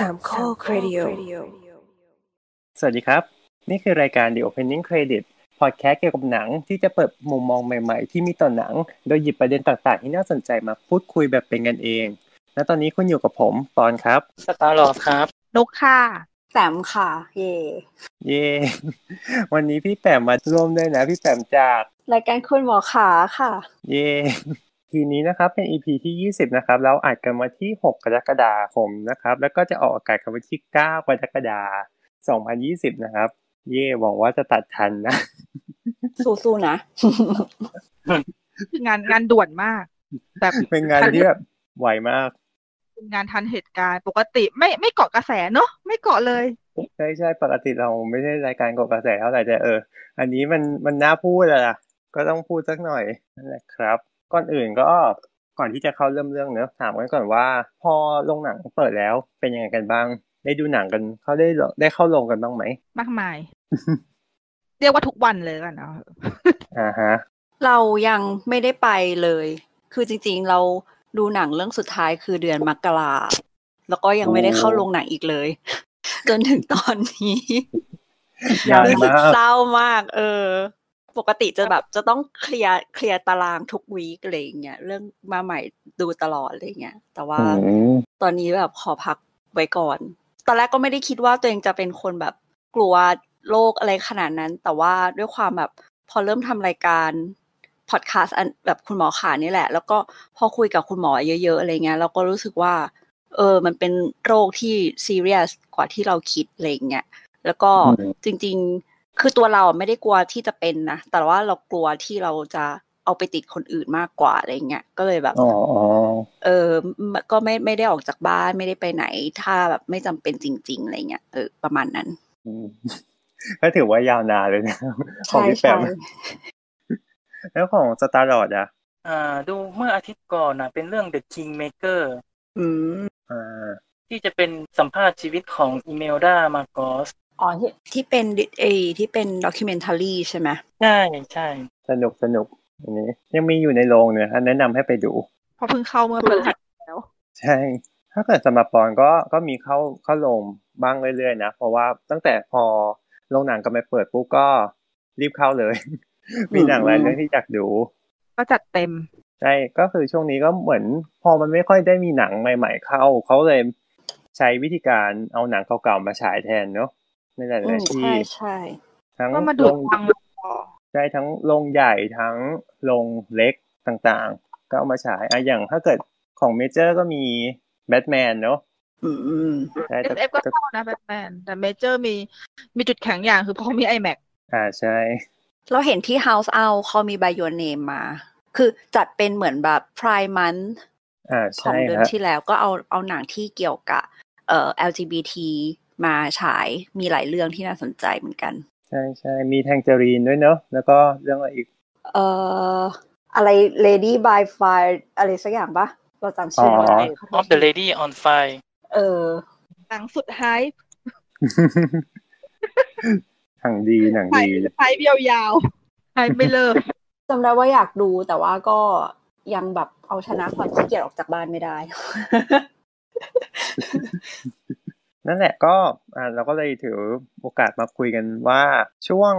Oak Radio. สวัสดีครับ นี่คือรายการ The Opening Credit พอดแคสต์เกี่ยวกับหนังที่จะเปิดมุมมองใหม่ๆ ที่มีต่อหนัง โดยหยิบประเด็นต่างๆ ที่น่าสนใจมาพูดคุยแบบเป็นกันเอง และตอนนี้คุณอยู่กับผมปอนครับ สตาร์ลอดครับ นุกค่ะ แสมค่ะ เย่ เย่ วันนี้พี่แปมมาร่วมด้วยนะ พี่แปมจาก รายการคุณหมอขาค่ะ เย่ ทีนี้นะครับเป็น EP ที่ 20 นะครับ แล้วอัดกันวันที่ 6 กรกฎาคมนะครับ แล้วก็จะออกอากาศกันวันที่ 9 กรกฎาคม 2020 นะครับ เย่หวังว่าจะตัดทันนะ สู้ๆนะ งานงานด่วนมากแบบ เป็นงานที่แบบไวมาก เป็นงานทันเหตุการณ์ ปกติไม่ไม่เกาะกระแสเนอะไม่เกาะเลย ใช่ใช่ปกติเราไม่ได้รายการกดกระแสเท่าไหร่แต่เออ อันนี้มันมันน่าพูดอะล่ะ ก็ต้องพูดสักหน่อยนั่นแหละครับ ก่อนอื่นก็ก่อนที่จะเข้าเริ่มเรื่องเนอะถามกันก่อนว่า พอโรงหนังเปิดแล้วเป็นยังไงกันบ้าง ได้ดูหนังกันเขาได้ได้เข้าโรงกันบ้างไหม มากมาย เรียกว่าทุกวันเลยกันเนาะ อ่าฮะ เรายังไม่ได้ไปเลย คือจริงๆเราดูหนังเรื่องสุดท้ายคือเดือนมกราแล้วก็ยังไม่ได้เข้าโรงหนังอีกเลย จนถึงตอน นี้ ยาว รู้สึก มาก เศร้ามาก เออ ปกติจะแบบจะต้องเคลียร์เคลียร์ตารางทุกวีคอะไรอย่างเงี้ยเรื่องมาใหม่ดูตลอดอะไรอย่างเงี้ยแต่ว่า อืม ตอนนี้แบบขอพักไว้ก่อน ตอนแรกก็ไม่ได้คิดว่าตัวเองจะเป็นคนแบบกลัวโรคอะไรขนาดนั้น แต่ว่าด้วยความแบบพอเริ่มทำรายการพอดแคสต์อันแบบคุณหมอขานี่แหละ แล้วก็พอคุยกับคุณหมอเยอะๆอะไรเงี้ยเราก็รู้สึกว่า เออ มันเป็นโรคที่ซีเรียสกว่าที่เราคิดอะไรเงี้ย แล้วก็จริงๆ คือตัวเราไม่ได้กลัวที่จะเป็นนะ แต่ว่าเรากลัวที่เราจะเอาไปติดคนอื่นมากกว่าอะไรเงี้ย ก็เลยแบบ อ๋ออ๋อ เออมก็ไม่ไม่ได้ออกจากบ้านไม่ได้ไปไหน ถ้าแบบไม่จำเป็นจริง ๆ อะไรเงี้ยเออประมาณนั้น อืม ก็ถือว่ายาวนานเลยนะของพี่แปมแล้วของสตาร์ลอดอะ อ่า ดูเมื่ออาทิตย์ก่อนนะเป็นเรื่อง The Kingmaker อืม อ่า ที่จะเป็นสัมภาษณ์ชีวิตของอีเมลดามาโกส อ๋อที่ที่เป็นดิเอที่เป็นด็อกิเมนทารีใช่ไหม ใช่ใช่ สนุกสนุกอันนี้ ยังมีอยู่ในโรงเนี่ยฮะแนะนำให้ไปดู เพอเพิ่งเข้าเมื่อพฤหัสแล้ว ใช่ ถ้าเกิดสำหรับปอนก็ก็มีเข้าเข้าลงบ้างเรื่อยๆนะ เพราะว่าตั้งแต่พอโรงหนังกลับมาเปิดปุ๊บก็รีบเข้าเลย มีหนังหลายเรื่องที่อยากดู ก็จัดเต็ม ใช่ ก็คือช่วงนี้ก็เหมือน พอมันไม่ค่อยได้มีหนังใหม่ ๆ เข้า เขาเลยใช้วิธีการเอาหนังเก่าๆมาฉายแทนเนาะในหลายๆใช่ที่ใช่ ทั้ง ก็มาดู โรง ฟัง ได้ทั้งโรงใหญ่ทั้งโรงเล็กต่างๆ ก็เอามาฉายอะอย่างถ้าเกิดของเมเจอร์ก็มีแบทแมนเนาะ อืมอืม ใช่ เอ แต่ ฟเอฟก็ แต่ เข้านะแบทแมนแต่เมเจอร์มีมีจุดแข็งอย่างคือพอมี iMac อ่าใช่ เราเห็นที่ House Out เขามี By Your Name มา คือจัดเป็นเหมือนแบบ Prime Month อ่า ขอ ใช่ งเดือน ฮะ ที่แล้วก็เอาเอาหนังที่เกี่ยวกับเอ่อ LGBT มาฉายมีหลายเรื่องที่น่าสนใจเหมือนกัน ใช่ใช่มีแทงเจอรีนด้วยเนอะแล้วก็เรื่องอะไรอีก เอ่ออะไร Lady by Fire อะไรสักอย่างปะเราจำชื่อ อ๋อ ไม่ได้ขอโท ออ ษ ฟเดอะเลดี้ออนไฟ เออ หนังสุดท้าย หนังดีหนัง ไทย ดี ไทยยาวๆไทยไม่เลิก จำได้ว่าอยากดูแต่ว่าก็ยังแบบเอาชนะความขี้เกียจออกจากบ้านไม่ได้ นั่นแหละก็อ่าเราก็เลยถือโอกาสมาคุยกันว่าช่วง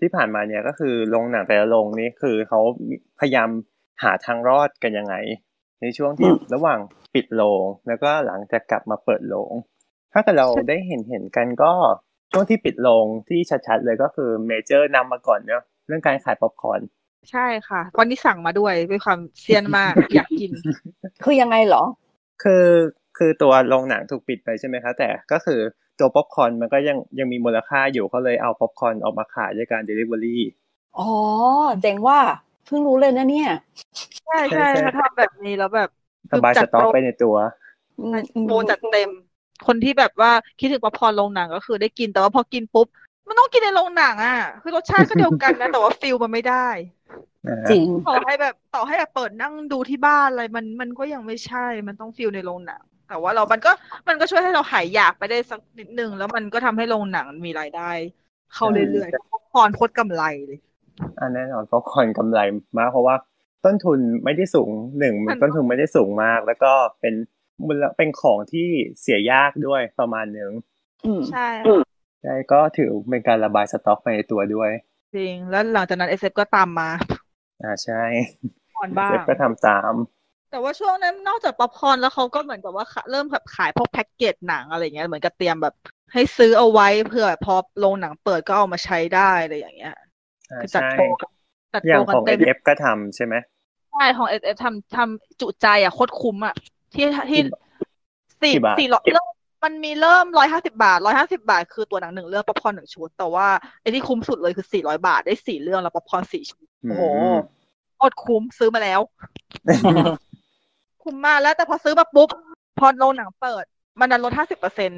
ที่ผ่านมาเนี่ยก็คือโรงหนังแต่ละโรงนี้คือเขาพยายามหาทางรอดกันยังไง ในช่วงที่ อืม ระหว่างปิดโรงแล้วก็หลังจากกลับมาเปิดโรงถ้าเกิดเราได้เห็นเห็นกันก็ช่วงที่ปิดโรงที่ชัดๆเลยก็คือเมเจอร์นำมาก่อนเนอะเรื่องการขายป๊อปคอร์น ใช่ค่ะวันนี้สั่งมาด้วยด้วยความเซียนมากอยากกิน คือยังไงเหรอ คือคือตัวโรงหนังถูกปิดไปใช่ไหมคะแต่ก็คือตัวป๊อปคอร์นมันก็ยังยังมีมูลค่าอยู่เขาเลยเอาป๊อปคอร์นออกมาขายด้วยการ Delivery อ๋อเจ๋งว่าเพิ่งรู้เลยนะเนี่ย ใช่ใช่เขาทำแบบนี้แล้วแบบ สบาย จั ส ด ต็อก โต๊ะ ไปในตัว อืม โปรจัดเต็ม คนที่แบบว่าคิดถึงป๊อปคอร์นโรงหนังก็คือได้กินแต่ว่าพอกินปุ๊บ มันต้องกินในโรงหนังอ่ะ คือรสชาติก็เดียวกันนะ แต่ว่าฟิลมันไม่ได้ อ่า จริง ต่อให้แบบต่อให้แบบเปิดนั่งดูที่บ้านอะไรมันมันก็ยังไม่ใช่มันต้องฟิลในโรงหนัง แต่ว่าเรา มันก็มันก็ช่วยให้เราหายอยากไปได้สักนิดนึง แล้วมันก็ทำให้โรงหนังมีรายได้ เข้าเรื่อยๆป๊อปคอร์นโคตรกำไรเลย อันแน่นอนป๊อปคอร์นกำไรมากเพราะว่าต้นทุนไม่ได้สูงหนึ่งมันต้นทุนไม่ได้สูงมาก แล้วก็เป็น มูลเป็นของที่เสียยากด้วยประมาณหนึ่ง อืม ใช่ค่ะ ใช่ก็ถือเป็นการระบายสต็อกไปในตัวด้วย จริง แล้วหลังจากนั้นเอเก็ตามมา อ่าใช่ ก่อนบ้าง เซฟก็ทำตาม แต่ว่าช่วงนั้นนอกจากป๊อปคอร์นแล้วเขาก็เหมือนกับว่าขะเริ่มแบบขายพวกแพ็กเกจหนังอะไรเงี้ยเหมือนกับเตรียมแบบให้ซื้อเอาไว้เพื่อพอโรงหนังเปิดก็เอามาใช้ได้อะไรอย่างเงี้ย อ่า คือจัด ใช่ โชว์กันจัด อ โช ย่าง ว์กั ข น อง เต็ม เอฟก็ทำใช่ไหม ใช่ของเอเอทำทำจุใจอ่ะโคตรคุ้มอ่ะ ที่ที่สี่ กี่บาท สี่ร้อยเริ่มมันมีเริ่มร้อยห้าสิบาทร้อยห้าสิบาท คือตัวหนังหนึ่งเรื่องป๊อปคอร์นหนึ่งชุด แต่ว่าไอ้ที่คุ้มสุดเลยคือสี่ร้อยบาทได้สี่เรื่องแล้วป๊อปคอร์นสี่ชุด โอ้โห ม โคตรคุ้มซื้อมาแล้ว คุ้มมากแล้วแต่พอซื้อมาปุ๊บ พอโรงหนังเปิด มันดันลดห้าสิบเปอร์เซ็น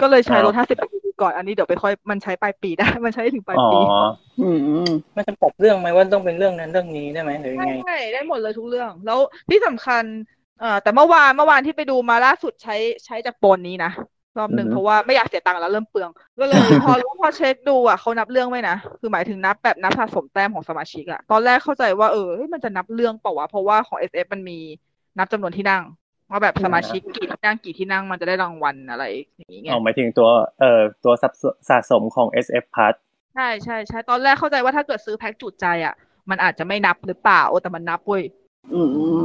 ก็เลยใช้ อ้าว ลดห้าสิบก่อนอันนี้เดี๋ยวไปค่อยมันใช้ปลายปีได้ มันใช้ถึงปลาย อ๋อ ปี อืม มันจะปรับเรื่องไหมว่าต้องเป็นเรื่องนั้นเรื่องนี้ได้ไหมหรือยังไง ใช่ได้หมดเลยทุกเรื่อง แล้วที่สำคัญเอ่อแต่เมื่อวานเมื่อวานที่ไปดูมาล่าสุดใช้ใช้จากโปนนี้นะรอบหนึ่ง อือฮึ เพราะว่าไม่อยากเสียตังค์แล้วเริ่มเปลืองก็เลย พอรู้พอเช็คดูอ่ะเขานับเรื่องไว้นะคือหมายถึงนับแบบนับสะสมแต้มของสมาชิกอะตอนแรกเข้าใจว่าเออเฮ้ยมันจะนับเรื่องเปล่าวะเพราะว่าของ SF มันมีนับจำนวนที่นั่งว่าแบบสมาชิกกี่ที่นั่งกี่ที่นั่งมันจะได้รางวัลอะไรอย่างงี้ไง ออกมายถึงตัวเอ่อตัวสะสสะสมของ SF p a s ใช่ใช่ใช่ตอนแรกเข้าใจว่าถ้าเกิดซื้อแพ็กจุดใจอ่ะ มันอาจจะไม่นับหรือเปล่าโอ้แต่มันนับเว้ย อืม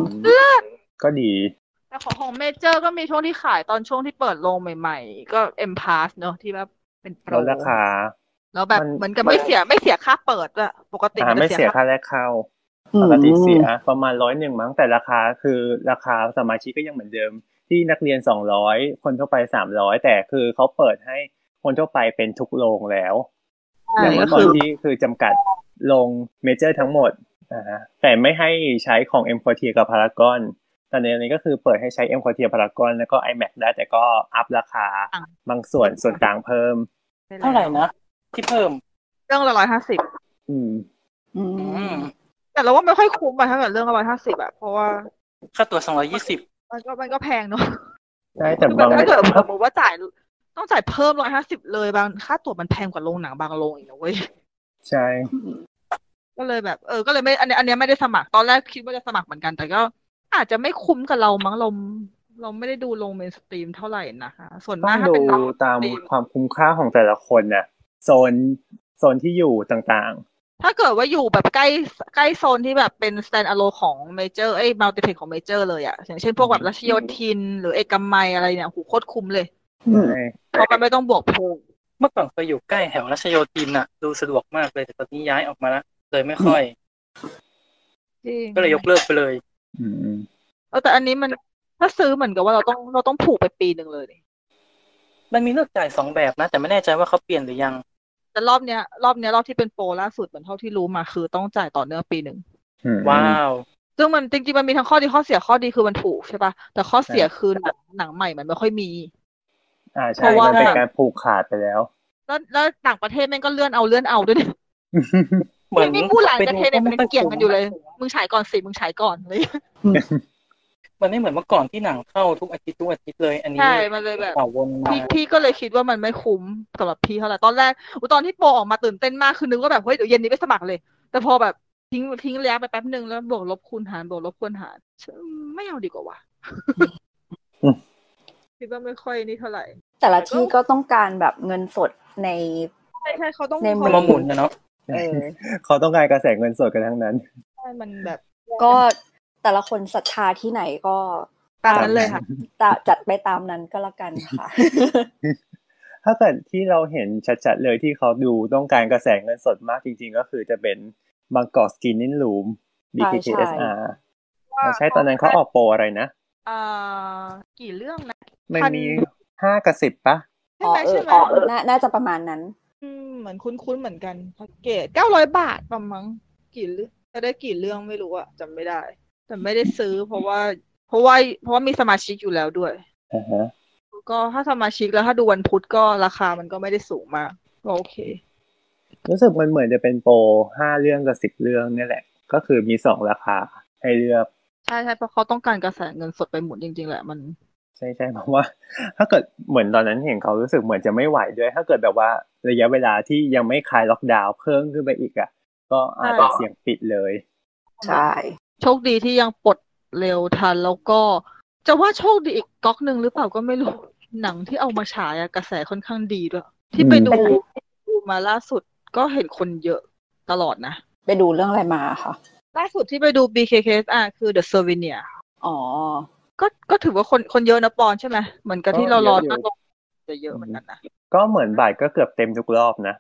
ก็ดี แต่ของของเมเจอร์ก็มีช่วงที่ขายตอนช่วงที่เปิดโรงใหม่ๆ ก็เอ็มพาสเนอะที่แบบเป็นโปร ลดราคา แล้วแบบ มัน เหมือนกับไม่เสียไม่เสียค่าเปิดอะปกติ อ่าไม่ จะ เสียค่าแรกเข้าปกติเสียประมาณร้อยหนึ่งมั้งแต่ราคาคือราคาสมาชิกก็ยังเหมือนเดิม ที่นักเรียนสองร้อยคนทั่วไปสามร้อยแต่คือเขาเปิดให้คนทั่วไปเป็นทุกโรงแล้ว ใช่ อย่าง ก็ เมื่อ คื ก่อน อ ที่คือจำกัดโรงเมเจอร์ทั้งหมดอ่าฮะแต่ไม่ให้ใช้ของ m อ็มโคเทียกับพารากอนตอนนี้ก็คือเปิดให้ใช้ m อ็มโคเทียพารากอนแล้วก็ iMac ได้แต่ก็อัพราคาบางส่วนส่วนต่างเพิ่ม เท่าไหร่นะ ที่เพิ่ม เรื่องละร้อยห้าสิบ อืม อื อืม ม แต่เราว่าไม่ค่อยคุ้มอะถ้าเกิดเรื่องละร้อยห้าสิบอะเพราะว่า ค่าตั๋วสองร้อยยี่สิบ มันก็มันก็แพงเนอะ ใช่คือบแต่าง ถ้าเกิดสมมติว่าจ่ายต้องจ่ายเพิ่มร้อยห้าสิบเลยบางค่าตั๋วมันแพงกว่าโรงหนังบางโรงอีกนะเว้ย ใช่ ก็เลยแบบเออ ก็เลยไม่อันนี้อันเนี้ยไม่ได้สมัครตอนแรกคิดว่าจะสมัครเหมือนกัน แต่ก็อาจจะไม่คุ้มกับเรามั้งเราเราไม่ได้ดูลงเมนสตรีมเท่าไหร่นะคะส่วน ต้ มา อก ง ถ้า ดู เป็นน้อง ตามความคุ้มค่าของแต่ละคนน่ะโซนโซนที่อยู่ต่าง ถ้าเกิดว่าอยู่แบบใกล้ใกล้โซนที่แบบเป็น stand alone ของเมเจอร์เอ้ยมัลติเพลของเมเจอร์เลยอะอย่างเช่นพวกแบบรัชโยธิน หรือเอกมัยอะไรเนี่ยโหโคตรคุ้มเลย ๆใช่ เพราะมันไม่ต้องบวกเพิ่ม เมื่อก่อนเคยอยู่ใกล้แถวรัชโยธินน่ะ ดูสะดวกมากเลยแต่ตอนนี้ย้ายออกมาแล้วเลยไม่ ค่อย จริง ก็เลยยกเลิกไปเลย อืม เออแต่อันนี้มันถ้าซื้อเหมือนกับว่าเราต้องเราต้องผูกไปปีหนึ่งเลย มันมีเลือกจ่ายสองแบบนะ แต่ไม่แน่ใจว่าเขาเปลี่ยนหรือยัง แต่รอบเนี้ยรอบเนี้ยรอบที่เป็นโปรล่าสุดเหมือนเท่าที่รู้มาคือต้องจ่ายต่อเนื่องปีหนึ่ง อืม ว้าว ซึ่งมันจริงๆมันมีทั้งข้อดีข้อเสียข้อดีคือมันถูกใช่ปะแต่ข้อเสียคือหนังหนังใหม่มันไม่ค่อยมี อ่าใช่ เพราะว่ามั นเป็นการผูกขาดไปแล้ว แล้วแล้วต่างประเทศแม่งก็เลื่อนเอาเลื่อนเอาด้วยเนี่ย เหมือน นี่กู้หลานประเทศเนี่ย ไป มั ดู นเกี่ยงกันอยู่เลย มึงฉายก่อนสิมึงฉายก่อนเลย มันไม่เหมือนเมื่อก่อนที่หนังเข้าทุกอาทิตย์ทุกอาทิตย์เลย อันนี้ ใช่มันเลยแบบ ต่อวนมา พี่พี่ก็เลยคิดว่ามันไม่คุ้มสำหรับพี่เท่าไหร่ตอนแรกอุยตอนที่โปรออกมาตื่นเต้นมากคือนึกว่าแบบเฮ้ยเดี๋ยวเย็นนี้ไปสมัครเลย แต่พอแบบทิ้งทิ้งระยะไปแป๊บหนึ่งแล้วบวกลบคูณหารบวกลบคูณหารฉันไม่เอาดีกว่าวะ อืม คิดว่าไม่ค่อยนี่เท่าไหร่ แต่ละที่ก็ต้องการแบบเงินสดใน ใช่ใช่เขาต้อง ใน เขา เมือง มาหมุนนะเนาะ เออ เขาต้องการกระแสเงินสดกันทั้งนั้น ใช่มันแบบ ก็แต่ละคนศรัทธาที่ไหนก็ ตามนั้นเลยค่ะ ตาจัดไปตามนั้นก็แล้วกันค่ะ ถ้าเกิดที่เราเห็นชัดๆเลยที่เขาดูต้องการกระแสเงินสดมากจริง ๆ ก็คือจะเป็นบางกอกสกินนินลูม BKTSR ใช่ตอนนั้นเขาออกโปรอะไรนะ เอ่อกี่เรื่องนะ มัน พัน มีห้ากับสิบปะ ใช่ อ๋อ ไหม เอ ใช่ อ ไหม อ๋อเออน่าน่าจะประมาณนั้น มเหมือนคุ้นๆเหมือนกันแพ็กเกจเก้าร้อยบาทประมาณกี่เรื่องจะได้กี่เรื่องไม่รู้อะจำไม่ได้ แต่ไม่ได้ซื้อ เพราะว่า เพราะว่าเพราะว่ามีสมาชิกอยู่แล้วด้วย อ่าฮะ ก็ถ้าสมาชิกแล้วถ้าดูวันพุธก็ราคามันก็ไม่ได้สูงมากก็โอเค รู้สึกมันเหมือนจะเป็นโปรห้าเรื่องกับสิบเรื่องเนี่ยแหละ ก็คือมีสองราคาให้เลือก ใช่ใช่เพราะเขาต้องการกระแสเงินสดไปหมุนจริงๆแหละมัน ใช่ใช่เพราะว่า ถ้าเกิดเหมือนตอนนั้นเห็นเขารู้สึกเหมือนจะไม่ไหวด้วย ถ้าเกิดแบบว่าระยะเวลาที่ยังไม่คลายล็อกดาวน์เพิ่มขึ้นไปอีกอ่ะ ก็อาจจะเสี่ยงปิดเลย ใช่ โชคดีที่ยังปลดเร็วทันแล้วก็ จะว่าโชคดีอีกก๊อกหนึ่งหรือเปล่าก็ไม่รู้หนังที่เอามาฉายอะกระแสค่อนข้างดีด้วยที่ไปดู อืม ดูมาล่าสุดก็เห็นคนเยอะตลอดนะ ไปดูเรื่องอะไรมาคะ ล่าสุดที่ไปดู BKKSR คือ The s e r v i n i a อ๋อ ก็ก็ถือว่าคนคนเยอะนะปอนใช่ไหมเหมือนกับที่เรารอ ก็เย ก็ อะลงอยู่จะเยอะเหมือนกันนะ ก็เหมือนบ่ายก็เกือบเต็มทุกรอบนะ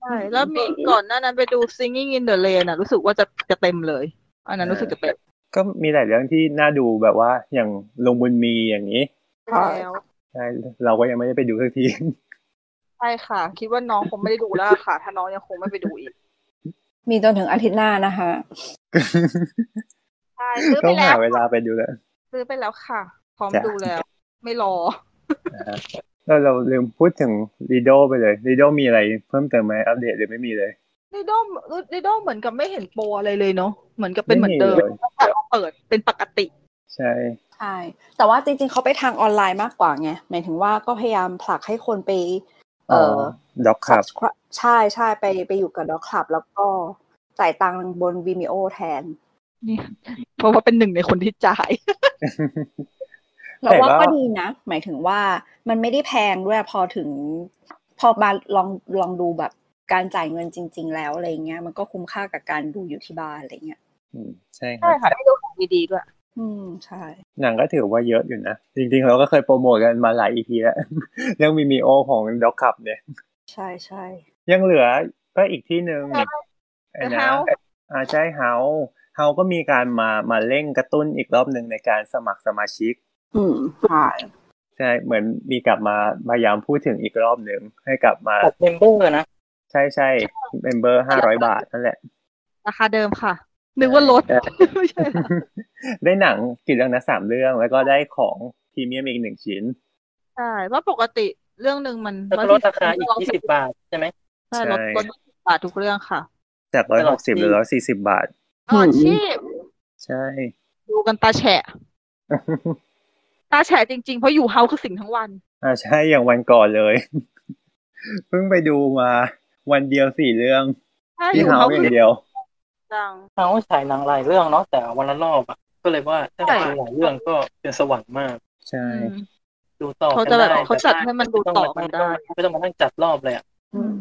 ใช่แล้วมีก่อนหน้านั้นไปดู Singing in the Rain นะรู้สึกว่าจะจะเต็มเลย อันนั้น เออ รู้สึกจะเต็ม ก็มีหลายเรื่องที่น่าดูแบบว่าอย่างลงบุญมีอย่างนี้ ใช่ แล้ว ใช่เราก็ยังไม่ได้ไปดูสัก ที ใช่ค่ะ คิดว่าน้องคงไม่ได้ดูแล้วล่ะค่ะ ถ้าน้องยังคงไม่ไปดูอีก มีจนถึงอาทิตย์หน้านะคะ ใช่ซื้อ ก็ ไปแล้ หาว เวลาไปดูแล้ว ซื้อไปแล้วค่ะ พร้อม จ้ะ ดูแล้ว ไม่รอ เราเราลืมพูดถึงลีโดไปเลยลีโดมีอะไรเพิ่มเติมไหมอัปเดตหรือไม่มีเลย ดิโด้ดิโด้เหมือนกับไม่เห็นโปรอะไรเลยเนาะเหมือนกับเป็นเหมือนเดิม ไม่มีเลย ตั้งแต่เราเปิดเป็นปกติ ใช่ ใช่ แต่ว่าจริงๆเขาไปทางออนไลน์มากกว่าไง หมายถึงว่าก็พยายามผลักให้คนไป เอ่อ ด็อกครับ subscribe ใช่ใช่ไปไปอยู่กับด็อกคลับ แล้วก็จ่ายตังค์บน Vimeo แทน เพราะว่าเป็นหนึ่งในคนที่จ่าย เราว่า แต่ก็ ก็ดีนะ หมายถึงว่ามันไม่ได้แพงด้วยพอถึง พอมาลองลองดูแบบการจ่ายเงินจริง ๆ แล้วอะไรเงี้ยมันก็คุ้มค่ากับการดูอยู่ที่บ้านอะไรเงี้ย อืมใช่ครั ใช่ บ ค่ะได้ดูของดีๆด้วย อืมใช่ หนังก็ถือว่าเยอะอยู่นะ จริงๆ เราก็เคยโปรโมทกันมาหลายอีพีแล้ว เรื่องมีมีโอของด็อกครับเนี่ย ใช่ใช่ ยังเหลือก็อีกที่หนึ่งไอ้นะ House อ่าใช่เฮาเฮาก็มีการมามาเร่งกระตุ้นอีกรอบหนึ่งในการสมัครสมาชิก อืมใช่ ใช่เหมือนมีกลับมาพยายามพูดถึงอีกรอบหนึ่งให้กลับมา ตัดเมมเบอร์นะ ใช่ใช่เมมเบอร์ห้าร้อยบาทนั่นแหละ ราคาเดิมค่ะ นึกว่าลด ใช่ ไม่ใช่ค่ะ ได้หนังกี่เรื่องนะสามเรื่องแล้วก็ได้ของพรีเมียมอีกหนึ่งชิ้น ใช่เพราะปกติเรื่องหนึ่งมัน แล้วก็ลดราคาอีก 20 บาทใช่ไหม ใช่ ใช่ ลดลดยี่สิบบาททุกเรื่องค่ะ จากร้อยหกสิบหรือร้อยสี่สิบาท ตลอดชีพ ใช่ ดูกันตาแฉะ ตาแฉะจริงๆ เพราะอยู่เฮาคือสิ่งทั้งวัน อ่าใช่อย่างวันก่อนเลย เพิ่งไปดูมาวันเดียวสี่เรื่อง ถ้าอ ที่ ยู่ เฮา เฮา อ คือย่าง เดียว จัง เขาฉายหนังหลายเรื่องเนาะแต่วันละรอบอะก็เลยว่าถ้า ใช่ ดูหลายเรื่องก็เป็นสวรรค์มาก ใช่ อืม ดูต่อ เขา กัน จะแบบ ได้ เขาจัดให้มันดูต่อกันได้ ไม่ต้องมานั่งจัดรอบเลยอะ อืม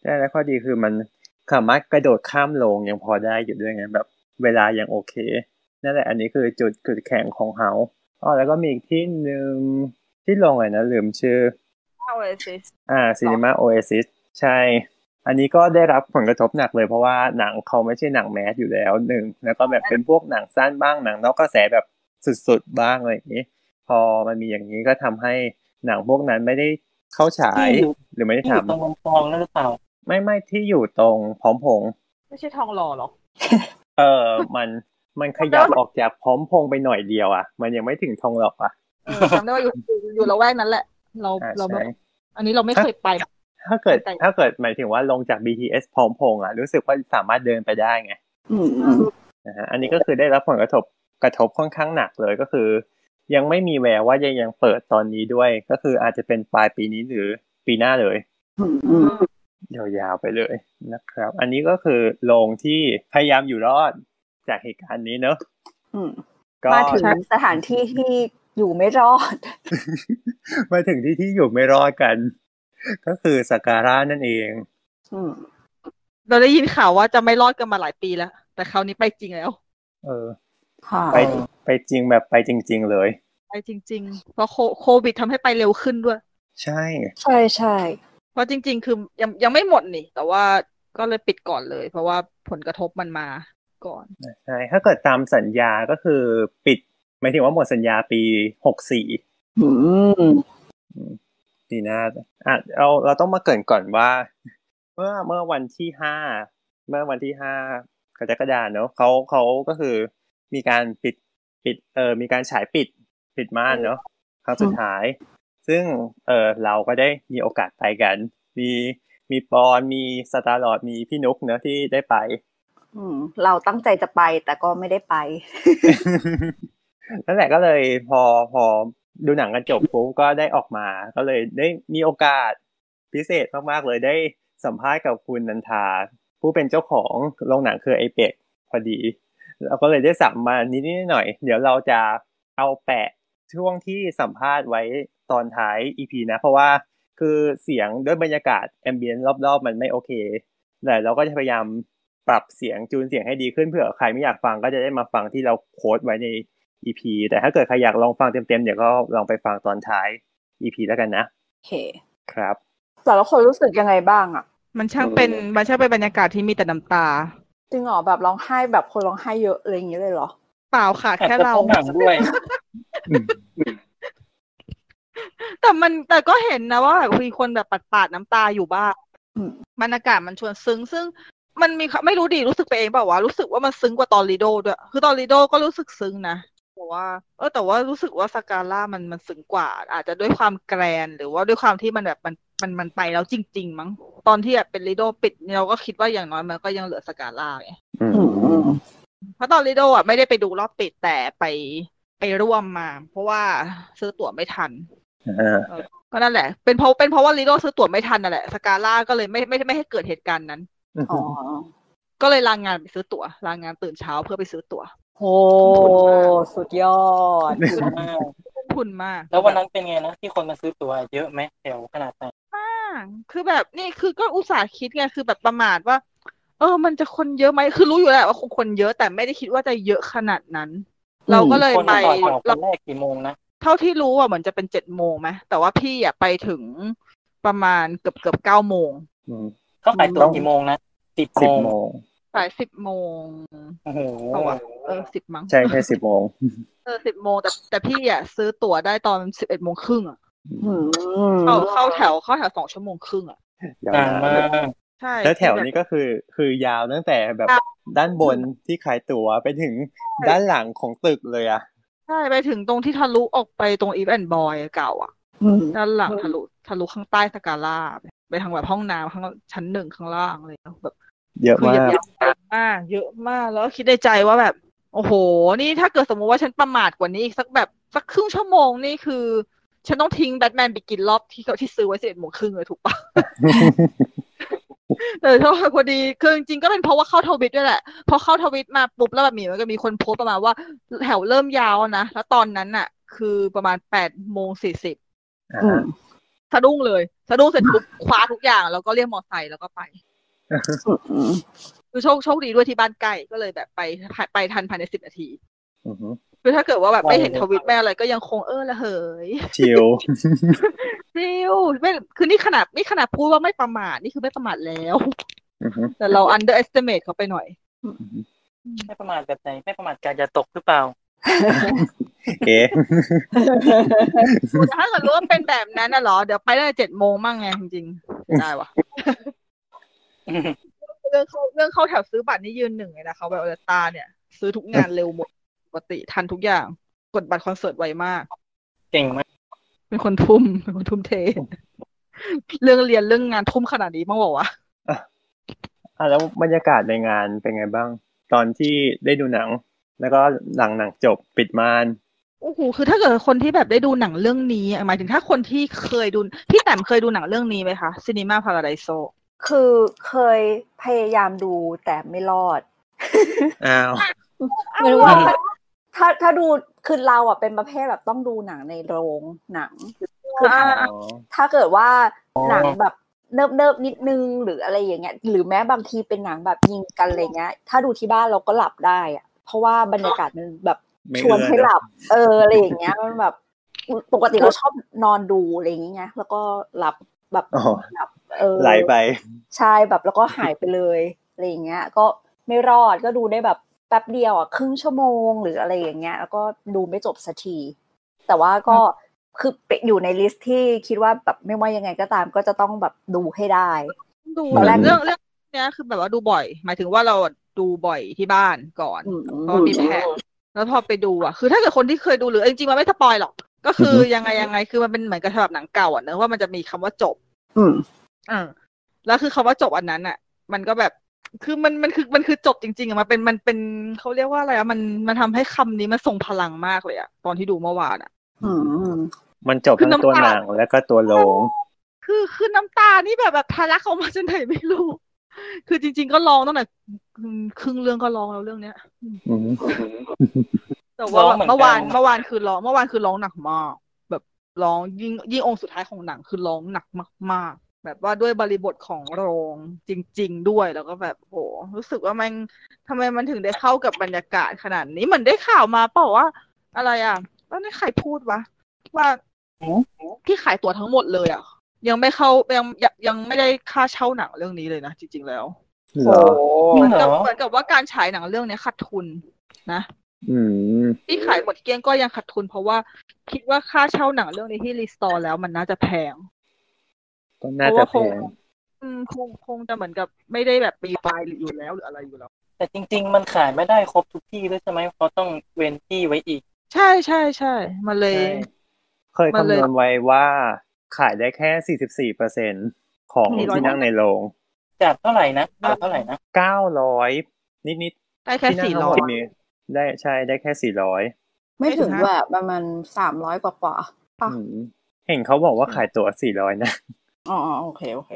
ใช่แล้วข้อดีคือมันสามารถกระโดดข้ามโรงยังพอได้อยู่ด้วยไงแบบเวลายังโอเคนั่นแหละ อันนี้คือจุดจุดแข็งของเฮาอ๋อแล้วก็มีอีกที่หนึ่งที่ลงอะไรนะลืมชื่อ เอาเลยสิ อ่าซีนีมาโอเอซิสใช่ อันนี้ก็ได้รับผลกระทบหนักเลยเพราะว่าหนังเขาไม่ใช่หนังแมสอยู่แล้วหนึ่งแล้วก็แบบเป็นพวกหนังสั้นบ้างหนังนอกกระแสแบบสุดๆบ้างอะไรอย่างนี้ พอมันมีอย่างนี้ก็ทำให้หนังพวกนั้นไม่ได้เข้าฉายหรือไม่ได้ ที่อยู่ตร ทำ งลำคลองนั่นหรือเปล่า ไม่ไม่ที่อยู่ตรงพร้อมพงษ์ ไม่ใช่ทองหล่อหรอก เออมันมันขยับออกจากพร้อมพงษ์ไปหน่อยเดียวอ่ะ มันยังไม่ถึงทองหรอกอ่ะ เออจำได้ว่าอยู่ อยู่ละแวกนั้นแหละ เรา อ่า เราไม่ ใช่ อันนี้เราไม่เคยไป ถ้าเกิด แต่ง ถ้าเกิดหมายถึงว่าลงจาก BTS พร้อมพงษ์อ่ะรู้สึกว่าสามารถเดินไปได้ไง อืมอืม นะฮะอันนี้ก็คือได้รับผลกระทบกระทบค่อนข้างหนักเลยก็คือ ยังไม่มีแววว่าจะยังเปิดตอนนี้ด้วย ก็คืออาจจะเป็นปลายปีนี้หรือปีหน้าเลย อืมอืม ยาวๆไปเลยนะครับ อันนี้ก็คือโรงที่พยายามอยู่รอดจากเหตุการณ์นี้เนอะ อืม ก็ มาถึงสถานที่ที่อยู่ไม่รอด มาถึงที่ที่อยู่ไม่รอดกัน ก็คือสักการะนั่นเอง อืม เราได้ยินข่าวว่าจะไม่รอดกันมาหลายปีแล้ว แต่คราวนี้ไปจริงแล้ว เออ ค่ะ ไปไปจริงแบบไปจริง ๆ เลย ไปจริง ๆ เพราะโคโควิดทำให้ไปเร็วขึ้นด้วย ใช่ ใช่ใช่ เพราะจริง ๆ คือยังยังไม่หมดนี่ แต่ว่าก็เลยปิดก่อนเลย เพราะว่าผลกระทบมันมาก่อน ใช่ถ้าเกิดตามสัญญาก็คือปิดหมายถึงว่าหมดสัญญาปีหกสี่ อืม ปีหน้าอ่ะเราเราต้องมาเกรินก่อนว่า เมื่อเมื่อวันที่ห้าเมื่อวันที่ห้ากรกฎาคมเนอะเขาเขาก็คือมีการปิดปิดเออมีการฉายปิดปิดม่านเนอะครั้งสุดท้าย ซึ่งเออเราก็ได้มีโอกาสไปกัน มีมีปอนมีสตาร์ลอดมีพี่นุกเนอะที่ได้ไป อืมเราตั้งใจจะไปแต่ก็ไม่ได้ไป นั่นแหละก็เลยพอพอดูหนังกันจบปุ๊บก็ได้ออกมา ก็เลยได้มีโอกาสพิเศษมากๆเลยได้สัมภาษณ์กับคุณนันทา ผู้เป็นเจ้าของโรงหนังคือไอเป็กพอดี เราก็เลยได้สัมมานิดๆหน่อยๆเดี๋ยวเราจะเอาแปะ ช่วงที่สัมภาษณ์ไว้ตอนท้าย EP นะ เพราะว่าคือเสียงด้วยบรรยากาศแอมเบียนรอบๆ มันไม่โอเคแต่เราก็จะพยายามปรับเสียงจูนเสียงให้ดีขึ้นเผื่อใครไม่อยากฟังก็จะได้มาฟังที่เราโค้ดไว้ใน EP แต่ถ้าเกิดใครอยากลองฟังเต็มๆเดี๋ยวก็ลองไปฟังตอนท้าย EP แล้วกันนะ โอเค ครับ แต่ละคนรู้สึกยังไงบ้างอะ มันช่างเป็นมันช่างเป็นบรรยากาศที่มีแต่น้ำตา จริงเหรอแบบร้องไห้แบบคนร้องไห้เยอะอะไรอย่างเงี้ยเลยเหรอ เปล่าค่ะ อาจ แค่ จะ เรา เพราะหนังด้วย แต่มันแต่ก็เห็นนะว่าแบบมีคนแบบปาดๆน้ำตาอยู่บ้าง อืม บรรยากาศมันชวนซึ้ง ซึ่งมันมีความไม่รู้ดิรู้สึกไปเองเปล่าวะรู้สึกว่ามันซึ้งกว่าตอนลีโดด้วยคือตอนลีโดก็รู้สึกซึ้งนะแต่ว่า เออแต่ว่ารู้สึกว่าสกาล่ามันมันซึ้งกว่า อาจจะด้วยความแกรนหรือว่าด้วยความที่มันแบบมันมันมันไปแล้วจริง ๆ มั้งตอนที่แบบเป็นลีโดปิดเนี่ยเราก็คิดว่าอย่างน้อยมันก็ยังเหลือสกาล่าไง อืม เพราะตอนลิโดอ่ะไม่ได้ไปดูรอบปิดแต่ไปไปร่วมมา เพราะว่าซื้อตั๋วไม่ทัน อ่า ก็นั่นแหละ เป็นเพราะเป็นเพราะว่าลิโดซื้อตั๋วไม่ทันนั่นแหละสกาล่าก็เลยไม่ไม่ไม่ให้เกิดเหตุการณ์นั้น อ๋อ ก็เลยลางงานไปซื้อตั๋วลางงานตื่นเช้าเพื่อไปซื้อตั๋ว โหสุดยอด คุ้มทุนมาก แล้ววันนั้นเป็นไงนะที่คนมาซื้อตั๋วเยอะไหมแถวขนาดไหน มากคือแบบนี่คือก็อุตส่าห์คิดไงคือแบบประมาทว่า เออ มันจะคนเยอะไหมคือรู้อยู่แหละว่าคงคนเยอะแต่ไม่ได้คิดว่าจะเยอะขนาดนั้น เราก็เลย คน ไป มาต่อแถวค เรา นแรกกี่โมงนะ เท่าที่รู้อ่ะเหมือนจะเป็นเจ็ดโมงไหมแต่ว่าพี่อ่ะไปถึงประมาณเกือบเกือบเก้าโมง อืม เขาขายตั๋วกี่โมงนะสิบ สิบโมง โมง สายสิบโมง โอ้โห เอาวะเออสิบมั้ง ใช่ใช่สิบโมง เออสิบโมงแต่แต่พี่อ่ะซื้อตั๋วได้ตอนสิบเอ็ดโมงครึ่งอ่ะ อืม เข้าเข้าแถวเข้าแถวสองชั่วโมงครึ่งอ่ะ ยาวน านมาน ก ใช่ แล้วแถวนี้ก็คือคือยาวตั้งแต่แบบด้านบนที่ขายตั๋วไปถึงด้านหลังของตึกเลยอ่ะ ใช่ไปถึงตรงที่ทะลุออกไปตรงอีฟแอนด์บอยเก่าอ่ะ อืม ด้านหลังทะลุทะลุข้างใต้สกาล่าไปไปทางแบบห้องน้ำข้างชั้นหนึ่งข้างล่างเลยอะแบบ เยอะ คือ มาก เยอะมากเยอะมากแล้วก็คิดในใจว่าแบบ โอ้โห นี่ถ้าเกิดสมมุติว่าฉันประมาทกว่านี้อีกสักแบบสักครึ่งชั่วโมงนี่คือ ฉันต้องทิ้งแบทแมนไปกินรอบที่เขาที่ซื้อไว้สิบเอ็ดโมงครึ่งเลยถูกปะ แต่เท่าพอดีคือจริงๆก็เป็นเพราะว่าเข้าทวิตด้วยแหละพอเข้าทวิตมาปุ๊บแล้วแบบมีมันก็มีคนโพสต์ประมาณว่าแถวเริ่มยาวนะแล้วตอนนั้นน่ะ คือประมาณแปดโมงสี่สิบ อืม สะดุ้งเลยสะดุ้งเสร็จปุ๊บคว้าทุกอย่างแล้วก็เรียกมอไซค์แล้วก็ไป อืม คือโชคโชคดีด้วยที่บ้านใกล้ก็เลยแบบไปไปทันภายในสิบนาที อือหือ คือถ้าเกิดว่าแบบ ไว ไม่เห็น เลย ทวิตแม่อะไรก็ยังคงเออละเหย ชิล ซิวไม่คือนี่ขนาดนี่ขนาดพูดว่าไม่ประมาทนี่คือไม่ประมาทแล้ว อือหือ แต่เรา under estimate เขาไปหน่อย ไม่ประมาทแบบไหนไม่ประมาทการจะตกหรือเปล่า เอ๊ะ ถ้าเกิดรู้ว่าเป็นแบบนั้นน่ะเหรอ เดี๋ยวไปได้เจ็ดโมงมั่งไงจริงๆได้วะเรื่องเข้าเรื่องเข้าแถวซื้อบัตรนี่ยืนหนึ่งเลยนะเขาแบบอลตาเนี่ย ซื้อทุกงานเร็วหมดปกติทันทุกอย่างกดบัตรคอนเสิร์ตไวมาก เก่งมาก เป็นคนทุ่มเป็นคนทุ่มเท เรื่องเรียนเรื่องงานทุ่มขนาดนี้มั้งบอกวะ อ่ะแล้วบรรยากาศในงานเป็นไงบ้าง ตอนที่ได้ดูหนัง แล้วก็หลังหนังจบปิดม่าน โอ้โห คือถ้าเกิดคนที่แบบได้ดูหนังเรื่องนี้อ่ะหมายถึงถ้าคนที่เคยดู พี่แต้มเคยดูหนังเรื่องนี้ไหมคะ Cinema Paradiso คือเคยพยายามดูแต่ไม่รอด อ้าว ไม่รู้ว่าถ้าถ้าดูคือเราอ่ะเป็นประเภทแบบต้องดูหนังในโรงหนัง อ่า อ๋อ ถ้าเกิดว่าหนังแบบเนิบเนิบๆนิดนึงหรืออะไรอย่างเงี้ย หรือแม้บางทีเป็นหนังแบบยิงกันอะไรเงี้ย ถ้าดูที่บ้านเราก็หลับได้อะเพราะว่าบรรยากาศมันแบบ ไม่ ชวน เอื้อ ให้หลับ เอออะไรอย่างเงี้ยมันแบบปกติเราชอบนอนดูอะไรอย่างเงี้ยแล้วก็หลับแบบ อ๋อ หลับเออ ไหลไป ใช่แบบแล้วก็หายไปเลยอะไรอย่างเงี้ย ก็ไม่รอดก็ดูได้แบบแป๊บเดียวอ่ะครึ่งชั่วโมงหรืออะไรอย่างเงี้ย แล้วก็ดูไม่จบสักที แต่ว่าก็คืออยู่ในลิสต์ที่คิดว่าแบบไม่ว่ายังไงก็ตามก็จะต้องแบบดูให้ได้ ดู ตอนแรก เรื่องเรื่องเนี้ยคือแบบว่าดูบ่อย หมายถึงว่าเราดูบ่อยที่บ้านก่อน อืม เพราะว่ามีแผนแล้วพอไปดูอ่ะ คือถ้าเกิดคนที่เคยดูหรือจริงๆมันไม่สปอยหรอก ก็คืออยังไงยังไงคือมันเป็นเหมือนกับฉบับหนังเก่าอ่ะเนอะว่ามันจะมีคำว่าจบ อืม เออแล้วคือคำว่าจบอันนั้นอ่ะ มันก็แบบคือมันมันคือมันคือจบจริงๆอะมันเป็นมันเป็นเขาเรียกว่าอะไรอะมันมันทำให้คำนี้มันทรงพลังมากเลยอะตอนที่ดูเมื่อวานอะ อืม มันจบ คือ ทั้ง น้ำ ตัว ตา หนังแล้วก็ตัวโรง คือคือน้ำตานี่แบบแบบทะลักออกมาจนไหนไม่รู้ คือจริง ๆ ก็ร้องตั้งแต่ครึ่งเรื่องก็ร้องแล้วเรื่องเนี้ย อืม แต่ว่า ร้องเหมือน เมื่อวาน กัน เมื่อวานคือร้องเมื่อวานคือร้องหนักมาก แบบร้องยิ่งยิ่งองค์สุดท้ายของหนังคือร้องหนักมาก ๆ แบบว่าด้วยบริบทของโรงจริง ๆ ด้วยแล้วก็แบบโหรู้สึกว่ามันทำไมมันถึงได้เข้ากับบรรยากาศขนาดนี้เหมือนได้ข่าวมาเปล่าว่า อะไรอ่ะว่านี่ใครพูดวะว่า หือ ที่ขายตั๋วทั้งหมดเลยอ่ะ ยังไม่เข้ายังยังยังไม่ได้ค่าเช่าหนังเรื่องนี้เลยนะจริง ๆ แล้ว เหรอ จริง เหมือน เหร กับ อ เหมือนกับว่าการฉายหนังเรื่องเนี้ยขาดทุนนะ อืม ที่ขายหมดเกลี้ยงก็ยังขาดทุนเพราะว่าคิดว่าค่าเช่าหนังเรื่องนี้ที่รีสตอร์แล้วมันน่าจะแพง ก็น่าจะแพง อืมคงคงจะเหมือนกับไม่ได้แบบปีปลายหรืออยู่แล้วหรืออะไรอยู่แล้ว แต่จริง ๆ มันขายไม่ได้ครบทุกที่ด้วยใช่ไหมเพราะต้องเว้นที่ไว้อีก ใช่ใช่ใช่มันเลย เคยคำนวณไว้ว่าขายได้แค่ 44เปอร์เซ็นของ สี่ร้อย ที่นั่งในโรง จากเท่าไหร่นะจากเท่าไหร่นะ 900 นิดนิด ได้ ๆ แค่ ที่สี่นั่งทั้ง ร้ ห อ ม ย ดมีได้ใช่ได้แค่ 400 ไม่ถึง ไม่ถึง แบบประมาณสามร้อยกว่ากว่าๆ อื ป่ะ มเห็นเขาบอกว่าขายตั๋ว400 นะ อ๋ออ๋อโอเคโอเค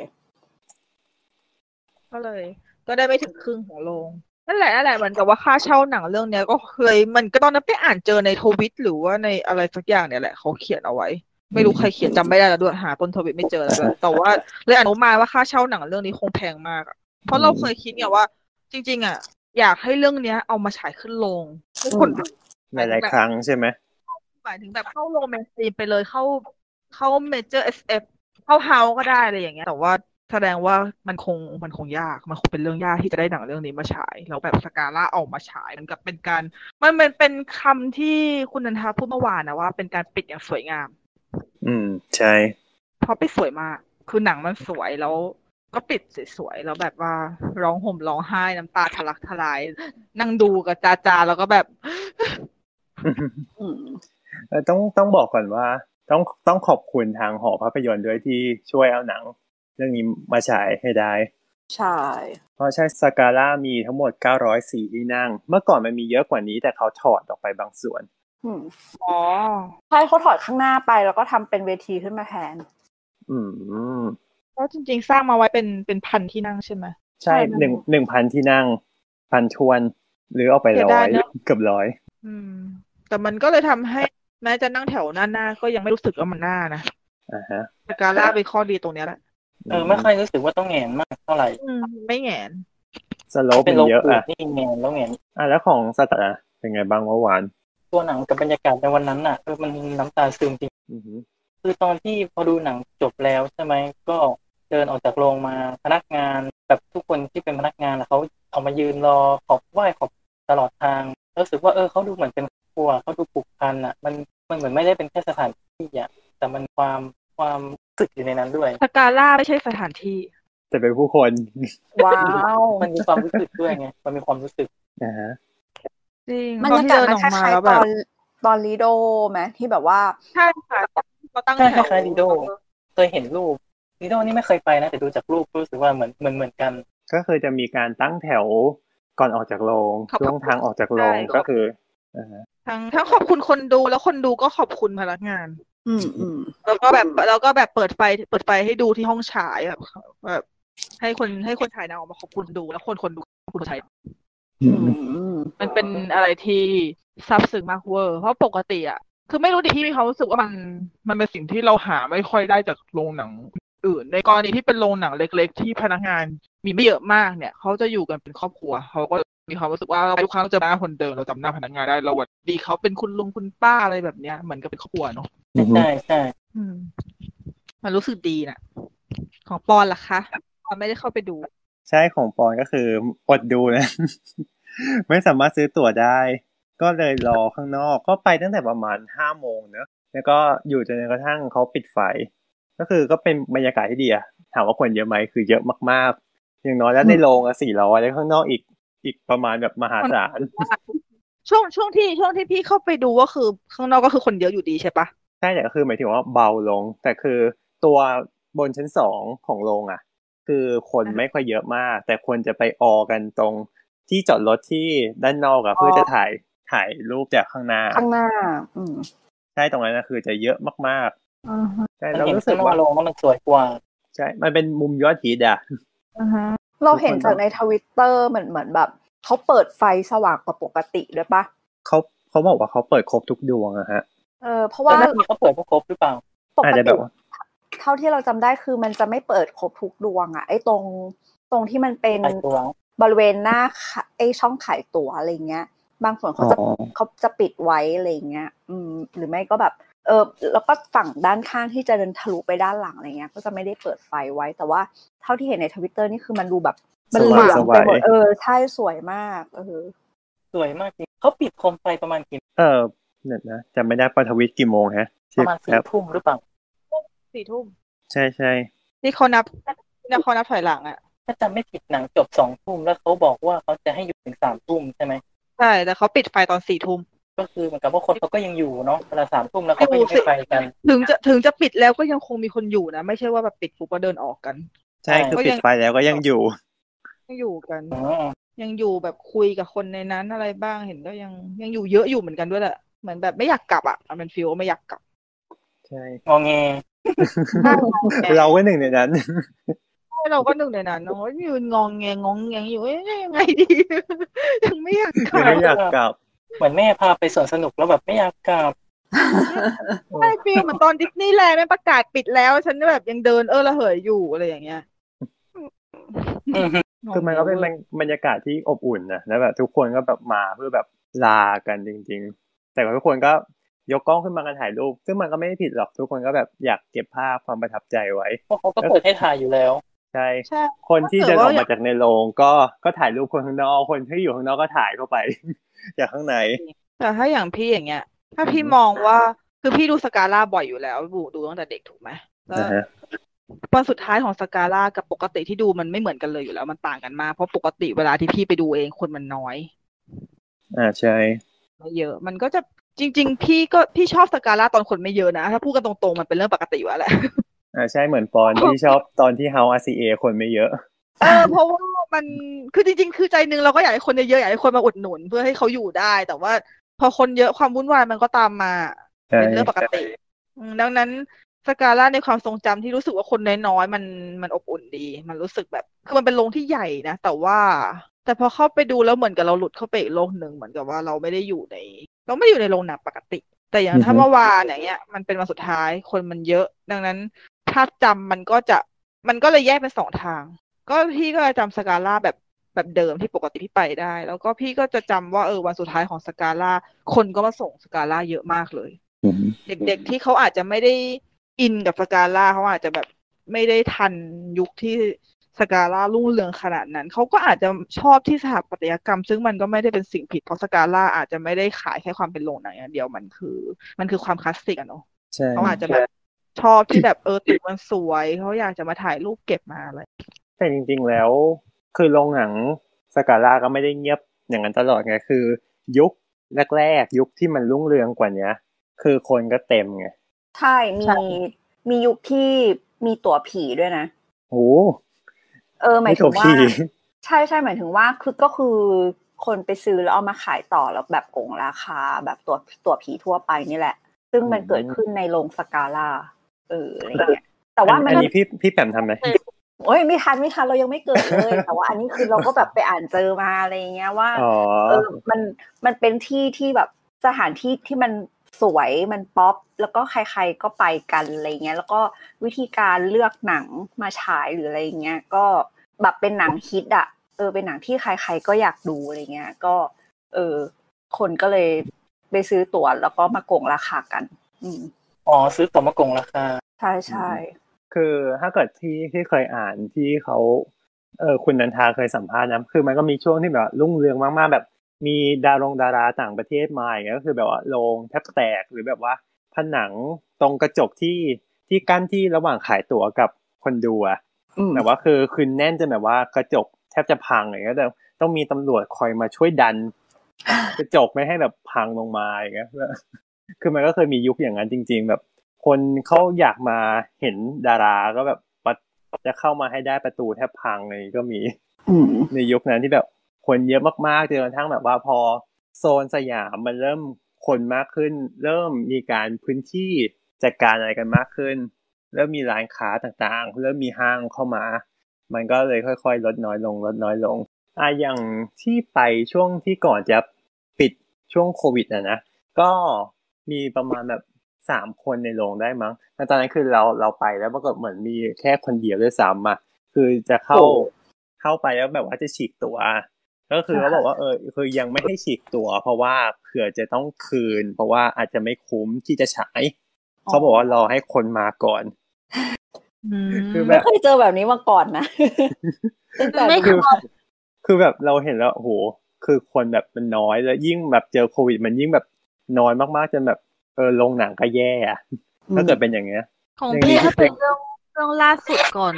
ก็เลย ก็ได้ไม่ถึงครึ่งของโรงนั่นแหละนั่นแหละเหมือนกับว่าค่าเช่าหนังเรื่องเนี้ยก็เคยมันก็ตอนนั้นไปอ่านเจอในทวิตหรือว่าในอะไรสักอย่างเนี่ยแหละเขาเขียนเอาไว้ ไม่รู้ใครเขียนจำไม่ได้แล้วด้วยหาต้นทวิตไม่เจอแล้วด้วยแต่ว่าเลยอนุมานว่าค่าเช่าหนังเรื่องนี้คงแพงมากอะเพราะเราเคยคิดไงว่า จริง ๆ อ่ะ อยากให้เรื่องเนี้ย เอามาฉายขึ้นโรงให้คนดู หลายๆครั้งใช่ไหม หมายถึงแบบเข้าโรแมนซีไปเลยเข้าเข้าเมเจอร์เอสเอฟเข้าเฮาก็ได้อะไรอย่างเงี้ย แต่ว่าแสดงว่ามันคงมันคงยากมันคงเป็นเรื่องยากที่จะได้หนังเรื่องนี้มาฉายแล้วแบบสกาล่าออกมาฉายมันกับเป็นการ มันมันเป็นคำที่คุณนันทาพูดเมื่อวานนะว่าเป็นการปิดอย่างสวยงาม อืม ใช่ เพราะไปดสวยมาก คือหนังมันสวยแล้ว ก็ปิดสวยๆแล้วแบบว่าร้องห่มร้องไห้น้ำตาทะลักทลาย นั่งดูกับจาจาๆแล้วก็แบบ อืม เอ่อต้องต้องบอกก่อนว่า ต้องต้องขอบคุณทางหอภาพยนตร์ด้วยที่ช่วยเอาหนัง เรื่องนี้มาฉายให้ได้ ใช่ เพราะใช่สกาล่ามีทั้งหมด 904 ที่นั่ง เมื่อก่อนมันมีเยอะกว่านี้แต่เขาถอดออกไปบางส่วน อืม อ๋อ ใช่เขาถอดข้างหน้าไปแล้วก็ทำเป็นเวทีขึ้นมาแทน อืม ก็จริงๆ สร้างมาไว้เป็นเป็นพันที่นั่งใช่ไหม ใช่ ใช่มัน หนึ่งหนึ่งพันที่นั่งพันชวน หรือเอาไป เสีย ร้อ ดาย ย เนอะ เกือบร้อย อืม แต่มันก็เลยทำให้แม้จะนั่งแถวหน้าหน้าก็ยังไม่รู้สึกว่ามันหน้านะ อ่าฮะ แต่การล่าเป็นข้อดีตรงเนี้ยแหละ เออไม่ค่อยรู้สึกว่าต้องแหงนมากเท่าไหร่ อืม ไม่แหงน สโลปมัเป็นน โล เยอะ กู อ่ะ ดนี่แหงนแล้วแหงน อ่ะแล้วของสตาร์เป็นไงบ้างเมื่อวาน ตัวหนังกับบรรยากาศในวันนั้นน่ะเออมันน้ำตาซึมจริง อือหือ คือตอนที่พอดูหนังจบแล้วใช่ไหมก็เดินออกจากโรงมาพนักงานแบบทุกคนที่เป็นพนักงานน่ะเขาออกมายืนรอขอบไหว้ขอบตลอดทางแล้วรู้สึกว่าเออเขาดูเหมือนเป็นครอบครัวเขาดูผูกพันอ่ะ มันมันเหมือนไม่ได้เป็นแค่สถานที่อ่ะแต่มันความความรู้สึกอยู่ในนั้นด้วย แต่การล่าไม่ใช่สถานที่ แต่เป็นผู้คน ว้าว มันมีความรู้สึกด้วยไงมันมีความรู้สึก อ่าฮะ จริง บร ต ร อน ยากาศมันที่เดินออก ค มา ล้าย แล้ว ๆต แบ อบ นตอนลีโดไหมที่แบบว่า ใช่ค่ะเขาตั้ง ใช่ แถว คล้ายๆลีโด เคยเห็นรูปนิโดนี่ไม่เคยไปนะ แต่ดูจากรูปรู้สึกว่าเหมือนเหมือนเหมือนกัน ก็คือจะมีการตั้งแถวก่อนออกจากโรง ขอบคุณ ช่วงทางออกจากโรง ใช่ ก็คือ ทั้งทั้งขอบคุณคนดูแล้วคนดูก็ขอบคุณพนักงาน อืมอืม แล้วก็แบบแล้วก็แบบเปิดไฟเปิดไฟให้ดูที่ห้องฉายแบบแบบให้คนให้คนฉายหนางออกมาขอบคุณดู แล้วคนคนดูขอบคุณคนฉาย อืม มันเป็นอะไรที่ซาบซึ้งมากเวอร์ เพราะปกติอะคือไม่รู้ดิพี่มีความรู้สึกว่ามันมันเป็นสิ่งที่เราหาไม่ค่อยได้จากโรงหนังอื่น ในกรณีที่เป็นโรงหนังเล็ก ๆ ที่พนักงานมีไม่เยอะมากเนี่ยเขาจะอยู่กันเป็นครอบครัวเขาก็มีความรู้สึกว่าเราทุกครั้งเราเจะหน้าคนเดิมเราจำหน้าพนักงานได้เราหวัดดีเขาเป็นคุณลุงคุณป้าอะไรแบบเนี้ยเหมือนกับเป็นครอบครัวเนาะ ใช่ใช่ อืม มันรู้สึกดีนะของปอนล่ะคะปอนไม่ได้เข้าไปดู ใช่ของปอนก็คืออดดูนะ ไม่สามารถซื้อตั๋วได้ ก็เลยรอข้างนอกก็ไปตั้งแต่ประมาณห้าโมงเนอะแล้วก็อยู่จนกระทั่งเขาปิดไฟ ก็คือก็เป็นบรรยากาศที่ดีอะถามว่าคนเยอะไหมคือเยอะมากๆ อย่างน้อยแล้วในโรงอะสี่ร้อยแล้วข้างนอกอีกอีกประมาณแบบมหาศาล ช่วงช่วงที่ช่วงที่พี่เข้าไปดูก็คือข้างนอกก็คือคนเยอะอยู่ดีใช่ปะ ใช่แต่ก็คือหมายถึงว่าเบาลง แต่คือตัวบนชั้นสองของโรงอะคือคนไม่ค่อยเยอะมาก แต่คนจะไปออกันตรงที่จอดรถที่ด้านนอกอะเพื่อจะถ่ายถ่ายรูปจากข้างหน้า ข้างหน้า อืม ใช่ตรงนั้นนะคือจะเยอะมาก อ่าฮะ ๆใช่ มัน เรา เห็น รู้สึ ข้าก งนอ ว่าก โรงแล้วมันสวยกว่า ใช่ มันเป็นมุมยอดฮิตอ่ะ อ่าฮะ เราเห็นจาก ทุกคน ในทวิตเตอร์เหมือนเหมือนแบบเขาเปิดไฟสว่างกว่าปกติด้วยปะ เขา เขาบอกว่าเขาเปิดครบทุกดวงอะฮะ เออเพราะว่า แต่นั่นเขาเปิดก็ครบหรือเปล่า ปก อาจจะแบ ติ บว่า เท่าที่เราจำได้คือมันจะไม่เปิดครบทุกดวงอะไอ้ตรงตรงที่มันเป็น ขายตัว บริเวณหน้าขาไอ้ช่องขายตั๋วอะไรเงี้ย บางส่วนเขาจะ อ๋อ เขาจะปิดไว้อะไรเงี้ย อืม หรือไม่ก็แบบ เออแล้วก็ฝั่งด้านข้างที่จะเดินทะลุไปด้านหลังอะไรเงี้ย ก็จะไม่ได้เปิดไฟไว้ แต่ว่าเท่าที่เห็นในทวิตเตอร์นี่คือมันดูแบบ มันเหลือง ส ไป วาย หมดเออใช่สวยมากเออ สวยมากจริงเขาปิดโคมไฟประมาณกี่ เออเนี่ยนะจำไม่ได้ปฐวิตกี่โมงฮะ ประมาณ ค สี่ รับ ทุ่มหรือเปล่า สี่ทุ่ม ใช่ใช่ นี่เขานับนี่เขานับถอยหลังอ่ะ ถ้าจำไม่ผิดหนังจบสองทุ่มแล้วเขาบอกว่าเขาจะให้อยู่ถึงสามทุ่มใช่ไหม ใช่แต่เขาปิดไฟตอนสี่ทุ่ม ก็คือเหมือนกับว่าคนเขาก็ยังอยู่เนาะเวลาสามทุ่มแล้วเขาก็ยัง อยู่สิ ไม่ไปกัน ถึงจะถึงจะปิดแล้วก็ยังคงมีคนอยู่นะ ไม่ใช่ว่าแบบปิดปุ๊บก็เดินออกกัน ใช่คือปิดไฟแล้วก็ยังอยู่ ยังอยู่กัน อ๋อ ยังอยู่แบบคุยกับคนในนั้นอะไรบ้างเห็นก็ยังยังอยู่เยอะอยู่เหมือนกันด้วยแหละเหมือนแบบไม่อยากกลับอ่ะมันเป็นฟิลว่าไม่อยากกลับ ใช่ งองแง เราก็หนึ่งในนั้น เราก็หนึ่งในนั้นเนาะยืนงองแงงองแงอยู่เอ๊ะยังไงดี ยังไม่อยากกลับยังไม่อยากกลับ เหมือนแม่พาไปสวนสนุกแล้วแบบไม่อยากกลับ ใช่ฟิลเหมือนตอนดิสนีย์แลนด์แม่งประกาศปิดแล้ว ฉันแบบยังเดินเออระเหยอยู่อะไรอย่างเงี้ย อืม คือมันก็เป็นบรรบรรยากาศที่อบอุ่นนะแล้วแบบทุกคนก็แบบมาเพื่อแบบลากันจริง ๆ แต่ว่าทุกคนก็ยกกล้องขึ้นมากันถ่ายรูป ซึ่งมันก็ไม่ได้ผิดหรอกทุกคนก็แบบอยากเก็บภาพความประทับใจไว้ เพราะเขาก็เปิดให้ถ่ายอยู่แล้ว ใช่ ใช่ คนที่เดินออกมาจากในโรงก็ก็ถ่ายรูปคนข้างนอกคนที่อยู่ข้างนอกก็ถ่ายเข้าไป จากข้างใน แต่ถ้าอย่างพี่อย่างเงี้ย ถ้าพี่ อืม มองว่าคือพี่ดูสกาล่าบ่อยอยู่แล้วบูดูตั้งแต่เด็กถูกไหมแล้ว นะฮะ วันสุดท้ายของสกาล่ากับปกติที่ดูมันไม่เหมือนกันเลยอยู่แล้วมันต่างกันมากเพราะปกติเวลาที่พี่ไปดูเองคนมันน้อย อ่าใช่ ไม่เยอะ มันก็จะจริง ๆ พี่ก็พี่ชอบสกาล่าตอนคนไม่เยอะนะ ถ้าพูดกันตรงๆ มันเป็นเรื่องปกติอยู่แล้วแหละ อ่าใช่เหมือนปอนที่ชอบตอนที่เฮาอาซีเอคนไม่เยอะ เออเพราะว่ามันคือจริง ๆ คือใจหนึงเราก็อยากให้คนเยอะๆอยากให้คนมาอุดหนุนเพื่อให้เขาอยู่ได้ แต่ว่าพอคนเยอะความวุ่นวายมันก็ตามมา ใช่ เป็นเรื่องปกติอืมดังนั้นสกาล่าในความทรงจำที่รู้สึกว่าคนน้อยๆมันมันอบอุ่นดี มันรู้สึกแบบ คือมันเป็นโรงที่ใหญ่นะ แต่ว่า แต่พอเข้าไปดูแล้วเหมือนกับเราหลุดเข้าไปอีกโลกหนึ่งเหมือนกับว่าเราไม่ได้อยู่ใน เราไม่ได้อยู่ในโรงหนังปกติ แต่อย่างถ้าเมื่อวานอย่างเงี้ย มันเป็นวันสุดท้ายคนมันเยอะ ดังนั้นภาพจำมันก็จะมันก็เลยแยกเป็นสองทาง ก็พี่ก็จะจำสกาล่าแบบแบบเดิมที่ปกติที่ไปได้ แล้วก็พี่ก็จะจำว่าเออวันสุดท้ายของสกาล่าคนก็มาส่งสกาล่าเยอะมากเลย อืม เด็กๆที่เขาอาจจะไม่ได้อินกับสกาล่าเขาอาจจะแบบไม่ได้ทันยุคที่สกาล่ารุ่งเรืองขนาดนั้น เขาก็อาจจะชอบที่สถาปัตยกรรม ซึ่งมันก็ไม่ได้เป็นสิ่งผิดเพราะสกาล่าอาจจะไม่ได้ขายแค่ความเป็นโรงหนังอย่างเดียวมันคือ มันคือความคลาสสิกอะเนาะ ใช่ เขาอาจจะแบบชอบที่แบบเออตึกมันสวยเขาอยากจะมาถ่ายรูปเก็บมาอะไร แต่จริงๆ แล้ว คือโรงหนังสกาล่าก็ไม่ได้เงียบอย่างนั้นตลอดไงคือ ยุคแรกๆ ยุคที่มันรุ่งเรืองกว่าเนี้ย คือคนก็เต็มไง ใช่ มี มียุคที่มีตั๋วผีด้วยนะ โอ้ เออ หมา ไม่ ยถึ ถูก งว่า ที ใช่ใช่หมายถึงว่า คือก็คือคนไปซื้อแล้วเอามาขายต่อแล้วแบบโกงราคา แบบตัวตั๋วผีทั่วไปนี่แหละ ซึ่งมันเกิดขึ้นในโรงสกาล่า เออ อะไรเงี้ย แต่ว่ามัน อัน ก็ นี้พี่พี่แปมทำไหม โอ้ยไม่ทันไม่ทันเรายังไม่เกิดเลย แต่ว่าอันนี้คือเราก็แบบไปอ่านเจอมาอะไรเงี้ยว่า อ๋อ เออ มัน มันเป็นที่ที่แบบสถานที่ที่มันสวย มันป๊อป แล้วก็ใครๆก็ไปกันอะไรเงี้ย แล้วก็วิธีการเลือกหนังมาฉายหรืออะไรเงี้ย ก็แบบเป็นหนังฮิตอะเออ เป็นหนังที่ใครๆก็อยากดูอะไรเงี้ย ก็ เออ คนก็เลยไปซื้อตั๋วแล้วก็มาโกงราคากัน อืม อ๋อซื้อตั๋วมากงราคา ใช่ใช่ คือถ้าเกิดที่ที่เคยอ่านที่เขาเออคุณนันทาเคยสัมภาษณ์นะคือมันก็มีช่วงที่แบบรุ่งเรืองมากๆแบบ มีดารงดาราต่างประเทศมาอย่างเงี้ยก็คือแบบว่าโรงแทบแตกหรือแบบว่าผนังตรงกระจกที่ที่กั้นที่ระหว่างขายตั๋วกับคนดูอะ อืม แบบว่าคือคือแน่นจนแบบว่ากระจกแทบจะพังอย่างเงี้ยแต่ต้องมีตำรวจคอยมาช่วยดัน กระจกไม่ให้แบบพังลงมาอย่างเงี้ย คือมันก็เคยมียุคอย่างนั้นจริง ๆ แบบ คนเขาอยากมาเห็นดาราก็แบบปะจะเข้ามาให้ได้ประตูแทบพังเลยก็มี อืม ในยุคนั้นที่แบบคนเยอะมากๆจนกระทั่งแบบว่าพอโซนสยามมันเริ่มคนมากขึ้น เริ่มมีการพื้นที่จัดการอะไรกันมากขึ้น เริ่มมีร้านค้าต่างๆ เริ่มมีห้างเข้ามา มันก็เลยค่อยๆ ลดน้อยลงลดน้อยลงอ่ะอย่างที่ไปช่วงที่ก่อนจะปิด ช่วงโควิดนะนะ ก็มีประมาณแบบสามคนในโรงได้มั้งแต่ตอนนั้นคือเราเราไปแล้วปรากฏเหมือนมีแค่คนเดียวด้วยซ้ำอ่ะคือจะเข้า โอ้ เข้าไปแล้วแบบว่าจะฉีกตัว ก็คือเขาบอกว่าเออคือยังไม่ให้ฉีกตัว เพราะว่าเผื่อจะต้องคืน เพราะว่าอาจจะไม่คุ้มที่จะฉายเขาบอกว่ารอให้คนมาก่อน คือแบ ไม่ บ เคยเจอแบบนี้มาก่อน นะ ไม่ แต่ คื ดู อ คือแบบเราเห็นแล้วโอ้โหคือคนแบบมันน้อยแล้วยิ่งแบบเจอโควิด มันยิ่งแบบน้อยมากๆจนแบบเออโรงหนังก็แย่อะถ้าเกิดเป็นอย่างเงี้ย ของ อย่างนี้ พี่ถ้าเป็นเรื่องเรื่องล่าสุดก่อน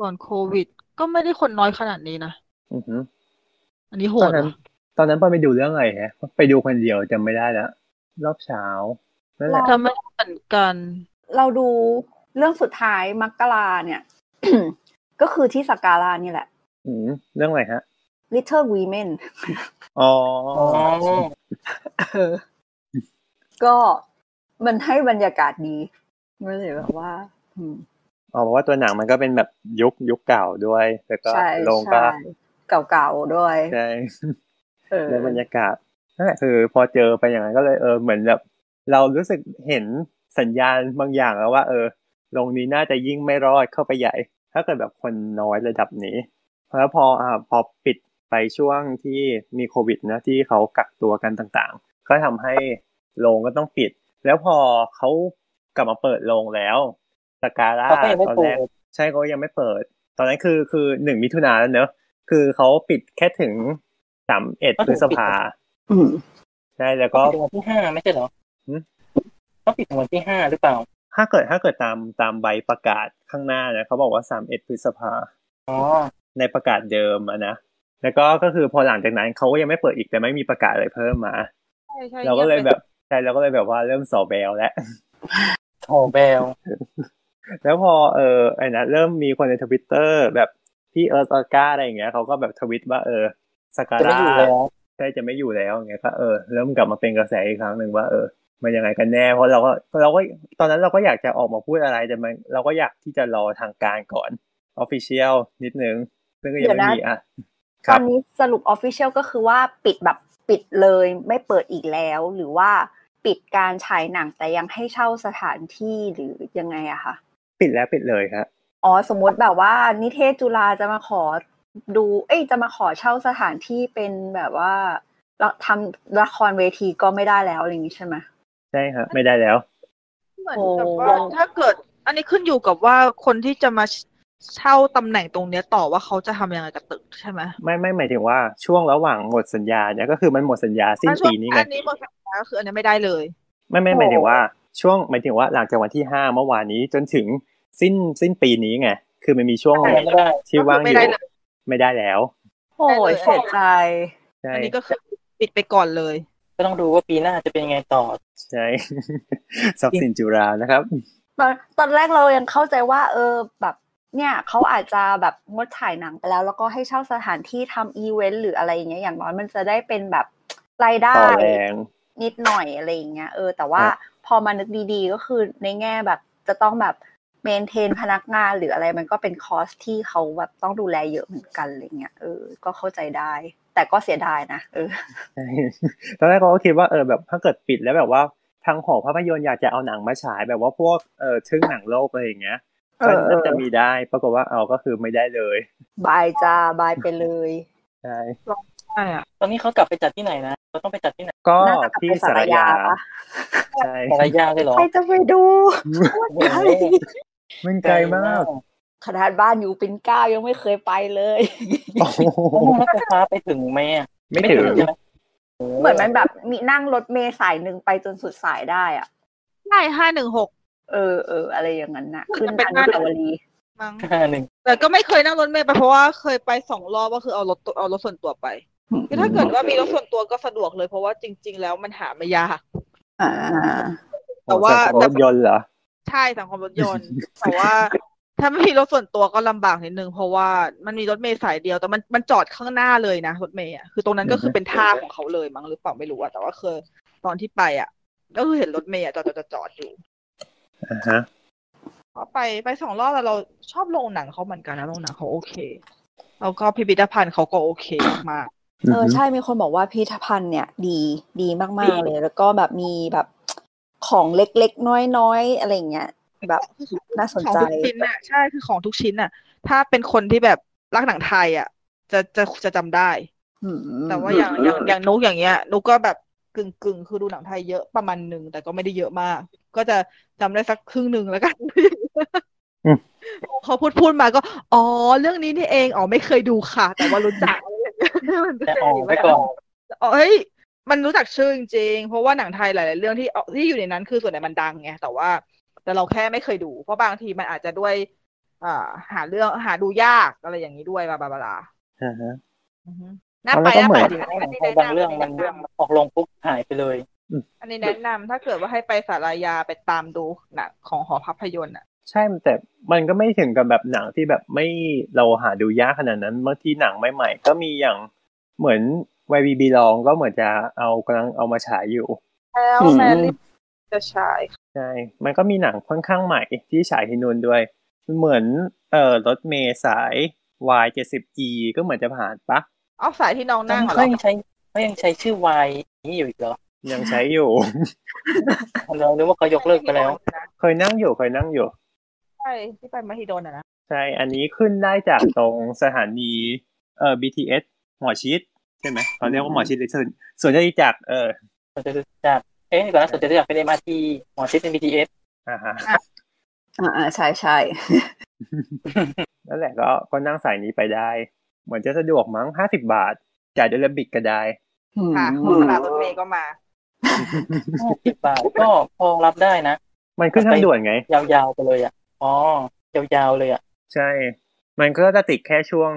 ก่อนโควิด ก็ไม่ได้คนน้อยขนาดนี้นะ อือหือ อันนี้โห ตอ ด นนั้น ว่ะ ตอนนั้นปอนไปดูเรื่องอะไรฮะไปดูคนเดียวจำไม่ได้แล้วรอบเช้านั่นแหละ จำไม่ได้เหมือนกัน เราดูเรื่องสุดท้ายมักกราเนี่ย ก็คือที่สักการานี่แหละ อืมเรื่องอะไรฮะ Little Women อ๋อ อ๋อ เออก็มันให้บรรยากาศดีไม่เลยแบบว่า อืม อ๋อเพราะว่าตัวหนังมันก็เป็นแบบยุคยุคเก่าด้วยแล้วก็ ใช่ ลงก็ ใช่เก่าๆด้วย ใช่ เออ ในบรรยากาศนั่นแหละคือพอเจอไปอย่างนั้นก็เลยเออเหมือนแบบเรารู้สึกเห็นสัญญาณบางอย่างแล้วว่า เออโรงนี้น่าจะยิ่งไม่รอดเข้าไปใหญ่ ถ้าเกิดแบบคนน้อยระดับนี้แล้วพออ่าพอปิดไปช่วงที่มีโควิดนะที่เขากักตัวกันต่างๆ ก็ทำให้โรงก็ต้องปิด แล้วพอเขากลับมาเปิดโรงแล้วสการ่า เขาก็ยังไม่ ตอน เปิ แร ด กใช่ก็ยังไม่เปิด ตอนนั้นคือคือหนึ่งมิถุนาแล้วเนอะคือเขาปิดแค่ถึงสามเอ็ดพฤษภา อืม ใช่แล้ว เขา ก็ ปิดถึงวันที่ห้าไม่ใช่เหรอ หืม เขาปิดถึงวันที่ห้าหรือเปล่า ถ้าเกิดถ้าเกิดตามตามใบประกาศข้างหน้านะเขาบอกว่าสามเอ็ดพฤษภา อ๋อ ในประกาศเดิมอะนะแล้วก็ก็คือพอหลังจากนั้นเขาก็ยังไม่เปิดอีกแต่ไม่มีประกาศอะไรเพิ่มมา ใช่ใช่ เราก็เลยแบบใช่เราก็เลยแบบว่าเริ่มสอแบลแล้ว โถแบล แล้วพอเออไอ้นะเริ่มมีคนในทวิตเตอร์แบบพี่เอิร์ธออก้าอะไรอย่างเงี้ยเขาก็แบบทวิตว่าเออสกา จะร่าไม่อยู่แล้ว ใช่จะไม่อยู่แล้วอย่างเงี้ยก็เออเริ่มกลับมาเป็นกระแสอีกครั้งหนึ่งว่าเออ มันยังไงกันแน่เพราะเราก็เราก็ตอนนั้นเราก็อยากจะออกมาพูดอะไรแต่มันเราก็อยากที่จะรอทางการก่อนออฟฟิเชียลนิดนึง ซึ่งก็ยังไม่มีอ่ะ ค ต รัอบนนี้สรุปออฟฟิเชียลก็คือว่าปิดแบบปิดเลยไม่เปิดอีกแล้ว หรือว่าปิดการฉายหนังแต่ยังให้เช่าสถานที่หรือยังไงอะคะ ปิดแล้วปิดเลยครับ อ๋อสมมติแบบว่านิเทศจุฬาจะมาขอดู เอ้ยจะมาขอเช่าสถานที่เป็นแบบว่าเราทำละครเวทีก็ไม่ได้แล้วอะไรอย่างนี้ใช่ไหม ใช่ฮะไม่ได้แล้ว เหมือนกับว่า โอ้ ถ้าเกิด อันนี้ขึ้นอยู่กับว่าคนที่จะมาเช่าตำแหน่งตรงเนี้ยต่อว่าเขาจะทำยังไงกับตึกใช่ไหม ไม่ไม่หมายถึงว่าช่วงระหว่างหมดสัญญาเนี่ยก็คือมันหมดสัญญาสิ้น ถ้าช่ว ปี ง นี้ไง อันนี้หมดสัญญาก็คืออันนี้ไม่ได้เลย ไม่ไม่ โอ้ หมายถึงว่าช่วงหมายถึงว่าหลังจากวันที่ห้าเมื่อวานนี้จนถึงสิ้นสิ้นปีนี้ไงคือมันมีช่วง ทำอะไรไม่ได้ ที่ว่างอยู่ ก็คือไม่ได้เลย ไม่ได้แล้ว โอ้ยเสียใจ ใช่ อันนี้ก็คือปิดไปก่อนเลย ก็ต้องดูว่าปีหน้าจะเป็นยังไงต่อ ใช่ ทรัพย์สินจุรานะครับ ตอนตอนแรกเรายังเข้าใจว่า เออแบบเนี่ยเขาอาจจะแบบงดฉายหนังไปแล้ว แล้วก็ให้เช่าสถานที่ทำอีเวนต์หรืออะไรอย่างเงี้ยอย่างน้อยมันจะได้เป็นแบบรายได้ ต่อแรง นิดหน่อยอะไรอย่างเงี้ยเออแต่ว่า ครับ พอมานึกดีๆก็คือในแง่แบบจะต้องแบบเมนเทนพนักงานหรืออะไรมันก็เป็นคอสที่เขาแบบต้องดูแลเยอะเหมือนกันอะไรเงี้ยเออก็เข้าใจได้ แต่ก็เสียดายนะเออ ใช่ ตอนแรกเราก็คิดว่าเออแบบถ้าเกิดปิดแล้วแบบว่าทางหอภาพยนตร์อยากจะเอาหนังมาฉายแบบว่าพวกเออทึ่งหนังโลกอะไรอย่างเงี้ย เอ ก็ อเอ น่า อ จะมีได้ปรากฏว่าเอาก็คือไม่ได้เลย บายจ้าบายไปเลย ใช่ ใช่อะ ตอนนี้เขากลับไปจัดที่ไหนนะเขาต้องไปจัดที่ไหน ก็ น่าจะกลับ ที่ ไป ส สาร รยาย าปะ ใช่ สารยาเลยเหรอ ใครจะไปดู โอ้โห ใคร มันไกลมาก ขนาดบ้านอยู่ปิ่นเกล้ายังไม่เคยไปเลย โอ้โห แล้วนู่นรถไฟฟ้าไปถึงไหมอะ ไม่ถึง ใช่ไหมโโ เหมือนมันแบบมีนั่งรถเมล์สายหนึ่งไปจนสุดสายได้อะ ใช่ห้าหนึ่งหก เออเอออะไรอย่างนั้นนะ มันจะ ขึ้น เป็น อ บ้าน นุสาวรีย์ มั้ง ห้าหนึ่ง แต่ก็ไม่เคยนั่งรถเมล์ไปเพราะว่าเคยไปสองรอบก็คือเอารถตัวเอารถส่วนตัวไปคือถ้าเกิดว่ามีรถส่วนตัวก็สะดวกเลยเพราะว่าจริง ๆ แล้วมันหาไม่ยาก อ่า แต่ว่า โอ้โหสำหรับรถยนต์เหรอ ใช่สังคมรถยนต์ แต่ว่า ถ้าไม่มีรถส่วนตัวก็ลำบากนิดนึงเพราะว่ามันมีรถเมล์สายเดียวแต่มันมันจอดข้างหน้าเลยนะรถเมล์อ่ะคือตรงนั้นก็คือ อือฮึ เป็นท่าของเขาเลยมั้งหรือเปล่าไม่รู้อะแต่ว่าเคยตอนที่ไปอ่ะก็คือเห็นรถเมล์อะจอดจอดจอดจอดอยู่ อ่าฮะ ก็ไปไปสองรอบแล้วเราชอบโรงหนังเขาเหมือนกันนะโรงหนังเขาโอเคแล้วก็พิพิธภัณฑ์เขาก็โอเคมาก อือ เออ ฮึ ใช่มีคนบอกว่าพิพิธภัณฑ์เนี่ย ดีดีมาก ดี ๆ เลย แล้วก็แบบมีแบบของเล็กๆ น้อยๆ อะไรอย่างเงี้ยแบบน่าสน ของ ใจ ทุกชิ้นอ่ะใช่คือของทุกชิ้นอ่ะ ถ้าเป็นคนที่แบบรักหนังไทยอ่ะ จะจะจะจำได้ อืม แต่ว่าอย่างอย่างอย่างนุกอย่างเงี้ยนุกก็แบบกึ่งกึ่งคือดูหนังไทยเยอะประมาณหนึ่งแต่ก็ไม่ได้เยอะมาก ก็จะจำได้สักครึ่งหนึ่งแล้วกัน อืม เขาพูดพูดมาก็ อ๋อ เรื่องนี้นี่เองอ๋อไม่เคยดูค่ะ แต่ว่ารู้จักอะไรอย่างเงี้ยมันก็ แต่ จะ อ อ อก ยู่ ไปก่อน อ๋อเฮ้ยมันรู้จักชื่อจริงๆ เพราะว่าหนังไทยหลาย ๆ เรื่องที่เอาที่อยู่ในนั้นคือส่วนไหนมันดังไงแต่ว่า แต่เราแค่ไม่เคยดู เพราะบางทีมันอาจจะด้วยอ่าหาเรื่องหาดูยากอะไรอย่างนี้ด้วยบลาบลาบลา อ่าฮะ อือฮึน่า เอา ไป แล้วก็ น่า เหมื ไป อน ดิ หนังอันไทยบาง นี้ เรื่อง แนะ มัน นำ ออกลงปุ๊บหายไปเลย อันนี้แนะนำถ้าเกิดว่าให้ไปสารายาไปตามดูหนังของหอภาพยนตร์อ่ะ ใช่แต่มันก็ไม่ถึงกับแบบหนังที่แบบไม่เราหาดูยากขนาดนั้นบางทีหนังใหม่ๆก็มีอย่างเหมือน y b b ลองก็เหมือนจะเอากำลังเอามาฉายอยู่ แล้ว อืม แมรี่จะใช้ ใช่ มันก็มีหนังค่อนข้างใหม่ที่ฉายที่นู่นด้วย เหมือนเอ่อรถเมย์สาย Y 70 E ก็เหมือนจะผ่านปะ เอาสายที่น้องนั่งเหรอ เขายังใช้เขายังใช้ชื่อวายนี้อยู่อีกเหรอ ยังใช้อยู่ เรานึกว่าเขายกเลิกไปแล้ว เคยนั่งอยู่เคยนั่งอยู่ ใช่ที่ไปมหิดลอะนะ ใช่ อันนี้ขึ้นได้จากตรงสถานีเอ่อ BTS หมอชิดใช่ไหมเขาเรียกว่าหมอชิดหรือส่วนส่วนจะจักรเออ สวนจตุจักรเอ๊ะก่อนนะสวนจตุจักรเป็น MRT หมอชิดเป็น BTS อ่าฮะ อ่าอ่าใช่ใช่ นั่นแหละก็ก็นั่งสายนี้ไปได้ เหมือนจะสะดวกมั้งห้าสิบาท จ่ายด้วยระบิกก็ได้ อืม ค่ะคนสารรถเมย์ก็มา ห้าสิบบาทก็พอรับได้นะ มันขึ้นทางด่วนไง ยาวๆไปเลยอ่ะ อ๋อ ยาวๆเลยอ่ะ ใช่ มันก็จะติดแค่ช่วง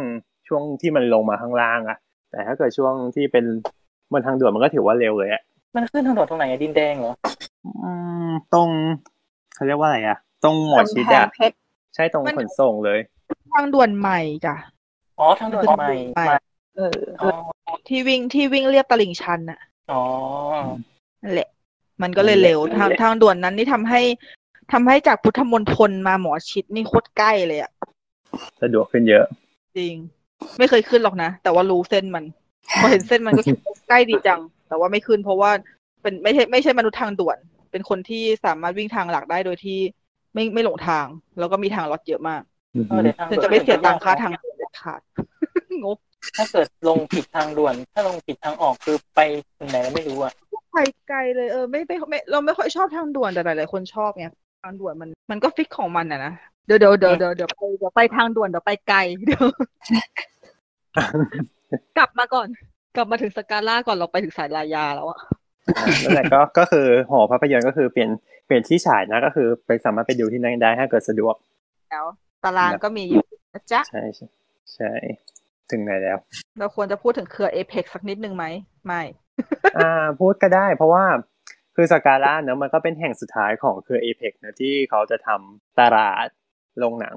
ช่วงที่มันลงมาข้างล่างอะแต่ถ้าเกิดช่วงที่เป็นบนทางด่วนมันก็ถือว่าเร็วเลยอะ มันขึ้นทางด่วนตรงไหนอะดินแดงเหรอ อืมตรงเขาเรียกว่าอะไรอะตรงหมอชิดอะ กำแพงเพชร ใช่ตรง มัน ขนส่งเลย ทางด่วนใหม่จ้ะ อ๋อ ทางด่วนใหม่ ใหม่ เออ อ๋อ ที่วิ่งที่วิ่งเรียบตลิ่งชันน่ะ อ๋อ นั่นแหละ มันก็เลยเร็วทางทางด่วนนั้นนี่ทำให้ทำให้จากพุทธมณฑลมาหมอชิดนี่โคตรใกล้เลยอ่ะ สะดวกขึ้นเยอะ จริง ไม่เคยขึ้นหรอกนะ แต่ว่ารู้เส้นมัน พอเห็นเส้นมันก็คิดว่าใกล้ดีจัง แต่ว่าไม่ขึ้นเพราะว่าเป็นไม่ใช่ไม่ใช่มนุษย์ทางด่วน เป็นคนที่สามารถวิ่งทางหลักได้โดยที่ไม่ไม่หลงทาง แล้วก็มีทางลอดเยอะมาก อือ เอ ฮึ อเดี๋ยวทาง ฉันด่วน จะไม่เสียตังค่าทางด่วนเด็ดขาด งบ ถ้าเกิดลงผิดทางด่วน ถ้าลงผิดทางออกคือไปถึงไหนแล้วไม่รู้อ่ะ ไปไกลเลยเออไม่ไม่ไม่เราไม่ค่อยชอบทางด่วนแต่หลายๆคนชอบไงทางด่วนมันมันก็ฟิกของมันอะนะเดี๋ยวเดี๋ยวเดี๋ยวเดี๋ยวเดี๋ยวไปเดี๋ยวไปทางด่วนเดี๋ยวไปไกล เดี๋ยว กลับมาก่อน กลับมาถึงสกาล่าก่อนเราไปถึงสายลายาแล้วอะ นั่นแหละก็ก็คือหอภาพยนตร์ก็คือเปลี่ยนเปลี่ยนที่ฉายนะก็คือไปสามารถไปดูที่นั่นได้ถ้าเกิดสะดวก แล้ว ตารางก็มีอยู่นะจ๊ะ ใช่ใช่ใช่ ถึงไหนแล้ว เราควรจะพูดถึงเครือเอเพ็กสักนิดนึงไหมไม่ อ่าพูดก็ได้ เพราะว่าคือสกาล่าเนอะมันก็เป็นแห่งสุดท้ายของเครือเอเพ็กนะที่เขาจะทำตลาดลงหนัง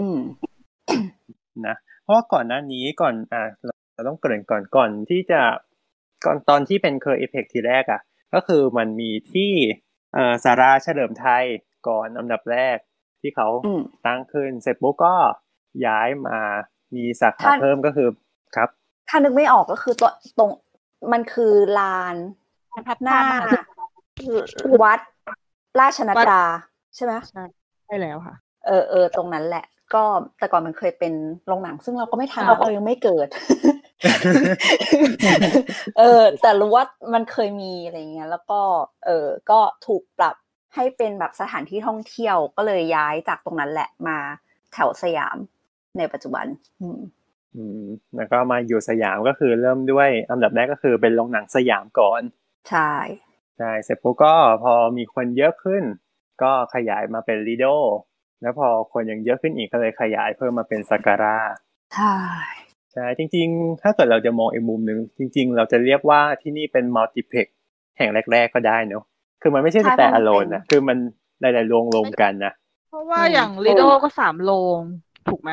อืม นะ เพราะว่าก่อนหน้านี้ก่อนอ่าเราเราต้องเกริ่นก่อนก่อนที่จะก่อนตอนที่เป็นเครือเอเพ็กทีแรกอะ่ะ ก็คือมันมีที่เอ่อสาราเฉลิมไทยก่อนอันดับแรกที่เขา อืม ตั้งขึ้นเสร็จปุ๊บก็ย้ายมามีสาขา ท่าน เพิ่มก็คือครับ ถ้านึกไม่ออกก็คือตัวตรงมันคือลานหน้าวัด ราชนัดดาใช่ไหม ใช่แล้วค่ะ เออเออตรงนั้นแหละ ก็แต่ก่อนมันเคยเป็นโรงหนัง ซึ่งเราก็ไม่ทัน ค่ะ เรายังไม่เกิด เออ แต่รู้ว่ามันเคยมีอะไรเงี้ย แล้วก็ เออก็ถูกปรับให้เป็นแบบสถานที่ท่องเที่ยวก็เลยย้ายจากตรงนั้นแหละมาแถวสยามในปัจจุบัน อืม อืมแล้วก็มาอยู่สยามก็คือเริ่มด้วยอันดับแรกก็คือเป็นโรงหนังสยามก่อน ใช่ ใช่เสร็จปุ๊บก็พอมีคนเยอะขึ้น ก็ขยายมาเป็นลีโดแล้วพอคนยังเยอะขึ้นอีกก็เลยขยายเพิ่มมาเป็นสักการะ ใช่ ใช่จริงๆ ถ้าเกิดเราจะมองอีกมุมหนึ่งจริง ๆ เราจะเรียกว่าที่นี่เป็นมัลติเพล็กแห่งแรก ๆ ก็ได้เนอะคือมันไม่ใช่แต่อโลนนะคือมันหลายๆโรงรวมกันนะ เพราะว่าอย่างลีโดก็สามโรงถูกไหม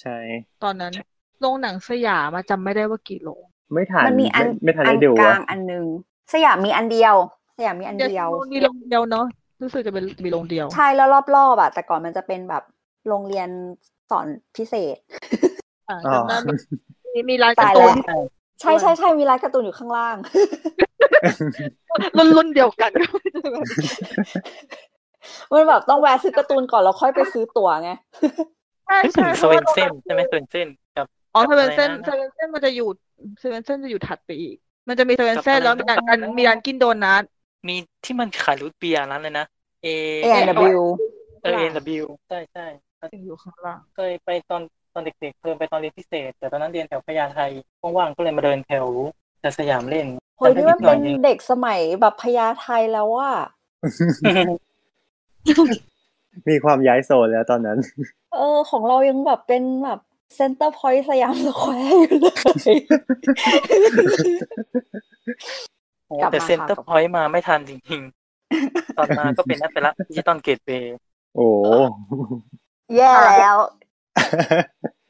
ใช่ ตอนนั้นโรงหนังสยามอะจำไม่ได้ว่ากี่โรง ไม่ทัน มันมีอัน ไไม่ทัน อั ได้ น ดู กลา อะ งอันนึง สยามมีอันเดียว สยามมีอันเดียว มีโรงเดียวเนาะรู้สึกจะเป็นมีโรงเดียว ใช่แล้วรอบๆอ่ะแต่ก่อนมันจะเป็นแบบโรงเรียนสอนพิเศษ อ่า อ๋อ จำได้มีมีร้าน ตา การ์ ย ตู แล้วนที่ ใช่ใช่ใช่มีร้านการ์ตูนอยู่ข้าง ล่าง รุ่นรุ่นเดียวกัน มันแบบต้องแวะซื้อการ์ตูนก่อนแล้วค่อยไปซื้อตั๋วไง ใช่ใช่ โซเวนเซนใช่ไหมโซเวนเซนกับ อ๋อเซเว่นเส้น อะเซไรนะเว่นเส้นมันจะอยู่เซเว่นเส้นจะอยู่ถัดไปอีก มันจะมีเซเว่นเส้นแล้วมีร้านอันมีร้านกินโดนัท มีที่มันขายรูทเบียร์ร้านเลยนะ เอ A&W เออ ร้าน A&W ใช่ใช่ อยู่ข้างล่าง เคยไปตอนตอนเด็กๆเคยไปตอนเรียนพิเศษ แต่ตอนนั้นเรียนแถวพญาไทว่างๆก็เลยมาเดินแถวแต่สยามเล่น โอ้ย แต่ นี่มันเป็นได้ดหอง เด็กสมัยแบบพญาไทแล้วว่า มีความย้ายโซนแล้วตอนนั้น เออ ของเรายังแบบเป็นแบบเซ็นเตอร์พอยต์สยามสแคว ร์อยู่เลย โอ้ กลับ แต่ มา เซ็น ค่ะ เตอร์ กลับ พ มา อยต์มาไม่ทันจริงๆ ตอนมาก็เป็นนักไปละ ดิจิตอลเกตเวย์ โอ้โห แย่แล้ว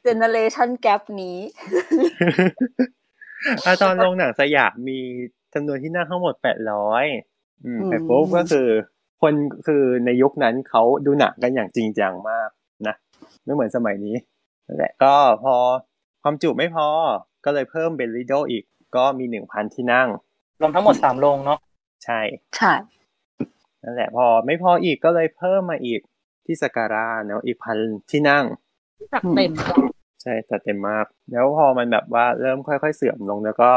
เจเนเรชันแก p นี้ อ่ะตอนโรงหนังสยามมีจำนวนที่นั่งทั้งหมดแปดร้อย อืม แต่ปุ๊บก็คือคนคือในยุคนั้นเขาดูหนังกันอย่างจริงจังมากนะ ไม่เหมือนสมัยนี้นั่นแหละก็พอความจุไม่พอก็เลยเพิ่มเป็นริโดอีกก็มีหนึ่งพันที่นั่ง รวมทั้งหมดสามโรงเนาะ ใช่ ใช่ นั่นแหละพอไม่พออีกก็เลยเพิ่มมาอีกที่สการาเนาะอีกพันที่นั่ง จากเต็ม ใช่จัดเต็มมาก แล้วพอมันแบบว่าเริ่มค่อย ๆ เสื่อมลงแล้วก็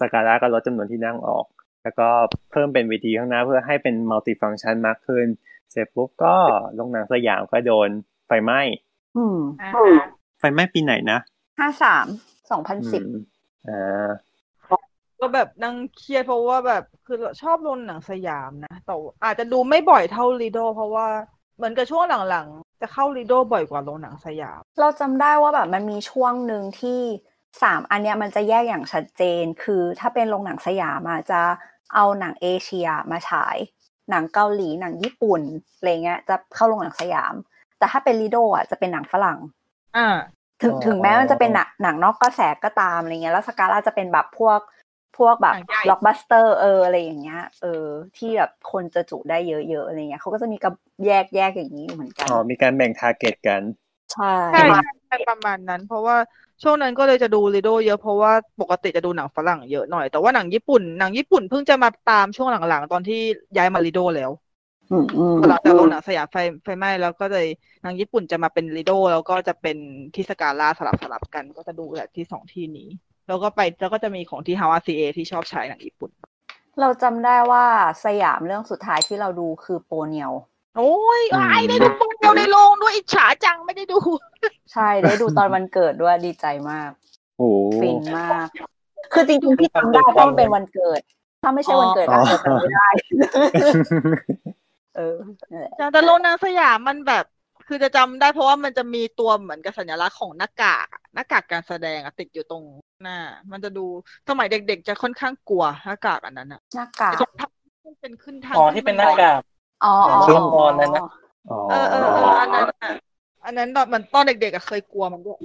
สการะก็ลดจำนวนที่นั่งออก แล้วก็เพิ่มเป็นเวทีข้างหน้าเพื่อให้เป็นมัลติฟัง c t ชันมากขึ้น เสร็จปุ๊บก็ลงหนังสยามก็โดนไฟไหม้ อืม อ่า ไฟไหม้ปีไหนนะ ห้าสามสองพันสิบ อืมอ่า ก็แบบนั่งเครียดเพราะว่าแบบคือเราชอบโรงหนังสยามนะแต่ว่าอาจจะดูไม่บ่อยเท่าลีโดเพราะว่าเหมือนกับช่วงหลังๆ จะเข้าลีโดบ่อยกว่าโรงหนังสยาม เราจำได้ว่าแบบมันมีช่วงหนึ่งที่สามอันเนี้ยมันจะแยกอย่างชัดเจน คือถ้าเป็นโรงหนังสยามอะจะเอาหนังเอเชียมาฉาย หนังเกาหลีหนังญี่ปุ่นอะไรเงี้ยจะเข้าโรงหนังสยาม แต่ถ้าเป็นลีโดอ่ะจะเป็นหนังฝรั่ง อ่า ถึงถึงแม้มันจะเป็นหนังหนังนอกกระแสก็ตามอะไรเงี้ยแล้วสกาล่าจะเป็นแบบพวกพวกแบบ หนังใหญ่ ล็อกบัสเตอร์เอออะไรอย่างเงี้ยเออ ที่แบบคนจะจุได้เยอะๆอะไรเงี้ยเขาก็จะมีกับแยกแยกอย่างนี้อยู่เหมือนกัน อ๋อมีการแบ่งทาร์เก็ตกัน ใช่ ใช่ใช่ประมาณนั้น เพราะว่าช่วงนั้นก็เลยจะดูลีโดเยอะเพราะว่าปกติจะดูหนังฝรั่งเยอะหน่อยแต่ว่าหนังญี่ปุ่นหนังญี่ปุ่นเพิ่งจะมาตามช่วงหลังๆ ตอนที่ย้ายมาลีโดแล้ว อืมอืม หลังจากโรงหนังสยามไฟไฟไหม้แล้วก็เลยทางญี่ปุ่นจะมาเป็นริโดแล้วก็จะเป็นที่สกาลาสลับสลับกันก็จะดูแหละที่สองที่นี้ แล้วก็ไปแล้วก็จะมีของที่ฮาวาซีเอที่ชอบใช้หนังญี่ปุ่น เราจำได้ว่าสยามเรื่องสุดท้ายที่เราดูคือโปเนียว โอ้ย อืม ไอ้ได้ดูโปรเดียวในโรงด้วยอิจฉาจังไม่ได้ดู ใช่ได้ดูตอนวันเกิดด้วย ดีใจมาก โอ้โห ฟินมาก คือจริงๆที่จำได้เพราะมันเป็นวันเกิด ถ้าไม่ใช่วันเกิด อ๋ อาจอจะจำไม่ได้ เออนั่นแหละ แต่โรงหนังสยามมันแบบ คือจะจำได้เพราะว่ามันจะมีตัวเหมือนกับสัญลักษณ์ของหน้ากากอะหน้ากากการแสดงอะติดอยู่ตรงหน้า มันจะดูสมัยเด็ก ๆ จะค่อนข้างกลัวหน้ากากอันนั้นอะ หน้ากา ไอ้ ก ตรงทางขึ้นเป็นขึ้นทาง อ๋อ ขึ้ ที่เป็นหน้า บัได กาก อ๋ออ๋อ ช่วงตอนนั้ อ๋อนนะ อ๋อ เออเออเอออันนั้นอะอันนั้นตอนมันตอนเด็กๆอะเคยกลัวมันด้วย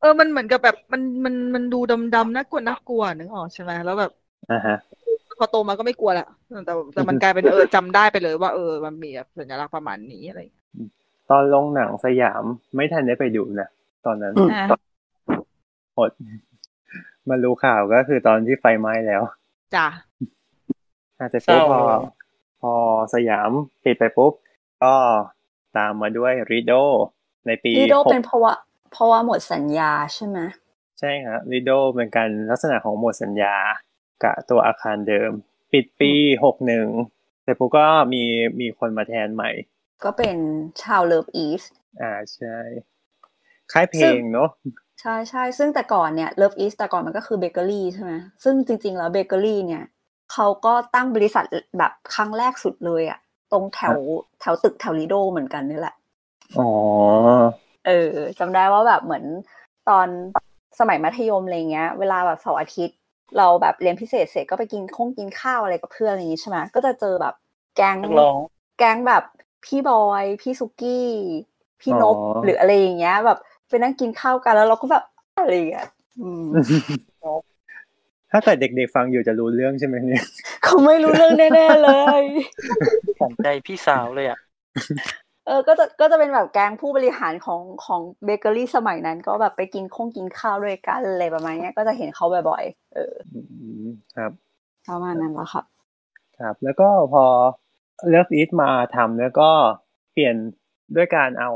เออมันเหมือนกับแบบมันมันมันดูดำๆน่ากลัวน่ากลัวนึกออกใช่ไหมแล้วแบบ อ่าฮะ พอโตมาก็ไม่กลัวละแต่แต่มันกลายเป็นเออจำได้ไปเลยว่าเออมันมีแบบสัญลักษณ์ประมาณนี้อะไรอย่างเงี้ย ตอนลงหนังสยามไม่ทันได้ไปดูนะตอนนั้น อืม อ่ะ มารู้ข่าวก็คือตอนที่ไฟไหม้แล้ว จ้ะ อาจจะปุ๊บพอ เศร้า พอสยามปิดไปปุ๊บ ก็ตามมาด้วยริโดในปี ลีโด หก เป็นเพราะว่าเพราะว่าหมดสัญญาใช่ไหม ใช่ครับริโดเป็นการลักษณะของหมวดสัญญา กับตัวอาคารเดิม ปิดปีหกหนึ่งแต่ปุ๊บก็มีมีคนมาแทนใหม่ ก็เป็นชาวเลิฟอีส อ่าใช่ค่ายเพล ซึ่ ง ง เนาะ ใช่ใช่ซึ่งแต่ก่อนเนี่ยเลิฟอีสแต่ก่อนมันก็คือเบเกอรี่ใช่ไหมซึ่งจริงๆแล้วเบเกอรี่เนี่ยเขาก็ตั้งบริษัทแบบครั้งแรกสุดเลยอะตรงแถวแถวตึกแถวลีโดเหมือนกันนี่แหละ อ๋อ เออจำได้ว่าแบบเหมือนตอนสมัยมัธยมอะไรเงี้ย เวลาแบบเสาร์อาทิตย์ เราแบบเรียนพิเศษเสร็จก็ไปกินคงกินข้าวอะไรกับเพื่อนอะไรอย่างงี้ใช่ไหมก็จะเจอแบบแก๊ง นักร้อง แก๊งแบบพี่บอย พี่สุกี้ พี่นบ อ๋อ หรืออะไรอย่างเงี้ย แบบไปนั่งกินข้าวกันแล้วเราก็แบบอะไรอย่างเงี้ยอืม ถ้าเกิดเด็กๆฟังอยู่จะรู้เรื่องใช่ไหมเนี่ย เขาไม่รู้เรื่องแน่ๆเลย ขวัญใจพี่สาวเลยอ่ะ เออก็จะก็จะเป็นแบบแก๊งผู้บริหารของของเบเกอรี่สมัยนั้น ก็แบบไปกินคงกินข้าวด้วยกันอะไรประมาณเนี้ยก็จะเห็นเขาบ่อยๆเออ อืมครับ ประมาณนั้นแล้วค่ะ ครับ แล้วก็พอเลิฟอีทมาทำแล้วก็เปลี่ยนด้วยการเอา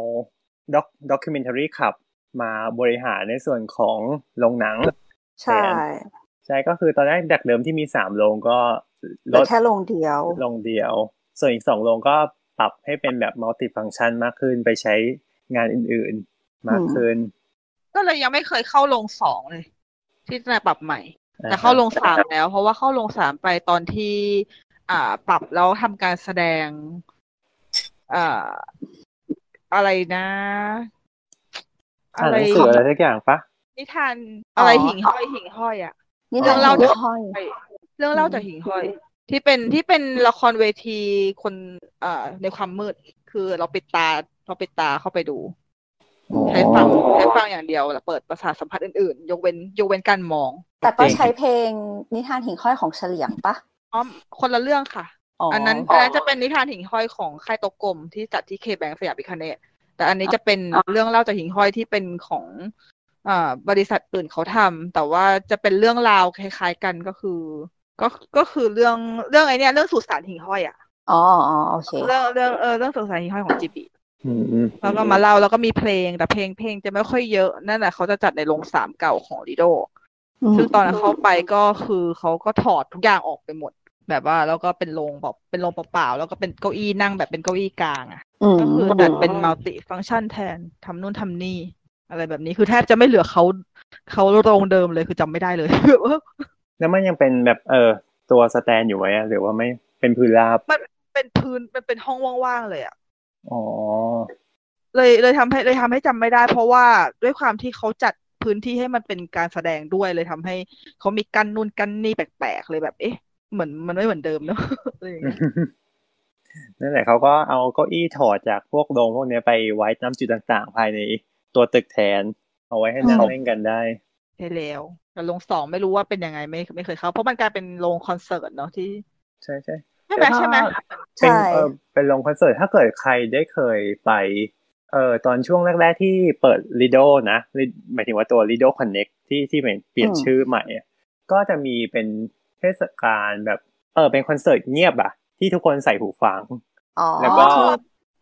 ด็อกด็อกิเมนทารีขับมาบริหารในส่วนของโรงหนัง ใช่ แถม ใช่ก็คือตอนแรกดักเดิมที่มีสามโรงก็ เห ล ลือ ด แค่ลงเดียว โรงเดียว ส่วนอีกสองโรงก็ปรับให้เป็นแบบมัลติฟังชันมากขึ้นไปใช้งานอื่นๆ มากขึ้น ก็เลยยังไม่เคยเข้าลงสองเลย ที่จะปรับใหม่ แต่เข้าลงสามแล้ว เพราะว่าเข้าลงสามไปตอนที่ อ่า ปรับแล้วทำการแสดง อ่า อะไรนะ อ่านหนังสืออะไรสักอย่างปะ นิทาน อ๋ออ อะไรหิ่งห้อยหิ่งห้อยอ่ะ นี่ เออ เรา เรา เรา จะ ห้อย เรื่องเล่าจากหิ่งห้อย ที่เป็นที่เป็นละครเวทีคนเอ่อในความมืดคือเราปิดตาเราปิดตาเข้าไปดู ใช้ฟังใช้ฟังอย่างเดียวแล้วเปิดประสาทสัมผัสอื่นๆ ยกเว้นยกเว้นการมอง แต่ก็ใช้เพลงนิทานหิ่งห้อยของเฉลียงปะ อ๋อคนละเรื่องค่ะ อ๋ออั อันนั้นอันนั้นจะเป็นนิทานหิ่งห้อยของค่ายโตะกลมที่จัดที่เคแบงสยามพิคเนตแต่อันนี้จะเป็นเรื่องเล่าจากหิ่งห้อยที่เป็นของเอ่อบริษัทอื่นเขาทำแต่ว่าจะเป็นเรื่องราวคล้ายๆกันก็คือ ก็ก็คือเรื่องเรื่องไอเนี้ยเรื่องสุสานหิ่งห้อยอะ อ๋ออ๋อโอเค เรื่องเรื่องเออเรื่องสุสานหิ่งห้อยของจีบี อืมอืม แล้วก็มาเล่าแล้วก็มีเพลงแต่เพลงเพลงจะไม่ค่อยเยอะนั่นแหละเขาจะจัดในโรงสามเก่าของลิโด ซึ่งตอนนั้นเข้าไปก็คือเขาก็ถอดทุกอย่างออกไปหมด แบบว่าแล้วก็เป็นโรงแบบเป็นโรงเปล่าๆแล้วก็เป็นเก้าอี้นั่งแบบเป็นเก้าอี้กลางอ่ะก็คือแต่เป็นมัลติฟังก์ชันแทนทำนู่นทำนี่ อะไรแบบนี้คือแทบจะไม่เหลือเขาเขาโรงเดิมเลยคือจำไม่ได้เลย แล้วมันยังเป็นแบบเออตัวสแตนอยู่ไหมอะหรือว่าไม่เป็นพื้นราบ เป็นพื้นมันเป็นห้องว่างๆเลยอ่ะ อ๋อ เลยเลยทำให้เลยทำให้จำไม่ได้ เพราะว่าด้วยความที่เขาจัดพื้นที่ให้มันเป็นการแสดงด้วยเลยทำให้เขามีกั้นนู่นกั้นนี่แปลกๆเลยแบบเอ๊ะเหมือนมันไม่เหมือนเดิมเนอะ อะไรอย่างเงี้ย นั่นแหละเขาก็เอาเก้าอี้ถอดจากพวกโรงพวกเนี้ยไปไว้ตามจุดต่างๆ ภายในตัวตึกแทน เอาไว้ให้นั่ง อืม เล่นกันได้ ใช่แล้วแต่ลงสองไม่รู้ว่าเป็นยังไงไม่ไม่เคยเข้า เพราะมันกลายเป็นโรงคอนเสิร์ตเนาะที่ ใช่ใช่ ใช่ไหมใช่ไหม ๆเป็น ใช่ เออเป็นโรงคอนเสิร์ตถ้าเกิดใครได้เคยไปเออตอนช่วงแรกๆที่เปิด Lido นะ Lid- หมายถึงว่าตัว Lido Connect ที่ที่เป็นเปลี่ยน อืม ชื่อใหม่อะก็จะมีเป็นเทศกาลแบบเออเป็นคอนเสิร์ตเงียบอะที่ทุกคนใส่หูฟัง อ๋อ แล้วก็ ที่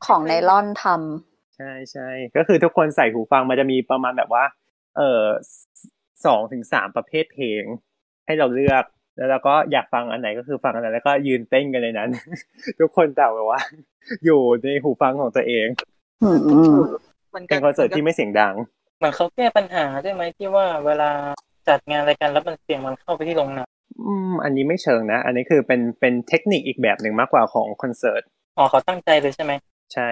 ของไนลอนทำ ใช่ใช่ก็คือทุกคนใส่หูฟังมันจะมีประมาณแบบว่า เออสองถึงสามประเภทเพลง ให้เราเลือกแล้วเราก็อยากฟังอันไหนก็คือฟังอันนั้นแล้วก็ยืนเต้นกันในนั้น ทุกคนต่างแบบว่า อยู่ในหูฟังของตัวเอง อืมอืม มัน เป็นคอนเสิร์ตที่ไม่เสียงดัง เหมือนเขาแก้ปัญหาได้ไหมที่ว่าเวลาจัดงานรายการแล้วมันเสียงมันเข้าไปที่โรงหนัง อืมอันนี้ไม่เชิงนะ อันนี้คือเป็นเป็นเทคนิคอีกแบบหนึ่งมากกว่าของคอนเสิร์ต อ๋อเขาตั้งใจเลยใช่ไหม ใช่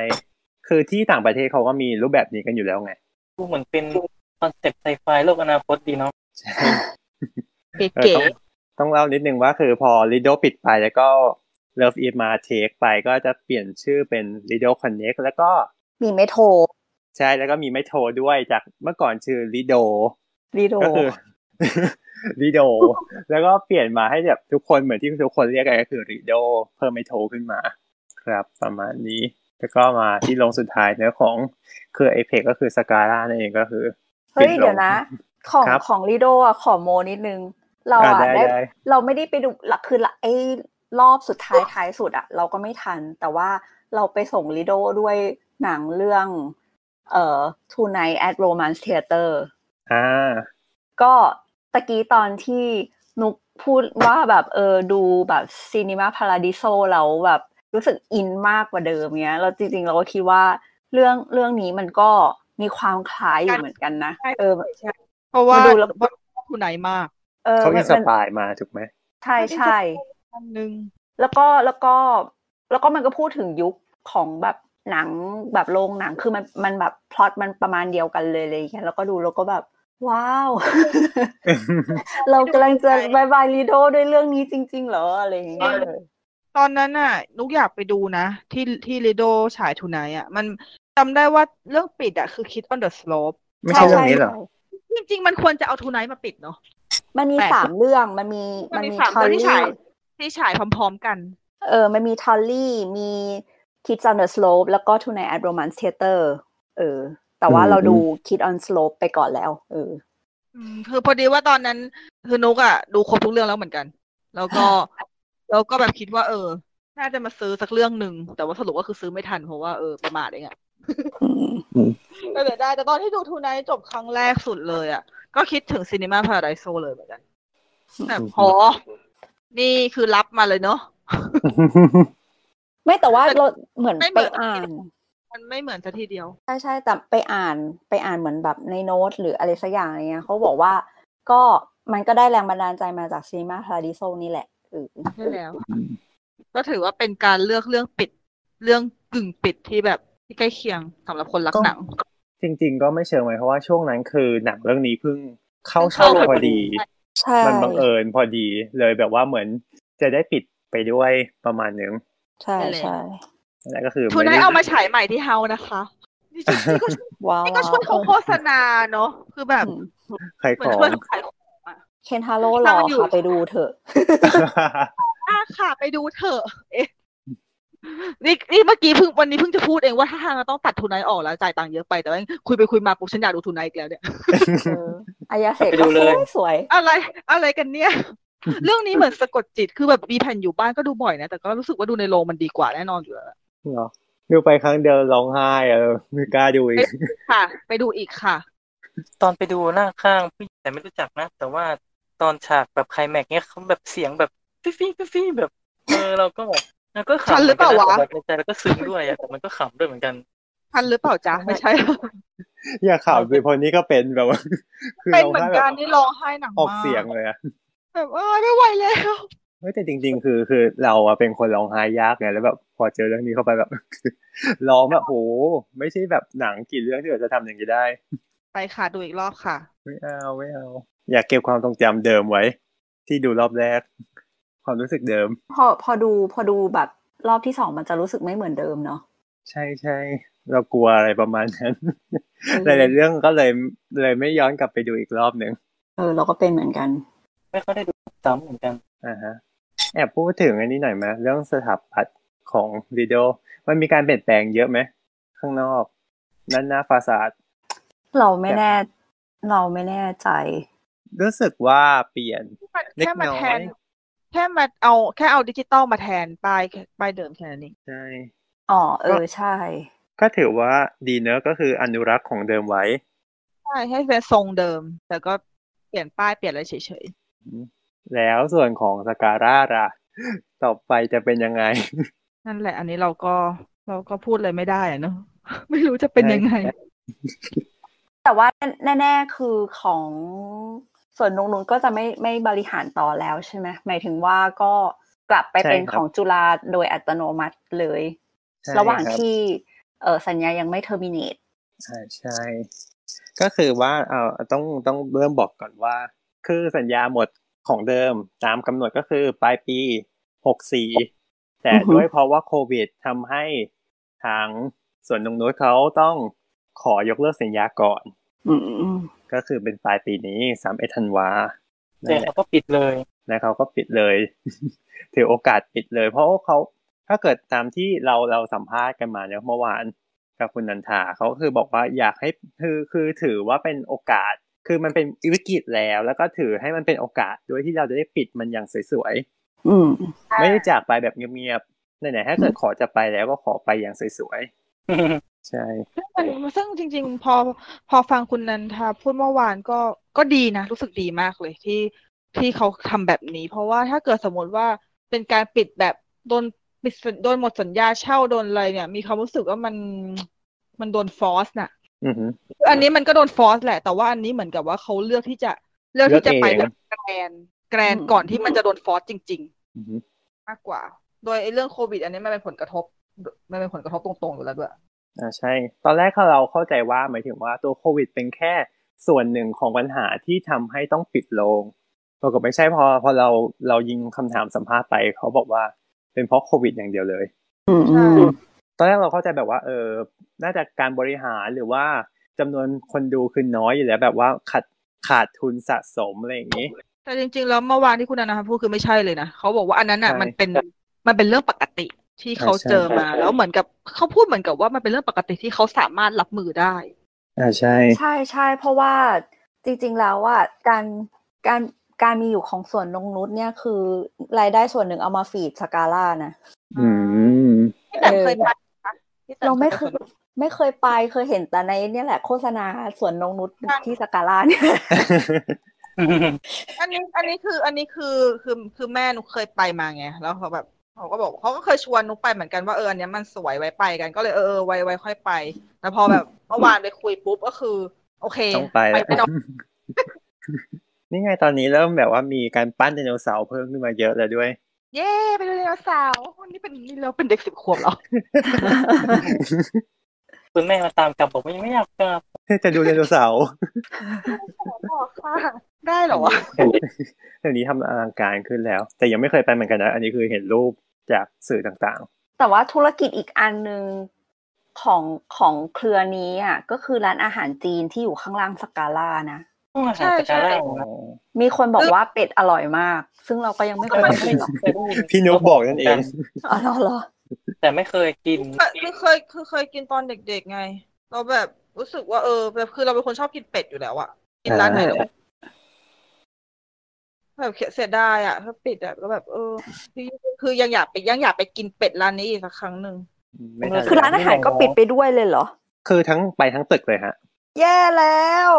คือที่ต่างประเทศเขาก็มีรูปแบบนี้กันอยู่แล้วไง ดูเหมือนเป็นคอนเซ็ปต์ไซไฟโลกอนาคตดีเนาะ ใช่ เก๋ เออ เก๋ ต้องต้องเล่านิดนึงว่าคือพอ Lido ปิดไปแล้วก็ Love It มาเทคไปก็จะเปลี่ยนชื่อเป็น Lido Connect แล้วก็ มีเมโทร ใช่แล้วก็มีไมโทรด้วยจากเมื่อก่อนชื่อ Lido ลีโด ก็คือ Lido แล้วก็เปลี่ยนมาให้แบบทุกคนเหมือนที่ทุกคนเรียกกันก็คือ Lido เพิ่มไมโทรขึ้นมา ครับประมาณนี้ แล้วก็มาที่ลงสุดท้ายเนื้อของคือ Apex ก็คือ Scara นั่นเองก็คือ เฮ้ย ปิลง เดี๋ยวนะ ของ ครับ ของลีโดอ่ะขอโมนิดนึง เรา อ่ะ อ่ะ ได้ ได้ ได้ เราไม่ได้ไปดูละคือละไอ้รอบสุดท้ายท้ายสุดอ่ะ เราก็ไม่ทัน แต่ว่าเราไปส่งลีโดด้วยหนังเรื่อง เอ่อ Tonight at Romance Theater อ่า ก็ตะกี้ตอนที่นุกพูดว่าแบบเออดูแบบซีนีมาพาราดิโซแล้วแบบรู้สึกอินมากกว่าเดิมเนี้ย เราจริงๆ เราก็คิดว่าเรื่องเรื่องนี้มันก็มีความคล้ายอยู่เหมือนกันนะ เออ เพราะว่า มาดูแล้ว ว่าคุณไหนมาก เออ เขา มั อิ น นส มัน ปายมาถูกไหม ใช่ใช่ อันหนึง แล้วก็แล้วก็แล้วก็มันก็พูดถึงยุคของแบบหนังแบบโรงหนังคือมันมันแบบพล็อตมันประมาณเดียวกันเลยอะไรอย่างเงี้ยแล้วก็ดูแล้วก็แบบ ว้าว เรากำลังจะบายบายลีโดด้วยเรื่องนี้จริง ๆ เหรออะไรอย่างเงี้ยเลย ตอนนั้นน่ะนุกอยากไปดูนะ ที่ที่ลิโดฉายทูไนอ่ะ มันจำได้ว่าเรื่องปิดอ่ะคือคิด on the slope ไม่ใช่เรื่องนี้เหรอ ใช่ใช่ จริง ๆ มันควรจะเอาทูไนมาปิดเนาะ มันมี แปลก สามเรื่อง มันมี มันมี นมี สาม ทอล เรื่องลี่ที่ฉาย ที่ฉายพร้อมๆกัน เออ มันมีทอลลี่ มี Kids on the Slope แล้วก็ Tonight at Romance Theater เออ แต่ว่า อืม เราดู Kids on Slope ไปก่อนแล้ว เออ อืมคือพอดีว่าตอนนั้นคือนุกอะดูครบทุกเรื่องแล้วเหมือนกัน แล้วก็ แล้วก็แบบคิดว่า เออ น่าจะมาซื้อสักเรื่องหนึ่งแต่ว่าสรุปก็คือซื้อไม่ทันเพราะว่าเออประมาทเองอะ อืม ก็เดี๋ยวได้แต่ตอนที่ดูทูไนท์จบครั้งแรกสุดเลยอ่ะ ก็คิดถึงซีนีมาพาราไดโซเลยเหมือนกันแต่พอ นี่คือรับมาเลยเนาะ ไม่แต่ว่า แต่ เราเหมือน ไม่เห ไป มือน อ่าน มันไม่เหมือนซะทีเดียว ใช่ใช่แต่ไปอ่านไปอ่านเหมือนแบบในโน้ต หรืออะไรสักอย่างอะไรเงี้ยเขาบอกว่าก็มันก็ได้แรงบันดาลใจมาจากซีมาพาราดิโซนี่แหละเออ ใช่แล้วค่ะก็ถือว่าเป็นการเลือกเรื่องปิด เรื่องกึ่งปิดที่แบบที่ใกล้เคียงสำหรับคนรักหนัง จริง ๆ ก็ไม่เชิงไหมเพราะว่าช่วงนั้นคือหนังเรื่องนี้เพิ่งเข้าฉากพอดี ใช่ มันบังเอิญพอดีเลยแบบว่าเหมือนจะได้ปิดไปด้วยประมาณนึง ใช่ นั่นแหละ ใช่ นั่นก็คือ ทูไน ไม่ ท์ ได้ เอามาฉายใหม่ที่เฮานะคะนี่ก็นี่ก็ ว้าว นี่ก็ช่วยเขาโฆษณาเนาะคือแบบ อืม ใคร เหมือนขอ ช่วยเขาขายของ เคนฮาโร่ร เรา อ อยู่ ค่ะไปดูเถอะ อ่ะค่ะไปดูเถอะ เอ๊ะนี่นี่เมื่อกี้เพิ่งวันนี้เพิ่งจะพูดเองว่าถ้าทางเราต้องตัดทุนไนท์ออกแล้วจ่ายตังค์เยอะไปแต่ว่าคุยไปคุยมาปุ๊บฉันอยากดูทุนไนท์อีกแล้วเนี่ย เอออายาเสก ไปดู ก็ส เล วย ยสวย อะไรอะไรกันเนี่ย เรื่องนี้เหมือนสะกดจิตคือแบบมีแผ่นอยู่บ้านก็ดูบ่อยนะ แต่ก็รู้สึกว่าดูในโรงมันดีกว่าแน่นอนอยู่แล้ว เหรอดูไปครั้งเดียวร้องไห้เออไม่กล้าดูอี ก ค่ะ ไปดูอีกค่ะ ตอนไปดูหน้าข้างผู้หญิงแต่ไม่รู้จักนะ แต่ว่าตอนฉากแบบไคลแม็กซ์เนี่ยเขาแบบเสียงแบบฟิฟี่ฟิฟี่แบบเออเราก็แบบเราก็ ทัน ขำ หรือเปล่าวะ มือนกันนแบบในใจแล้วก็ซึ้งด้วยอะแต่มันก็ขำด้วยเหมือนกัน ทันหรือเปล่าจ๊ะไม่ใช่ อย่าข่าวสิเพอนี้ก็เป็นแบบว่า คือ เป็น ร้อง เหมือนไห้แบ กัน บ นี่ร้องไห้หนัง ออก มาก เสียงเลยอะ แบบเออไม่ไหวแล้ว ไม่แต่จริง ๆ คือคือเราอะเป็นคนร้องไห้ยากไงแล้วแบบพอเจอเรื่องนี้เข้าไปแบบ ร้องแบบโหไม่ใช่แบบหนังกี่เรื่องที่เราจะทำอย่างนี้ได้ ไปค่ะดูอีกรอบค่ะ ไม่เอาไม่เอา อยากเก็บความทรงจำเดิมไว้ ที่ดูรอบแรก ความรู้สึกเดิม พอพอดูพอดูแบบรอบที่สองมันจะรู้สึกไม่เหมือนเดิมเนาะ ใช่ใช่เรากลัวอะไรประมาณนั้น ม หลายๆเรื่องก็เลยเลยไม่ย้อนกลับไปดูอีกรอบหนึ่ง เออเราก็เป็นเหมือนกัน ไม่ค่อยได้ดูซ้ำเหมือนกัน อ่าฮะแอบพูดถึงอันนี้หน่อยไหมเรื่องสถาปัตย์ของวิดีโอมันมีการเปลี่ยนแปลงเยอะไหมข้างนอกด้านหน้าฟาซาด เราไม่แน่ เราไม่แน่ใจ รู้สึกว่าเปลี่ยน เล็ก แค่มา น้อย แทน แค่มาเอาแค่เอาดิจิตอลมาแทนป้ายป้ายเดิมแค่นั้นเอง ใช่ อ๋อเออใช่ ก็ถือว่าดีเนอะก็คืออนุรักษ์ของเดิมไว้ ใช่ให้เป็นทรงเดิม แต่ก็เปลี่ยนป้ายเปลี่ยนอะไรเฉย แล้วส่วนของสการ่าล่ะ ต่อไปจะเป็นยังไง ๆนั่นแหละ อันนี้เราก็เราก็พูดเลยไม่ได้อะเนอะ ไม่รู้จะเป็นยังไง แต่ว่าแน่ๆคือของส่วนนุงนุงก็จะไม่ไม่บริหารต่อแล้วใช่ไหมหมายถึงว่าก็กลับไปเป็นของจุฬาโดยอัตโนมัติเลย ใช่ ระหว่าง คบ ที่เออสัญญายังไม่เทอร์มิน e ใช่ใช่ ก็คือว่าเอาต้องต้องเริ่มบอกก่อนว่า คือสัญญาหมดของเดิมตามกำหนดก็คือปลายปีหกสี่แต่ อือฮึ ด้วยเพราะว่าโควิดทำให้ทางส่วนนงนุชเขาต้องขอยกเลิกสัญญาก่อน อืมอืม ก็คือเป็นปลายปีนี้สามเอธันวานั่ แต่ นแหละ เขาก็ปิดเลย แล้วเขาก็ปิดเลย ถือโอกาสปิดเลย เพราะว่าเขาถ้าเกิดตามที่เราเราสัมภาษณ์กันมาเนี่ยเมื่อวานกับคุณนันทาเขาก็คือบอกว่าอยากให้คือคือถือว่าเป็นโอกาส คือมันเป็นวิกฤตแล้ว แล้วก็ถือให้มันเป็นโอกาสด้วยที่เราจะได้ปิดมันอย่างสวย อืม ๆ ไม่ได้จากไปแบบเงียบๆไหนๆถ้าเกิดขอจะไปแล้วก็ขอไปอย่างสวยๆใช่ มันซึ่งจริง ๆ พอพอฟังคุณนันทาพูดเมื่อวานก็ก็ดีนะ รู้สึกดีมากเลยที่ที่เขาทำแบบนี้ เพราะว่าถ้าเกิดสมมติว่าเป็นการปิดแบบโดนปิดสัญโดนหมดสัญญาเช่าโดนอะไรเนี่ย มีความรู้สึกว่ามันมันโดนฟอสน่ะ อือหือ คืออันนี้มันก็โดนฟอสแหละ แต่ว่าอันนี้เหมือนกับว่าเขาเลือกที่จะเลือกที่จะไปแบบแกรนแกรนก่อนที่มันจะโดนฟอสจริง อือหือ ๆ มากกว่า โดยไอ้เรื่องโควิด อันนี้มันเป็นผลกระทบมันเป็นผลกระทบตรงๆอยู่แล้วด้วย อ่าใช่ ตอนแรกเราเข้าใจว่าหมายถึงว่าตัวโควิดเป็นแค่ส่วนหนึ่งของปัญหาที่ทำให้ต้องปิดโรงปรากฏไม่ใช่พอพอเราเรายิงคำถามสัมภาษณ์ไปเขาบอกว่าเป็นเพราะโควิดอย่างเดียวเลย อืม ใช่ อืม ตอนแรกเราเข้าใจแบบว่าเออน่าจะการบริหารหรือว่าจำนวนคนดูคือน้อยอยู่แล้วแบบว่าขาดขาดทุนสะสมอะไรอย่างนี้ แต่จริงๆ แล้วเมื่อวานที่คุณอนันต์พูดคือไม่ใช่เลยนะเขาบอกว่าอันนั้นอ่ะ ใช่ มันเป็นมันเป็นเรื่องปกติ ที่เขาเจอมา แล้วเหมือนกับเขาพูดเหมือนกับว่ามันเป็นเรื่องปกติที่เขาสามารถรับมือได้ อ่าใช่ ใช่ใช่เพราะว่าจริงๆแล้วว่าการการการมีอยู่ของส่วนนงนุษเนี่ยคือรายได้ส่วนหนึ่งเอามาฟีดสกาล่านะ อืม พี่แต่เคยไปนะพี่แตน เราไม่เค ป ยไม่เคยไปเคยเห็นแต่ในเนี่ยแหละโฆษณาสวนนงนุษที่สกาล่าเนี่ย อันนี้อันนี้คืออันนี้คือคือคือแม่หนูเคยไปมาไงแล้วเขาแบบเขาก็บอกเขาก็เคยชวนหนุกไปเหมือนกันว่าเอออันเนี้ยมันสวยไว้ไปกันก็เลยเออเออไว้ไว้ค่อยไปแต่พอแบบเมื่อวานไปคุยปุ๊บก็คือ โอเค ต้องไปแล้ว ไปหน่อย นี่ไงตอนนี้เริ่มแบบว่ามีการปั้นไดโนเสาร์เพิ่มขึ้นมาเยอะแล้วด้วย เย้ไปดูไดโนเสาร์วันนี้เป็นนี่เราเป็นเด็กสิบขวบเหรอ คุณแม่มาตามกลับบอกว่ายังไม่อยากกลับ จะดูไดโนเสาร์ บอกค่ะได้เหรอวะ เดี๋ยวนี้ทำอลังการขึ้นแล้ว แต่ยังไม่เคยไปเหมือนกันนะ อันนี้คือเห็นรูปจากสื่อต่าง แต่ว่าธุรกิจอีกอันหนึ่งของของเครือนี้อ่ะก็คือร้านอาหารจีนที่อยู่ข้างล่างสกาล่านะ ต้องอาหารสกาล่า ๆอ๋อ มีคนบอกว่าเป็ดอร่อยมาก ซึ่งเราก็ยังไม่เคยไปกิ นหรอก เคยได้ยิน พี่นุกบอกนั่นเอง อ๋อเหรอ แต่ไม่เคยกิน คือเคยคือเคยกินตอนเด็กๆไง เราแบบรู้สึกว่าเออแบบคือเราเป็นคนชอบกินเป็ดอยู่แล้วอะกินร้านไหนแล้วแบบเสียดายอะถ้าปิดอะก็แบบเออคือคือยังอยากไปยังอยากไปกินเป็ดร้านนี้อีกสักครั้งหนึ่ง ไม่ทัน เอ คือร้านอาหารก็ปิดไปด้วยเลยเหรอ คือทั้งไปทั้งตึกเลยฮะ แย่แล้ว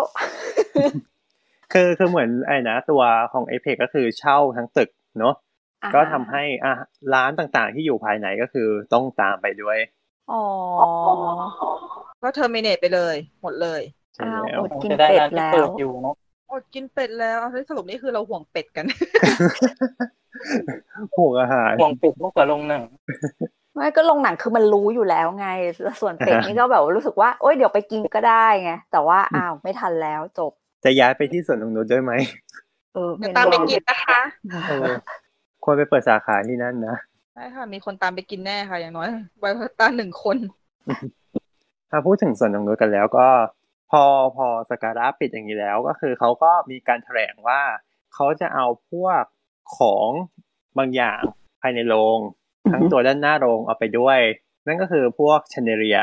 คือคือเหมือนไอ้นะตัวของเอเพก็คือเช่าทั้งตึกเนาะ ก็ทำให้อ่ะร้านต่างๆที่อยู่ภายในก็คือต้องตามไปด้วย อ๋อ ก็เทอร์มินเนตไปเลย หมดเลย ใช่ อ้าว แล้ อ ว ดกิน จะได้ เป็ด ร้านที่ แล้ เปิ ว ดอยู่เนาะ อดกินเป็ดแล้วเอาสรุปนี่คือเราห่วงเป็ดกัน ห่วงอาหาร ห่วงปิดมากกว่าโรงหนัง ไม่ก็ลงหนังคือมันรู้อยู่แล้วไงแล้วส่วนเป็ดนี่ก็แบบว่ารู้สึกว่าโอ๊ยเดี๋ยวไปกินก็ได้ไง แต่ว่าอ้าวไม่ทันแล้วจบ จะย้ายไปที่สวนนงนุชด้วยไหม เออ เดี๋ เป็ ย น วตามไป รอบ กินนะคะ เออควรไปเปิดสาขาที่นั่นนะ ใช่ค่ะมีคนตามไปกินแน่ค่ะ อย่างน้อยไวโอเลต้าหนึ่งคน ถ้าพูดถึงสวนนงนุชกันแล้วก็ พอพอสการะปิดอย่างนี้แล้วก็คือเขาก็มีการแถลงว่า เขาจะเอาพวกของบางอย่างภายในโรง ทั้งตัวด้านหน้าโรงเอาไปด้วย นั่นก็คือพวกชเนเรีย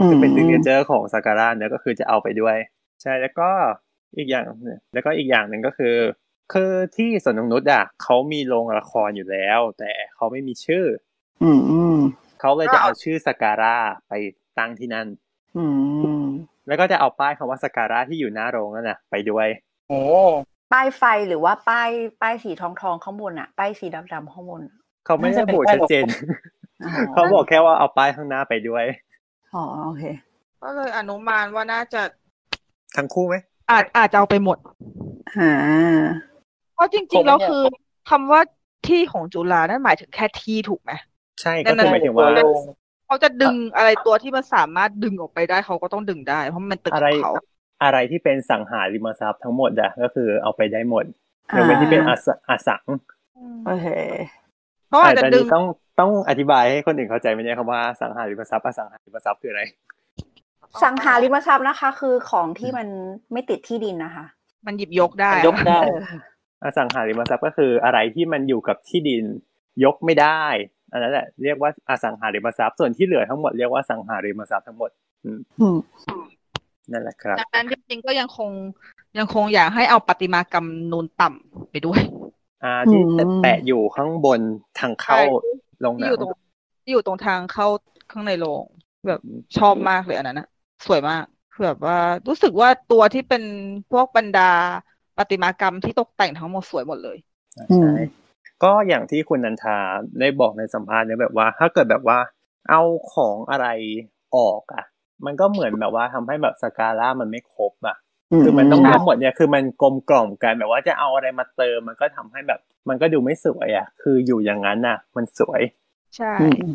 อืม เป็นซิงเกิลเจอร์ของซาการ่าเนี่ยก็คือจะเอาไปด้วย ใช่แล้วก็อีกอย่างแล้วก็อีกอย่างหนึ่งก็คือ คือที่สวนนงนุษย์อ่ะเขามีโรงละครอยู่แล้ว แต่เขาไม่มีชื่อ อืมอืม เขาเลยจะเอาชื่อซาการ่าไปตั้งที่นั่น อืม แล้วก็จะเอาป้ายคำว่าซาการ่าที่อยู่หน้าโรงนั่นนะไปด้วย โอ้ ป้ายไฟหรือว่าป้ายป้ายสีทองทองๆข้างบนอะป้ายสีดำดำๆข้างบนอะ เขาไม่ได้ระบุชัดเจน อ๋อ เขาบอกแค่ว่าเอาป้ายข้างหน้าไปด้วย อ๋อโอเค ก็เลยอนุมานว่าน่าจะ ทั้งคู่ไหม อาจอาจจะเอาไปหมด อ่า เพราะจริงๆแล้วคือคำว่าที่ของจุฬานั่นหมายถึงแค่ที่ถูกไหม ใช่ก็คือหมายถึงว่า โรง เขาจะดึงอะไรตัวที่มันสามารถดึงออกไปได้เขาก็ต้องดึงได้ เพราะมันตึกขอะไร องเขา อะไรที่เป็นสังหาริมทรัพย์ทั้งหมดอะก็คือเอาไปได้หมดยกเว้นที่เป็นอสอสัง โอเค เขาอาจจะ แต่ ดึง นี้ต้องต้องอธิบายให้คนอื่นเข้าใจไหมเนี่ยครับว่าสังหาริมทรัพย์อสังหาริมทรัพย์คืออะไร สังหาริมทรัพย์นะคะ คือของที่มันไม่ติดที่ดินนะคะ มันหยิบยกได้ มันยกได้ เออ อสังหาริมทรัพย์ก็คืออะไรที่มันอยู่กับที่ดินยกไม่ได้อันนั้นแหละเรียกว่าอสังหาริมทรัพย์ส่วนที่เหลือทั้งหมดเรียกว่าสังหาริมทรัพย์ทั้งหมดอืม อืม นั่นแหละครับ ดังนั้นจริงๆก็ยังคงยังคงอยากให้เอาปฏิมากรรมนูนต่ำไปด้วย อ่าที่ อืม แปะอยู่ข้างบนทางเข้า ใช่ โรงห ที่ นั องยู่ตรงที่อยู่ตรงทางเข้าข้างในโรงแบบชอบมากเลยอันนั้นนะสวยมากคือแบบว่ารู้สึกว่าตัวที่เป็นพวกบรรดาปฏิมากรรมที่ตกแต่งทั้งหมดสวยหมดเลย อืม ใช่ก็อย่างที่คุณนันทาได้บอกในสัมภาษณ์เนี่ยแบบว่า ถ้าเกิดแบบว่า เอาของอะไรออกอ่ะ มันก็เหมือนแบบว่าทำให้แบบสการ่ามันไม่ครบอ่ะ คือมันต้องทั้งหมดเนี่ยคือมันกลมกล่อมกันแบบว่าจะเอาอะไรมาเติมมันก็ทำให้แบบ มันก็ดูไม่สวยอ่ะ คืออยู่อย่างนั้นน่ะ มันสวย ใช่ อืม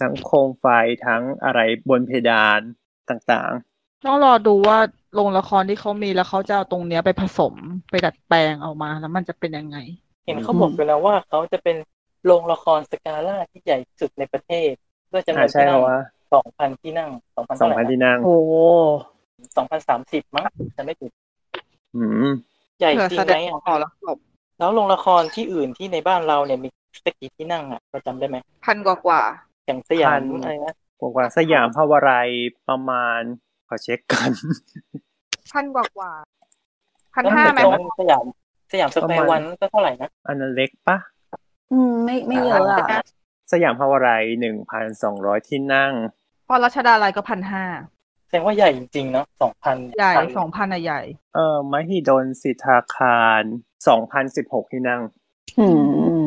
ทั้งโคมไฟทั้งอะไรบนเพดานต่าง ต้องรอดูว่าโรงละครที่เขามีแล้วเขาจะเอาตรงเนี้ยไปผสมไปดัดแปลงเอามาแล้วมันจะเป็นยังไง เห็นเขาบอกไปแล้วว่าเขาจะเป็นโรงละครสกาล่าที่ใหญ่ที่สุดในประเทศด้วย ๆ จำน อ่า วน ใช่เพที่นั่ง ราะว่า สองพันที่นั่งสองพัน สองพันที่นั่ง โอ้ สองพันสามสิบมั้งจะไม่ผิด อืม ใหญ่ เผื่อ จริง แส ไห ด ม ง อ่ะ ต่อแล้วจบ แล้วโรงละครที่อื่นที่ในบ้านเราเนี่ยมีสักกี่ที่นั่งอ่ะเราจำได้ไหม พันกว่ากว่า อย่างสยาม พัน อะไรนะ บอกว่าสยามภาวไรประมาณขอเช็คกัน พันกว่ากว่าพัน แล้ว ห้า มัน ไหม ตรงสยามสยามสแคว ประมา ร์ ณ วันก็เท่าไหร่นะ อันนั้นเล็กปะ อืมไม่ไม่เยอะอะ สยามภาวไรหนึ่งพันสองร้อยที่นั่ง พอรัชดาลัยก็พันห้า แสดงว่าใหญ่จริงๆเนาะสองพัน ใหญ่สองพันอะใหญ่ เอ่อมหิดลสิทธาคารสองพันสิบหกที่นั่ง อื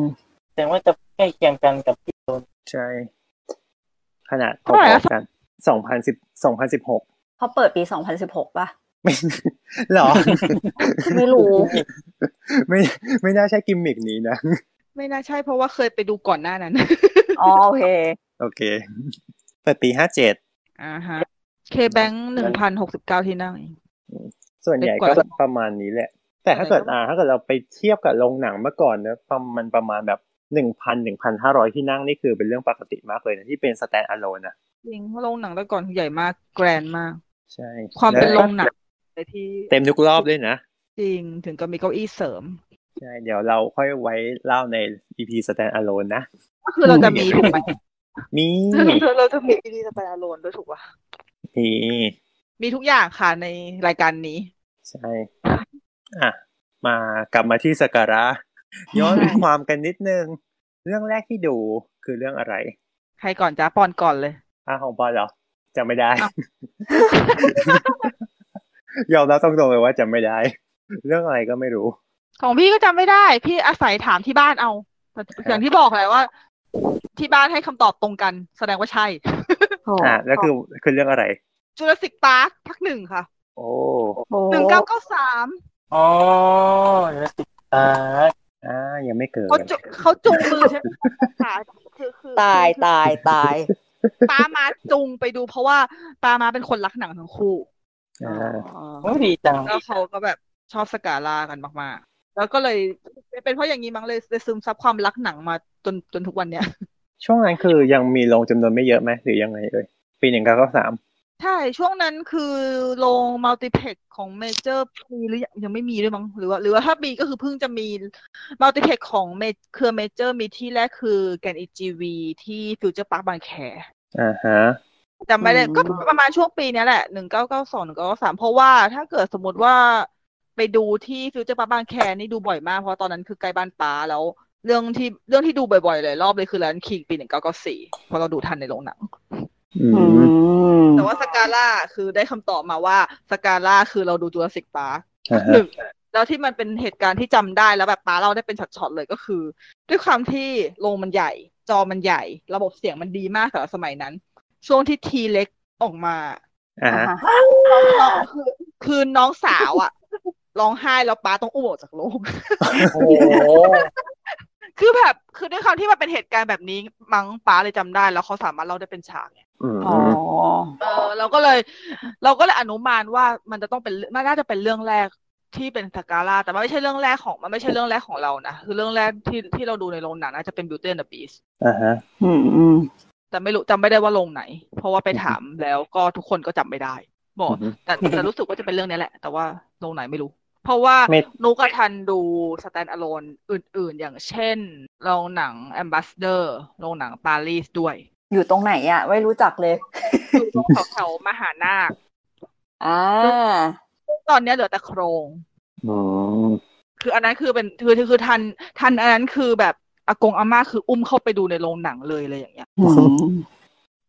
ม แสดงว่าจะใกล้เคียงกันกับที่โดน ใช่ ขนาดพ เท่าไหร่ อ นะ ๆกันสองพันสิบสองพันสิบหก เขาเปิดปีสองพันสิบหกป่ะ ไม่ หรอ ไม่รู้ ไม่ไม่น่าใช่กิมมิกนี้นะ ไม่น่าใช่เพราะว่าเคยไปดูก่อนหน้านั้น อ๋อโอเค โอเค เปิดปีห้าเจ็ด อ่าฮะเคแบงหนึ่งพันหกสิบเก้าที่นั่งเอง ส่วนใหญ่ เล็กก ก็ ว่า ประมาณนี้แหละ แต่ถ้าเกิดอ่าถ้าเกิดเราไปเทียบกับโรงหนังเมื่อก่อนเนอะประมันประมาณแบบหนึ่งพันหนึ่งพันห้าร้อยที่นั่งนี่คือเป็นเรื่องปกติมากเลยนะที่เป็น stand alone นะ จริงเพราะโรงหนังแต่ก่อนคือใหญ่มากแกรนมาก ใช่ ความเป็น แล้ โรงหนังไปที่ เต็มทุกรอบด้วยนะ จริงถึงก็มีเก้าอี้เสริม ใช่ เดี๋ยวเราค่อยไว้เล่าใน EP stand alone นะ ก็คือเราจะมี ถูกไหม มี เราจะมี ที่สแตนด์อะโลนด้วยถูกป่ะ มี มีทุกอย่างค่ะในรายการนี้ ใช่ อ่ะ มากลับมาที่สกการะย้อนความกันนิดนึง เรื่องแรกที่ดูคือเรื่องอะไร ใครก่อนจ้าปอนก่อนเลย อ่ะของปอนเหรอจำไม่ได้ อ้าว ยอมรับตรงๆเลยว่าจำไม่ได้ เรื่องอะไรก็ไม่รู้ ของพี่ก็จำไม่ได้ พี่อาศัยถามที่บ้านเอาแต่อย่างที่บอกแหละว่า ที่บ้านให้คำตอบตรงกัน แสดงว่าใช่ อ่ะแล้วคือคือเรื่องอะไร จูราสสิกพาร์คภาคหนึ่งค่ะ โอ้ หนึ่งเก้าเก้าสาม อ๋อยูสิตา อ่ายังไม่เกิด เขาจุเขาจุงมือใช่ไหมขาคือคือ ตายตายตาย ป้ามาจุงไปดูเพราะว่าป้ามาเป็นคนรักหนังทั้งคู่ อ่า โอ้ยดีจัง แล้วเขาก็แบบชอบสกาลากันมากๆ แล้วก็เลยเป็นเพราะอย่างนี้มั้งเลยเลยซึมซับความรักหนังมาจนจนทุกวันเนี้ย ช่วงนั้นคือยังมีลงจำนวนไม่เยอะไหมหรือยังไงเอ่ยปีหนึ่งเก้าเก้าสาม ใช่ ช่วงนั้นคือโรงมัลติเพล็กของเมเจอร์มีหรือยังยังไม่มีด้วยมั้งหรือว่าหรือว่าถ้ามีก็คือเพิ่งจะมีมัลติเพล็กของเมเครือเมเจอร์มีที่แรกคือแกนอีจีวีที่ฟิวเจอร์พาร์คบางแค อ่าฮะ จำไม่ได้ อืม ก็ประมาณช่วงปีเนี้ยแหละหนึ่งเก้าเก้าสองหนึ่งเก้าสามเพราะว่าถ้าเกิดสมมติว่าไปดูที่ฟิวเจอร์ปาบางแคนี่ดูบ่อยมาก เพราะตอนนั้นคือใกล้บ้านป้าแล้ว เรื่องที่เรื่องที่ดูบ่อยๆเลยรอบเลยคือแลนคิงปีหนึ่งเก้าเก้าสี่เพราะเราดูทันในโรงหนัง อื อืมมแต่ว่าสกาล่าคือได้คำตอบมาว่าสกาล่าคือเราดูจูราสสิกปาร์ค อ่า ห ฮะ นึ่งแล้วที่มันเป็นเหตุการณ์ที่จำได้แล้วแบบป้าเราได้เป็นช็อตๆเลยก็คือ ด้วยความที่โรงมันใหญ่ จอมันใหญ่ ระบบเสียงมันดีมากสำหรับสมัยนั้น ช่วงที่ทีเล็กออกมา อ่าฮะ น้องคือคือน้องสาวอะ ร้องไห้แล้วป้าต้องอุ้มออกจากโรง โอ้โห คือแบบคือด้วยความที่มันเป็นเหตุการณ์แบบนี้มั้งป้าเลยจำได้ แล้วเขาสามารถเล่าได้เป็นฉากไง อืม อ๋อ เออเราก็เลย เราก็เลยอนุมานว่ามันจะต้องเป็นมันน่าจะเป็นเรื่องแรกที่เป็นสกาล่าแต่มันไม่ใช่เรื่องแรกของมันไม่ใช่เรื่องแรกของเรานะคือเรื่องแรกที่ที่เราดูในโรงหนังน่าจะเป็น Beauty and the Beast อ่าฮะ อืมอืม แต่ไม่รู้จำไม่ได้ว่าโรงไหน เพราะว่าไปถามแล้วก็ทุกคนก็จำไม่ได้บอก อือฮึ แต่แต่รู้สึกว่าจะเป็นเรื่องนี้แหละ แต่ว่าโรงไหนไม่รู้ เพราะว่า ไม่ นุกกับทันดูสแตนด์อะโลนอื่นๆ อย่างเช่น โรงหนัง Ambassador โรงหนังปารีส ด้วย อยู่ตรงไหนอะไม่รู้จักเลย อยู่ตรงแถวๆมหานาค อ่า ตอนเนี้ยเหลือแต่โครง อืม คืออันนั้นคือเป็นคือคือทันทันอันนั้นคือแบบอากงอาม่าคืออุ้มเข้าไปดูในโรงหนังเลยอะไรอย่างเงี้ย อืม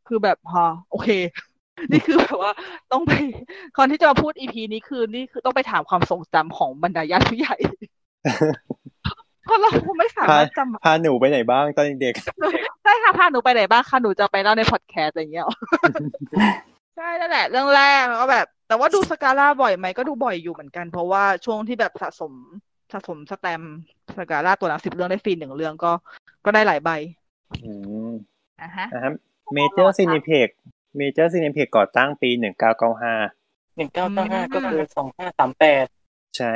คือแบบฮะโอเค นี่คือแบบว่าต้องไปก่อนที่จะมาพูดอีพีนี้คือนี่คือต้องไปถามความทรงจำของบรรดาญาติผู้ใหญ่ เพราะเราไม่สามารถจำ พาหนูไปไหนบ้างตอนเด็ก ได้ค่ะพาหนูไปไหนบ้างคะหนูจะไปเล่าในพอดแคสต์อะไรอย่างเงี้ยหรอ ใช่นั่นแหละเรื่องแรกแล้วก็แบบ แต่ว่าดูสกาล่าบ่อยไหมก็ดูบ่อยอยู่เหมือนกัน เพราะว่าช่วงที่แบบสะสมสะสมสแตมป์สกาล่าตัวละสิบเรื่องได้ฟรีหนึ่งเรื่องก็ก็ได้หลายใบ ๆอืม อ่ะฮะ นะครับเมเจอร์ซินิเพกเมเจอร์ซินิเพกก่อตั้งปี 1995 หนึ่งเก้าเก้าห้าก็คือสองห้าสามแปด ใช่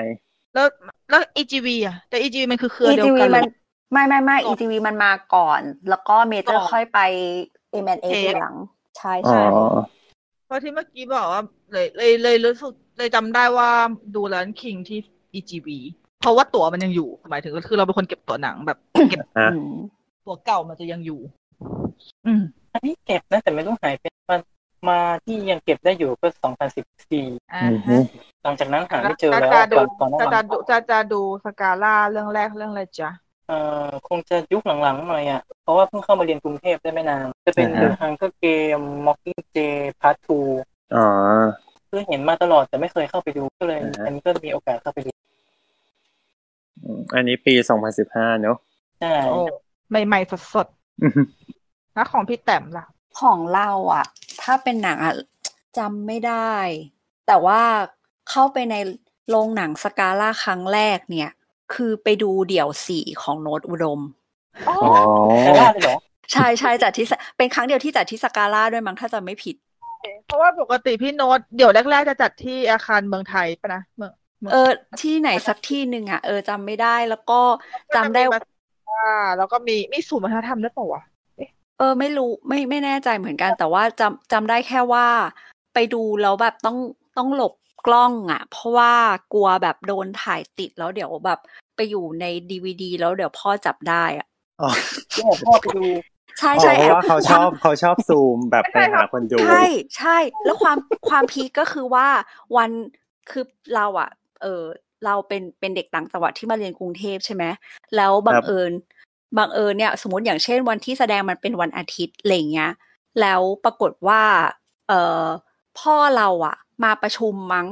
แล้วแล้ว EGV อ่ะแต่ EGV มันคือเครือเดียว ETV กันเหร มั อ นไม่ไม่ไม่ ก่อน ETV มันมาก่อน แล้วก็เมเจอ ก่ ร์ อน ค่อยไป M&A เทป ทีหลัง ใช่ อ๋อ ใช่ เพราะที่เมื่อกี้บอกว่าเลยเลยเลยรู้สึกเลยจำได้ว่าดูแลนคิงที่ EGV เพราะว่าตั๋วมันยังอยู่หมายถึงก็ คือเราเป็นคนเก็บตั๋วหนังแบบ เก็บ อ่ะ อืม ตั๋วเก่ามันจะยังอยู่ อืม นี่เก็บนะแต่ไม่รู้หายไปมันมาที่ยังเก็บได้อยู่ก็สองพันสิบสี่ อ่า อือ ฮะ ฮึ หลังจากนั้นหาไม่เจอแล้ว จะดู ก่อนก่อนหจะน้าหลัง ดูจะจะดูสกาล่าเรื่องแรกเรื่องอะไรจ๊ะ เอ่อคงจะยุคหลังๆหน่อยอ่ะ เพราะว่าเพิ่งเข้ามาเรียนกรุงเทพได้ไม่นาน จะเป็น อ่า The ฮะ Hunger Game Mocking Jay Part 2 อ๋อ คือเห็นมาตลอดแต่ไม่เคยเข้าไปดูก็เลย อ่าฮะ อันนี้ก็มีโอกาสเข้าไปดู อืมอันนี้ปีสองพันสิบห้าเนอะ ใช่ โอ้ใหม่ๆสด อือฮึ ๆแล้วของพี่แต้มล่ะ ของเราอ่ะ ถ้าเป็นหนังอ่ะจำไม่ได้ แต่ว่าเข้าไปในโรงหนังสกาล่าครั้งแรกเนี่ย คือไปดูเดี่ยวสี่ของโนตอุดม อ๋อ แต่ว่าเลยเหรอ ใช่ใช่จัดที่สเป็นครั้งเดียวที่จัดที่สกาล่าด้วยมั้งถ้าจำไม่ผิด เพราะว่าปกติพี่โน้ตเดี๋ยวแรก ๆ จะจัดที่อาคารเมืองไทยปะนะเมืองมืง เออ ที่ไหนสักที่หนึ่งอ่ะเออจำไม่ได้แล้วก็จำได้ ก็จะมีมาอ่าแล้วก็มีมีศูนย์วัฒนธรรมด้วยเปล่าวะ เออไม่รู้ไม่ไม่แน่ใจเหมือนกัน แต่ว่าจำจำได้แค่ว่า ไปดูแล้วแบบต้องต้องหลบกล้องอะ่ะ เพราะว่ากลัวแบบโดนถ่ายติดแล้วเดี๋ยวแบบไปอยู่ในดีวดีแล้วเดี๋ยวพ่อจับได้อะ่ะ อ๋อ ที่ผมพ่อไปดู ใช่ อ๋อ ใช่ เพราะว่า แ เขาชอบเขาชอบซูมแบบไปหาคนดู ใช่ใช่แล้วความ ความพีคก็คือว่าวันคือเราอะเออเราเป็นเป็นเด็กต่างจังหวัดที่มาเรียนกรุงเทพใช่ไหมแล้วบั ค ง รับ เอิญบังเอิญเนี่ย สมมติอย่างเช่นวันที่แสดงมันเป็นวันอาทิตย์อะไรอย่างเงี้ยแล้วปรากฏว่า เออพ่อเราอะมาประชุมมั้ง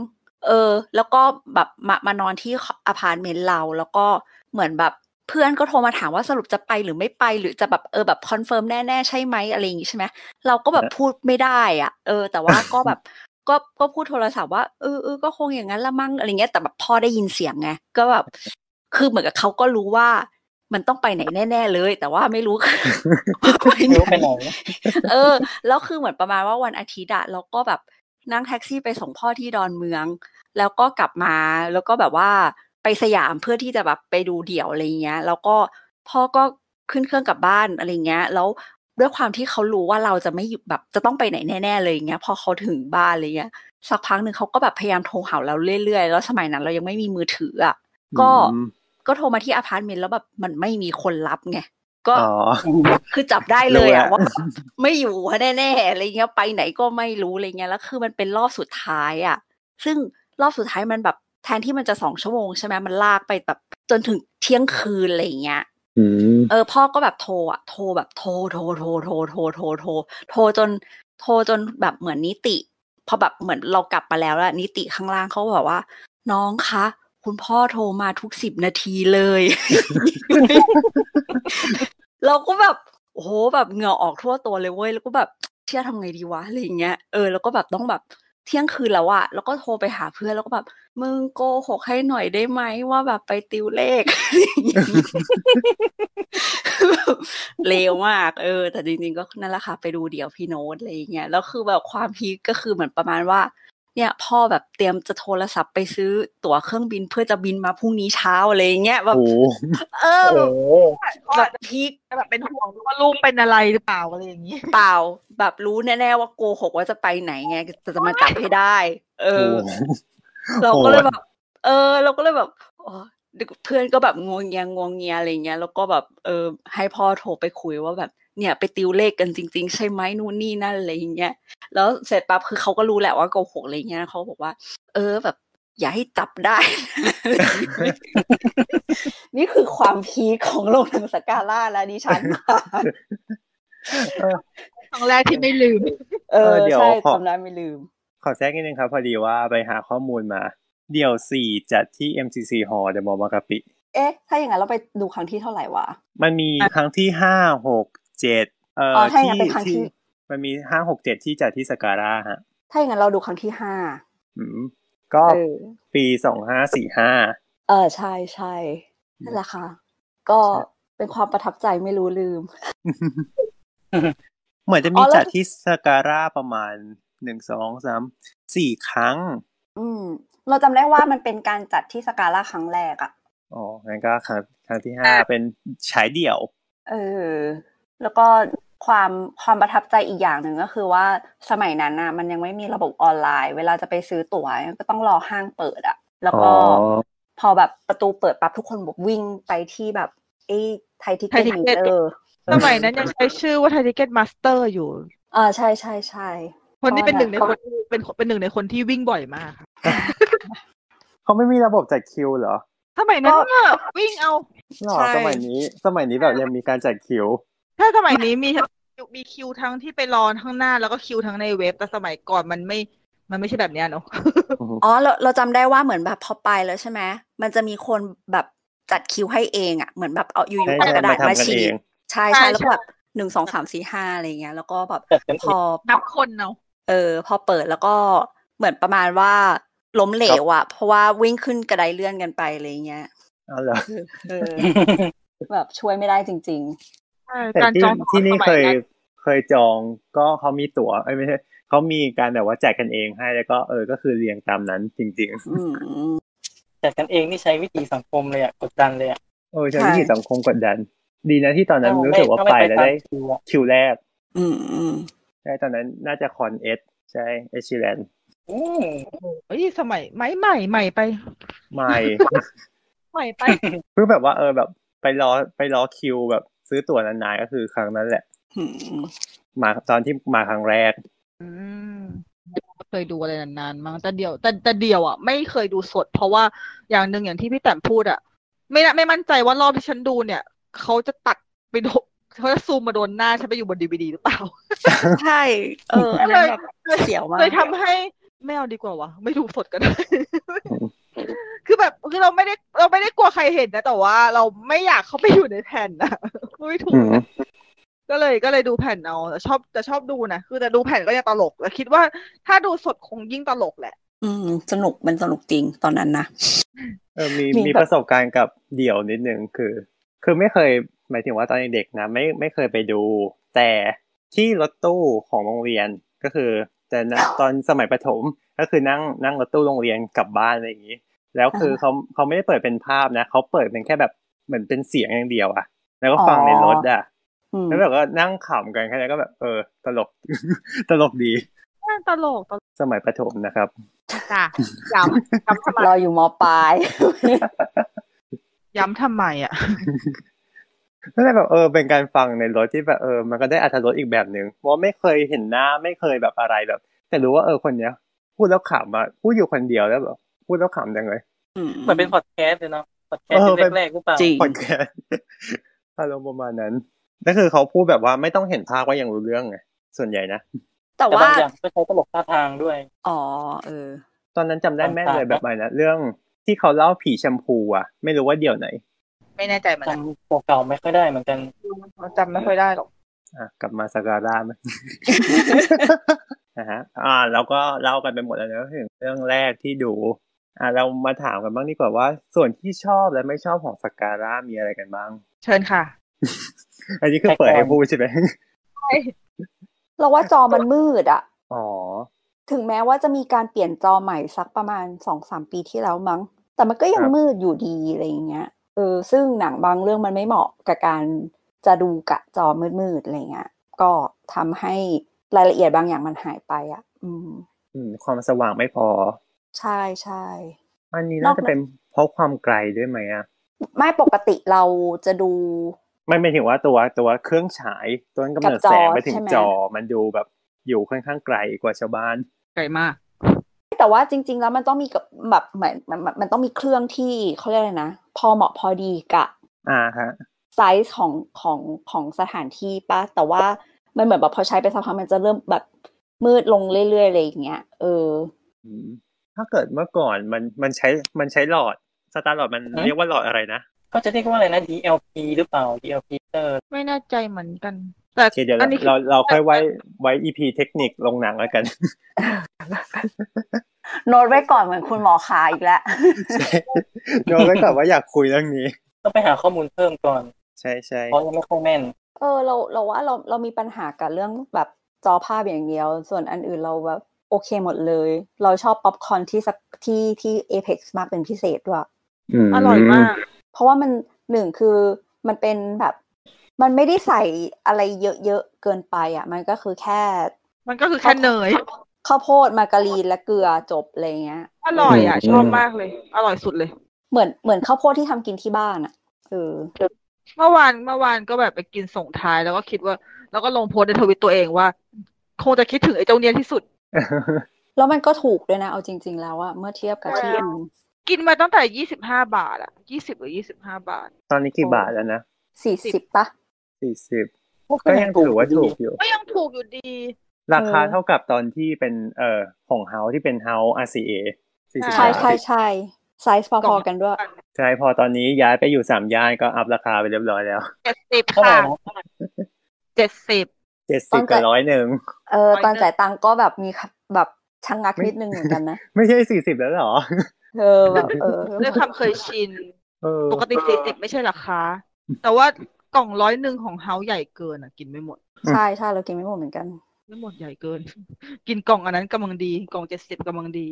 เออ แล้วก็แบบมามานอนที่อพาร์ตเมนต์เราแล้วก็เหมือนแบบเพื่อนก็โทรมาถามว่าสรุปจะไปหรือไม่ไปหรือจะแบบเออแบบคอนเฟิร์มแน่ๆใช่ไหมอะไรอย่างงี้ใช่ไหม เราก็แบบพูดไม่ได้อะเออ แต่ว่าก็แบบ ก็ก็พูดโทรศัพท์ว่าเออเออก็คงอย่างนั้นละมั้งอะไรเงี้ยแต่แบบพ่อได้ยินเสียงไงก็แบบคือเหมือนกับเขาก็รู้ว่า มันต้องไปไหนแน่ ๆ เลย แต่ว่าไม่รู้ ไป ไม่รู้ไปไหน เออ แล้วคือเหมือนประมาณว่าวันอาทิตย์อะเราก็แบบนั่งแท็กซี่ไปส่งพ่อที่ดอนเมือง แล้วก็กลับมาแล้วก็แบบว่าไปสยามเพื่อที่จะแบบไปดูเดี่ยวอะไรเงี้ย แล้วก็พ่อก็ขึ้นเครื่องกลับบ้านอะไรเงี้ย แล้วด้วยความที่เขารู้ว่าเราจะไม่อยู่แบบจะต้องไปไหนแน่ๆเลยอย่างเงี้ย พอเขาถึงบ้านอะไรเงี้ย สักพักหนึ่งเขาก็แบบพยายามโทรหาเราเรื่อยๆ แล้วสมัยนั้นเรายังไม่มีมือถืออ่ะ ก็ อืม ก็โทรมาที่อพาร์ตเมนต์แล้วแบบมันไม่มีคนรับไงก็ อ๋อ คือจับได้เลย รู้ อะ แล้ว ว่าแบบไม่อยู่แน่ๆอะไรเงี้ยไปไหนก็ไม่รู้อะไรเงี้ยแล้วคือมันเป็นรอบสุดท้ายอะซึ่งรอบสุดท้ายมันแบบแทนที่มันจะสองชั่วโมงใช่ไหมมันลากไปแบบจนถึงเที่ยงคืนอะไรเงี้ย อืม เออพ่อก็แบบโทรอะโทรแบบโทรโทรโทรโทรโทรโทรโทรโทรจนโทรจนแบบเหมือนนิติ พอแบบเหมือนเรากลับมาแล้วอะนิติข้างล่างเขาก็บอกว่า น้องคะ คุณพ่อโทรมาทุกสิบนาทีเลย เราก็แบบโอ้โหแบบเหงื่อออกทั่วตัวเลยเว้ยแล้วก็แบบเชื่อทำไงดีวะอะไรอย่างเงี้ยเออแล้วก็แบบต้องแบบเที่ยงคืนแล้วอะแล้วก็โทรไปหาเพื่อนแล้วก็แบบมึงโกหกให้หน่อยได้ไหมว่าแบบไปติวเลข แบบเลวมาก เออ แต่จริงๆก็นั่นแหละค่ะไปดูเดี๋ยวพี่โน้ตอะไรอย่างเงี้ยแล้วคือแบบความพีคก็คือเหมือนประมาณว่า เนี่ยพ่อแบบเตรียมจะโทรศัพท์ไปซื้อตั๋วเครื่องบินเพื่อจะบินมาพรุ่งนี้เช้าอะไรอย่างเงี้ยแบบ โอ้โห เออ โอ้ แบบ โห เขา แบ อาจ บพีค จะแบบเป็นห่วงว่าลูกเป็นอะไรหรือเปล่าอะไรอย่างนี้ เปล่าแบบรู้แน่ๆว่าโกหกว่าจะไปไหนไงแต่จะมาจับให้ได้ เอ โอ้ อ โห เราก็เลย โหด แบบเออ เราก็เลยแบบอ๋อเดี๋ยวเพื่อนก็แบบงวงเงียงวงเงียอะไรเงี้ยแล้วก็แบบเออให้พ่อโทรไปคุยว่าแบบเนี่ยไปติวเลขกันจริง ๆ ใช่ไหมนู่นนี่นั่นอะไรอย่างเงี้ยแล้วเสร็จปั๊บคือเขาก็รู้แหละว่าโกหกอะไรเงี้ยเขาบอกว่า เออแบบ อย่าให้จับได้ นี่คือความพีคของโลกทางสกาล่าและดิฉันค่ะ ครั้งแรกที่ไม่ลืม เอ เอ อ อเดี๋ยว ใช่ ขอ จำได้ไม่ลืม ขอแทรกนิดนึงครับ พอดีว่าไปหาข้อมูลมา เดี่ยวสี่จัดที่ MCC Hall เดอะมอลล์บางกะปิ เอ๊ะ ถ้าอย่างนั้นเราไปดูครั้งที่เท่าไหร่วะ มันมีครั้งที่ห้าหกเจ็ดเอ่อ อถ้าอย่างนั้นที่เป็นครั้งที่ ที่ มันมีห้าหกเจ็ดที่จัดที่สการ่าฮะ ถ้าอย่างนั้นเราดูครั้งที่ห้า อืมก็ เออ ปีสองห้าสี่ห้า เออ ใช่ใช่นั่นแหละค่ะ ก็เป็นความประทับใจไม่รู้ลืม เหมือนจะ อ๋ มี อแล้ว จัดที่สการ่าประมาณหนึ่งสองสามสี่ครั้ง อืม เราจำได้ว่ามันเป็นการจัดที่สกาล่าครั้งแรกอะ อ๋อ งั้นก็ครั้งครั้งที่ห้าเป็นฉายเดี่ยว เออ แล้วก็ความความประทับใจอีกอย่างหนึ่งก็คือว่าสมัยนั้นน่ะ มันยังไม่มีระบบออนไลน์ เวลาจะไปซื้อตั๋วก็ต้องรอห้างเปิดอะแล้วก็ อ๋อ พอแบบประตูเปิดปั๊บทุกคนแบบวิ่งไปที่แบบไอ้ไทยทิเก็ต Thai Ticket เออ สมัยนั้นยังใช้ชื่อว่าไทยทิเก็ตมาสเตอร์อยู่ อ่าใช่ใช่ใช่ คนที่เป็นหนึ่งใน เขา คนที่เป็นคนเป็นหนึ่งในคนที่วิ่งบ่อยมากค่ะ เขาไม่มีระบบจัดคิวเหรอ สมัยนั้นก็วิ่งเอา หรอ ใช่ สมัยนี้สมัยนี้แบบยังมีการจัดคิว ถ้าสมัยนี้มีมีคิวทั้งที่ไปรอข้างหน้าแล้วก็คิวทั้งในเว็บแต่สมัยก่อนมันไม่มันไม่ใช่แบบเนี้ยเนาะ อ๋อเราเราจำได้ว่าเหมือนแบบพอไปแล้วใช่ไหมมันจะมีคนแบบจัดคิวให้เองอ่ะเหมือนแบบเอาอยู่ ใช่ ๆเอากระดาษ ใช่มามาทำกัน ฉี เอก ง ใช่ ใช่ ใช่แล้วก็ ใช่ แบบหนึ่งสองสามสี่ห้าอะไรเงี้ย แล้วก็แบบ จัดกัน พ เอง อ นับคนเนาะ เออพอเปิดแล้วก็เหมือนประมาณว่าล้มเหลวอะเพราะว่าวิ่งขึ้นกระไดเลื่อนกันไปอะไรเงี้ย อ๋อเหรอ เอ อ แบบช่วยไม่ได้จริง ใช่ แต่ การ ที่ จอง ที่นี่ สมั เคย นั้น เคยจองก็เขามีตั๋วเอ้ยไม่ใช่เขามีการแบบว่าแจกกันเองให้แล้วก็เออก็คือเรียงตามนั้นจริง ๆ อืม จัดกันเองนี่ใช้วิธีสังคมเลยอะกดดันเลยอะ ๆ โอ้ยใช้ ใช่ วิธีสังคมกดดัน ดีนะที่ตอนนั้นรู้สึกว่า ถ้ ไปแล้ว ตม ได้ คิวอะ คิวแรก อืมอืม ใช่ตอนนั้นน่าจะคอนเอสใช่เอชิแลน อืม เอ้ยสมัยใหม่ใหม่ใหม่ไป ไม่ ใหม่ไป เพื่อแบบว่าเออแบบไปรอไปรอคิวแบบซื้อตั๋วนานๆก็คือครั้งนั้นแหละ อื ม มาตอนที่มาครั้งแรก อืมเคยดูอะไรนานๆมั้งแต่เดียว แต่แต่เดียวอ่ะไม่เคยดูสด เพราะว่าอย่างหนึ่งอย่างที่พี่แต้มพูดอ่ะ ไม่น่าไม่มั่นใจว่ารอบที่ฉันดูเนี่ยเขาจะตัดไปโดนเขาจะซูมมาโดนหน้าฉันไปอยู่บนดีวดีหรือเปล่า ใช่เอออันนั้นแบบเสียวมาก เลยทำให้ไม่เอาดีกว่าวะไม่ดูสดก็ได้ คือแบบคือเราไม่ได้เราไม่ได้กลัวใครเห็นนะ แต่ว่าเราไม่อยากเขาไปอยู่ในแผ่นนะ ไม่ถูก อืม ก็เลยก็เลยดูแผ่นเอาแต่ชอบแต่ชอบดูนะคือแต่ดูแผ่นก็ยังตลกแต่คิดว่าถ้าดูสดคงยิ่งตลกแหละ อืมสนุกมันสนุกจริงตอนนั้นนะ เออมี มี มี แบบ ประสบการณ์กับเดี่ยวนิดนึงคือ คือไม่เคยหมายถึงว่าตอนเด็กๆนะไม่ไม่เคยไปดู แต่ที่รถตู้ของโรงเรียนก็คือ แต่นะตอนสมัยประถมก็คือนั่งนั่งรถตู้โรงเรียนกลับบ้านอะไรอย่างนี้ แล้วคือเขาเขาไม่ได้เปิดเป็นภาพนะเขาเปิดเป็นแค่แบบเหมือนเป็นเสียงอย่างเดียวอะแล้วก็ฟังในรถอะ อืม แล้วแบบก็นั่งขำกันแค่นั้นก็แบบ เออ ตลก ตลกดี ตลกตลก สมัยประถมนะครับ จ้ะย้ำย้ำทำไม รออยู่มปลาย ย้ำทำไมอ่ะ นั่นแหละแบบเออเป็นการฟังในรถที่แบบเออมันก็ได้อัธรสอีกแบบหนึ่งเพราะว่าไม่เคยเห็นหน้าไม่เคยแบบอะไรแบบ แต่รู้ว่าเออคนเนี้ย พูดแล้วขำอะพูดอยู่คนเดียวแล้วแบบพูดแล้วขำจังเลย อื เหมือนเป็นพอดแคสต์เลยเนาะพอดแคส เอ ต์ อเป็น แรกๆหรือเปล่า จริง คนแก่อารมณ์ประมาณนั้นนั่นคือเขาพูดแบบว่าไม่ต้องเห็นภาพก็ยังรู้เรื่องไงส่วนใหญ่นะ แต่ แต่ ว่า บางอย่างก็ใช้ตลกท่าทางด้วย อ๋อเออ ตอนนั้นจำได้แม่นเลย ต่าแบงๆนะบไหนนะเรื่องที่เขาเล่าผีแชมพูอะไม่รู้ว่าเดี่ยวไหน ไม่แน่ใจเหมือน จ กัน ำเก่าๆไม่ค่อยได้เหมือนกัน จำไม่ค่อยได้หรอก อ่ะกลับมาสการ่าไหม นะฮะอ่าเราก็เล่ากันไปหมดแล้วนะถึงเรื่องแรกที่ดู อ่าเรามาถามกันบ้างดีกว่าว่า ส่วนที่ชอบและไม่ชอบของสกการ่ามีอะไรกันบ้าง เชิญค่ะ อันนี้คือเปิดให้พูดใช่ไหม เราว่าจอมันมืดอะ อ๋อ ถึงแม้ว่าจะมีการเปลี่ยนจอใหม่สักประมาณสองสามปีที่แล้วมั้ง แต่มันก็ยัง ครับ มืดอยู่ดีอะไรอย่างเงี้ย เออ ซึ่งหนังบางเรื่องมันไม่เหมาะกับการจะดูกะจอมืดๆอะไรเงี้ย ก็ทำให้รายละเอียดบางอย่างมันหายไปอะ่ะ อืม อืม ความสว่างไม่พอ ใช่ใช่ อันนี้น่าจะเป็นเพราะความไกลด้วยไหมอ่ะ ไม่ปกติเราจะดู ไม่หมายถึงว่าตัวตัวเครื่องฉายตัวกำเนิกัดบจอ แสงไปถึง ใช่ไหม จอมันดูแบบอยู่ค่อนข้างไกลกว่าชาวบ้าน ไกลมาก แต่ว่าจริง ๆ แล้วมันต้องมีกับแบบเหมือนมันมันมันต้องมีเครื่องที่เขาเรียกอะไรนะ พอเหมาะพอดีกะ อ่าฮะ ไซส์ของของของสถานที่ปะแต่ว่ามันเหมือนแบบพอใช้ไปสักพักมันจะเริ่มแบบมืดลงเรื่อยๆอะไรอย่างเงี้ยเออ อืมถ้าเกิดเมื่อก่อนมันมันใช้มันใช้หลอดสตาร์หลอดมัน อืม เรียกว่าหลอดอะไรนะ เขาจะเรียกว่าอะไรนะ DLP หรือเปล่า DLP เตอร์ ไม่แน่ใจเหมือนกัน แต่ โอเคเดี๋ยว อั เรา นนี้คือ เราเราค่อยไว้ไว้ EP เทคนิคลงหนังแล้วกัน โน้ตไว้ก่อนเหมือนคุณหมอขาอีกแล้ว โน้ตไว้ก่อนว่าอยากคุยเรื่องนี้ ต้องไปหาข้อมูลเพิ่มก่อน ใช่ใช่ เพราะยังไม่ค่อยแม่น เออเราเราว่าเราเรามีปัญหากับเรื่องแบบจอภาพอย่างเดียว ส่วนอันอื่นเราแบบโอเคหมดเลย เราชอบป๊อปคอร์นที่สักที่ที่เอเพ็กซ์มากเป็นพิเศษด้วย อร่อยมาก เพราะว่ามันหนึ่งคือมันเป็นแบบ มันไม่ได้ใส่อะไรเยอะๆเกินไปอ่ะ มันก็คือแค่ มันก็คือแค่เนย ข้าวโพดมาการีนและเกลือจบอะไรเงี้ย อร่อยอ่ะ ชอบมากเลย อร่อยสุดเลย เหมือนเหมือนข้าวโพดที่ทำกินที่บ้านอ่ะเออ เมื่อวานเมื่อวานก็แบบไปกินส่งท้ายแล้วก็คิดว่า แล้วก็ลงโพสต์ในทวิตตัวเองว่า คงจะคิดถึงไอ้เจ้าเนี้ยที่สุด แล้วมันก็ถูกด้วยนะ เอาจริง ๆ แล้วอะเมื่อเทียบกับที่อื่น กินมาตั้งแต่ยี่สิบห้าบาทอะยี่สิบหรือยี่สิบห้าบาท ตอนนี้กี่บาทแล้วนะ สี่สิบปะ สี่สิบก็ยังถือว่าถูกอยู่ ก็ยังถูกอยู่ดี ราคา เออ เท่ากับตอนที่เป็นเอ่อของเฮาที่เป็นเฮา RCA สี่สิบ ใช่ บาท ใช่ใช่ไซส์พ กล่ อ อง ๆกันด้วย ใช่พอตอนนี้ย้ายไปอยู่สามย่านก็อัพราคาไปเรียบร้อยแล้ว เจ็ดสิบ เท่าไหร่ ค่ะ นะ เจ็ดสิบ เจ็ด ต้ สิ อบ ง กับ จ่าย ร้อยหนึ่ง เออ ร้อย ตอนจ่ายตังค์ก็แบบมีแบบชะงงัก ไม่ นิดนึงเหมือนกันนะ ไม่ใช่สี่สิบแล้วเหรอ เออแบบเออ ด้วยความเคยชิน เออ ปกติสี่สิบไม่ใช่เหราคา แต่ว่ากล่องร้อยหนึ่งของเฮาใหญ่เกินอ่ะ กินไม่หมด ใช่ใช่เรากินไม่หมดเหมือนกัน ไม่หมดใหญ่เกิน กินกล่องอันนั้นกำลังดี กล่องเจ็ดสิบกำลังดี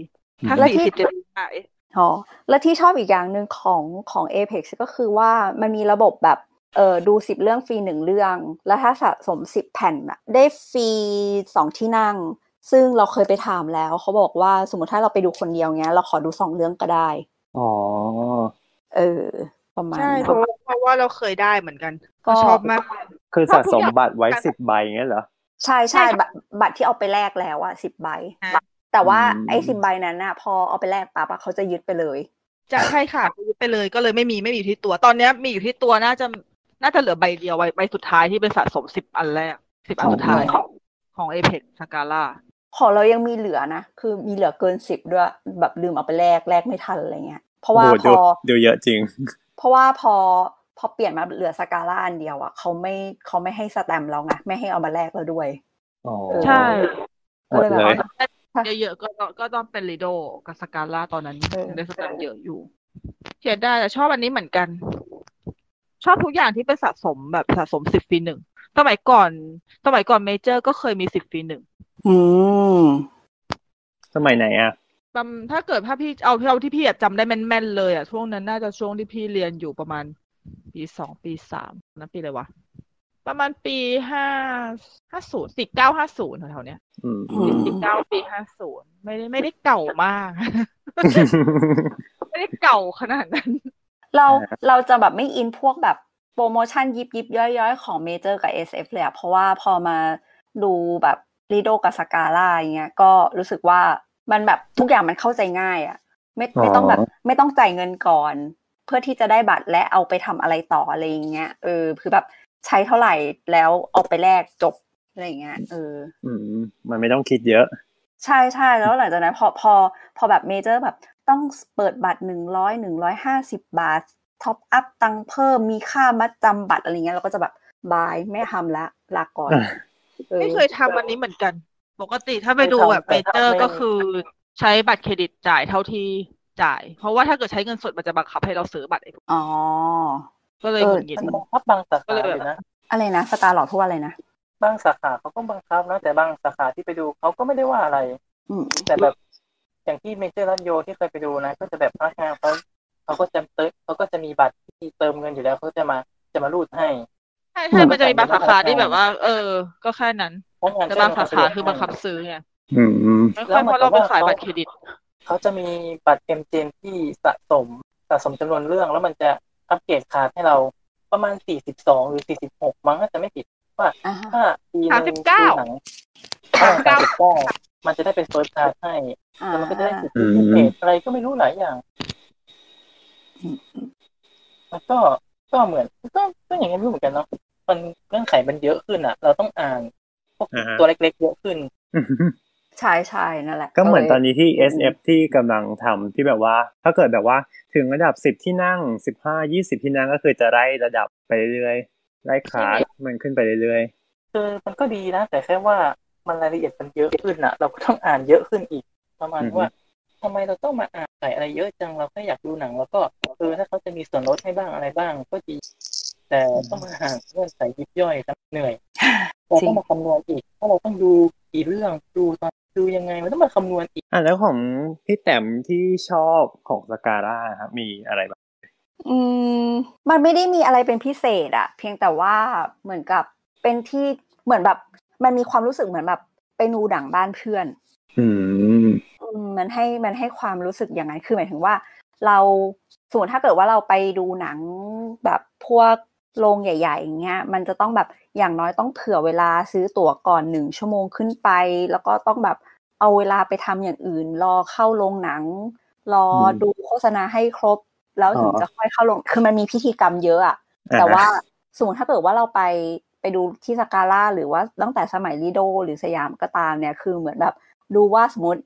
ถ้า แล้ว สี่ ที่ สิบจะขาย อ๋อและที่ชอบอีกอย่างหนึ่งของของ Apex ก็คือว่ามันมีระบบแบบเออดูสิบเรื่องฟรีหนึ่งเรื่อง แล้วถ้าสะสมสิบแผ่นอะได้ฟรีสองที่นั่ง ซึ่งเราเคยไปถามแล้ว เขาบอกว่าสมมติถ้าเราไปดูคนเดียวเงี้ย เราขอดูสองเรื่องก็ได้ อ๋อ เออ ประมาณ ใช่เพ นั้น ราะเพราะว่าเราเคยได้เหมือนกัน ก็ ก็ชอบมาก คือสะสมบัตรไว้ การ สิบใบเงี้ยเหรอ ใช่ ใช่ ใช่ ค่ะ บัตรบัตรที่เอาไปแลกแล้วอะสิบใบ อ่า แต่ว่า อืม ไอ้สิบใบนั้นอะพอเอาไปแลกปั๊บอะเขาจะยึดไปเลย จะใช่ค่ะยึดไปเลยก็เลยไม่มีไม่มีอยู่ที่ตัว ตอนเนี้ยมีอยู่ที่ตัวน่าจะน่าจะเหลือใบเดียวใบใบสุดท้ายที่เป็นสะสมสิบอันแรกสิบอันสุดท้ายของเอเพ็กสกาล่า ของเรายังมีเหลือนะ คือมีเหลือเกินสิบด้วยแบบลืมเอาไปแลกแลกไม่ทันอะไรเงี้ย เพราะว่า โอ้พโหดู อ ดูเยอะจริง เพราะว่าพอพอเปลี่ยนมาเหลือสกาล่าอันเดียวอะเขาไม่เขาไม่ให้สแตมป์เราไงไม่ให้เอามาแลกเราด้วย อ๋อ ใช่ หมดเลย เยอะๆก็ต้องก็ต้องเป็นลิโดกับสกาล่าตอนนั้น เออ ถึงได้สแตมป์เยอะอยู่เขียนได้แต่ชอบอันนี้เหมือนกัน ชอบทุกอย่างที่เป็นสะสมแบบสะสมสิบฟีหนึ่งสมัยก่อน สมัยก่อนเมเจอร์ก็เคยมีสิบฟีหนึ่ง อืม สมัยไหนอ่ะ ประมาณถ้าเกิดถ้าพี่เอาเอาที่พี่อะจำได้แม่นๆเลยอ่ะช่วงนั้นน่าจะช่วงที่พี่เรียนอยู่ประมาณ ปีสองปีสามนะปีอะไรวะประมาณปีห้าห้าศูนย์สี่เก้าห้าศูนย์แถวๆเนี้ย อืม อืม สี่เก้าปีห้าศูนย์ไม่ได้ไม่ได้เก่ามาก ไม่ได้เก่าขนาดนั้น เรา อ่า เราจะแบบไม่อินพวกแบบโปรโมชั่นยิบยิบย่อยย่อยๆ ของเมเจอร์กับ SF เลยอะเพราะว่าพอมาดูแบบลีโดกับสกาล่าอย่างเงี้ยก็รู้สึกว่ามันแบบทุกอย่างมันเข้าใจง่ายอะไม่ไม่ต้องแบบไม่ต้องจ่ายเงินก่อน เพื่อที่จะได้บัตรและเอาไปทำอะไรต่ออะไรอย่างเงี้ยเออคือแบบใช้เท่าไหร่แล้วเอาไปแลกจบอะไรอย่างเงี้ยเออ อืม มันไม่ต้องคิดเยอะ ใช่ใช่แล้วหลังจากนั้นพอพอพอแบบเมเจอร์แบบต้องเปิดบัตรหนึ่งร้อยหนึ่งร้อยห้าสิบบาทท็อปอัพตังค์เพิ่มมีค่ามัดจำบัตรอะไรเงี้ยเราก็จะแบบบายไม่ทำละลาก่อน อ่ะ ออ ไม่เคยทำอันนี้เหมือนกัน ปกติถ้าไปดูแบบเม ไม่ทำ เจอร์ ไม่ ก็คือใช้บัตรเครดิตจ่ายเท่าที่จ่าย เพราะว่าถ้าเกิดใช้เงินสดมันจะบังคับให้เราซื้อบัตรไอ้พวก อ๋อ ก็เลย เอ ห อ งุดหงิด มั บังคับบางสาขาเลยนะ อะไรนะสตาร์หลอดพูดว่าอะไรนะ บางสาขาเขาก็บังคับนะ แต่บางสาขาที่ไปดูเขาก็ไม่ได้ว่าอะไร อืม แต่แบบอย่างที่เมเจอร์รัตโยที่เคยไปดูนะ ก็จะแบบพนักงานเขาเขาก็จะเติเขาก็จะมีบัตรที่เติมเงินอยู่แล้วเขาจะมาจะมารูดให้ ใช่ใช่มันจะมีบางสาขาที่ ใช่ แบบว่า เออ ก็แค่นั้น พนักงาน แต่บางช่วยทำ สา ประโย ขา ชน์ คือบังคับซื้อไง อืม ไม่ค่อยเพราะเราเป็นสายบัตรเครดิต เขาจะมีบัตรเอ็มเจนที่สะสมสะสมจำนวนเรื่อง แล้วมันจะอัปเกรดคาร์ดให้เราประมาณ 42 หรือ 46 มั้งถ้าจะไม่ผิดว่า อ่าฮะ ถ้าปีหนึง 39 ดูหนังถ้า39มันจะได้เป็นเฟิร์สคาร์ดให้ อ่า แล้วมันก็จะได้สิท อื ธิ ม พิเศษอะไรก็ไม่รู้หลายอย่าง มันก็ก็เหมือนก็ก็อย่างนี้รู้เหมือนกันเนาะมันเงื่อนไขมันเยอะขึ้นอ่ะ เราต้องอ่านพวก อ่าฮะ ตัวเล็กๆเยอะขึ้น ใช่ใช่นั่นแหละ ก็เหมือน ลย ตอนนี้ที่ SF ที่กำลังทำที่แบบว่า ถ้าเกิดแบบว่าถึงระดับสิบที่นั่งสิบห้ายี่สิบที่นั่งก็คือจะไล่ระดับไปเรื่อยๆไล่คลาสมันขึ้นไปเรื่อย คือมันก็ดีนะ แต่แค่ว่ามันรายละเอียดมันเยอะขึ้นอ่ะ เราก็ต้องอ่านเยอะขึ้นอีก ประมาณว่าทำไมเราต้องมาอ่านใส่อะไรเยอะจังเราแค่อยากดูหนัง แล้วก็เออถ้าเขาจะมีส่วนลดให้บ้างอะไรบ้าง ก็ดี แต่ต้องมาอ่านเงื่อนไขยิบย่อยครับเหนื่อยเราต้องมาคำนวณอีกว่าเราต้องดูกี่เรื่องดูตอนดูยังไงมันต้องมาคำนวณอีก ๆอ่ะแล้วของพี่แต้มที่ชอบของสการ่าครับมีอะไรบ้าง อืม มันไม่ได้มีอะไรเป็นพิเศษอะเพียงแต่ว่าเหมือนกับเป็นที่เหมือนแบบมันมีความรู้สึกเหมือนแบบไปดูหนังบ้านเพื่อน อืม อืมมันให้มันให้ความรู้สึกอย่างนั้นคือหมายถึงว่า เราสมมติถ้าเกิดว่าเราไปดูหนังแบบพวก โรงใหญ่ๆอย่างเงี้ยมันจะต้องแบบอย่างน้อยต้องเผื่อเวลาซื้อตั๋วก่อนหนึ่งชั่วโมงขึ้นไป แล้วก็ต้องแบบเอาเวลาไปทำอย่างอื่น รอเข้าโรงหนัง รออ ม ดูโฆษณาให้ครบ แล้วถึง อ๋อ จะค่อยเข้าโรงคือมันมีพิธีกรรมเยอะอะ อ่ะ แต่ว่าสมมติถ้าเกิดว่าเราไปไปดูที่สกาล่าหรือว่าตั้งแต่สมัยลีโดหรือสยามก็ตามเนี่ยคือเหมือนแบบดูว่าสมมติ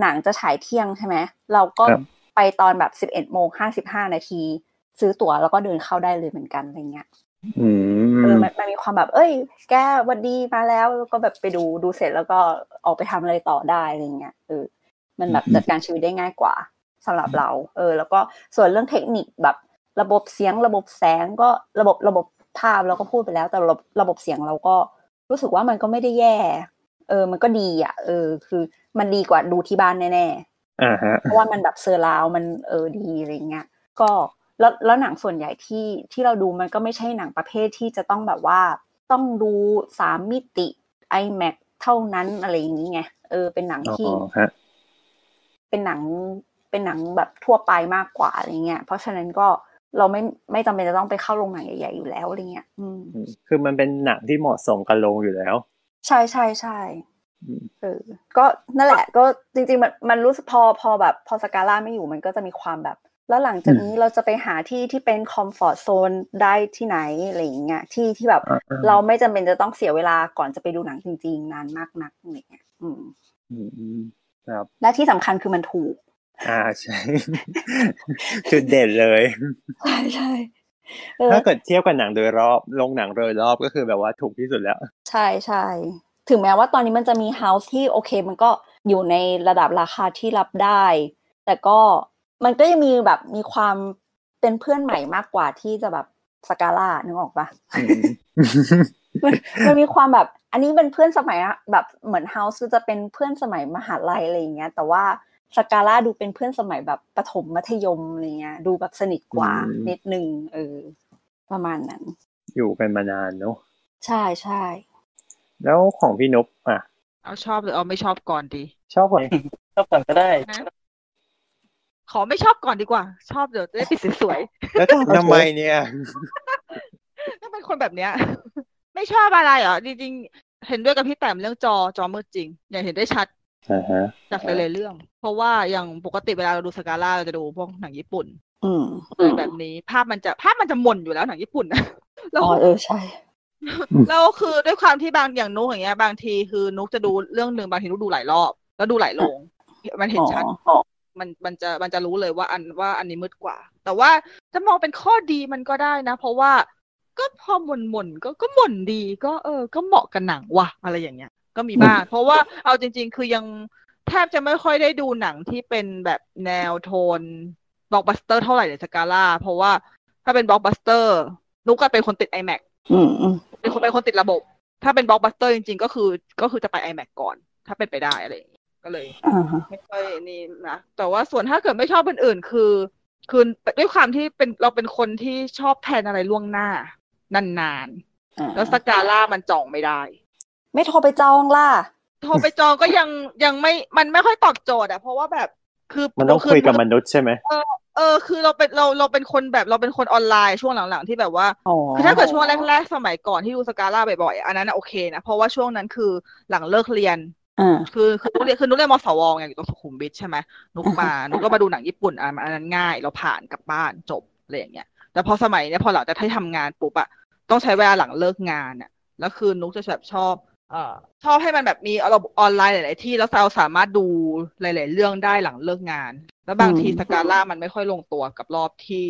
หนังจะฉายเที่ยงใช่ไหมเราก็ ครับ ไปตอนแบบสิบเอ็ดโมงห้าสิบห้านาที ซื้อตั๋วแล้วก็เดินเข้าได้เลยเหมือนกันอะไรเงี้ย อื เออ ม มันมันมีความแบบ เอ้ย แกวันดีมาแล้วแล้วก็แบบไปดูดูเสร็จแล้วก็ออกไปทำอะไรต่อได้อะไรเงี้ยเออมันแบบจัดการชีวิตได้ง่ายกว่าสำหรับเรา เออ แล้วก็ส่วนเรื่องเทคนิคแบบ ระบบเสียงระบบแสงก็ระบบระบบภาพเราก็พูดไปแล้ว แต่ระบบระบบเสียงเราก็รู้สึกว่ามันก็ไม่ได้แย่ เออ มันก็ดีอ่ะ เออ คือมันดีกว่าดูที่บ้านแน่ อ่าฮะ ๆเพราะว่ามันแบบเซอร์ราวด์มันเออดีอะไรเงี้ยก็แล้วแล้วหนังส่วนใหญ่ที่ที่เราดูมันก็ไม่ใช่หนังประเภทที่จะต้องแบบว่า ต้องดูสามมิติ iMac เท่านั้นอะไรอย่างนี้ไงเออเป็นหนัง อ๋อ ที่ ฮะ เป็นหนังเป็นหนังแบบทั่วไปมากกว่าอะไรเงี้ย เพราะฉะนั้นก็เราไม่ไม่จำเป็นจะต้องไปเข้าโรงหนังใหญ่ๆอยู่แล้วอะไรเงี้ยอืม คือมันเป็นหนังที่เหมาะสมกับโรงอยู่แล้ว ใช่ใช่ใช่ อืม เออก็นั่นแหละ ก็จริงๆมันมันรู้สึกพอพอแบบ พอสกาล่าไม่อยู่มันก็จะมีความแบบ แล้วหลังจากนี้เราจะไปหาที่ที่เป็นคอมฟอร์ z โซนได้ที่ไหนอะไรอย่างเงี้ยที่ที่แบบ อ่า เราไม่จำเป็นจะต้องเสียเวลาก่อนจะไปดูหนังจริงๆนานมากนักอะไรเงี้ยอืม อืม และที่สำคัญคือมันถูก อ่าใช่ จุดเด่นเลย ใช่ใช่เออ ถ้าเกิดเทียบกับหนังโดยรอบโรงหนังโดยรอบก็คือแบบว่าถูกที่สุดแล้ว ใช่ใช่ถึงแม้ว่าตอนนี้มันจะมีเฮาส์ที่โอเค มันก็อยู่ในระดับราคาที่รับได้ แต่ก็มันก็ยังมีแบบมีความเป็นเพื่อนใหม่มากกว่าที่จะแบบสกาล่านึกออกปะ อืม มันมันมีความแบบอันนี้เป็นเพื่อนสมัยอะแบบเหมือนเฮาส์จะเป็นเพื่อนสมัยมหาลัยอะไรอย่างเงี้ย แต่ว่าสกาล่าดูเป็นเพื่อนสมัยแบบประถมมัธยมอะไรเงี้ยดูแบบสนิทกว่า อืม นิดนึงเออประมาณนั้น อยู่กันมานานเนอะ ใช่ใช่ แล้วของพี่นบอ่ะ เอาชอบหรือเอาไม่ชอบก่อนดี ชอบคน ชอบก่อนก็ได้ นะ ขอไม่ชอบก่อนดีกว่า ชอบเดี๋ยวจะได้ปิดสวย แล้วทำไมเนี่ย ๆ ถ้าเป็นคนแบบเนี้ย ไม่ชอบอะไรเหรอจริงๆเห็นด้วยกับพี่แต้มเรื่องจอจอมืดจริง อย่างเห็นได้ชัด อ่าฮะ จากหลายๆเรื่อง เพราะว่าอย่างปกติเวลาเราดูสกาล่าเราจะดูพวกหนังญี่ปุ่น อืม อะไรแบบนี้ ภาพมันจะภาพมันจะหม่นอยู่แล้วหนังญี่ปุ่นนะ แล้ว อ๋อเออใช่ แล้วคือด้วยความที่บางอย่างนุกอย่างเงี้ยบางทีคือนุกจะดูเรื่องหนึ่งบางทีนุกดูหลายรอบ แล้วดูหลายโรงมันเห็นชัด อ๋อ มันมันจะมันจะรู้เลยว่าอันว่าอันนี้มืดกว่า แต่ว่าจะมองเป็นข้อดีมันก็ได้นะ เพราะว่าก็พอหม่นหม่นๆก็ก็หม่นดี ก็เออ ก็เหมาะกับหนังว่ะอะไรอย่างเงี้ย ก็มีบ้าง เพราะว่าเอาจริง ๆ คือยังแทบจะไม่ค่อยได้ดูหนังที่เป็นแบบแนวโทนบล็อกบัสเตอร์เท่าไหร่ในสกาล่าเพราะว่าถ้าเป็นบล็อกบัสเตอร์นุกก็เป็นคนติด iMac อืมอืม เป็นคนเป็นคนติดระบบ ถ้าเป็นบล็อกบัสเตอร์จริงๆ ก็คือก็คือจะไป iMac ก่อน ถ้าเป็นไปได้อะไรอย่างเงี้ยก็เลย อ่าฮะ ไม่ค่อยนี่นะแต่ว่าส่วนถ้าเกิดไม่ชอบเป็นอื่นคือ คือด้วยความที่เป็นเราเป็นคนที่ชอบแพลนอะไรล่วงหน้านาน อ่า ๆ แล้วสกาล่ามันจองไม่ได้ ไม่โทรไปจองล่ะ โทรไปจองก็ยังยังไม่มันไม่ค่อยตอบโจทย์อะเพราะว่าแบบคือ มันต้องคุยกับมนุษย์ใช่ไหม เออคือเราเป็นเราเราเป็นคนแบบเราเป็นคนออนไลน์ช่วงหลังๆ ที่แบบว่า อ๋อ คือถ้าเกิดช่วงแรกๆสมัยก่อนที่ดูสกาล่าบ่อยๆอันนั้นอะโอเคนะเพราะว่าช่วงนั้นคือหลังเลิกเรียน อ่า คือคือนุกเรียนคือนุกเรียนมสวไงอยู่ตรงสุขุมวิทใช่ไหมนุก มานุกก็มาดูหนังญี่ปุ่นอ่ะอันนั้นง่ายเราผ่านกลับบ้านจบอะไรอย่างเงี้ยแต่พอสมัยเนี้ยพอหลังจากที่ทำงานปุ๊บอะต้องใช้เวลาหลังเลิกงานอะแล้วคือนุกจะแบบชอบเอ่อชอบให้มันแบบมีระบบออนไลน์หลาย ๆ ที่แล้วเราสามารถดูหลาย ๆ เรื่องได้หลังเลิกงาน แล้วบางที อืม สกาล่ามันไม่ค่อยลงตัวกับรอบที่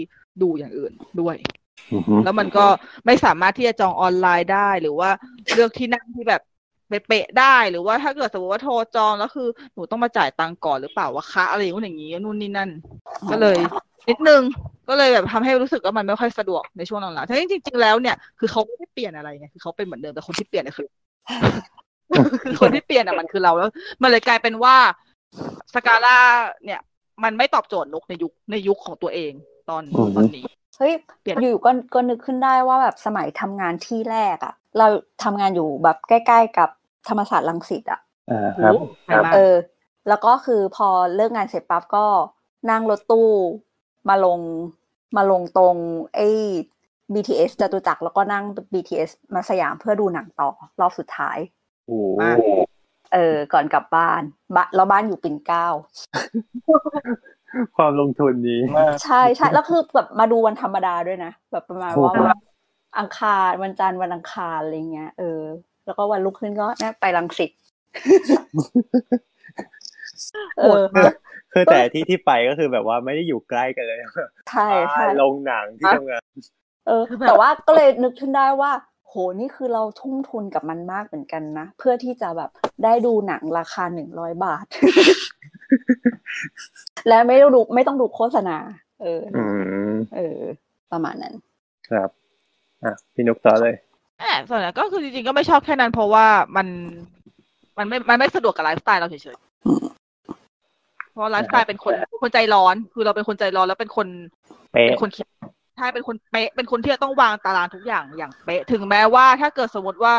ดูอย่างอื่นด้วย อือฮึ แล้วมันก็ไม่สามารถที่จะจองออนไลน์ได้หรือว่าเลือกที่นั่งที่แบบเป๊ะๆได้ หรือว่าถ้าเกิดสมมติว่าโทรจองแล้วคือหนูต้องมาจ่ายตังค์ก่อนหรือเปล่าวะคะอะไรอย่างนู้นอย่างนี้นู่นนี่นั่น ก็เลยนิดนึงก็เลยแบบทำให้รู้สึกว่ามันไม่ค่อยสะดวกในช่วงหลังๆทั้งที่จริงๆแล้วเนี่ยคือเขาไม่ได้เปลี่ยนอะไรไงคือเขาเป็นเหมือนเดิมแต่คนที่เปลี่ยนเนี่ยคือ คือคนที่เปลี่ยนอ่ะมันคือเราแล้ว มันเลยกลายเป็นว่าสกาล่าเนี่ย มันไม่ตอบโจทย์นกในยุคในยุคของตัวเองตอนตอนนี้ เฮ้ย เปลี่ยน อยู่ๆก็ก็นึกขึ้นได้ว่าแบบสมัยทำงานที่แรกอ่ะ เราทำงานอยู่แบบใกล้ ๆ กับธรรมศาสตร์รังสิตอ่ะ อ่าครับ โอ้โหใครมา เออ แล้วก็คือพอเลิกงานเสร็จปั๊บก็นั่งรถตู้มาลงมาลงตรงไอ้ BTS จตุจักรแล้วก็นั่ง BTS มาสยามเพื่อดูหนังต่อ รอบสุดท้าย โอ้โห มาก เออ ก่อนกลับบ้านบ้านแล้วบ้านอยู่ปิ่นเกล้า ความลงทุนนี้ มาก ใช่ใช่แล้วคือแบบมาดูวันธรรมดาด้วยนะ แบบประมาณว่าวันอังคารวันจันทร์วันอังคารอะไรเงี้ยเออ แล้วก็วันลุกขึ้นก็เนี่ยไปรังสิตเออ คือแต่ที่ที่ไปก็คือแบบว่าไม่ได้อยู่ใกล้กันเลย ใช่ใช่ บ้านลงหนังที่ทำงาน เออ แต่ว่าก็เลยนึกขึ้นได้ว่า โหนี่คือเราทุ่มทุนกับมันมากเหมือนกันนะ เพื่อที่จะแบบได้ดูหนังราคาหนึ่งร้อยบา ท และไม่ต้องดูไม่ต้องดูโฆษณา เออ อืม เออ ประมาณนั้น ครับอ่ะพี่นุกต่อเลย แอบส่วนใหญ่ก็คือจริงๆก็ไม่ชอบแค่นั้นเพราะว่ามันมันไม่มันไม่สะดวกกับไลฟ์สไตล์เราเฉยๆเพราะไลฟ์สไตล์เป็นคนคนใจร้อน คือเราเป็นคนใจร้อนแล้วเป็นคน เป๊ะ เป็นคนคิดใช่เป็นคนเป๊ะเป็นคนที่จะต้องวางตารางทุกอย่างอย่างเป๊ะ ถึงแม้ว่าถ้าเกิดสมมติว่า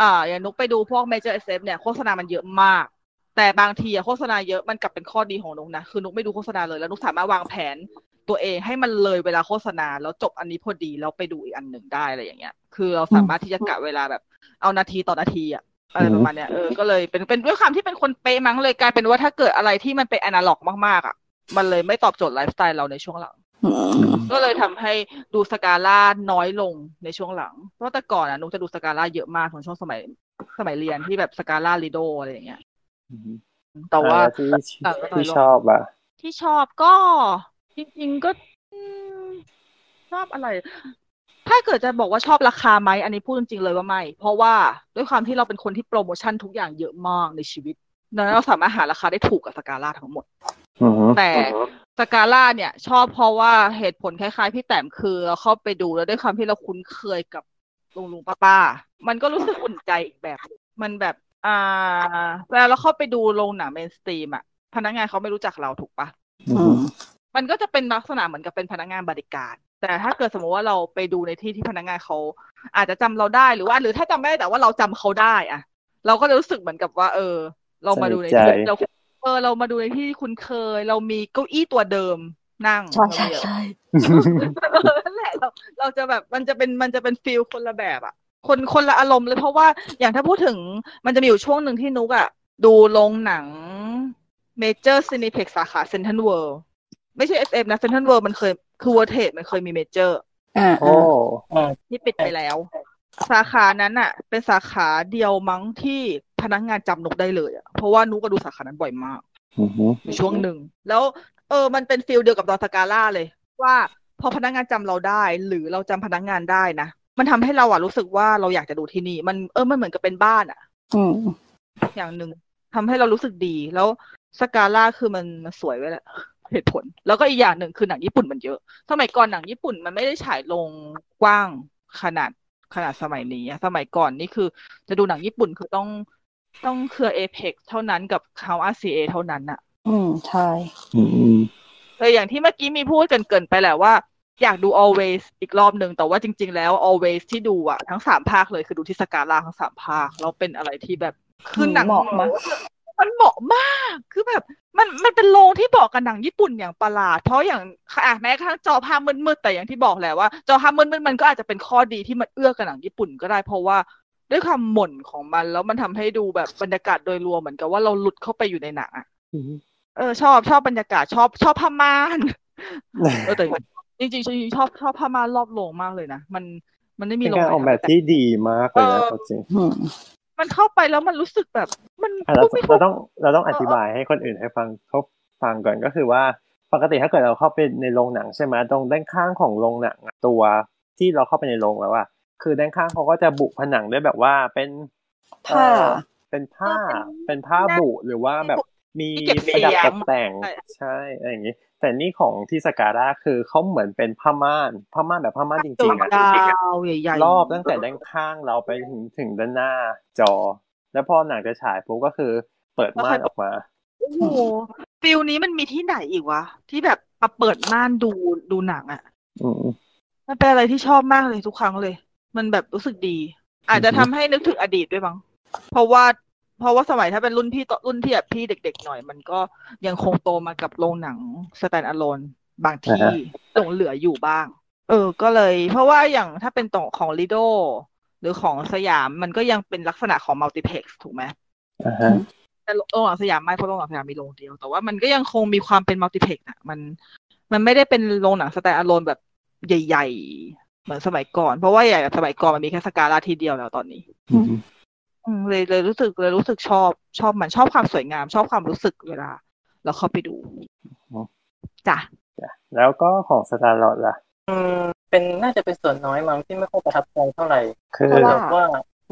อ่าอย่างนุกไปดูพวก major SF เนี่ยโฆษณามันเยอะมาก แต่บางทีอะโฆษณาเยอะมันกลับเป็นข้อดีของนุกนะ คือนุกไม่ดูโฆษณาเลยแล้วนุกสามารถวางแผนตัวเองให้มันเลยเวลาโฆษณา แล้วจบอันนี้พอดีแล้วไปดูอีกอันหนึ่งได้อะไรอย่างเงี้ย คือเราสามารถที่จะกะเวลาแบบเอานาทีต่อนาทีอะอะไรประมาณเนี้ยเออก็เลยเป็นเป็นด้วยความที่เป็นคนเป๊ะมั้งเลยกลายเป็นว่าถ้าเกิดอะไรที่มันเป็นอนาล็อกมากๆอะมันเลยไม่ตอบโจทย์ไลฟ์สไตล์เราในช่วงหลัง ก็เลยทำให้ดูสกาล่าน้อยลงในช่วงหลัง เพราะแต่ก่อนอ่ะนุกจะดูสกาล่าเยอะมากของช่วงสมัยสมัยเรียนที่แบบสกาล่าลิโดอะไรอย่างเงี้ย แต่ว่า อ่แล้วที่ เออก็ต่อย ที่ รอบ ชอบอ่ะ ที่ชอบก็จริงๆก็อืมชอบอะไร ถ้าเกิดจะบอกว่าชอบราคาไหมอันนี้พูดจริงๆเลยว่าไม่ เพราะว่าด้วยความที่เราเป็นคนที่โปรโมชั่นทุกอย่างเยอะมากในชีวิตดังนั้นเราสามารถหาราคาได้ถูกกับสกาล่าทั้งหมด อือฮึ แต่สกาล่าเนี่ย ชอบเพราะว่าเหตุผลคล้ายๆ พี่แต้มคือเราเข้าไปดูแล้วด้วยความที่เราคุ้นเคยกับลุงลุงป้าป้าๆมันก็รู้สึกอุ่นใจอีกแบบหนึ่งมันแบบอ่าเวลาเราเข้าไปดูโรงหนังเมนสตรีมอะพนักงานเขาไม่รู้จักเราถูกปะ อือฮึ มันก็จะเป็นลักษณะเหมือนกับเป็นพนักงานบริการ แต่ถ้าเกิดสมมติว่าเราไปดูในที่ที่พนักงานเขาอาจจะจำเราได้หรือว่า หรือถ้าจำไม่ได้แต่ว่าเราจำเขาได้อะเราก็จะรู้สึกเหมือนกับว่า เออ เรามาดูในที่ที่เราเออเรามาดูในที่ที่คุณเคย เรามีเก้าอี้ตัวเดิมนั่ง ใช่ใช่ เรามี ใช่ เออนั่นแหละเราเราจะแบบมันจะเป็นมันจะเป็นฟิลคนละแบบอะคนคนละอารมณ์เลยเพราะว่าอย่างถ้าพูดถึงมันจะมีอยู่ช่วงหนึ่งที่นุกอะดูโรงหนังเมเจอร์ซีนิเพ็กสาขาเซนทันเวิล ไม่ใช่ SF นะเซนทรัลเวิลด์มันเคยคือเวอร์เทมันเคยมีเมเจอร์ อ่า โอ้ อืม ที่ปิดไปแล้ว สาขานั้นอะเป็นสาขาเดียวมั้งที่พนักงานจำนุกได้เลยอะเพราะว่านุกก็ดูสาขานั้นบ่อยมาก อือฮึ ในช่วงหนึ่ง แล้วเออมันเป็นฟิลเดียวกับดอนสกาล่าเลย ว่าพอพนักงานจำเราได้ หรือเราจำพนักงานได้นะ มันทำให้เราอะรู้สึกว่าเราอยากจะดูที่นี่ มันเออมันเหมือนกับเป็นบ้านอะ อืม อย่างหนึ่งทำให้เรารู้สึกดี แล้วสกาล่าคือมันมันสวยไว้แหละ เหตุผล แล้วก็อีกอย่างหนึ่งคือหนังญี่ปุ่นมันเยอะ สมัยก่อนหนังญี่ปุ่นมันไม่ได้ฉายลงกว้างขนาดขนาดสมัยนี้อะสมัยก่อนนี่คือ จะดูหนังญี่ปุ่นคือต้องต้องเครือเอเพ็กเท่านั้นกับคาวอาซีเอเท่านั้นอะ อืม ใช่ อืม แต่อย่างที่เมื่อกี้มีพูดกันเกินๆไปแหละว่า อยากดู always อีกรอบหนึ่งแต่ว่าจริง ๆ แล้ว always ที่ดูอะทั้งสามภาคเลยคือดูที่สกาล่าทั้งสามภาคแล้วเป็นอะไรที่แบบคือหนัง เหมาะมาก มันเหมาะมาก คือแบบ มัน มันเป็นโรงที่บอกกับหนังญี่ปุ่นอย่างประหลาด เพราะอย่างอ่ะแม้กระทั่งจอภาพมืดๆ แต่อย่างที่บอกแหละว่า จอภาพมืดๆ มันก็อาจจะเป็นข้อดีที่มันเอื้อกับหนังญี่ปุ่นก็ได้ เพราะว่าด้วยความหม่นของมัน แล้วมันทำให้ดูแบบบรรยากาศโดยรวมเหมือนกับว่าเราหลุดเข้าไปอยู่ในหนังอะ อืม เออ ชอบ ชอบบรรยากาศ ชอบ ชอบผ้าม่าน เออแต่จริงๆจริงๆชอบ ชอบผ้าม่านรอบโรงมากเลยนะ มัน มันไม่มี เป็น โรง การ ไหน ออกแบบ ทำ ที่ดีมากเลยนะเอาจริง อืม มันเข้าไปแล้วมันรู้สึกแบบ มัน อ่ะเรา พูดไม่ถู เรา ก ต้องเราต้องอธิบายให้คนอื่นให้ฟังเขาฟังก่อนก็คือว่า ปกติถ้าเกิดเราเข้าไปในโรงหนังใช่ไหมตรงด้านข้างของโรงหนังอะตัวที่เราเข้าไปในโรงแล้วอะคือด้านข้างเขาก็จะบุผนังด้วยแบบว่าเป็น ผ้า เอ่อเป็นผ้าเป็นผ้าบุหรือว่าแบบมี ที่เก็บเสี ประ ย ดั ง บตกแต่งใช่อะไรอย่างนี้ แต่นี่ของที่สการ่าคือเขาเหมือนเป็นผ้าม่านผ้าม่านแบบผ้าม่านจริงๆอะ ยาวๆใหญ่ๆ รอบตั้งแต่ด้านข้างเราไปถึงถึงด้านหน้าจอ แล้วพอหนังจะฉายปุ๊บก็คือเปิดม่านออกมา โอ้โหฟิลนี้มันมีที่ไหนอีกวะ ที่แบบมาเปิดม่านดูดูหนังอะ่ะ อืม มันเป็นอะไรที่ชอบมากเลยทุกครั้งเลย มันแบบรู้สึกดี อาจจะทำให้นึกถึงอดีตด้วยมั้งเพราะว่า เพราะว่าสมัยถ้าเป็นรุ่นพี่ต่อรุ่นที่แบบพี่เด็กๆหน่อย มันก็ยังคงโตมากับโรงหนังสแตนด์อะโลนบางที่ อ่าฮะ หลงเหลืออยู่บ้าง เออ ก็เลย เพราะว่าอย่างถ้าเป็นต่อของลิโดหรือของสยามมันก็ยังเป็นลักษณะของมัลติเพล็กซ์ถูกไหม อ่าฮะ แต่โรงหนังสยามไม่เพราะโรงหนังสยามมีโรงเดียว แต่ว่ามันก็ยังคงมีความเป็นมัลติเพล็กซ์อะมัน มันไม่ได้เป็นโรงหนังสแตนด์อะโลนแบบใหญ่ ๆ เหมือนสมัยก่อน เพราะว่าใหญ่แบบสมัยก่อนมันมีแค่สกาลาที่เดียวแล้วตอนนี้ อืม อืมเลยเลยรู้สึกเลยรู้สึกชอบ ชอบมันชอบความสวยงาม ชอบความรู้สึกเวลา เราเข้าไปดูจ้ะ แล้วก็ของสตาร์ลอดล่ะ อืมเป็นน่าจะเป็นส่วนน้อยมั้งที่ไม่ค่อยประทับใจเท่าไหร่ คือ เพราะ แบบว่า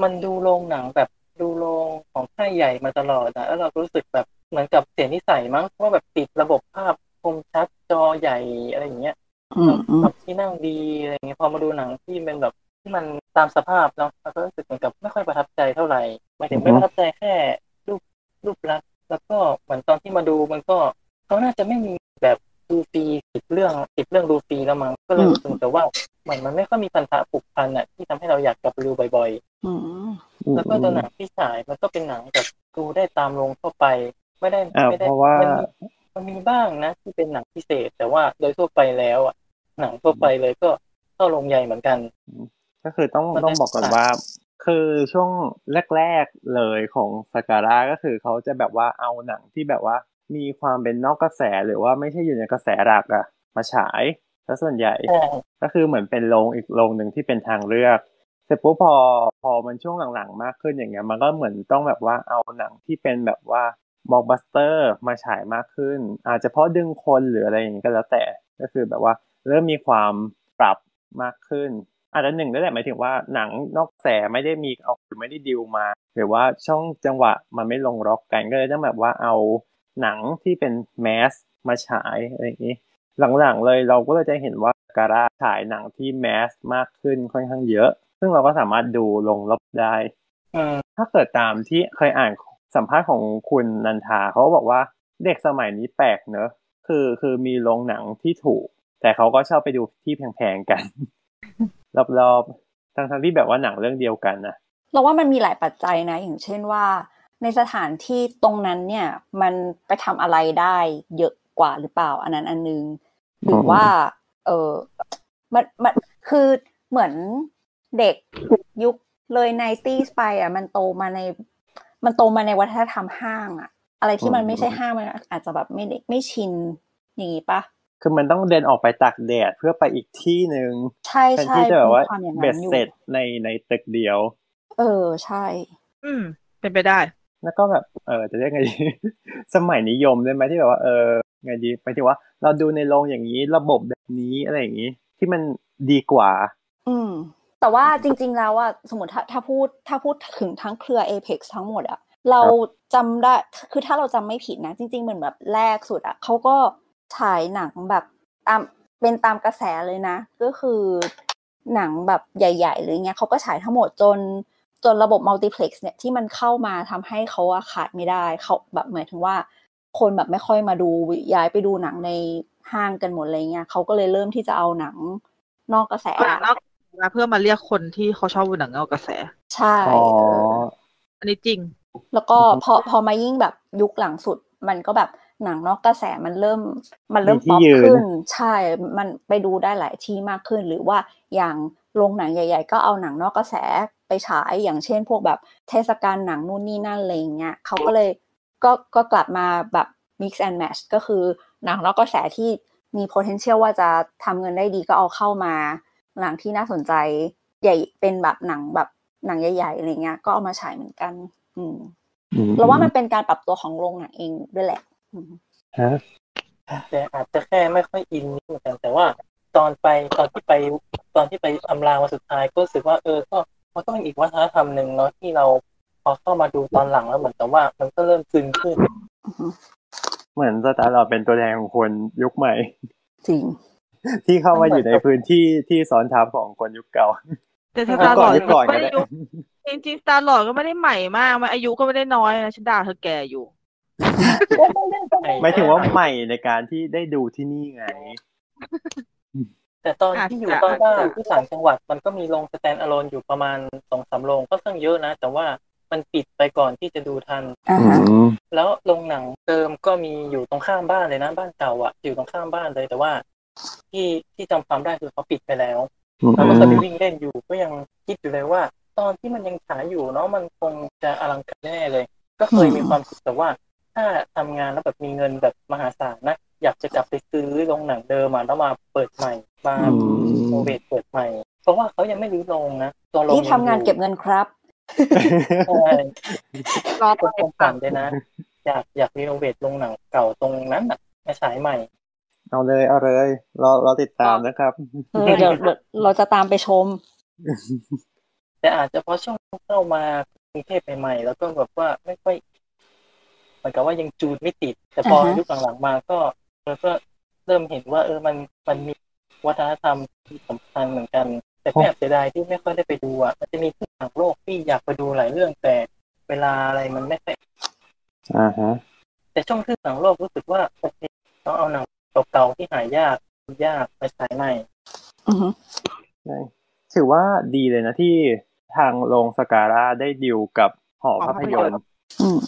มันดูโรงหนังแบบดูโรงของค่ายใหญ่มาตลอดอะแล้วเรารู้สึกแบบเหมือนกับเสียนิสัยมั้งว่าแบบติดระบบภาพคมชัดจอใหญ่อะไรอย่างเงี้ย อืมอืม ภาพที่นั่งดีอะไรเงี้ยพอมาดูหนังที่เป็นแบบที่มันตามสภาพเนาะเราก็รู้สึกเหมือนกับไม่ค่อยประทับใจเท่าไหร่หมายถึงไม่ประทับใจแค่รูปรูปลักษณ์แล้วก็เหมือนตอนที่มาดูมันก็เขาน่าจะไม่มีแบบดูฟรีสิบเรื่องสิบเรื่องดูฟรีแล้วมั้งก็เลยรู้สึกแต่ว่าเหมือนมันไม่ค่อยมีพันธะผูกพันอะที่ทำให้เราอยากกลับไปดูบ่อยๆ อืม แล้วก็ตัวหนังที่ฉายมันก็เป็นหนังแบบดูได้ตามโรงทั่วไป ไม่ได้ อ่า ไม่ เพ ได้ ราะว่า มันมีมันมีบ้างนะ ที่เป็นหนังพิเศษ แต่ว่าโดยทั่วไปแล้วอ่ะหนังทั่วไปเลยก็เข้าโรงใหญ่เหมือนกัน ก็คือต้อง มันได้ ต้องบอกก่อนว่า คือช่วงแรกๆเลยของสการ่าก็คือเขาจะแบบว่าเอาหนังที่แบบว่า มีความเป็นนอกกระแสหรือว่าไม่ใช่อยู่ในกระแสหลักอะมาฉายซะส่วนใหญ่ แต่ ก็คือเหมือนเป็นโรงอีกโรงหนึ่งที่เป็นทางเลือกเสร็จปุ๊บพอพอมันช่วงหลังๆ มากขึ้นอย่างเงี้ยมันก็เหมือนต้องแบบว่าเอาหนังที่เป็นแบบว่าบล็อกบัสเตอร์มาฉายมากขึ้น อาจจะเพราะดึงคนหรืออะไรอย่างงี้ก็แล้วแต่ก็คือแบบว่าเริ่มมีความปรับมากขึ้น อาจจะหนึ่งก็แหละหมายถึงว่าหนังนอกแสไม่ได้มีเอาหรือไม่ได้ดิวมา หรือว่าช่องจังหวะมันไม่ลงล็อกกันก็เลยต้องแบบว่าเอาหนังที่เป็นแมสมาฉายอะไรอย่างงี้ หลังๆเลยเราก็เลยจะเห็นว่าการาฉายหนังที่แมสมากขึ้นค่อนข้างเยอะ ซึ่งเราก็สามารถดูลงรอบได้ อืม ถ้าเกิดตามที่เคยอ่านสัมภาษณ์ของคุณนันทาเขาบอกว่าเด็กสมัยนี้แปลกเนอะคือคือมีโรงหนังที่ถูก แต่เขาก็ชอบไปดูที่แพงๆกัน รอบๆทั้งๆที่แบบว่าหนังเรื่องเดียวกันนะ เราว่ามันมีหลายปัจจัยนะ อย่างเช่นว่า ในสถานที่ตรงนั้นเนี่ย มันไปทำอะไรได้เยอะกว่าหรือเปล่า อันนั้นอันนึง หรือว่า เออมันมันคือเหมือนเด็กยุคเลยไนตี้ไป อ่ะ มันโตมาใน มันโตมาในวัฒนธรรมห้างอ่ะ อะไรที่มันไม่ใช่ห้างมันอาจจะแบบไม่ได้ไม่ชินอย่างนี้ปะ คือมันต้องเดินออกไปตากแดดเพื่อไปอีกที่หนึ่ง ใช่ แทน ใช่ ที่จะแบบว่า มีความอย่าง เบ็ นั้ ด นอยู่ เสร็จในในตึกเดียว เออใช่ อืม เป็นไปได้ แล้วก็แบบเออจะเรียกไงดี สมัยนิยมได้ไหมที่แบบว่าเออไงดีหมายถึงว่าเราดูในโรงอย่างนี้ระบบแบบนี้อะไรอย่างนี้ ที่มันดีกว่า อืม แต่ว่าจริงๆแล้วอะสมมติถ้าถ้าพูดถ้าพูดถึงทั้งเครือ Apex ทั้งหมดอะเราจำได้คือถ้าเราจำไม่ผิดนะ จริงๆเหมือนแบบแรกสุดอะเขาก็ฉายหนังแบบตามเป็นตามกระแสเลยนะ ก็คือหนังแบบใหญ่ๆเลยเงี้ยเขาก็ฉายทั้งหมดจนจนระบบมัลติเพล็กซ์เนี่ยที่มันเข้ามาทำให้เขาอะขาดไม่ได้เขาแบบหมายถึงว่า คนแบบไม่ค่อยมาดูย้ายไปดูหนังในห้างกันหมดอะไรเงี้ยเขาก็เลยเริ่มที่จะเอาหนังนอกกระแส ก็แล้วมาเพื่อมาเรียกคนที่เขาชอบดูหนังเงากระแส ใช่ อ๋อ เออ อันนี้จริง แล้วก็พอพอมายิ่งแบบยุคหลังสุด มันก็แบบหนังนอกกระแสมันเริ่ม มันเริ่ม มีที่ ป๊อป ยืน ขึ้น ใช่ มันไปดูได้หลายที่มากขึ้น หรือว่าอย่างโรงหนังใหญ่ ๆ ก็เอาหนังนอกกระแสไปฉายอย่างเช่น พวกแบบเทศกาลหนังนู่นนี่นั่นอะไรอย่างเงี้ยเขาก็เลยก็ก็กลับมาแบบ mix and match ก็คือหนังนอกกระแสที่มี potential ว่าจะทำเงินได้ดีก็เอาเข้ามา หนังที่น่าสนใจใหญ่เป็นแบบหนังแบบหนังใหญ่ๆอะไรเงี้ยก็เอามาฉายเหมือนกัน อืม เราว่ามันเป็นการปรับตัวของโรงหนังเองด้วยแหละอืม แต่อาจจะแค่ไม่ค่อยอินนิดเหมือนกันแต่ว่าตอนไปตอนที่ไปตอนที่ไปอำลาวันสุดท้ายก็รู้สึกว่าเออก็มันก็เป็นอีกวัฒนธรรมหนึ่งเนาะที่เราพอเข้ามาดูตอนหลังแล้วเหมือนกับว่า มันก็เริ่มซึนขึ้น เหมือนสตาร์ลอดเป็นตัวแทนของคนยุคใหม่ จริง ที่เข้ามาอยู่ มันในเหมือนกับ พื้นที่ที่ซ้อนทับของคนยุคเก่า แต่ส เออ ตาร์หล ก่อ อน ด ยุคก่อน ไม่ ก็ ได้ ได้ ยุคจริงๆสตาร์หลอดก็ไม่ได้ใหม่มากมันอายุก็ไม่ได้น้อยนะฉันด่าเธอแก่อยู่ ก็ไม่ได้ใหม่ หมายถึงว่าใหม่ในการที่ได้ดูที่นี่ไง แต่ตอนที่อยู่ อาจจะ ใต้บ้านที่ต่างจังหวัดมันก็มีโรงสแตนด์อะโลนอยู่ประมาณสองสามโรงก็ค่อนข้างเยอะนะ แต่ว่ามันปิดไปก่อนที่จะดูทัน อ่าฮะ แล้วโรงหนังเดิมก็มีอยู่ตรงข้ามบ้านเลยนะบ้านเก่าอะอยู่ตรงข้ามบ้านเลยแต่ว่า ที่ที่จำความได้คือเขาปิดไปแล้ว อืม เราก็จะไปวิ่งเล่นอยู่ก็ยังคิดอยู่เลยว่า ตอนที่มันยังขายอยู่เนาะมันคงจะอลังการแน่เลย ก็เคยมีความคิดแต่ว่า ถ้าทำงานแล้วแบบมีเงินแบบมหาศาลนะอยากจะกลับไปซื้อโรงหนังเดิมมาแล้วมาเปิดใหม่มา อืม โนเวทเปิดใหม่ เพราะว่าเขายังไม่รื้อโรงนะตัวโรง ที่ทำงานเก็บเงินครับ ใช่ รอ เป็ ไป นความฝันเลยนะ อยากอยากรีโนเวทโรงหนังเก่าตรงนั้นน่ะมาฉายใหม่ เอาเลยเอาเลยเราเราติดตามนะครับ เออเดี๋ยวเดี๋ยวเราจะตามไปชม แต่อาจจะเพราะช่วงเข้ามากรุงเทพใหม่ๆแล้วก็แบบว่าไม่ค่อยเหมือนกับว่ายังจูนไม่ติด แต่พอ อ่าฮะ ยุคหลังๆมาก็เราก็เริ่มเห็นว่า เออมันมันมีวัฒนธรรมที่สำคัญเหมือนกัน แต่ก็แอบเสียดายที่ไม่ค่อยได้ไปดูอ่ะมันจะมีที่ต่างโลกที่อยากไปดูหลายเรื่องแต่เวลาอะไรมันไม่ค่อย อ่าฮะ แต่ช่วงที่ต่างโลกรู้สึกว่าโอเคต้องเอาหนังเก่าๆที่หายากยากไปฉายใหม่ อือฮึ ใช่ถือว่าดีเลยนะที่ทางโรงสการ่าได้ดิวกับหอภาพยนตร์ อืม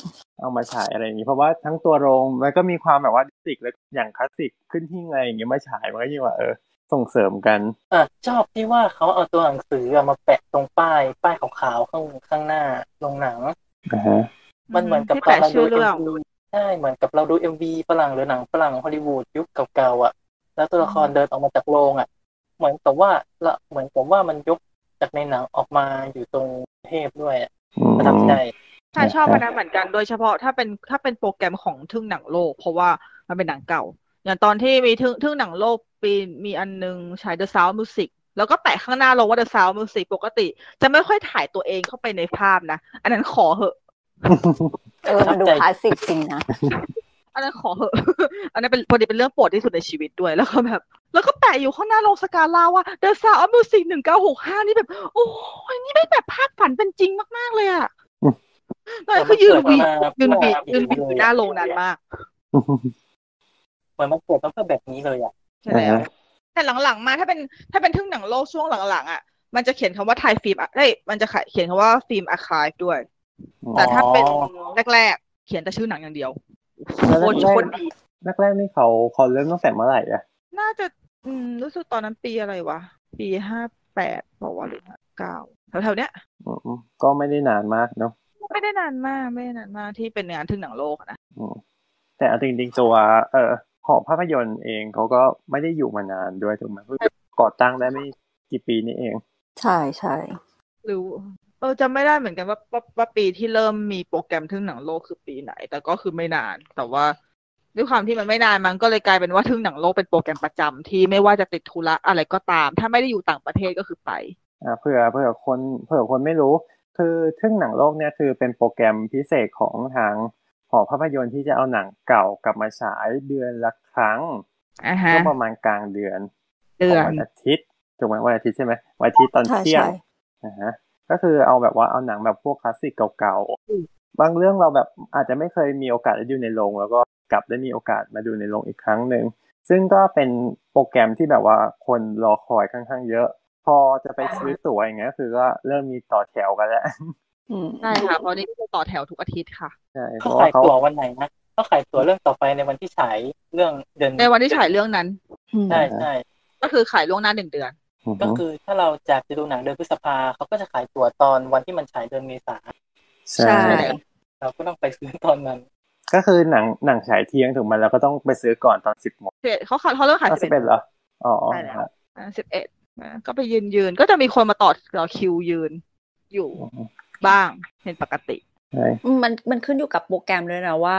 เอามาฉายอะไรอย่างนี้ เพราะว่าทั้งตัวโรงมันก็มีความแบบว่าดิสติกและอย่างคลาสสิกขึ้นที่อะไรอย่างเงี้ยมาฉายมันก็ยิ่งว่าเออส่งเสริมกัน อ่ะชอบที่ว่าเขาเอาตัวหนังสืออะมาแปะตรงป้ายป้ายขาวๆข้างข้างหน้าโรงหนัง อ่าฮะ มันเหมือนกับ ที่ ตอน แปะ เรา ชื่ ดู อ เอ็ เรื่อง มวีใช่เหมือนกับเราดูเอ็มวีฝรั่งหรือหนังฝรั่งฮอลลีวูดยุคเก่าๆอ่ะ แล้วตัวละครเดินออกมาจากโรงอ่ะ เหมือนกับว่าละเหมือนกับว่ามันยกจากในหนังออกมาอยู่ตรงเทพด้วยอะประทับใจ ใช่ชอบ นะคอันนั้รับนเหมือนกันโดยเฉพาะถ้าเป็นถ้าเป็นโปรแกรมของทึ่งหนังโลก เพราะว่ามันเป็นหนังเก่า อย่างตอนที่มีทึ่งทึ่งหนังโลกปีมีอันนึงฉาย The Sound Music แล้วก็แปะข้างหน้าลงว่า The Sound Music ปกติ จะไม่ค่อยถ่ายตัวเองเข้าไปในภาพนะ อันนั้นขอเหอะ เออ มันดูคลาสสิกจริงนะ อันนั้นขอเหอะ อันนั้นเป็นพอดีเป็นเรื่องโปรดที่สุดในชีวิตด้วยแล้วก็แบบ แล้วก็แปะอยู่ข้างหน้าโลงสกาลาว่า The Sound of Music หนึ่งเก้าหกห้านี่แบบ โอ้ยนี่ไม่แบบภาพฝันเป็นจริงมากๆเลยอะ อืม ตอนนั้นคือยืนวี เหมือมั ยืนวี เกิ ยื ด น ม วีอยู่หน้าโรงนานมาก เหมือนมันเกิดมาเพื่อแบบนี้เลยอ่ะ ใช่แล้ อ่าว ฮะ แต่หลังๆมาถ้าเป็นถ้าเป็นทึ่งหนังโลกช่วงหลังๆอ่ะมันจะเขียนคำว่าไทยฟิล์มเอ้ยมันจะเขียนคำว่าฟิล์มอาคาฟด้วย แต่ถ้าเป็นแรกๆ เขียนแต่ชื่อหนังอย่างเดียว แล้ว โคตร แรกๆ โคตรดี แรกๆนี่เขาเขาเริ่มตั้งแต่เมื่อไหร่อ่ะ น่าจะอืมรู้สึกตอนนั้นปีอะไรวะ ปีห้าแปดบอกว่าหรือห้าเก้าแถวๆเนี้ย อืมก็ไม่ได้นานมากเนาะ ไม่ได้นานมากไม่ได้นานมากที่เป็นงานทึ่งหนังโลกอะนะ อืมแต่เอาจริงๆตัวเออหอภาพยนตร์เองเขาก็ไม่ได้อยู่มานานด้วยถูกไหมเพิ่งก่อตั้งได้ไม่กี่ปีนี้เอง ใช่ใช่ หรือเออจำไม่ได้เหมือนกันว่าว่าว่าปีที่เริ่มมีโปรแกรมทึ่งหนังโลกคือปีไหน แต่ก็คือไม่นาน แต่ว่าด้วยความที่มันไม่นานมันก็เลยกลายเป็นว่าทึ่งหนังโลกเป็นโปรแกรมประจำที่ไม่ว่าจะติดธุระอะไรก็ตาม ถ้าไม่ได้อยู่ต่างประเทศก็คือไป อ่าเผื่อเผื่อคนเผื่อคนไม่รู้ คือทึ่งหนังโลกเนี่ยคือเป็นโปรแกรมพิเศษของทางหอภาพยนตร์ที่จะเอาหนังเก่ากลับมาฉายเดือนละครั้ง อ่าฮะ ก็ประมาณกลางเดือน เดื ขอ อง น วันอาทิตย์ถูกไหมวันอาทิตย์ใช่ไหมวันอาทิตย์ตอน ใช่ เที่ยง ใช่ นะฮะก็คือเอาแบบว่าเอาหนังแบบพวกคลาสสิกเก่าๆบางเรื่องเราแบบอาจจะไม่เคยมีโอกาสได้ดูในโรงแล้วก็กลับได้มีโอกาสมาดูในโรงอีกครั้งหนึ่ง ซึ่งก็เป็นโปรแกรมที่แบบว่าคนรอคอยค่อนข้างเยอะ พอจะไปซื้อตั๋วอย่างเงี้ยคือก็เริ่มมีต่อแถวกันแล้ว อืม ใช่ค่ะเพราะนี่ก็ต่อแถวทุกอาทิตย์ค่ะ ใช่เพ เขา ราะ ขาย ว่าเขา ตั๋ววันไหนนะเขาขายตั๋วเรื่องต่อไปในวันที่ฉายเรื่องเดือน ในวันที่ฉายเรื่องนั้น อืม ใช่ใช่ ก็คือขายล่วงหน้าหนึ่งเดือน อือ ก็ ฮึ คือถ้าเราจากจะดูหนังเดือนพฤษภาเขาก็จะขายตั๋วตอนวันที่มันฉายเดือนเมษา ใช่ ใช่ เราก็ต้องไปซื้อตอนนั้น ก็คือหนังหนังฉายเที่ยงถูกไหมแล้วก็ต้องไปซื้อก่อนตอนสิบโมง เสร็จเขาขายเขาเริ่มขาย อ้าวสิ สิ บบ เอ็ เอ็ ด ด เหรออ๋อ ใช่แล้ว สิบเอ็ดก็ไปยืนยืนๆก็จะมีคนมาต่อต่อคิวยืน อยู่บ้างเป็นปกติ ใช่ อืมมันมันขึ้นอยู่กับโปรแกรมด้วยนะว่า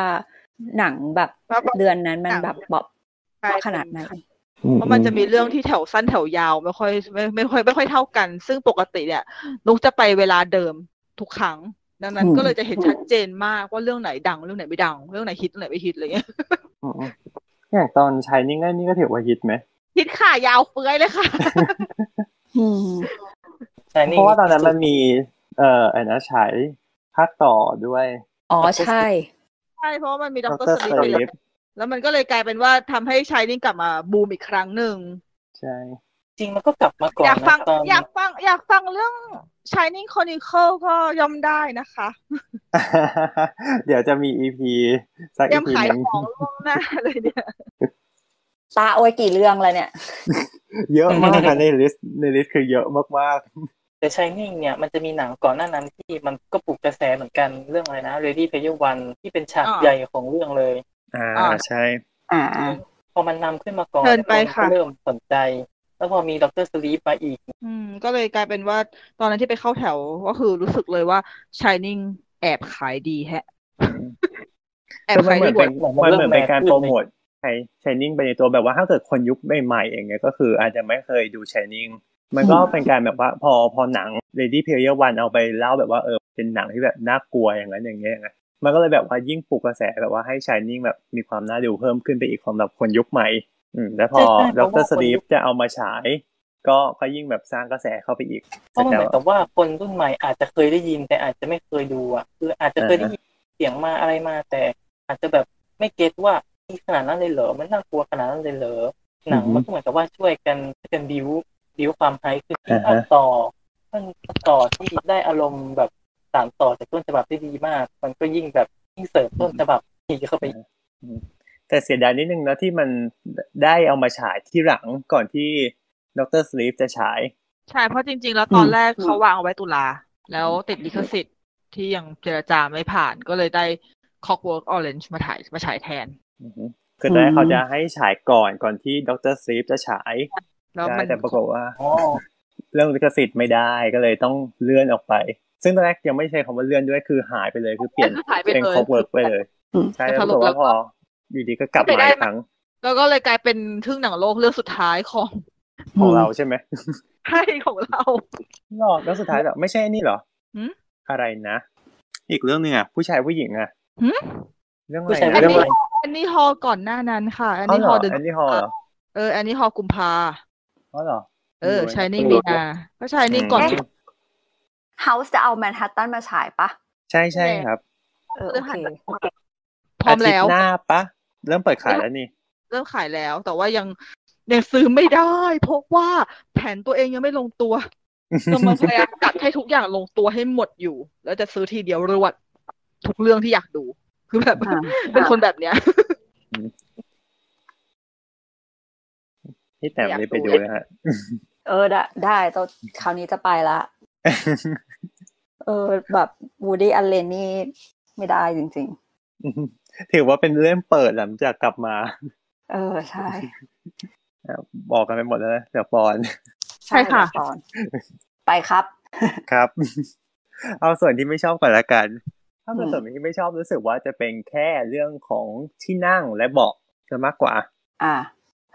หนังแบบ ว่าแบบ เดือนนั้นมัน หนัง แบบบอบ ใช่ ขนาดไหน เพราะมันจะมีเรื่องที่แถวสั้นแถวยาวไม่ค่อยไม่ไม่ค่อยไม่ค่อยเท่ากัน ซึ่งปกติเนี่ยนุกจะไปเวลาเดิมทุกครั้ง ดังนั้นก็เลยจะเห็นชัดเจนมากว่าเรื่องไหนดังเรื่องไหนไม่ดัง เรื่องไหนฮิตเรื่องไหนไม่ฮิตอะไรเงี้ย อืมอืมอย่างตอนชายนิ่งๆนี่ก็ถือว่าฮิตไหม ฮิตค่ะยาวเฟ้ยเลยค่ะ อืม ใช่ เพราะว่าตอนนั้นมันมีเอ่อไอ้นะฉายภาคต่อด้วย อ๋อใช่ ใช่เพราะว่ามันมีด ด ร ร ส ส ลิ ลี ป ป แล้วมันก็เลยกลายเป็นว่าทำให้ชายนิ่งกลับมาบูมอีกครั้งหนึ่ง ใช่ จริงมันก็กลับมาก่อน อยากฟัง นะตอน อยากฟังอยากฟังเรื่อง Shining Chronicle ก็ย่อมได้นะคะ เดี๋ยวจะมีอีพีสัก เตรี อี ยม พี ขาย หนึ่ง ของล่วงหน้าเลยเนี่ย ตาโอ้ยกี่เรื่องแล้วเนี่ย เยอะมากอะในลิสต์ในลิสต์คือเยอะมาก แต่ชายนิ่งเนี่ยมันจะมีหนังก่อนหน้านั้นที่มันก็ปลุกกระแสเหมือนกันเรื่องอะไรนะ Ready Player One ที่เป็นฉาก อ่า ใหญ่ของเรื่องเลย ๆ อ่า อ่า ใช่ อ่า พอมันนำขึ้นมาก่อน เชิญไป คนก็ ค่ะ เริ่มสนใจ แล้วพอมีด็อกเตอร์สลีปมาอีก อืมก็เลยกลายเป็นว่าตอนนั้นที่ไปเข้าแถวก็คือรู้สึกเลยว่า Shining แอบขายดีแฮะ แอบ คือมั ขาน ย เหมื ดีกอนเป็ ว่า น กว่า มันเหมือนเป็นการ เริ่ โปร มแมสขึ้น โมทใช้ชายนิ่งไปในตัวแบบว่าถ้าเกิดคนยุคใหม่ๆอย่างเงี้ยก็คืออาจจะไม่เคยดูชายนิ่งมันก็ อืม เป็นการแบบว่าพอพอหนัง Lady Player One เอาไปเล่าแบบว่าเออเป็นหนังที่แบบน่ากลัวอย่างนั้นอย่างเงี้ยไงมันก็เลยแบบว่ายิ่งปลุกกระแสแบบว่าให้ชายนิ่งแบบมีความน่าดูเพิ่มขึ้นไปอีกสำหรับคนยุคใหม่ อืมแล้วพอ ใช่ใช่ ด เพราะ ร ว่า สลี คนยุ ป ค จะเอามาฉาย ก็ก็ยิ่งแบบสร้างกระแสเข้าไปอีก เพราะมันเหมือนกับว่าคนรุ่นใหม่อาจจะเคยได้ยินแต่อาจจะไม่เคยดูอ่ะคืออาจจะเคยได้ยินเสียงมาอะไรมาแต่ อาจจะแบบไม่เก็ตว่ามีขนาดนั้นเลยเหรอมันน่ากลัวขนาดนั้นเลยเหรอหนัง อือฮึ มันก็เหมือนกับว่าช่วยกันช่วยกันบิวบิวความไฮขึ้น อ่าฮะ ภาคต่อภาคต่อที่ได้อารมณ์แบบสานต่อจากต้นฉบับได้ดีมาก มันก็ยิ่งแบบยิ่งเสริมต้นฉบับดีเข้าไปอีก แต่เสียดายนิดนึงนะที่มันได้เอามาฉายที่หลังก่อนที่ดรสลีปจะฉาย ใช่เพราะจริง ๆ แล้วตอน อืม แรกเขาวางเอาไว้ตุลา แล้วติดลิขสิทธิ์ที่ยังเจรจาไม่ผ่านก็เลยได้ Clockwork Orange มาถ่ายมาฉายแทน อือฮึคือตอนแร อื ก ม เขาจะให้ฉายก่อนก่อนที่ดรซีฟจะฉาย แล้ว ได้ มัน แต่ปรากฏว่า อ๋อ เรื่องลิขสิทธิ์ไม่ได้ก็เลยต้องเลื่อนออกไป ซึ่งตอนแรกยังไม่ใช่คำว่าเลื่อนด้วยคือหายไปเลยคือเปลี่ยน ก็หายไป เป็น เลยคอเวิร์กไปเลย อืม ใช่ แต่ ป ส รา รุ ก ปแล้วฏ่าวพออยู่ดีก็กลับ ก็ไป มา ได้ อีกครั้ง แล้วก็เลยกลายเป็นทึ่งหนังโลกเรื่องสุดท้ายของ ของเราใช่ไหม ใช่ของเรา หลอกแล้วสุดท้ายแบบไม่ใช่อันนี่เหรอ หืม อะไรนะ อีกเรื่องหนึ่งอ่ะผู้ชายผู้หญิงอ่ะ หืม เรื่องอะ ผู้ ไร ชาย นะ เรื่องอะไร อันนี้ฮอลก่อนหน้านั้นค่ะ อัน อ๋อ นี้ เหร ฮอ อ ลเดือน อันนี้ฮอลเหรอ เอออันนี้ฮอลกุมภา อ๋อเหรอ เออ ไม่รู้ลย ชายนิ่ง ไม่รู้ มีนาก็ชายนิ่งก่อน เอ๊ะ กุม เฮาส์จะเอาแมนฮัตตันมาฉายปะ ใช่ใช่ครับ เออโอเค พร้อมแล้ว าทิตย์หน้าปะเริ่มเปิดขายแล้วนี่ เริ่มขายแล้ว แต่ว่ายังยังซื้อไม่ได้ เพราะว่าแผนตัวเองยังไม่ลงตัว กำลังพยายามจัดให้ทุกอย่างลงตัวให้หมดอยู่ แล้วจะซื้อทีเดียวรวด ทุกเรื่องที่อยากดู คือแบบ อ่า เป็นคนแบบเนี้ย พี่แต้มได้ไปดูนะฮะ เออได้ได้ตอนคราวนี้จะไปละ เออแบบวูดี้อัลเลนนี่ไม่ได้จริง ถือว่าเป็นเรื่องเปิดหลังจากกลับมา ๆ เออใช่ บอกกันไปหมดแล้วนะเดี๋ยวปอน ใช่ค่ะ ตอนไปครับ ครับ เอาส่วนที่ไม่ชอบก่อนละกัน ถ้าเป็นส่วนที่ไม่ชอบรู้สึกว่าจะเป็นแค่เรื่องของที่นั่งและเบาะจะมากกว่า อ่า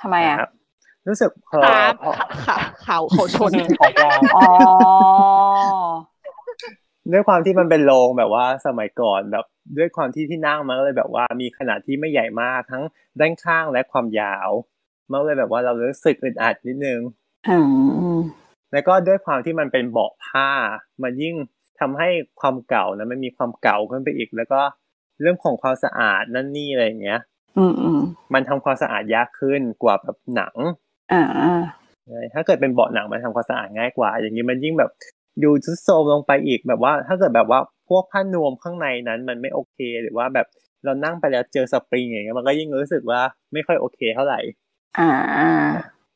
ทำไมอ่ะ นะครับรู้สึกพอ ตาม พอ ขาขาเขาเขาชน ของเรา อ๋อ ด้วยความที่มันเป็นโรงแบบว่าสมัยก่อนแบบด้วยความที่ที่นั่งมันก็เลยแบบว่ามีขนาดที่ไม่ใหญ่มากทั้งด้านข้างและความยาวมันก็เลยแบบว่าเรารู้สึกอึดอัดนิดนึง อืม แล้วก็ด้วยความที่มันเป็นเบาะผ้า มันยิ่งทำให้ความเก่านะมันมีความเก่าขึ้นไปอีก แล้วก็เรื่องของความสะอาดนั่นนี่อะไรอย่างเงี้ย อืมอืม มันทำความสะอาดยากขึ้นกว่าแบบหนัง อ่า ใช่ถ้าเกิดเป็นเบาะหนังมันทำความสะอาดง่ายกว่า อย่างนี้มันยิ่งแบบดูซุดโทรมลงไปอีกแบบว่า ถ้าเกิดแบบว่าพวกผ้านวมข้างในนั้นมันไม่โอเค หรือว่าแบบเรานั่งไปแล้วเจอสปริงอย่างเงี้ยมันก็ยิ่งรู้สึกว่าไม่ค่อยโอเคเท่าไหร่ อ่า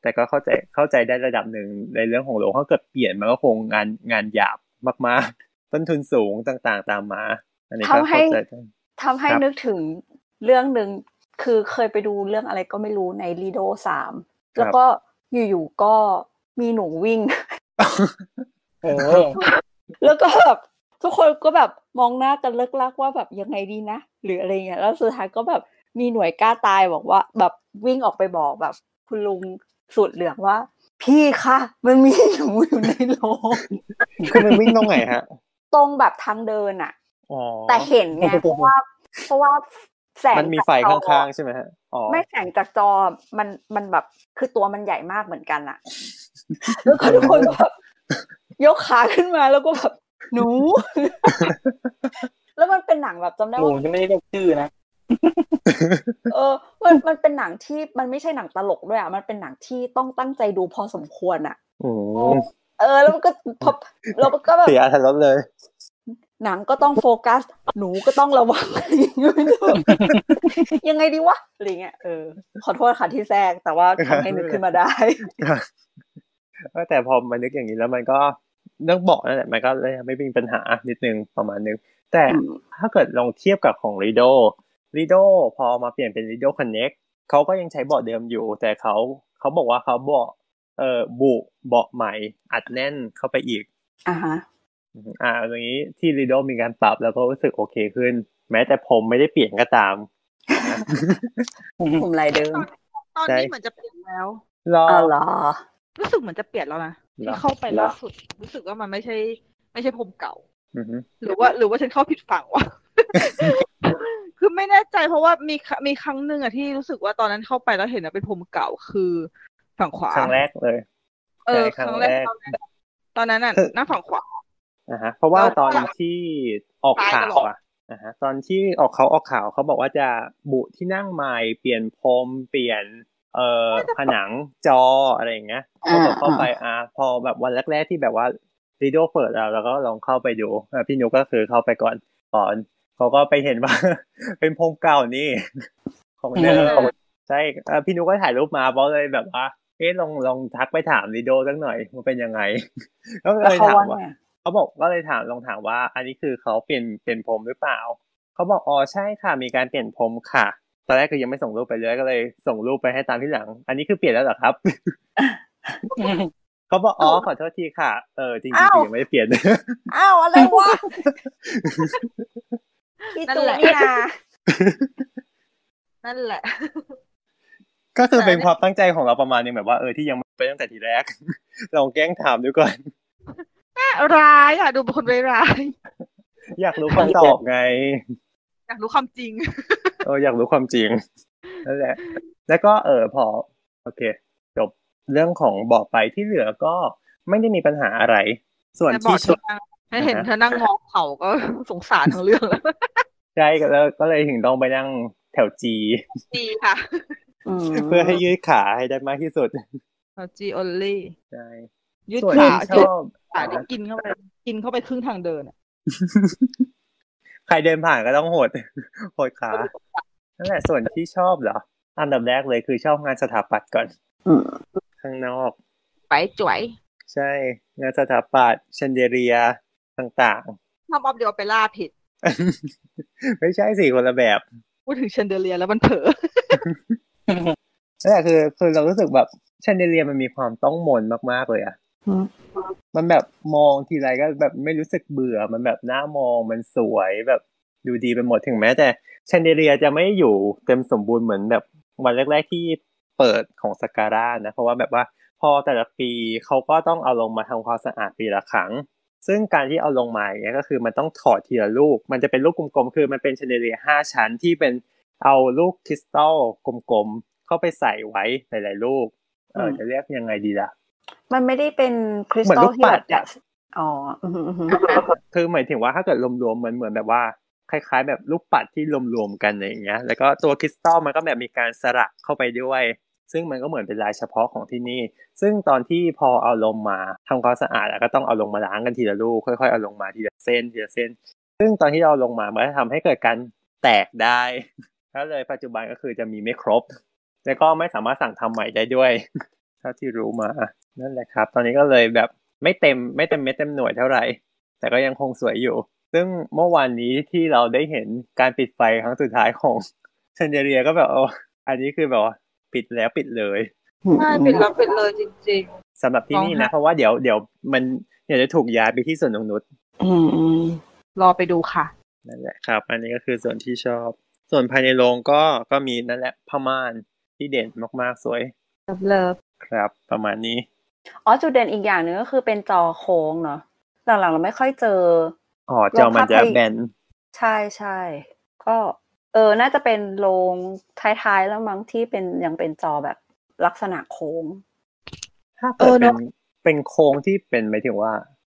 แต่ก็เข้าใจเข้าใจได้ระดับหนึ่งในเรื่องของโรงถ้าเกิดเปลี่ยนมันก็คงงานงานหยาบมากๆ ต้นทุนสูงต่างๆตามมา อันนี้ก็ ทำให้ เข้าใจได้ ทำให้ ครับ นึกถึงเรื่องหนึ่งคือเคยไปดูเรื่องอะไรก็ไม่รู้ในลีโดสามแล้วก็อยู่ๆก็มีหนูวิ่ง โอ้โห แล้วก็แบบ ทุกคนก็แบบมองหน้ากันเลิกลักว่าแบบยังไงดีนะ หรืออะไรเงี้ยแล้วสุดท้ายก็แบบมีหน่วยกล้าตายบอกว่า แบบวิ่งออกไปบอกแบบ คุณลุงสุดเหลืองว่า พี่คะมันมีหนูอยู่ในโรง คือมันวิ่งตรงไหนฮะ ตรงแบบทางเดินอะ อ๋อ แต่เห็นไงเพราะว่าเพราะว่าแสง มันมีไฟ จกจอ ข้างๆใช่ไหมฮะอ๋อ ไม่แสงจากจอ มัน มันแบบ คือตัวมันใหญ่มากเหมือนกันอะแล้วก็ทุกคนก็แบบยกขาขึ้นมาแล้วก็แบบ หนู แล้วมันเป็นหนังแบบจำได้ หนู ว่า ยังไม่ได้เรียกชื่อนะ เออ มัน มันเป็นหนังที่ มันไม่ใช่หนังตลกด้วยอะมันเป็นหนังที่ต้องตั้งใจดูพอสมควรอะ โอ้โห เออ แล้วมันก็พบแล้วมันก็แบบ เสียทันรถเลย หนังก็ต้องโฟกัส หนูก็ต้องระวังอะไรอย่างเงี้ย ยังไงดีวะอะไรเงี้ยเออขอโทษค่ะที่แทรกแต่ว่าทำให้นึกขึ้นมาได้ ก็แต่พอมานึกอย่างนี้แล้วมันก็เรื่องเบาะนั่นแหละมันก็เลยไม่มีปัญหานิดนึงประมาณนึง แต่ อืม ถ้าเกิดลองเทียบกับของ Lido Lido พอมาเปลี่ยนเป็น Lido Connect เขาก็ยังใช้เบาะเดิมอยู่ แต่เขาเขาบอกว่าเขาเบาะเอ่อบุเบาะใหม่อัดแน่นเข้าไปอีก อ่าฮะ อืมอ่าตรงนี้ที่ Lido มีการปรับแล้วก็รู้สึกโอเคขึ้น แม้แต่ผมไม่ได้เปลี่ยนก็ตาม ผมลายเดิม ตอน ใช่ นี้เหมือนจะเปลี่ยนแล้ว รอ อ๋อเหรอ รู้สึกเหมือนจะเปลี่ยนแล้วนะ เหรอ ที่เข้าไป เหรอ ล่าสุด รู้สึกว่ามันไม่ใช่ ไม่ใช่ผมเก่า อือฮึ หรือว่า หรือว่าฉันเข้าผิดฝั่ง วะ คือไม่แน่ใจเพราะว่ามีคมีครั้งหนึ่งอะที่รู้สึกว่าตอนนั้นเข้าไปแล้วเห็นอะเป็นผมเก่าคือฝั่งขวา ครั้งแรกเลย เออ ใช่ ค ครั้รั้งงแร แร ก กตอนนั้นตอนนั้นอะหน้าฝั่งขวา นะฮะเพราะว่า แล้ว ตอน หลัง ที่ออกข่า ตายต ว ลอด อะนะฮะตอนที่ออกเขาออกข่าวเขาบอกว่าจะบุที่นั่งใหม่เปลี่ยนพรมเปลี่ยน เอ่อผนังจออะไรอย่างเงี้ย อ่า พอเข้า อ่า ไปอ่าพอแบบวันแรกๆที่แบบว่ารีโดเปิดอ่ะแล้วก็ลองเข้าไปดูอ่ะพี่นุกก็คือเข้าไปก่อนก่อนเขาก็ไปเห็นว่า เป็นพงเก่านี่ ของเดิม อืม ของใช่อ่ะพี่นุกก็ถ่ายรูปมาเพราะเลยแบบว่าเอ๊ะลองลองทักไปถามรีโดสักหน่อยมันเป็นยัง ไง ก็ แล้ว เลย เขา ถาม ว่า ว่า ไง เขาบอกก็เลยถามลองถามว่า อันนี้คือเขาเปลี่ยนเป็นผมหรือเปล่า เขาบอกอ๋อใช่ค่ะมีการเปลี่ยนผมค่ะตอนแรกคือยังไม่ส่งรูปไปเลยก็เลยส่งรูปไปให้ตามที่หลัง อันนี้คือเปลี่ยนแล้วเหรอ ครับ เขาบอกอ๋อขอโทษทีค่ะ เออจริงๆ อ้าว คือยังไม่ได้เปลี่ยน อ้าวอะไรวะพี่ นั่ ตู นแหละ นี่นะ นั่นแหละ ก็คือเป็นความตั้งใจของเราประมาณนึงแบบว่าเออที่ยังไม่ไปตั้งแต่ทีแรก ลองแกล้งถามดูก่อน ร้ายอะดูเป็นคนร้าย อยากรู้คำตอบไง อยากรู้ความจริง เอออยากรู้ความจริง นั่นแหละ แล้วก็เออพอ โอเค จบเรื่องของบอกไปที่เหลือก็ไม่ได้มีปัญหาอะไร ส่วน แต่บอ ที่ ก ช เธ ด อนั่งให้เห็น อ่าฮะ เธอนั่งมองเขาก็ สงสารทั้งเรื่องแล้ว ใช่ก็แล้วก็เลยถึงต้องไปนั่งแถวจี ดีค่ะ อืม เพื่อให้ยืดขาให้ได้มากที่สุด เราจีออลลี่ ใช่ ยืด ส่วน ขา ที่ช ยืด อบ ขาได้กินเข้าไปกินเข้าไปครึ่งทางเดินอะ ใครเดินผ่านก็ต้องโหด โหดขานั่นแหละส่วนที่ชอบเหรอ อันดับแรกเลยคือชอบงานสถาปัตย์ก่อน อืม ข้างนอก ไปจ่วย ใช่ งานสถาปัตย์เชนเดเรียต่าง ชอบออฟเดียวไปล่าผิด ๆ ไม่ใช่สี่คนละแบบ พูดถึงเชนเดอเลียแล้วมันเผลอ นั่นแหละคือคือเรารู้สึกแบบแชนเดเลียมันมีความต้องมนมากๆเลยอะ อืม มันแบบมองทีไรก็แบบไม่รู้สึกเบื่อ มันแบบหน้ามองมันสวยแบบดูดีไปหมดถึงแม้แต่แชนเดเลียจะไม่อยู่เต็มสมบูรณ์เหมือนแบบวันแรก ๆที่เปิดของสการ่านะ เพราะว่าแบบว่าพอแต่ละปีเขาก็ต้องเอาลงมาทำความสะอาดปีละครั้ง ซึ่งการที่เอาลงมาอย่างเงี้ยก็คือมันต้องถอดทีละลูก มันจะเป็นลูกกลมๆ คือมันเป็นแชนเดเลียห้าชั้นที่เป็น เอาลูกคริสตัลกลมๆ เข้าไปใส่ไว้หลายๆลูก เอออ ม จะเรียกยังไงดีล่ะ มันไม่ได้เป็นคริส เหมือน ตัลลูก ที่ ปั แบ ด บจะ อะ อ๋ออืมอืมอืม คือหมายถึงว่าถ้าเกิดรวมๆมันเหมือนแบบว่า คล้ายๆ แบบลูกปัดที่รวมๆกันอะไรอย่างเงี้ย แล้วก็ตัวคริสตัลมันก็แบบมีการสลักเข้าไปด้วย ซึ่งมันก็เหมือนเป็นลายเฉพาะของที่นี่ ซึ่งตอนที่พอเอาลงมาทำความสะอาดอะก็ต้องเอาลงมาล้างกันทีละลูก ค่อยๆเอาลงมาทีละเส้นทีละเส้น ซึ่งตอนที่เราเอาลงมามันก็ทำให้เกิดการแตกได้แล้วเลยปัจจุบันก็คือจะมีไม่ครบ แล้วก็ไม่สามารถสั่งทำใหม่ได้ด้วย เท่าที่รู้มานั่นแหละครับ ตอนนี้ก็เลยแบบไม่เต็มไม่เต็มเม็ดเต็มหน่วยเท่าไหร่ แต่ก็ยังคงสวยอยู่ ซึ่งเมื่อวานนี้ที่เราได้เห็นการปิดไฟครั้งสุดท้ายของ เชนเดเรียก็แบบโอ้อันนี้คือแบบว่าปิดแล้วปิดเลย ใช่ปิดแล้วปิดเลยจริง สำหรับที่นี่ ร้องไห้ นะ เพราะว่าเดี๋ยวเดี๋ยวมันเดี๋ยวจะถูกย้ายไปที่สวนนงนุษย์ อืมอืม ๆ รอไปดูค่ะ นั่นแหละครับ อันนี้ก็คือส่วนที่ชอบ ส่วนภายในโรงก็ก็มีนั่นแหละผ้าม่านที่เด่นมากๆสวย เลิฟ ครับ ประมาณนี้ อ๋อจุดเด่นอีกอย่างหนึ่งก็คือเป็นจอโค้งเนาะหลังๆเราไม่ค่อยเจอ อ๋อจอมันจะแบน ใช่ใช่ก็เออน่าจะเป็นโรงท้ายๆแล้วมั้งที่เป็นยังเป็นจอแบบลักษณะโค้ง ถ้าเกิดเป็นเป็นโค้งที่เป็นหมายถึงว่า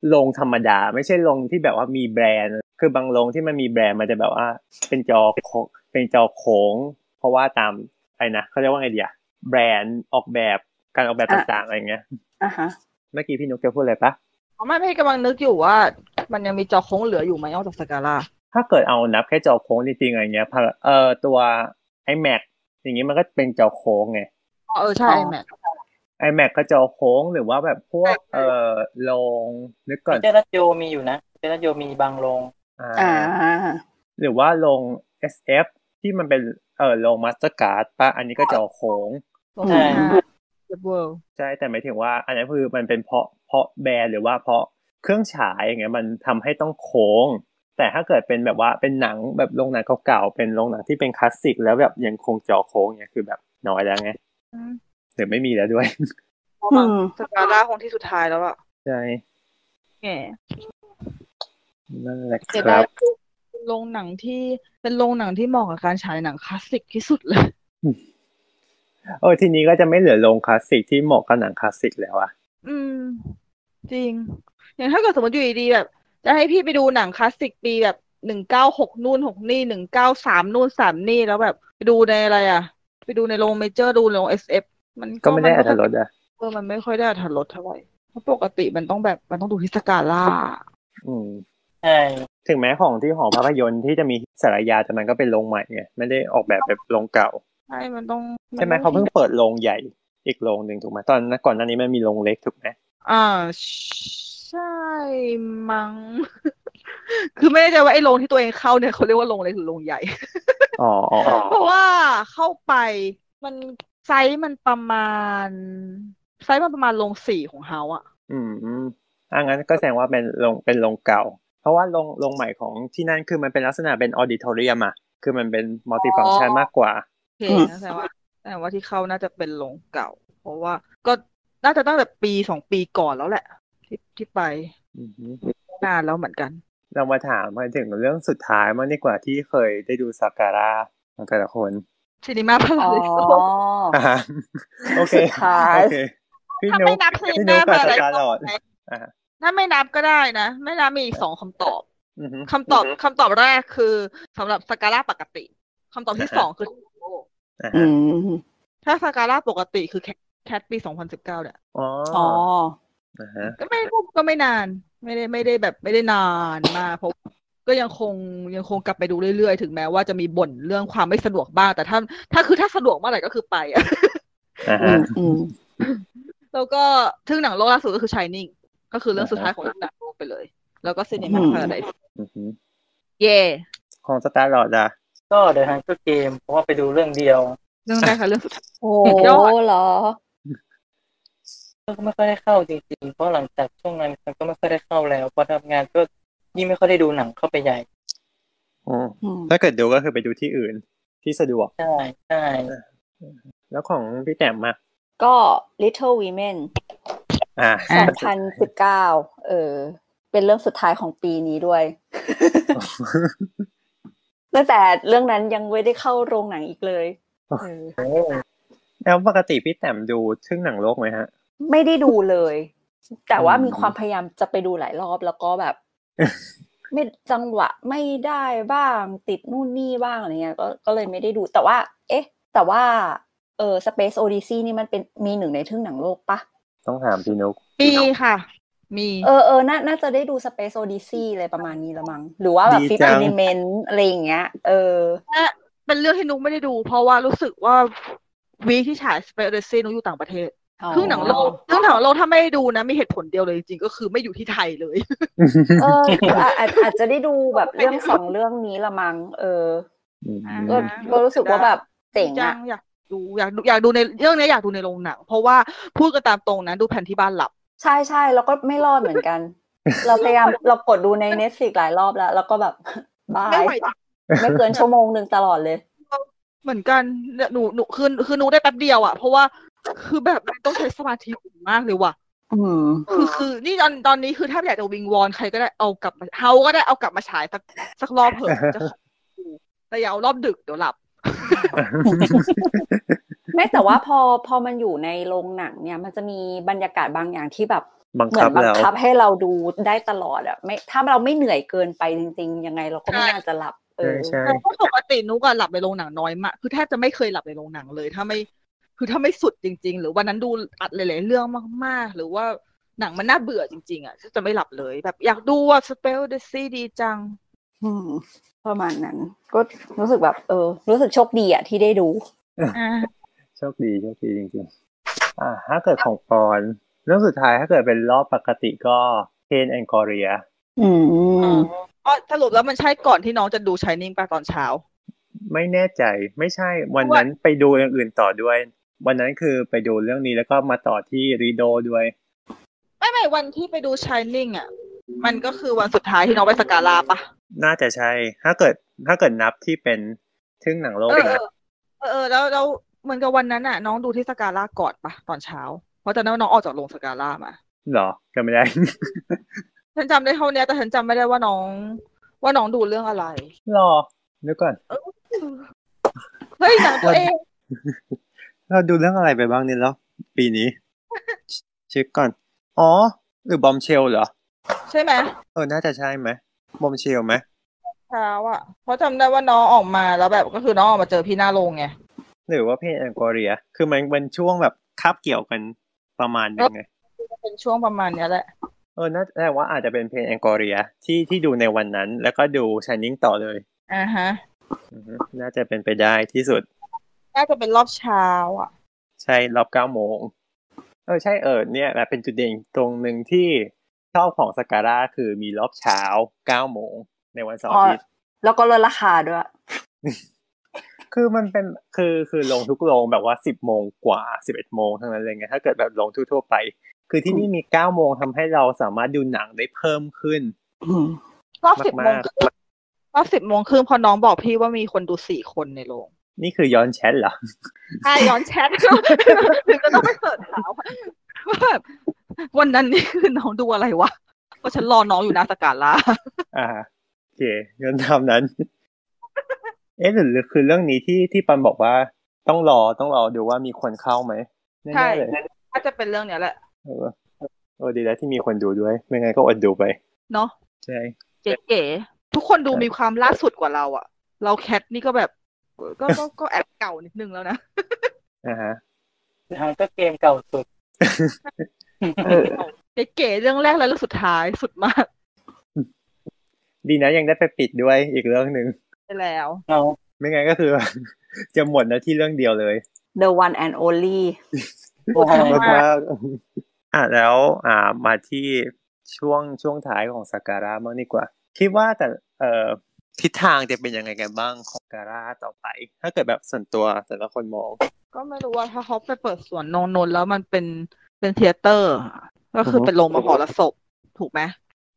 โรงธรรมดา ไม่ใช่โรงที่แบบว่ามีแบรนด์ คือบางโรงที่มันมีแบรนด์มันจะแบบว่า เป็นจอโค้งเป็นจอโค้ง เพราะว่าตามไอ้นะเขาเรียกว่าไงเดียแบรนด์ออกแบบการออกแบบ อ่ะ ต่างๆอะไรเงี้ย อ่ะฮะ เมื่อกี้พี่นุกจะพูดอะไรปะ อ๋อไม่ไม่กำลังนึกอยู่ว่า มันยังมีจอโค้งเหลืออยู่ไหมนอกจากสกาล่า ถ้าเกิดเอานับแค่จอโค้งจริงๆอะไรเงี้ยพาราเอ่อตัว iMac อย่างงี้มันก็เป็นจอโค้งไง อ๋อเออใช่ iMac iMac ก็จอโค้งหรือว่าแบบพวก ใช่ เอ่อลงนึกก่อน เจรัตโยมีอยู่นะเจรัตโยมีบางโรง อ่า อ่า หรือว่าลง SF ที่มันเป็นเอ่อลง Mastercard ป่ะอันนี้ก็จอโค้ง ใช่ เจ็บเวิร์ ใช่แต่หมายถึงว่า อันนั้นคือมันเป็นเพราะเพราะแบรนด์หรือว่าเพราะเครื่องฉายอย่างเงี้ยมันทำให้ต้องโค้ง แต่ถ้าเกิดเป็นแบบว่าเป็นหนังแบบโรงหนังเก่าๆเป็นโรงหนังที่เป็นคลาสสิกแล้วแบบยังคงจอโค้งเนี่ยคือแบบน้อยแล้วไงหรือไม่มีแล้วด้วย อืม สกาล่าคงที่สุดท้ายแล้วอะ ใช่ แหม นั่นแหละค เสีย รั ดาย บ เป็นโรงหนังที่เป็นโรงหนังที่เหมาะกับการฉายหนังคลาสสิกที่สุดเลย โอ้ยทีนี้ก็จะไม่เหลือโรงคลาสสิกที่เหมาะกับหนังคลาสสิกแล้วอะ อืม จริง อย่างถ้าเกิดสมมติอยู่ดีๆแบบ จะให้พี่ไปดูหนังคลาสสิกปีแบบหนึ่งเก้าหกนู่นหกนี่หนึ่งเก้าสามนู่นสามนี่แล้วแบบไปดูในอะไรอ่ะ ไปดูในโรงเมเจอร์ดูโรงเอสเอฟมัน ก็ไม่ได้อัต ค่ย ลดอะ เออมันไม่ค่อยได้อรรถรสเท่าไหร่เพราะปกติมันต้องแบบมันต้องดูที่สกาล่า อืม ใช่ ถึงแม้ของที่หอภาพยนตร์ที่จะมีสารยาแต่มันก็เป็นโรงใหม่ไงไม่ได้ออกแบบแบบโรงเก่า ใช่มันต้อง ใช่ไหม นต้ เขาเพิ่งเปิดโรงใหญ่อีกโรงหนึ่งถูกไหมตอนก่อนหน้านี้มันมีโรงเล็กถูกไหม อ่าใช่มั้ง คือไม่แน่ใจว่าไอ้โรงที่ตัวเองเข้าเนี่ยเขาเรียกว่าโรงเล็กหรือโรงใหญ่ อ๋ออ๋ออ๋อ เพราะว่าเข้าไปมันไซส์มันประมาณ ไซส์มันประมาณลงสี่ของเฮาอะ อืมอืมอ่างั้นก็แสดงว่าเป็นโรงเป็นโรงเก่า เพราะว่าโรงโรงใหม่ของที่นั่นคือมันเป็นลักษณะเป็นออดิทอเรียมอะคือมันเป็นมัลติฟังชันมากกว่า โอเค อืม นะแต่ว่าแต่ว่าที่เข้าน่าจะเป็นโรงเก่า เพราะว่าก็น่าจะตั้งแต่ปีสองปีก่อนแล้วแหละ ที่ที่ไป อืม นานแล้วเหมือนกัน เรามาถามมาถึงเรื่องสุดท้ายมากดีกว่าที่เคยได้ดูซาการาของแต่ละคน ซินิมาพ อ๋ ลา อ เลโซ อ่า โอเค สุดท้าย โอเคพี่ ถ้า นุ๊ ไม่ ก นับซิ พี่ นิ นุ๊ มากพลากับส เล กา โซ ลอด ไหม อ่า ถ้าไม่นับก็ได้นะ ไม่นับมีอีกสองคำตอบ อือฮึ คำตอบคำตอบแรกคือสำหรับสกาล่าปกติคำตอบที่ อ่าฮะ สองคือ อ่า อืมฮะถ้าสกาล่าปกติคือแคทแคทปีสองพันสิบเก้าเนี่ย อ๋อ อ๋อ อ่าฮะ ก็ไม่ก็ไม่นาน ไม่ได้ไม่ได้แบบไม่ได้นานมากเพราะก็ยังคงยังคงกลับไปดูเรื่อยๆ ถึงแม้ว่าจะมีบ่นเรื่องความไม่สะดวกบ้าง แต่ถ้าถ้าคือถ้าสะดวกเมื่อไหร่ก็คือไปอะ อ่า อื ฮะ มอืม แล้วก็ทึ่งหนังโลกล่าสุดก็คือชายนิ่งก็คือเรื่องสุดท้ายขอ่าฮะองหนังโลกไปเลย แล้วก็ซีนีมา อืม พาราไดซ์ อือฮึ เย่ ของสตาร์ลอดอะ ก็เดินทางก็เกมเพราะว่าไปดูเรื่องเดียว เรื่องแรกค่ะเรื่องสุดท้าย โอ้ สุดยอด เหรอ ก็ไม่ค่อยได้เข้าจริงๆ เพราะหลังจากช่วงนั้นมันก็ไม่ค่อยได้เข้าแล้วพอทำงานก็ยิ่งไม่ค่อยได้ดูหนังเข้าไปใหญ่ อืม อืม ถ้าเกิดดูก็คือไปดูที่อื่นที่สะดวก ใช่ใช่ แล้วของพี่แต้มมา ก็ Little Women อ่า อ่ะ 2019 เออ เป็นเรื่องสุดท้ายของปีนี้ ด้วย ตั้งแต่เรื่องนั้นยังไม่ได้เข้าโรงหนังอีกเลยเออ โอ้ แล้วปกติพี่แต้มดูทึ่งหนังโลกไหมฮะ ไม่ได้ดูเลย แต่ว่า อืม มีความพยายามจะไปดูหลายรอบแล้วก็แบบ ไม่จังหวะไม่ได้บ้างติดนู่นนี่บ้างอะไรเงี้ยก็ก็เลยไม่ได้ดูแต่ว่า เอ๊ะ แต่ว่าเออ Space Odyssey นี่มันเป็นมีหนึ่งในทึ่งหนังโลกปะ ต้องถามพี่นุก มีค่ะ มี เออเออน่าน่าจะได้ดู Space Odyssey อะไรประมาณนี้ละมั้ง หรือว่าแบบ Fifth Element อะไรอย่างเงี้ย เออ เป็นเรื่องที่นุ๊กไม่ได้ดู เพราะว่ารู้สึกว่าวีคที่ฉายสเปเดซีนุ๊กอยู่ต่างประเทศ ครึ่งหนังโลกครึ่งหนังโลกถ้าไม่ได้ดูนะมีเหตุผลเดียวเลยจริงๆก็คือไม่อยู่ที่ไทยเลย เอออาอาจอาจจะได้ดูแบบเรื่องสองเรื่องนี้ละมั้ง เออ ก็ อ่า ก็รู้สึกว่าแบบเจ๋ง จั อะ งอยากดูอยากดูอยากดูในเรื่องเนี้ยอยากดูในโรงหนังเพราะว่าพูดกันตามตรงนะดูแผ่นที่บ้านหลับ ใช่ใช่แล้วก็ไม่รอดเหมือน กัน เราพยายามเรากดดูใน Netflix หลายรอบแล้ว แล้วก็แบบ บาย ไม่ไหว ไม่เกินชั่วโมงหนึ่งตลอดเลย เหมือนกันเนี่ยหนูหนูคือคือหนูได้แป๊บเดียวอะเพราะว่าคือแบบมันต้องใช้สมาธิสูงมากเลยว่ะ อืม คือคือนี่ตอนตอนนี้คือถ้าอยากจะวิงวอนใครก็ได้เอากลับมาเฮาก็ได้เอากลับมาฉายสักสักรอบเถอะจะขอดูแต่อย่าเอารอบดึกเดี๋ยวหลับ ไม่แต่ว่าพอพอมันอยู่ในโรงหนังเนี่ย มันจะมีบรรยากาศบางอย่างที่แบบ บัง เหมือ คับ นบัง แล้ว คับให้เราดูได้ตลอดอะไม่ถ้าเราไม่เหนื่อยเกินไปจริง ๆ ยังไงเราก็ไม่ ใช่ น่าจะหลับ เอ ใช่ อ ใช่ เพราะปกตินุกอะหลับในโรงหนังน้อยมาก คือแทบจะไม่เคยหลับในโรงหนังเลย ถ้าไม่ คือถ้าไม่สุดจริง ๆ หรือวันนั้นดูอัดหลายๆเรื่องมากๆ หรือว่า หนังมันน่าเบื่อจริง ๆอ่ะจะไม่หลับเลยแบบอยากดูอ่ะสเปลเดซี่ดีจัง อืมประมาณนั้น ก็รู้สึกแบบ เออ รู้สึกโชคดีอะที่ได้ดู อ่า โชคดีโชคดีจริงๆ อ่า ถ้าเกิดของปอนเรื่องสุดท้ายถ้าเกิดเป็นรอบปกติก็เคนแอนกอรีย อืม อ๋อสรุปแล้วมันใช่ก่อนที่น้องจะดูชายนิ่งป่ะตอนเช้า ไม่แน่ใจไม่ใช่วันนั้นไปดูอย่างอื่นต่อด้วย วันนั้นคือไปดูเรื่องนี้แล้วก็มาต่อที่รีโดด้วย ไม่ไม่วันที่ไปดูชายนิ่งอ่ะ มันก็คือวันสุดท้ายที่น้องไปสกาลาป่ะ น่าจะใช่ ถ้าเกิดถ้าเกิดนับที่เป็นทึ่งหนังโล เอก อเอ นะ อเออเออแล้วแล้วเหมือนกับวันนั้นอ่ะ น้องดูที่สกาลาก่อนป่ะตอนเช้า เพราะตอนนั้นน้องออกจากโรงสกาลามา หรอจำไม่ได้ ฉันจำได้เท่าเนี้ยแต่ฉันจำไม่ได้ว่าน้อง ว่าน้องดูเรื่องอะไร หรอนึกก่อน เฮ้ยหนังตัวเอง เราดูเรื่องอะไรไปบ้างเนี่ยแล้ว ปี นี้ เช็คก่อน อ๋อ หรือบอมเชลเหรอ ใช่ไหม เออ น่าจะใช่ไหมบอมเชลไหม เช้าอ่ะเพราะจำได้ว่าน้องออกมาแล้วแบบก็คือน้องออกมาเจอพี่หน้าโรงไง หรือว่าเพนแอนกอรีย คือมันเป็นช่วงแบบคาบเกี่ยวกันประมาณนึงไง เป็นช่วงประมาณเนี้ยแหละ เออ น่าแต่ว่าอาจจะเป็นเพนแอนกอรียที่ที่ดูในวันนั้น แล้วก็ดูชายนิ่งต่อเลย อ่าฮะ อือฮึน่าจะเป็นไปได้ที่สุด น่าจะเป็นรอบเช้าอ่ะ ใช่รอบเก้าโมง เออ ใช่เออเนี่ยแหละเป็นจุดเด่นตรงหนึ่งที่ชอบของสการ่าคือมีรอบเช้าเก้าโมงในวันเสาร์อาทิตย์ แล้วก็ลดราคาด้วย คือมันเป็นคือคือลงทุกโรงแบบว่าสิบโมงกว่าสิบเอ็ดโมงทั้งนั้นเลยไงถ้าเกิดแบบลงทั่วๆไป คือที่นี่มีเก้าโมงทำให้เราสามารถดูหนังได้เพิ่มขึ้น อืม รอบสิบโมง มาก ครึ่งรอบสิบโมงครึ่งพอน้องบอกพี่ว่ามีคนดูสี่คนในโรง นี่คือย้อนแชทเหรอ ใช่ย้อนแชท ถึงก็ต้องไปเสิร์ชหาว่าว่าแบบวันนั้นนี่คือน้องดูอะไรวะเพราะฉันรอน้องอยู่หนาสกาลา อ่าโอเคย้อนตามนั้น เอ๊ะหรือคือเรื่องนี้ที่ที่ปันบอกว่าต้องรอต้องรอดูว่ามีคนเข้าไหมแน่ ใช่ ๆเลย น่าจะเป็นเรื่องเนี้ยแหละ เออเออดีแล้วที่มีคนดูด้วย ไม่งั้นก็อดดูไป เนาะ ใช่ เก๋ๆทุกคนดูมีความล่าสุดกว่าเราอะเราแคทนี่ก็แบบก็ก็ก็แอบเก่านิดนึงแล้วนะ อ่าฮะ ทางก็เกมเก่าสุด เออ เก๋ๆเรื่องแรกและเรื่องสุดท้ายสุดมาก ดีนะยังได้ไปปิดด้วยอีกเรื่องหนึ่ง ไปแล้ว เอา ไม่งั้นก็คือ จะหมดหนะที่เรื่องเดียวเลย The one and only โอ้โห ขอบคุณมากอ่ะแล้วอ่ามาที่ช่วงช่วงท้ายของสักการะบ้างดีกว่า คิดว่าแต่เอ่อทิศทางจะเป็นยังไงกันบ้างของสักการะต่อไป ถ้าเกิดแบบส่วนตัวแต่ละคนมอง ก็ไม่รู้ว่าถ้าเขาไปเปิดสวนนงนนท์แล้วมันเป็นเป็นเทยเตอร์ ก็คือ อฮึ เป็นโรงมหรสพถูกไหม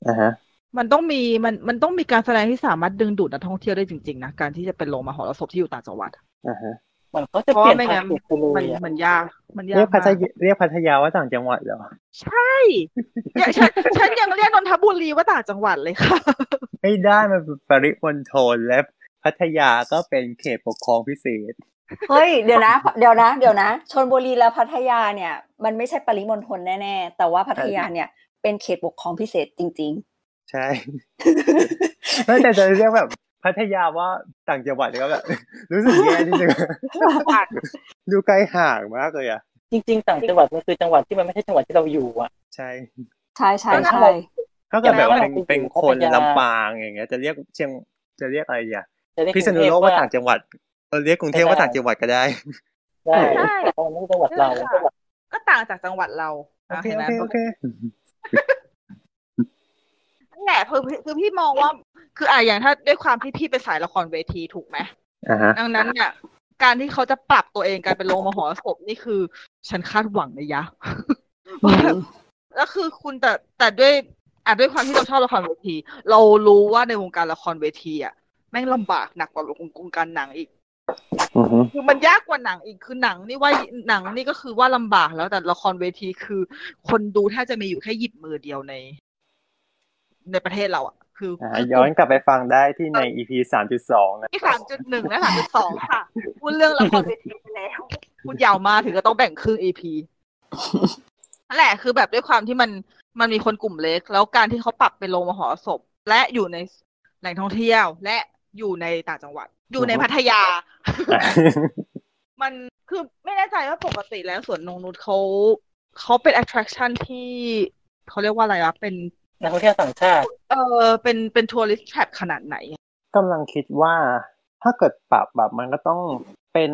อ่าฮะ มันต้องมีมันมันต้องมีการแสดงที่สามารถดึงดูดนักท่องเที่ยวได้จริงๆนะการที่จะเป็นโรงมหรสพที่อยู่ต่างจังหวัด อ่าฮะ เหมือนเขาจะ เพ เป ราะ ลี่ยน ไม่ ทา งั้ ง น เปลี่ยนไปเล มัน ยอะ มันยากมันยา เรีย ก กพัมาทก ยาเรียกพัทยาว่าต่างจังหวัดเหรอ ใช่เนี่ยฉันฉันยังเรียกนนทบุรีว่าต่างจังหวัดเลยค่ะ ไม่ได้มันเป็นปริมณฑลและพัทยาก็เป็นเขตปกครองพิเศษ เฮ้ย เดี๋ยวนะ เดี๋ยวนะ เดี๋ยวนะ ชนบุรีและพัทยาเนี่ย มันไม่ใช่ปริมณฑลแน่ๆ แต่ว่าพัทยาเนี่ย เป็นเขตปกครองพิเศษจริง ใช่ ไม่แต่จะเรียกแบบพัทยาว่าต่างจังหวัดก็แบบ รู้สึกแย่นิดนึง ดูไกลห่างมากเลยอ่ะ จริง ๆ ต่างจังหวัดมันคือจังหวัดที่มันไม่ใช่จังหวัดที่เราอยู่อ่ะ ใช่ ๆ ใช่ใช่ใช่ ถ้าเกิดแบบว่า แต่ เป็น ว่าเรา เป็น อยู่ คน พัทยา ลำปางอย่างเงี้ยจะเรียกเชียงจะเรียกอะไรอ่ะ จะเรียก พิษณุโลก รุงเทพ ว่าต่างจังหวัดเออเรียกกรุงเทพว่าต่างจังหวัดก็ได้ ได้ ใช่ เพราะมันไม่ใช่จังหวัดเรา ก็ต่างจากจังหวัดเรา โอเค ห็น โอ ไหม เคโอเค นั่นแหละคือคือพี่มองว่า คืออ่ะอย่างถ้าด้วยความที่พี่เป็นสายละครเวทีถูกไหม อ่าฮะ ดังนั้นเนี่ยการที่เขาจะปรับตัวเองกลายเป็นโรงมหรสพนี่คือ ฉันคาดหวังนะย ะว่าแบบแล้วคือคุณแต่แต่ด้วยอ่ะด้วยความที่เราชอบละครเวที เรารู้ว่าในวงการละครเวทีอ่ะแม่งลำบากหนักกว่าวงการหนังอีก อือฮึ คือมันยากกว่าหนังอีกคือหนังนี่ว่าหนังนี่ก็คือว่าลำบากแล้วแต่ละครเวทีคือ คนดูแทบจะมีอยู่แค่หยิบมือเดียวใน ในประเทศเราอ่ะ คือ อ่า คื ย้อนกลับไปฟังได้ที่ใน EP สามจุดสองนะ ที่สามจุดหนึ่งและสามจุดสองค่ะพูดเรื่องละครเวทีไปแล้วพูดยาวมากถึงก็ต้องแบ่งครึ่ง EP นั่นแหละคือแบบด้วยความที่มันมันมีคนกลุ่มเล็ก แล้วการที่เขาปรับเป็นโรงมหรสพและอยู่ในแหล่งท่องเที่ยว และอยู่ในต่างจังหวัด อยู่ใน อือฮึ พัทยา มันคือไม่แน่ใจว่าปกติแล้วสวนนงนุชเขาเขาเป็น attraction ที่ เขาเรียกว่าอะไรวะเป็น นักท่องเที่ยวต่างชาติ เออเป็นเป็นทัวริสต์แทรขนาดไหน กำลังคิดว่าถ้าเกิดปรับแบบมันก็ต้องเป็น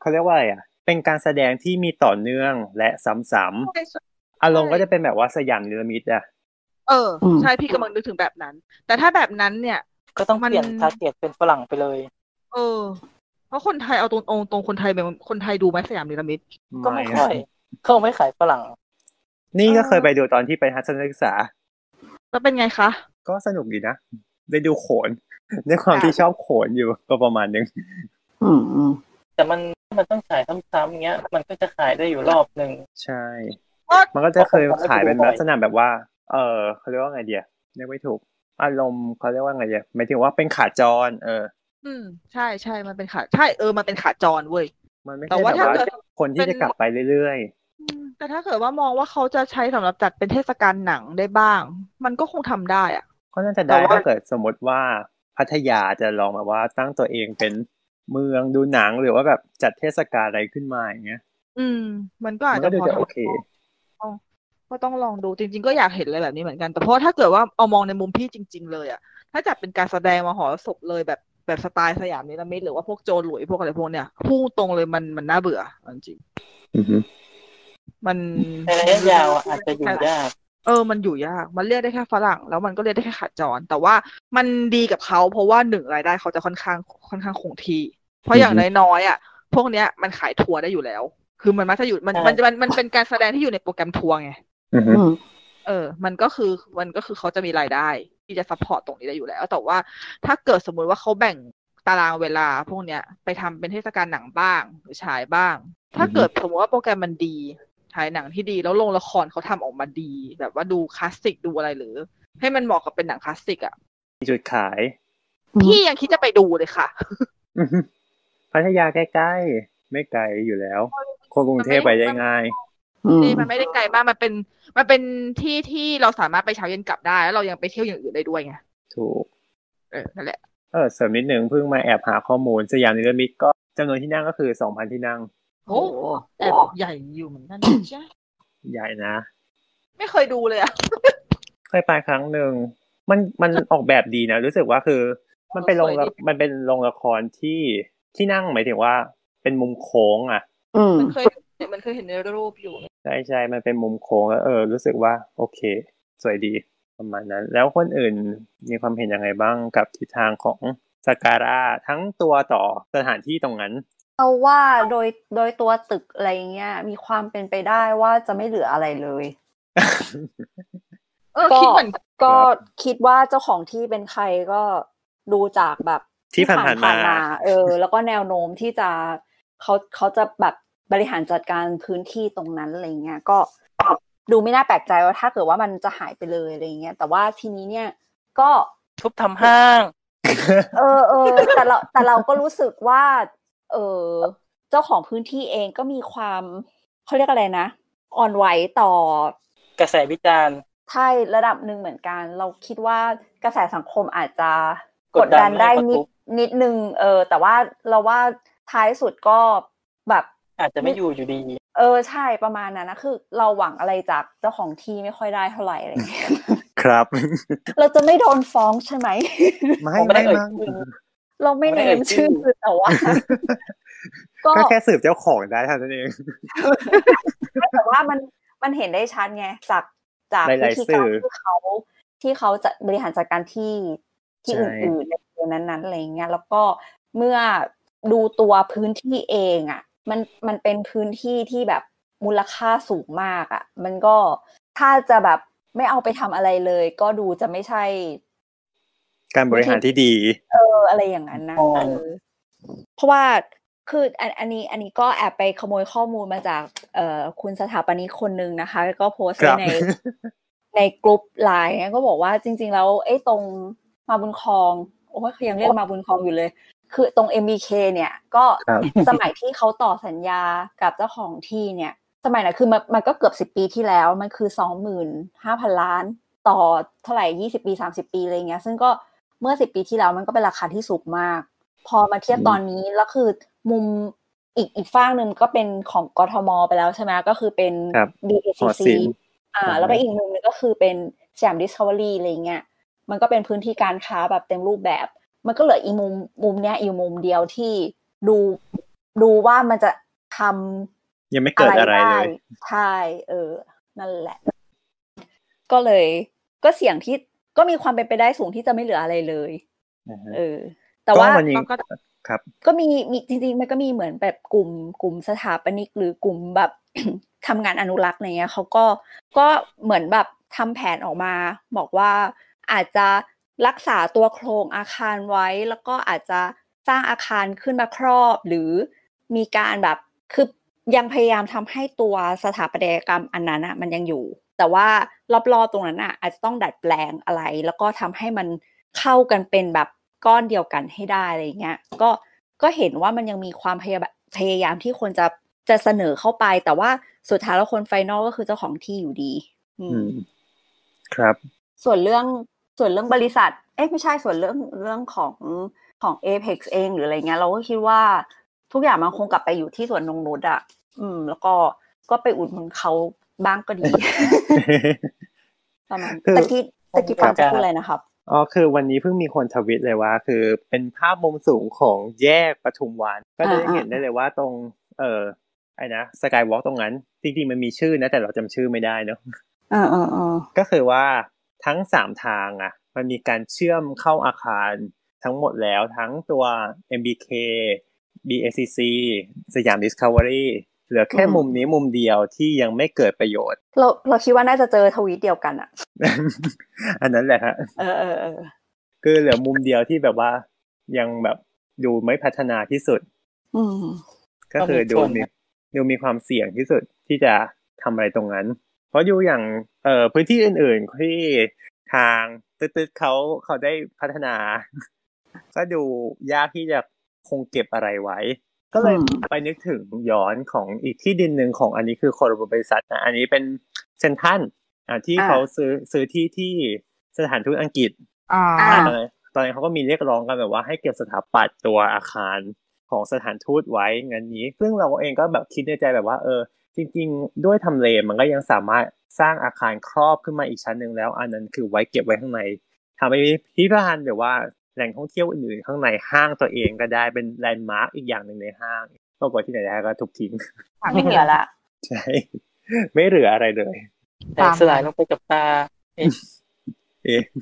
เขาเรียกว่าอะไรอ่ะ เป็นการแสดงที่มีต่อเนื่องและซ้ำๆอารมณ์ก็จะเป็นแบบว่าสยามเนื้อมิดอ่ะ เอออ ม ใช่พี่กำลังนึกถึงแบบนั้น แต่ถ้าแบบนั้นเนี่ย ก็ต้อง มัน เปลี่ยนทาร์เก็ตเป็นฝรั่งไปเลย เออ เพราะคนไทยเอาตรงๆตรงคนไทยแบบคนไทยดูไหมสยามนิรมิต ก็ไม่ค่อยเขาไม่ขายฝรั่ง นี่ก็เคยไปดูตอนที่ไปทัศนศึกษา แล้วเป็นไงคะ ก็สนุกดีนะ ได้ดูโขน ด้วยความ ค่ะ ที่ชอบโขนอยู่ก็ประมาณนึง อืมอืม แต่มันมันต้องขายซ้ำๆเงี้ย มันก็จะขายได้อยู่รอบหนึ่ง ใช่ ก็ มันก็จะเคยขายเป็นลักษณะแบบว่า เออเขาเรียกว่าไงเดียเรียกไม่ถูก อารมณ์เขาเรียกว่าไงเดียหมายถึงว่าเป็นขาจร เออ อืมใช่ใช่มันเป็นขาใช่เออมันเป็นขาจรเว้ย มันไม่ใช่ แต่ แบบ ว่าถ้า ว่า เกิด คนที่จะกลับไปเรื่อย อืมแต่ถ้าเกิดว่ามองว่าเขาจะใช้สำหรับจัดเป็นเทศกาลหนังได้บ้าง มันก็คงทำได้อะ ๆ ก็น่าจะ แต่ ได้ ว่า ถ้าเกิดสมมติว่าพัทยาจะลองแบบว่าตั้งตัวเองเป็นเมืองดูหนังหรือว่าแบบจัดเทศกาลอะไรขึ้นมาอย่างเงี้ย อืม มันก็อา มั จ น จะพอก็ดูจะ ทำ โอเค ได้ก็ต้องลองดูจริง ๆ ก็อยากเห็นอะไรแบบนี้เหมือนกัน แต่เพราะถ้าเกิดว่าเอามองในมุมพี่จริง ๆ เลยอะถ้าจัดเป็นการแสดงมหรสพเลยแบบแบบสไตล์สยามนิรมิตหรือว่าพวกโจรหลุยพวกอะไรพวกเนี้ยพูดตรงเลยมันมันน่าเบื่อเอาจริง อือฮึ ๆมัน ในระยะยาวอะอาจจะอยู่ยาก เออ มันอยู่ยาก มันเรียกได้แค่ฝรั่ง แล้วมันก็เรียกได้แค่ขาจร แต่ว่ามันดีกับเขาเพราะว่าหนึ่งรายได้เขาจะค่อนข้างค่อนข้างคงที่ เพราะอย่างน้อยๆอ่ะ พวกเนี้ยมันขายทัวร์ได้อยู่แล้ว คือมันมักจะอยู่มัน ใช่ มันมันมันเป็นการแสดงที่อยู่ในโปรแกรมทัวร์ไง อือฮึ อืม เออ มันก็คือมันก็คือเขาจะมีรายได้ ที่จะซัพพอร์ตตรงนี้ได้อยู่แล้ว แต่ว่าถ้าเกิดสมมุติว่าเขาแบ่งตารางเวลา พวกเนี้ยไปทำเป็นเทศกาลหนังบ้างหรือฉายบ้าง ถ้า อือฮึ เกิดสมมติว่าโปรแกรมมันดีถ่ายหนังที่ดีแล้วโรงละครเขาทำออกมาดี แบบว่าดูคลาสสิกดูอะไรหรือ ให้มันเหมาะกับเป็นหนังคลาสสิกอ่ะ มีจุดขาย อืม พี่ยังคิดจะไปดูเลยค่ะ อือฮึพัทยาใกล้ๆ ไม่ไกลอยู่แล้ว คนกรุงเทพไปได้ง่าย อืม นี่มันไม่ได้ไกลมาก มันเป็น มันเป็นที่ที่เราสามารถไปเช้าเย็นกลับได้ แล้วเรายังไปเที่ยวอย่างอื่นได้ด้วยไง ถูก เออ นั่นแหละ เออเสริมนิดนึงเพิ่งมาแอบหาข้อมูลสยามนิรมิตก็จำนวนที่นั่งก็คือ 2,000 ที่นั่ง โอ้แต่ใหญ่อยู่เหมือน กันใช่ ใหญ่นะ ไม่เคยดูเลยอะ เคยไปครั้งหนึ่งมันมันออกแบบดีนะ รู้สึกว่าคือ มันเป็นโรงละมันเป็นโรงละครที่ที่นั่งหมายถึงว่าเป็นมุมโค้งอ่ะ อืม มันเคยเห็นมันเคยเห็นในรูปอยู่ ใช่ใช่มันเป็นมุมโค้งแล้วเออ รู้สึกว่าโอเค สวยดีประมาณนั้น แล้วคนอื่นมีความเห็นยังไงบ้างกับทิศทางของสการ่าทั้งตัวต่อสถานที่ตรงนั้น เราว่าโดยโดยตัวตึกอะไรเงี้ยมีความเป็นไปได้ว่าจะไม่เหลืออะไรเลย เออ ก็ คิดเหมือนกัน ก็คิดว่าเจ้าของที่เป็นใครก็ดูจากแบบ ที่ผ่านๆมา เออ แล้วก็แนวโน้มที่จะเขาเขาจะแบบบริหารจัดการพื้นที่ตรงนั้นอะไรเงี้ยก็ดูไม่น่าแปลกใจว่าถ้าเกิดว่ามันจะหายไปเลยอะไรเงี้ยแต่ว่าทีนี้เนี่ยก็ ทุบทำห้าง เออเออแต่เราแต่เราก็รู้สึกว่า เออเจ้าของพื้นที่เองก็มีความเขาเรียกอะไรนะอ่อนไหวต่อ กระแสวิจารณ์ ใช่ระดับหนึ่งเหมือนกัน เราคิดว่ากระแสสังคมอาจจะ กดดัน ได้ ให้เขา นิ ทุ ด บ นิดนึงเออ แต่ว่าเราว่าท้ายสุดก็แบบ อาจจะไม่อยู่อยู่ดี เออใช่ประมาณนั้นนะคือ เราหวังอะไรจากเจ้าของที่ไม่ค่อยได้เท่าไหร่อะไรอย่างเงี้ ย ครับ เราจะไม่โดนฟ้องใช่ไหม ไม่ ผมไม่ได้ ไม่ เอ่ย มั้ง ชื่อ เราไม่ ไม่ เน ได้ ม เอ่ยชื่ ชื่ อ อแต่ว่า ก็ ก็แค่สืบเจ้าของได้เท่านั้นเอง แต่ว่ามันมันเห็นได้ชัดไงจากจาก หลายๆ วิธี สื่ การ อ ที่เขาที่เขาจะบริหารจัดการที่ที่ ใช่ อื่นๆในตัวนั้นๆอะไรอย่างเงี้ยแล้วก็เมื่อดูตัวพื้นที่เองอ่ะ มันมันเป็นพื้นที่ที่แบบมูลค่าสูงมากอ่ะ มันก็ถ้าจะแบบไม่เอาไปทำอะไรเลย ก็ดูจะไม่ใช่ การบริหารที่ดี เอออะไรอย่างนั้นนะ อ๋อ เออเพราะว่าคืออันอันนี้อันนี้ก็แอบไปขโมยข้อมูลมาจากเอ่อคุณสถาปนิกคนหนึ่งนะคะแล้วก็โพสต์ ครั ไว้ บ ใน ในกลุ่มไลน์เนี่ยก็บอกว่าจริง ๆ แล้วไอ้ตรงมาบุญคลองโอ้ยเขายังเรียกมาบุญคลองอยู่เลย คือตรง MBK เนี่ยก็ ครับ สมัยที่เขาต่อสัญญากับเจ้าของที่เนี่ย สมัยนั้นคือมันมันก็เกือบสิบ10 ปีที่แล้วมันคือสองหมื่นห้าพันล้าน ต่อเท่าไหร่ยี่สิบปีสามสิบปีอะไรเงี้ย ซึ่งก็เมื่อสิบปีที่แล้วมันก็เป็นราคาที่สูงมาก พอมาเทียบตอนนี้แล้วคือมุมอีกอีกฝ้างหนึ่งก็เป็นของกทมไปแล้วใช่ไหมก็คือเป็น ครับ หอ DACC ศิลป์ อ่า แล้วก็อีกมุมหนึงก็คือเป็นสยามดิสคัฟเวอรี่อะไรเงี้ยมันก็เป็นพื้นที่การค้าแบบเต็มรูปแบบ มันก็เหลืออีมุมมุมเนี้ยอีกมุมเดียวที่ดูดูว่ามันจะทำ ยังไม่เกิดอะไรเลย ใช่เออ นั่นแหละ ก็เลย ก็เสี่ยงที่ก็มีความเป็นไปได้สูงที่จะไม่เหลืออะไรเลย เออ แต่ว่า ก็วันนี้ มันก็ ครับ ก็มีมีจริงๆ มันก็มีเหมือนแบบกลุ่มกลุ่มสถาปนิกหรือกลุ่มแบบ ทำงานอนุรักษ์อะไรเงี้ยเขาก็ก็เหมือนแบบทำแผนออกมา บอกว่าอาจจะรักษาตัวโครงอาคารไว้ แล้วก็อาจจะสร้างอาคารขึ้นมาครอบ หรือมีการแบบคือยังพยายามทำให้ตัวสถาปัตยกรรมอันนั้นอะมันยังอยู่ แต่ว่ารอบๆตรงนั้นอะอาจจะต้องดัดแปลงอะไร แล้วก็ทำให้มันเข้ากันเป็นแบบก้อนเดียวกันให้ได้อะไรเงี้ยก็ ก็เห็นว่ามันยังมีความพยายามพยายามที่คนจะจะเสนอเข้าไป แต่ว่าสุดท้ายแล้วคนไฟนอลก็คือเจ้าของที่อยู่ดี อืม อืมครับ ส่วนเรื่องส่วนเรื่องบริษัท เอ๊ะไม่ใช่ส่วนเรื่องเรื่องของของ Apex เองหรืออะไรเงี้ยเราก็คิดว่าทุกอย่างมันคงกลับไปอยู่ที่ส่วนนงนุชอ่ะ อืม แล้วก็ก็ไปอุดหนุนเขาบ้างก็ ดี ประมาณ คือ ตะกี้ตะกี้ปังจะพูดอะไรนะครับ อ๋อคือวันนี้เพิ่งมีคนทวิตเลยว่า คือเป็นภาพมุมสูงของแยกปทุมวัน ก็จะได้ อ่าๆ เห็นได้เลยว่าตรง เออไอ้นะสกายวอล์กตรงนั้น จริงๆมันมีชื่อนะ แต่เราจำชื่อไม่ได้เนอะ เออเออเออ ก็คือว่าทั้งสามทางอ่ะ มันมีการเชื่อมเข้าอาคารทั้งหมดแล้วทั้งตัว MBK BACC สยาม Discovery เหลือแค่มุมนี้มุมเดียวที่ยังไม่เกิดประโยชน์ เราเราคิดว่าน่าจะเจอทวีตเดียวกันอ่ะ อันนั้นแหละฮะ เออเออเออ คือเหลือมุมเดียวที่แบบว่ายังแบบดูไม่พัฒนาที่สุด อืม ก็คือดูมีดูมีความเสี่ยงที่สุดที่จะทำอะไรตรงนั้น เพราะอยู่อย่างเอ่อพื้นที่อื่นๆที่ทางตึ๊ดๆเขาเขาได้พัฒนา ก็ดูยากที่จะคงเก็บอะไรไว้ ก็เลย อืม ไปนึกถึงย้อนของอีกที่ดินหนึ่งของอันนี้คือโคโรบริษัทนะอันนี้เป็นเซนทันอ่าที่ อ่า เขาซื้อซื้อที่ที่สถานทูตอังกฤษ อ่า อ่า ตอนนั้นตอนนั้นเขาก็มีเรียกร้องกันแบบว่าให้เก็บสถาปัตย์ตัวอาคารของสถานทูตไว้งั้นนี้ ซึ่งเราเองก็แบบคิดในใจแบบว่าเออ จริง ๆ ด้วยทำเลมันก็ยังสามารถสร้างอาคารครอบขึ้นมาอีกชั้นหนึ่งแล้ว อันนั้นคือไว้เก็บไว้ข้างในทำให้พิพิธภัณฑ์หรือว่าแหล่งท่องเที่ยวอื่นๆข้างในห้างตัวเองก็ได้เป็นแลนด์มาร์กอีกอย่างหนึ่งในห้างปรากฏที่ไหนได้ก็ถูกทิ้ง ไม่เหลือละ ใช่ ไม่เหลืออะไรเลย แต่สลายลงไปกับตา เอง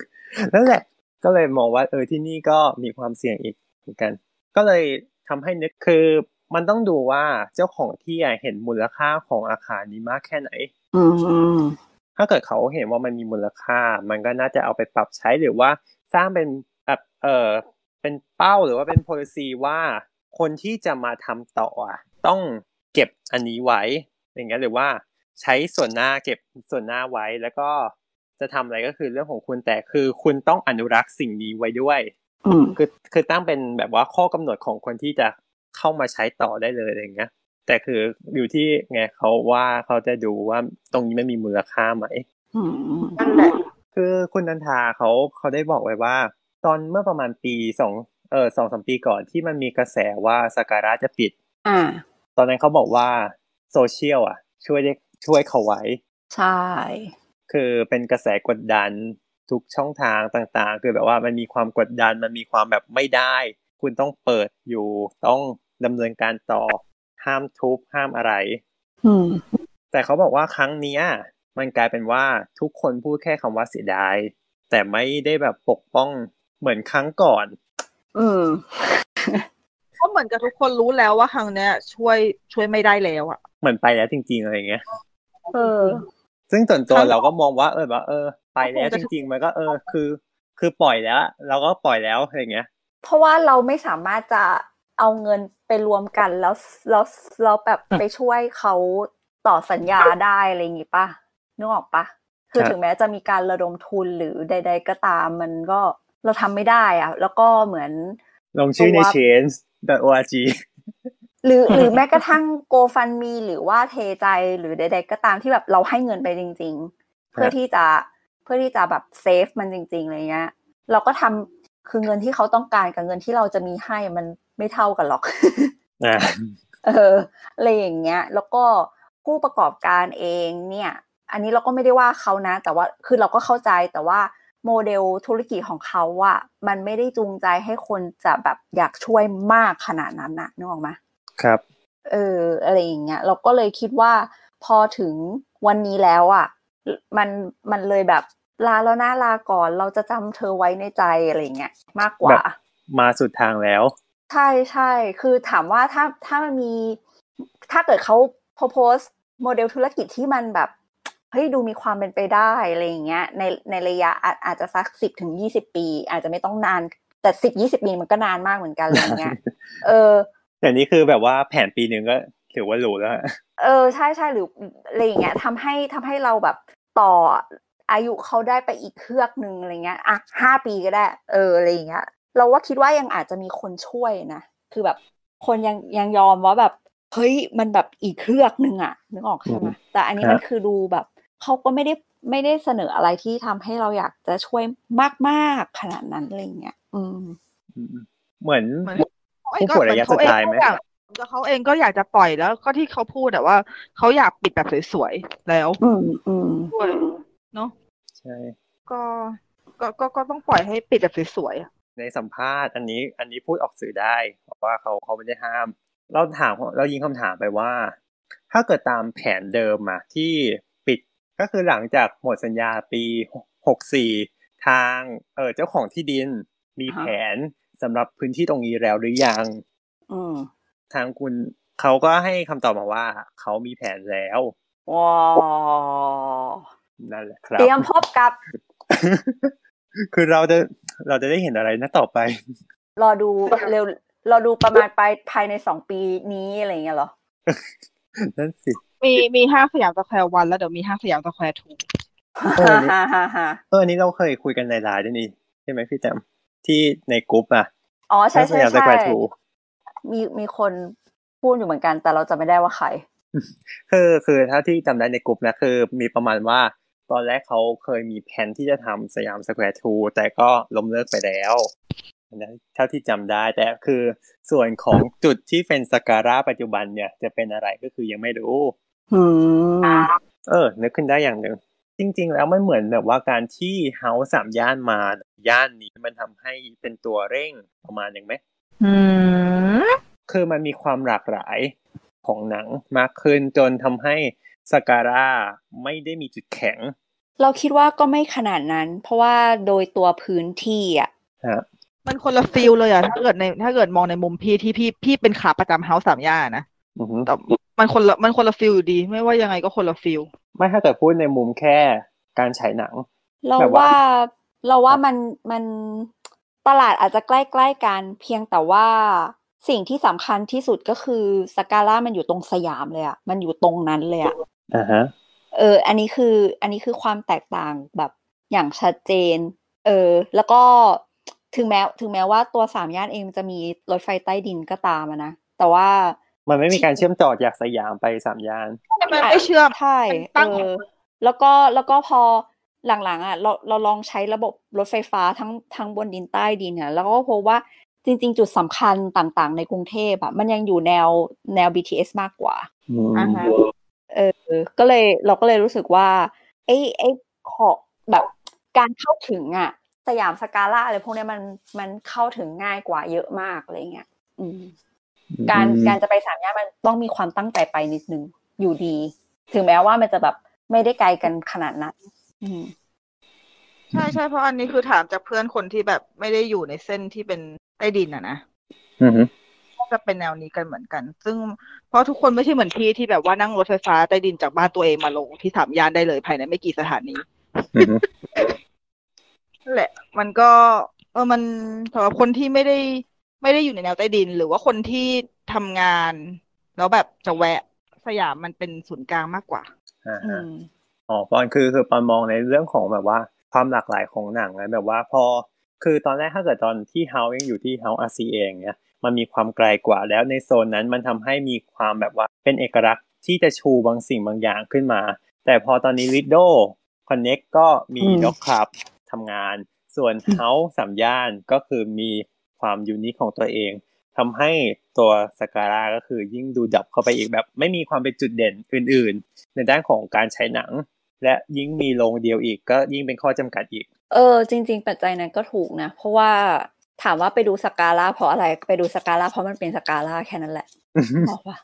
นั่นแหละก็เลยมองว่าเออที่นี่ก็มีความเสี่ยงอีกเหมือนกัน ก็เลยทำให้นึกคือมันต้องดูว่าเจ้าของที่อะเห็นมูลค่าของอาคารนี้มากแค่ไหน อืมอืม ถ้าเกิดเขาเห็นว่ามันมีมูลค่า มันก็น่าจะเอาไปปรับใช้หรือว่าสร้างเป็นแบบเออเป็นเป้าหรือว่าเป็น policy ว่าคนที่จะมาทำต่ออะต้องเก็บอันนี้ไว้ อย่างเงี้ยหรือว่าใช้ส่วนหน้าเก็บส่วนหน้าไว้แล้วก็จะทำอะไรก็คือเรื่องของคุณแต่คือคุณต้องอนุรักษ์สิ่งนี้ไว้ด้วย อืม คือคือตั้งเป็นแบบว่าข้อกำหนดของคนที่จะเข้ามาใช้ต่อได้เลยอะไรอย่างเงี้ย แต่คืออยู่ที่ไงเขาว่าเขาจะดูว่าตรงนี้มันมีมูลค่าไหม อืมอืม นั่นแหละ คือคุณนันทาเขาเขาได้บอกไว้ว่า ตอนเมื่อประมาณปีสองเออสองสามปีก่อนที่มันมีกระแสว่าสักการะจะปิด อ่า ตอนนั้นเขาบอกว่าโซเชียลอ่ะ ช่วยได้ช่วยเขาไว้ ใช่ คือเป็นกระแสกดดันทุกช่องทางต่างๆ คือแบบว่ามันมีความกดดันมันมีความแบบไม่ได้ คุณต้องเปิดอยู่ต้องดำเนินการต่อห้ามทุบห้ามอะไร อืม แต่เขาบอกว่าครั้งเนี้ย มันกลายเป็นว่าทุกคนพูดแค่คำว่าเสียดาย แต่ไม่ได้แบบปกป้องเหมือนครั้งก่อน อืม ก็เหมือนกับทุกคนรู้แล้วว่าครั้งเนี้ย ช่วยช่วยไม่ได้แล้วอ่ะ เหมือนไปแล้วจริงๆอะไรอย่างเงี้ย เออ ซึ่งส่วนตัว ครั้งก่อน เราก็มองว่าเออแบบเออ ไปแล้ว ก็คง จ จะ ริง ๆ มันก็เออคือ คือปล่อยแล้วเราก็ปล่อยแล้วอะไรอย่างเงี้ย เพราะว่าเราไม่สามารถจะเอาเงินไปรวมกันแล้วแล้วแล้วแบบไปช่วยเขาต่อสัญญาได้อะไรอย่างงี้ป่ะนึกออกป่ะ คือ ครับ ถึงแม้จะมีการระดมทุนหรือใด ๆ ก็ตามมันก็เราทำไม่ได้อะแล้วก็เหมือน ลงชื่อใน เพราะว่า change.org หรือหรือแม้กระทั่ง GoFundMe หรือว่าเทใจหรือใด ๆ ก็ตามที่แบบเราให้เงินไปจริง ๆ เพื่อที่จะเพื่อที่จะแบบเซฟมันจริงๆอะไรเงี้ยเราก็ทำคือเงินที่เขาต้องการกับเงินที่เราจะมีให้มันไม่เท่ากันหร อก อ่า เอออะไรอย่างเงี้ย แล้วก็ผู้ประกอบการเองเนี่ย อันนี้เราก็ไม่ได้ว่าเขานะ แต่ว่าคือเราก็เข้าใจแต่ว่าโมเดลธุรกิจของเขาอะมันไม่ได้จูงใจให้คนจะแบบอยากช่วยมากขนาดนั้นนะนึกออกไหม ครับ เอออะไรอย่างเงี้ยเราก็เลยคิดว่าพอถึงวันนี้แล้วอะ่ะ มันมันเลยแบบลาแล้วนะลาก่อนเราจะจำเธอไว้ในใจอะไรอย่างเงี้ยมากกว่า แบบ มาสุดทางแล้ว ใช่ใช่คือถามว่าถ้าถ้ามันมี ถ้าเกิดเขา propose โมเดลธุรกิจที่มันแบบเฮ้ยดูมีความเป็นไปได้อะไรอย่างเงี้ยในในระยะอาอาจจะสักสิบถึงยี่สิบปี อาจจะไม่ต้องนาน แต่สิบยี่สิบปีมันก็นานมากเหมือนกันอะไรอย่างเงี้ย เออ แต่นี้คือแบบว่าแผนปีหนึ่งก็ถือว่าหรูแล้วฮะ เออใช่ใช่หรืออะไรอย่างเงี้ยทำให้ทำให้เราแบบต่ออายุเขาได้ไปอีกเครือกหนึ่งอะไรเงี้ยอ่ะห้าปีก็ได้ เอออะไรอย่างเงี้ย เราว่าคิดว่ายังอาจจะมีคนช่วยนะ คือแบบคนยังยังยอมว่าแบบเฮ้ยมันแบบอีกเครือกหนึ่งอะนึกออกใช่ไหมแต่อันนี้มันคือดูแบบเขาก็ไม่ได้ไม่ได้เสนออะไรที่ทำให้เราอยากจะช่วยมากๆขนาดนั้นอะไรอย่างเงี้ยอืม อืมเหมือน เหมือนเขาเอ ผู้ งก็ ป่วย เหมือยนเขาระะเองสุดท้ายไหม ก็อยากแล้วเขาเองก็อยากจะปล่อยแล้วก็ที่เขาพูดแต่ว่าเขาอยากปิดแบบสวยๆแล้ว อืมอืม ด้วยเนาะ ใช่ ก็ก็ก็ก็ต้องปล่อยให้ปิดแบบสวยๆอะ ในสัมภาษณ์ อันนี้อันนี้พูดออกสื่อได้เพราะว่าเขาเขาไม่ได้ห้าม เราถามเรายิงคำถามไปว่า ถ้าเกิดตามแผนเดิมอะที่ปิดก็คือหลังจากหมดสัญญาปีหกสี่ทางเออเจ้าของที่ดินมีแผนสำหรับพื้นที่ตรงนี้แล้วหรือยัง อืม ทางคุณเขาก็ให้คำตอบมาว่า เขามีแผนแล้ว ว้าว นั่นแหละครับ เตรียมพบกับ คือเราจะเราจะได้เห็นอะไรนะต่อไป รอดูเร็วรอดูประมาณไปภายในสองปีนี้อะไรเงี้ยเหรอ นั่นสิ มีมีห้างสยามสแควร์วันแล้วเดี๋ยวมีห้างสยามสแควร์ทู เอออันนี้ ฮ่าฮ่าฮ่า เอออนนี้เราเคยคุยกันในไลน์ด้วยนี่ใช่ไหมพี่แจมที่ในกลุ่มอ่ะ อ๋อใช่ใช่ พยายามจะ ใช่ แควร์ทู มีมีคนพูดอยู่เหมือนกัน แต่เราจะไม่ได้ว่าใคร คือคือถ้าที่จำได้ในกลุ่มนะคือ มีประมาณว่า ตอนแรกเขาเคยมีแผนที่จะทำสยามสแควร์ทูแต่ก็ล้มเลิกไปแล้วอันนั้นเท่าที่จำได้แต่คือส่วนของจุดที่เป็นสการาปัจจุบันเนี่ย จะเป็นอะไรก็คือยังไม่รู้ อืม เออ นึกขึ้นได้อย่างหนึ่ง จริง ๆ แล้วมันเหมือนแบบว่าการที่เฮาสามย่านมา ย่านนี้มันทำให้เป็นตัวเร่งประมาณหนึ่งไหม อืม คือมันมีความหลากหลายของหนังมากขึ้นจนทำให้สการ่าไม่ได้มีจุดแข็ง เราคิดว่าก็ไม่ขนาดนั้น เพราะว่าโดยตัวพื้นที่อ่ะ มันคนละฟิลเลยอะถ้าเกิดในถ้าเกิดมองในมุมพี่ที่พี่พี่เป็นขาประจำเฮาส์สามย่านนะ อือฮึ แต่มันคนละมันคนละฟิลอยู่ดี ไม่ว่ายังไงก็คนละฟิล ไม่ถ้าแต่พูดในมุมแค่การฉายหนัง เรา แบบว่า ว่าเราว่ามันมันตลาดอาจจะใกล้ๆกัน เพียงแต่ว่าสิ่งที่สำคัญที่สุดก็คือสกาล่ามันอยู่ตรงสยามเลยอะมันอยู่ตรงนั้นเลยอะ อ่าฮะ เออ อันนี้คือ อันนี้คือความแตกต่างแบบอย่างชัดเจน เออ แล้วก็ถึงแม้ ถึงแม้ว่าตัวสามย่านเองมันจะมีรถไฟใต้ดินก็ตามอะนะ แต่ว่า มันไม่มีการเชื่อมต่อจากสยามไปสามย่าน มันไม่เชื่อม ใช่ มันตั้ เอง อ แล้วก็ แล้วก็พอหลังๆอ่ะ เรา เราลองใช้ระบบรถไฟฟ้าทั้ง ทั้งบนดินใต้ดินเนี่ย แล้วก็พบว่าจริง ๆ จุดสำคัญต่างๆ ในกรุงเทพอะมันยังอยู่แนว แนว BTS มากกว่า อืม อ่าฮะ เออ ก็เลยเราก็เลยรู้สึกว่าไอ้ไอ้ขอแบบการเข้าถึงอะสยามสกาล่าอะไรพวกเนี้ยมันมันเข้าถึงง่ายกว่าเยอะมากอะไรเงี้ยอืมการการจะไปสามย่านมันต้องมีความตั้งใจไปนิดนึงอยู่ดี ถึงแม้ว่ามันจะแบบไม่ได้ไกลกันขนาดนั้น อืม ใช่ใช่เพราะอันนี้คือถามจากเพื่อนคนที่แบบไม่ได้อยู่ในเส้นที่เป็นใต้ดินอะนะ อือฮึ ก็จะเป็นแนวนี้กันเหมือนกัน ซึ่งเพราะทุกคนไม่ใช่เหมือนพี่ที่แบบว่านั่งรถไฟฟ้าใต้ดินจากบ้านตัวเองมาลงที่สามย่านได้เลยภายในไม่กี่สถานี อือฮึ นั่นแหละ มันก็เออมันสำหรับคนที่ไม่ได้ไม่ได้อยู่ในแนวใต้ดิน หรือว่าคนที่ทำงาน แล้วแบบจะแวะสยามมันเป็นศูนย์กลางมากกว่า อ่าฮะอ๋อปอนคือคือปอนมองในเรื่องของแบบว่าความหลากหลายของหนังนะแบบว่าพอคือตอนแรกถ้าเกิดตอนที่เฮายังอยู่ที่เฮาอาซีเองเนี่ยมันมีความไกลกว่าแล้วในโซนนั้นมันทำให้มีความแบบว่าเป็นเอกลักษณ์ที่จะชูบางสิ่งบางอย่างขึ้นมา แต่พอตอนนี้ลิดโดคอนเน็กก็มีด็อกครับทำงาน ส่วนเฮาสามย่านก็คือมีความยูนิคของตัวเองทำให้ตัวสการาก็คือยิ่งดูดับเข้าไปอีกแบบ ไม่มีความเป็นจุดเด่นอื่น ๆ ในด้านของการใช้หนัง และยิ่งมีโรงเดียวอีก ก็ยิ่งเป็นข้อจำกัด อีก เออจริง ๆ ปัจจัยนั้นก็ถูกนะ เพราะว่าถามว่าไปดูสกาล่าเพราะอะไรไปดูสกาล่าเพราะมันเป็นสกาล่าแค่นั้นแหละบอกว่า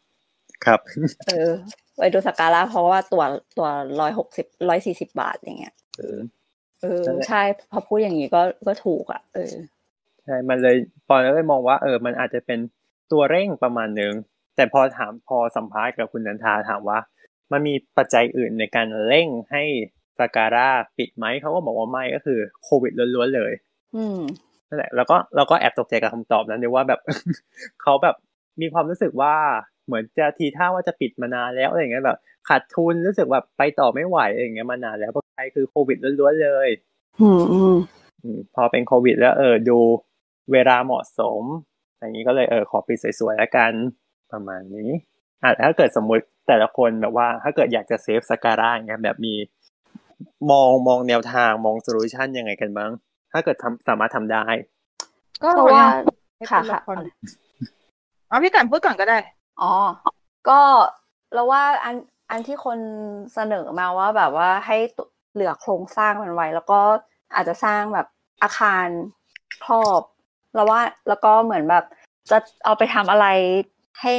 ครับ เออ ไปดูสกาล่าเพราะว่าตัวตัวร้อยหกสิบร้อยสี่สิบาทอย่างเงี้ยเออ นั่นแหละ ใช่พอพูดอย่างนี้ก็ก็ถูกอ่ะเออ ใช่ มันเลยปอนก็เลยมองว่าเออ มันอาจจะเป็นตัวเร่งประมาณหนึ่ง แต่พอถามพอสัมภาษณ์กับคุณนันทาถามว่า มันมีปัจจัยอื่นในการเร่งให้สาการ่าปิดไหม เขาก็บอกว่าไม่ก็คือโควิดล้วนๆเลย อืม นั่นแหละแล้วก็เราก็แอบตกใจกับคำตอบนั้นด้วยว่าแบบ เขาแบบมีความรู้สึกว่าเหมือนจะทีท่าว่าจะปิดมานานแล้วอะไรอย่างเงี้ยแบบขาดทุนรู้สึกแบบไปต่อไม่ไหวอะไรอย่างเงี้ยมานานแล้วเพราะใครคือโควิดล้วนๆเลย อืมอืม อืมพอเป็นโควิดแล้วเออดูเวลาเหมาะสม อย่างนี้ก็เลยเออขอปิดสวยๆแล้วกันประมาณนี้อ่ะถ้าเกิดสมมุติแต่ละคนแบบว่า ถ้าเกิดอยากจะเซฟสการ่าอย่างเงี้ยแบบมีมองมองแนวทางมองโซลูชันยังไงกันบ้าง ถ้าเกิดทำสามารถทำได้ ก็ เพราะว่า ไม่ ค่ะ เป็นละ ค่ะ ครเอาพี่แต้มพูดก่อนก็ได้ อ๋อ ก็เราว่าอันอันที่คนเสนอมาว่าแบบว่าให้ตุเหลือโครงสร้างมันไว้ แล้วก็อาจจะสร้างแบบอาคารครอบแล้วว่าแล้วก็เหมือนแบบจะเอาไปทำอะไรให้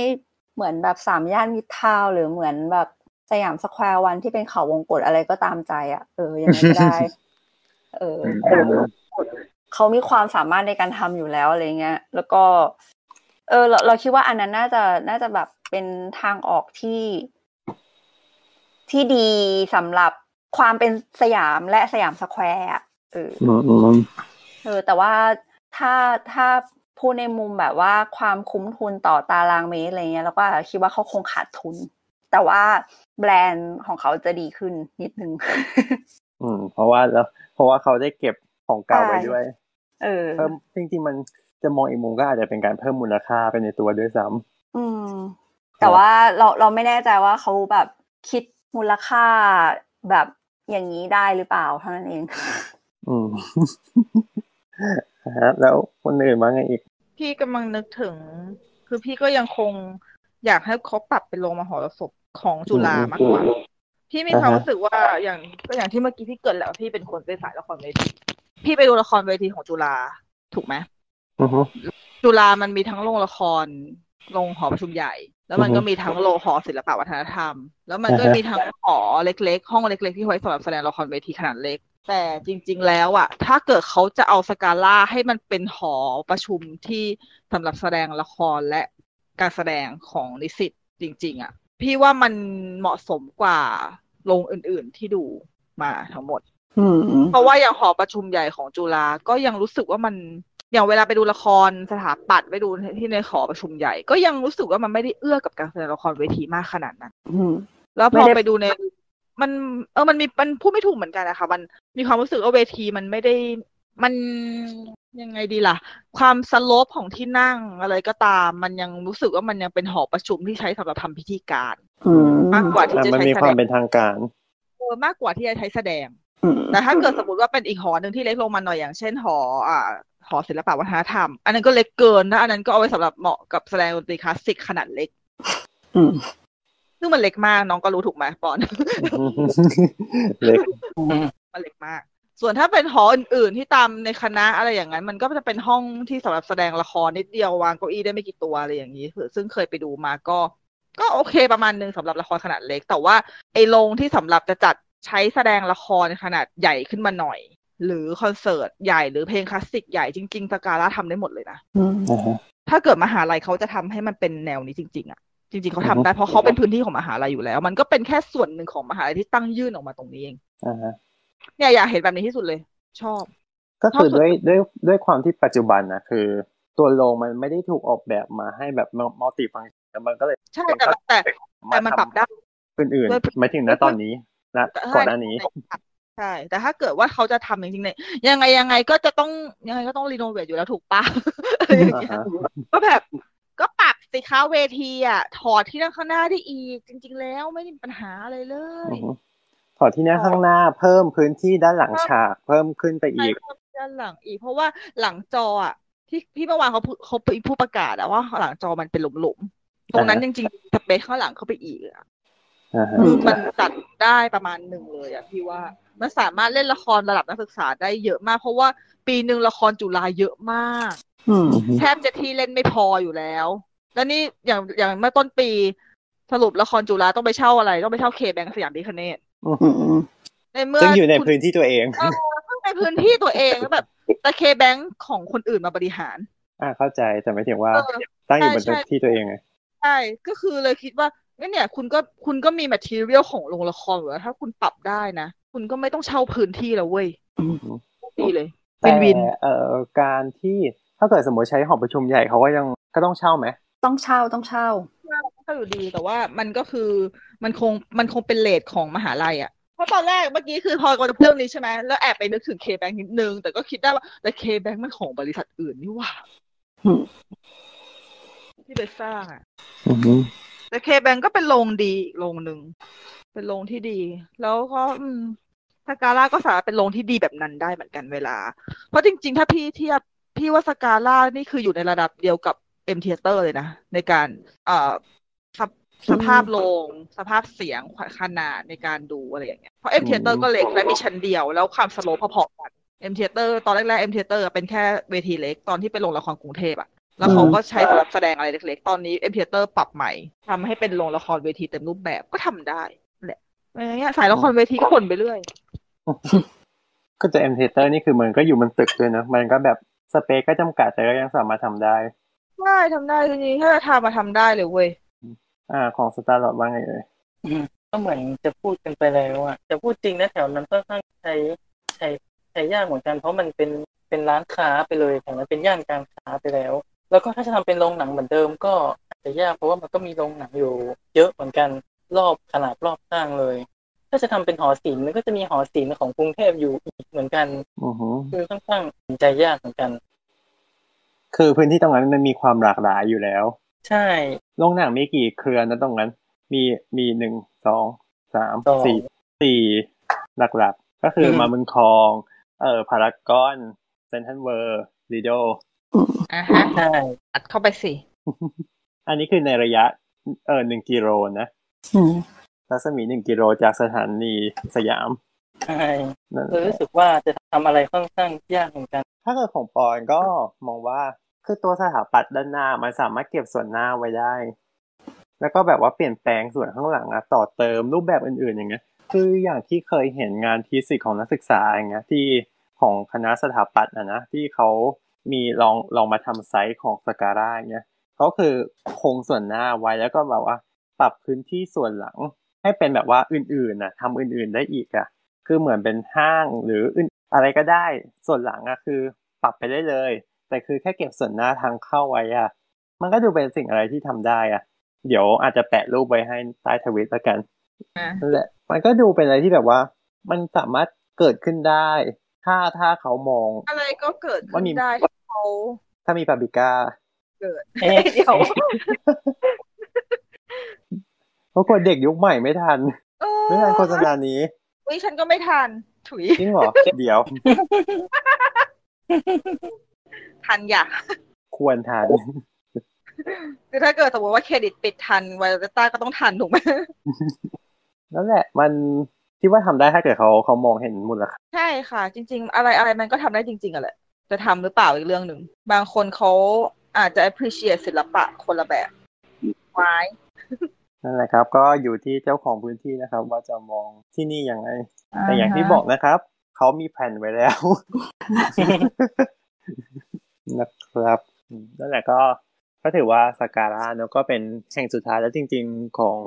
เหมือนแบบสามย่านมิตรทาวน์หรือเหมือนแบบสยามสแควร์วันที่เป็นเขาวงกตอะไรก็ตามใจอ่ะเออยังไงก็ได้ เออ เขามีความสามารถในการทำอยู่แล้วอะไรเงี้ย แล้วก็ เออเราเราคิดว่าอันนั้นน่าจะน่าจะแบบเป็นทางออกที่ ที่ดีสำหรับความเป็นสยามและสยามสแควร์อะเออ เออแต่ว่าถ้าถ้าพูดในมุมแบบว่าความคุ้มทุนต่อตารางเมตรอะไรเงี้ย แล้วก็คิดว่าเขาคงขาดทุน แต่ว่าแบรนด์ของเขาจะดีขึ้นนิดนึง อืมเพราะว่าแล้วเพราะว่าเขาได้เก็บของเก่าไว้ ใช่ ด้วย เออ เพิ่มจริงๆมันจะมองอีกมุมก็อาจจะเป็นการเพิ่มมูลค่าไปในตัวด้วยซ้ำ อืม ครั แต่ บ ว่าเราเราไม่แน่ใจว่าเขาแบบคิดมูลค่าแบบอย่างนี้ได้หรือเปล่าเท่านั้นเอง อืม ครับแล้วคนอื่นว่าไงอีก พี่กำลังนึกถึง คือพี่ก็ยังคงอยากให้เขาปรับเป็นโรงมหรสพของจุฬามากกว่า พี่มีความ อ่าฮะ รู้สึกว่าอย่างก็อย่างที่เมื่อกี้พี่เกริดแล้วพี่เป็นคนไปสายละครเวทีพี่ไปดูละครเวทีของจุฬาถูกไหม อือฮึ จุฬามันมีทั้งโรงละครโรงหอประชุมใหญ่ แล้วมัน อือฮึ ก็มีทั้งโรงหอศิลปวัฒนธรรม แล้วมันก็ อ่าฮะ มีทั้งหอเล็กๆ ห้องเล็ก ๆ ที่ไว้สำหรับแสดงละครเวทีขนาดเล็ก แต่จริง ๆ แล้วอะถ้าเกิดเขาจะเอาสกาล่าให้มันเป็นหอประชุมที่สำหรับแสดงละครและการแสดงของนิสิตจริง ๆอะพี่ว่ามันเหมาะสมกว่าโรงอื่น ๆ ที่ดูมาทั้งหมด อืมอืม เพราะว่าอย่างหอประชุมใหญ่ของจุฬาก็ยังรู้สึกว่ามันอย่างเวลาไปดูละครสถาปัตย์ไปดูที่ในหอประชุมใหญ่ ก็ยังรู้สึกว่ามันไม่ได้เอื้อกับการแสดงละครเวทีมากขนาดนั้น อืม แล้วพ ไม่ อ ได้ ไปดูในมันเออมันมีมันพูดไม่ถูกเหมือนกันนะคะมันมีความรู้สึกว่าเวทีมันไม่ได้มันยังไงดีล่ะ ความสโลปของที่นั่งอะไรก็ตาม มันยังรู้สึกว่ามันยังเป็นหอประชุมที่ใช้สำหรับทำพิธีการ อืม มากกว่าที่ อ่ะ จะ มัน ใช้ มี แส ค ด วาม ง เป็นทางการ เออมากกว่าที่จะใช้แสดง อืม แต่ถ้าเกิดสมมติว่าเป็นอีกหอหนึ่งที่เล็กลงมาหน่อยอย่างเช่นหออ่าหอศิลปวัฒนธรรม อันนั้นก็เล็กเกินนะอันนั้นก็เอาไว้สำหรับเหมาะกับแสดงดนตรีคลาสสิกขนาดเล็ก อืม ซึ่งมันเล็กมากน้องก็รู้ถูกไหมปอน เล็ก มันเล็กมาก ส่วนถ้าเป็นหออื่นๆที่ตามในคณะอะไรอย่างนั้น มันก็จะเป็นห้องที่สำหรับแสดงละครนิดเดียววางเก้าอี้ได้ไม่กี่ตัวอะไรอย่างนี้คือซึ่งเคยไปดูมาก็ ก็โอเคประมาณหนึงสำหรับละครขนาดเล็ก แต่ว่าไอ้โรงที่สำหรับจะจัดใช้แสดงละครขนาดใหญ่ขึ้นมาหน่อย หรือคอนเสิร์ตใหญ่หรือเพลงคลาสสิกใหญ่จริง ๆสการ่าทำได้หมดเลยนะ อืม อ่าฮะ ถ้าเกิดมหาลัยเขาจะทำให้มันเป็นแนวนี้จริง ๆ อ่ะ จริง ๆเขาทำได้เพราะเขาเป็นพื้นที่ของมหาลัยอยู่แล้ว มันก็เป็นแค่ส่วนหนึ่งของมหาลัยที่ตั้งยื่นออกมาตรงนี้เอง อ่าฮะ เนี่ยอยากเห็นแบบนี้ที่สุดเลย ชอบ ก็คือ เพราะ ด้วยด้วยด้วยความที่ปัจจุบันนะคือ ตัวโรงมันไม่ได้ถูกออกแบบมาให้แบบมัลติฟังก์ชันมันก็เลย ใช่แต่มันแต่แต่มันปรับได้ อื่น ด้วย ๆหมายถึงนะตอนนี้นะ แต่ ก่อนหน้านี้ ใช่แต่ถ้าเกิดว่าเขาจะทำจริงๆเนี่ยยังไงยังไงก็จะต้องยังไงก็ต้องรีโนเวทอยู่แล้วถูกปะ อะไรอย่างเงี้ย อ่าฮะ ก็แบบ ก็ปรับสิคะเวทีอ่ะ ถอดที่นั่งข้างหน้าได้อีก จริง ๆ แล้วไม่มีปัญหาอะไรเล อื ย อฮึถอดที่หน้าข้างหน้าเพิ่มพื้นที่ด้านหลังฉาก เพิ่มขึ้นไป ใช่ อีก เพิ่มด้านหลังอีก เพราะว่าหลังจออ่ะที่ที่เมื่อวานเขาพูดเขาผู้ประกาศอะว่าหลังจอมันเป็นหลุมๆตรงนั้นจริงๆสเปซข้างหลังเข้าไปอีกอะ อ่าฮะ คือมันจัดได้ประมาณหนึ่งเลยอะพี่ว่า มันสามารถเล่นละครระดับนักศึกษาได้เยอะมาก เพราะว่าปีหนึ่งละครจุฬาเยอะมาก อืม แทบจะที่เล่นไม่พออยู่แล้ว แล้วนี่อย่างอย่างเมื่อต้นปี สรุปละครจุฬาต้องไปเช่าอะไร ต้องไปเช่าเคแบงสยามดีคเนต อืม ในเมื่อ ซึ่งอยู่ใน คุณ พื้นที่ตัวเอง เออซึ่งในพื้นที่ตัวเองแล้วแบบแต่เคแบงของคนอื่นมาบริหาร อ่าเข้าใจแต่หมายถึงว่า เออ ตั้งอยู่บน ใช่ใช่ ที่ตัวเองไง ใช่ ก็คือเลยคิดว่างั้นเนี่ย คุณก็คุณก็มีแมทเทียลของโรงละครอยู่แล้วถ้าคุณปรับได้นะ คุณก็ไม่ต้องเช่าพื้นที่แล้วเว้ย อืม ดีเลย วิ แต่ นวิน เอ่อการที่ถ้าเกิดสมมติใช้หอประชุมใหญ่เขาก็ยังก็ต้องเช่าไหม ต้องเช่าต้องเช่า ก็อยู่ดีแต่ว่ามันก็คือมันคงมันคงเป็นเลทของมหาลัยอะเพราะตอนแรกเมื่อกี้คือพอกำลังจะพูดเรื่องนี้ใช่ไหมแล้วแอบไปนึกถึงเคแบงนิดนึง แต่ก็คิดได้ว่าแต่เคแบงมันของบริษัทอื่นนี่หว่า อืม ที่ไปสร้างอะ อือฮึ แต่เคแบงก็เป็นโรงดีอีกโรงหนึ่ง เป็นโรงที่ดี แล้วก็อืมสกาล่าก็สามารถเป็นโรงที่ดีแบบนั้นได้เหมือนกันเวลา เพราะจริง ๆ ถ้าพี่เทียบพี่ว่าสกาล่านี่คืออยู่ในระดับเดียวกับเอ็มเทเตอร์เลยนะ ในการเอ่อสภสภาพโรงสภาพเสียงขนาดในการดูอะไรอย่างเงี้ยเพราะเอ็มเทเตอร์ก็เล็กและมีชั้นเดียว แล้วความสโลปพอๆกันเอ็มเทเตอร์ตอนแรกๆเอ็มเทเตอร์เป็นแค่เวทีเล็กตอนที่เป็นโรงละครกรุงเทพอะ แล้วเขาก็ใช้สำหรับแสดงอะไรเล็กๆ ตอนนี้เอ็มเทเตอร์ปรับใหม่ทำให้เป็นโรงละครเวทีเต็มรูปแบบก็ทำได้แหละอย่างเงี้ยสายละครเวทีก็ขนไปเรื่อย ก็จะเอ็มเทเตอร์นี่คือมันก็อยู่บนตึกด้วยนะมันก็แบบสเปซก็จำกัดแต่ก็ยังสามารถทำได้ ได้ทำได้จริงๆถ้าจะทำมาทำได้เลยเว้ย อ่าของสตาร์ลอดว่าไงเอ่ย ก็เหมือนจะพูดกันไปแล้วอ่ะจะพูดจริงนะแถวนั้นค่อนข้างใช้ใช้ใช้ยากเหมือนกัน เพราะมันเป็นเป็นร้านค้าไปเลยแถวนั้นเป็นย่านการค้าไปแล้ว แล้วก็ถ้าจะทำเป็นโรงหนังเหมือนเดิมก็อาจจะยากเพราะว่ามันก็มีโรงหนังอยู่ เยอะเหมือนกันรอบขนาดรอบข้างเลย ถ้าจะทำเป็นหอศิลป์มันก็จะมีหอศิลป์ของกรุงเทพอยู่อีกเหมือนกัน อือฮึ คือค่อนข้างเห็นใจยากเหมือนกัน คือพื้นที่ตรงนั้นมันมีความหลากหลายอยู่แล้ว ใช่ โรงหนังมีกี่เครือนะตรงนั้น มีมีหนึ่งสองสาม ต่อ สี่สี่หลักๆ ก็คือ ม มามึงทอง เอ่อพารากอนเซนทันเวอร์ลีโด อ่ะฮะ ใช่ อัดเข้าไปสิ อันนี้คือในระยะเอ่อหนึ่งกิโลนะ อืม รัศมีหนึ่งกิโลจากสถานีสยาม ใช่ นั่นแห เลย ละ รู้สึกว่าจะทำอะไรค่อนข้างยากเหมือนกัน ถ้าเกิดของปอนก็มองว่าคือตัวสถาปัตย์ด้านหน้ามันสามารถเก็บส่วนหน้าไว้ได้ แล้วก็แบบว่าเปลี่ยนแปลงส่วนข้างหลังอะต่อเติมรูปแบบอื่นๆอย่างเงี้ย คืออย่างที่เคยเห็นงานทีสิสของนักศึกษาอย่างเงี้ยที่ของคณะสถาปัตย์อะนะที่เขามีลองลองมาทำไซต์ของสการ่าอย่างเงี้ยเขาคือคงส่วนหน้าไว้แล้วก็แบบว่า ปรับพื้นที่ส่วนหลัง ให้เป็นแบบว่าอื่นๆนะทำอื่นๆได้อีกอะ คือเหมือนเป็นห้างหรืออื่นอะไรก็ได้ ส่วนหลังอะคือปรับไปได้เลย แต่คือแค่เก็บส่วนหน้าทางเข้าไว้อะมันก็ดูเป็นสิ่งอะไรที่ทำได้อะเดี๋ยวอาจจะแปะรูปไว้ให้ใต้ทวิตแล้วกัน อ่ะ นั่นแหละมันก็ดูเป็นอะไรที่แบบว่า มันสามารถเกิดขึ้นได้ ถ้าถ้าเขามอง อะไรก็เกิด ว่า ขึ้น มี ได้ที่เขา ถ้ามีปาบิก้า เอ๊ะ เดี๋ ยว เพราะกลัวเด็กยุคใหม่ไม่ทัน เออ ไม่ทันโฆษณานี้ อุ๊ยฉันก็ไม่ทันถุย จริงเหรอ เดี๋ยว ทันอยาก ควรทัน คือถ้าเกิดสมมติว่าเครดิตปิดทันไวโอเลต้าก็ต้องทันถูกไหม นั่นแหละ มันที่ว่าทำได้ถ้าเกิดเขาเขามองเห็นมูลค่า ใช่ค่ะ จริง ๆ อะไรอะไรมันก็ทำได้จริงๆอะแหละจะทำหรือเปล่าอีกเรื่องหนึ่ง บางคนเขาอาจจะ appreciate ศิลปะคนละแบบไว้ นั่นแหละครับ ก็อยู่ที่เจ้าของพื้นที่นะครับ ว่าจะมองที่นี่ยังไง แต่อย่างที่บอกนะครับ เขามีแผนไว้แล้ว นะครับอืมนั่นแหละก็ก็ถือว่าสกการะเนอะก็เป็นแห่งสุดท้ายแล้วจริง ๆของ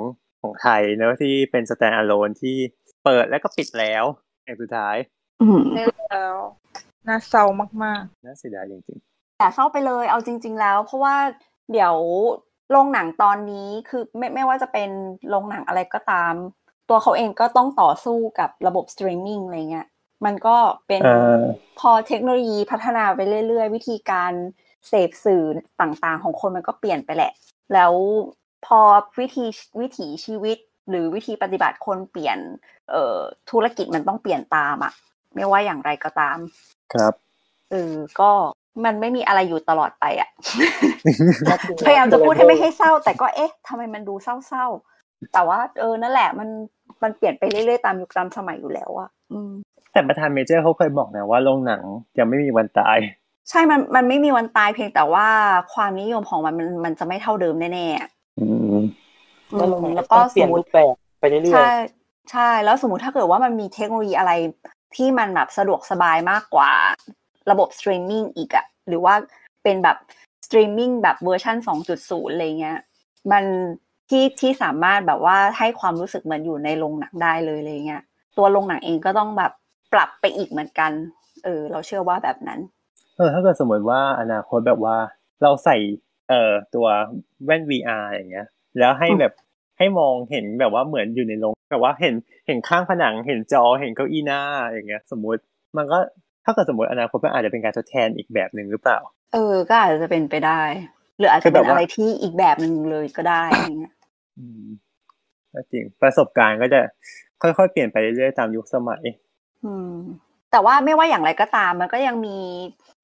ของไทยเนอะที่เป็น stand alone ที่เปิดแล้วก็ปิดแล้วแห่งสุดท้าย อืม แล้วน่าเศร้ามาก น่าเสียดายจริง อย่าเศร้าไปเลยเอาจริง ๆ แล้ว เพราะว่าเดี๋ยวโรงหนังตอนนี้คือไม่ไม่ว่าจะเป็นโรงหนังอะไรก็ตาม ตัวเขาเองก็ต้องต่อสู้กับระบบสตรีมมิ่งอะไรเงี้ยมันก็เป็น ๆอ่า พอเทคโนโลยีพัฒนาไปเรื่อย ๆ วิธีการเสพสื่อต่างๆ ของคนมันก็เปลี่ยนไปแหละ แล้วพอวิธีวิถีชีวิตหรือวิธีปฏิบัติคนเปลี่ยนเอ่อธุรกิจมันต้องเปลี่ยนตามอะไม่ว่าอย่างไรก็ตาม ครับ เออก็มันไม่มีอะไรอยู่ตลอดไปอะ พยายามจะพูดให้ไม่ให้เศร้า แต่ก็เอ๊ะทำไมมันดูเศร้า แต่ว่าเออนั่นแหละมันมันเปลี่ยนไปเรื่อยๆตามยุคตามสมัยอยู่แล้วอะอืม แต่ประธานเมเจอร์เขาเคยบอกนะว่าโรงหนังยังไม่มีวันตาย ใช่ มัน มันไม่มีวันตายเพียงแต่ว่าความนิยมของมันมันมันจะไม่เท่าเดิมแน่ๆอะ อืม อื แล้ว ม เราอาจ แล้ จะ ว ต้ ก็ องสเปมลี่ยน ม รู ติ ปแบบไปเรื่อย ใช่ ใช่ แล้วสมมติถ้าเกิดว่ามันมีเทคโนโลยีอะไรที่มันแบบสะดวกสบายมากกว่าระบบสตรีมมิ่งอีกอะหรือว่าเป็นแบบสตรีมมิ่งแบบเวอร์ชัน2.0 อะไรเงี้ย มันที่ที่สามารถแบบว่าให้ความรู้สึกเหมือนอยู่ในโรงหนังได้เลยอะไรเงี้ย ตัวโรงหนังเองก็ต้องแบบปรับไปอีกเหมือนกัน เออ เราเชื่อว่าแบบนั้น เออถ้าเกิดสมมติว่าอนาคตแบบว่าเราใส่เอ่อตัวแว่น VR อย่างเงี้ย แล้วให้แบบให้มองเห็นแบบว่าเหมือนอยู่ในโรงแบบว่าเห็นเห็นข้างผนังเห็นจอเห็นเก้าอี้หน้าอย่างเงี้ย สมมติมันก็ถ้าเกิดสมมติอนาคตมันอาจจะเป็นการทดแทนอีกแบบหนึ่งหรือเปล่า เออ ก็อาจจะเป็นไปได้ หรืออาจจะเป็นอะไรที่อีกแบบหนึ่งเลยก็ได้อะไรเงี้ย อืมก็จริงประสบการณ์ก็จะค่อยๆเปลี่ยนไปเรื่อยๆตามยุคสมัย อืม แต่ว่าไม่ว่าอย่างไรก็ตาม มันก็ยังมี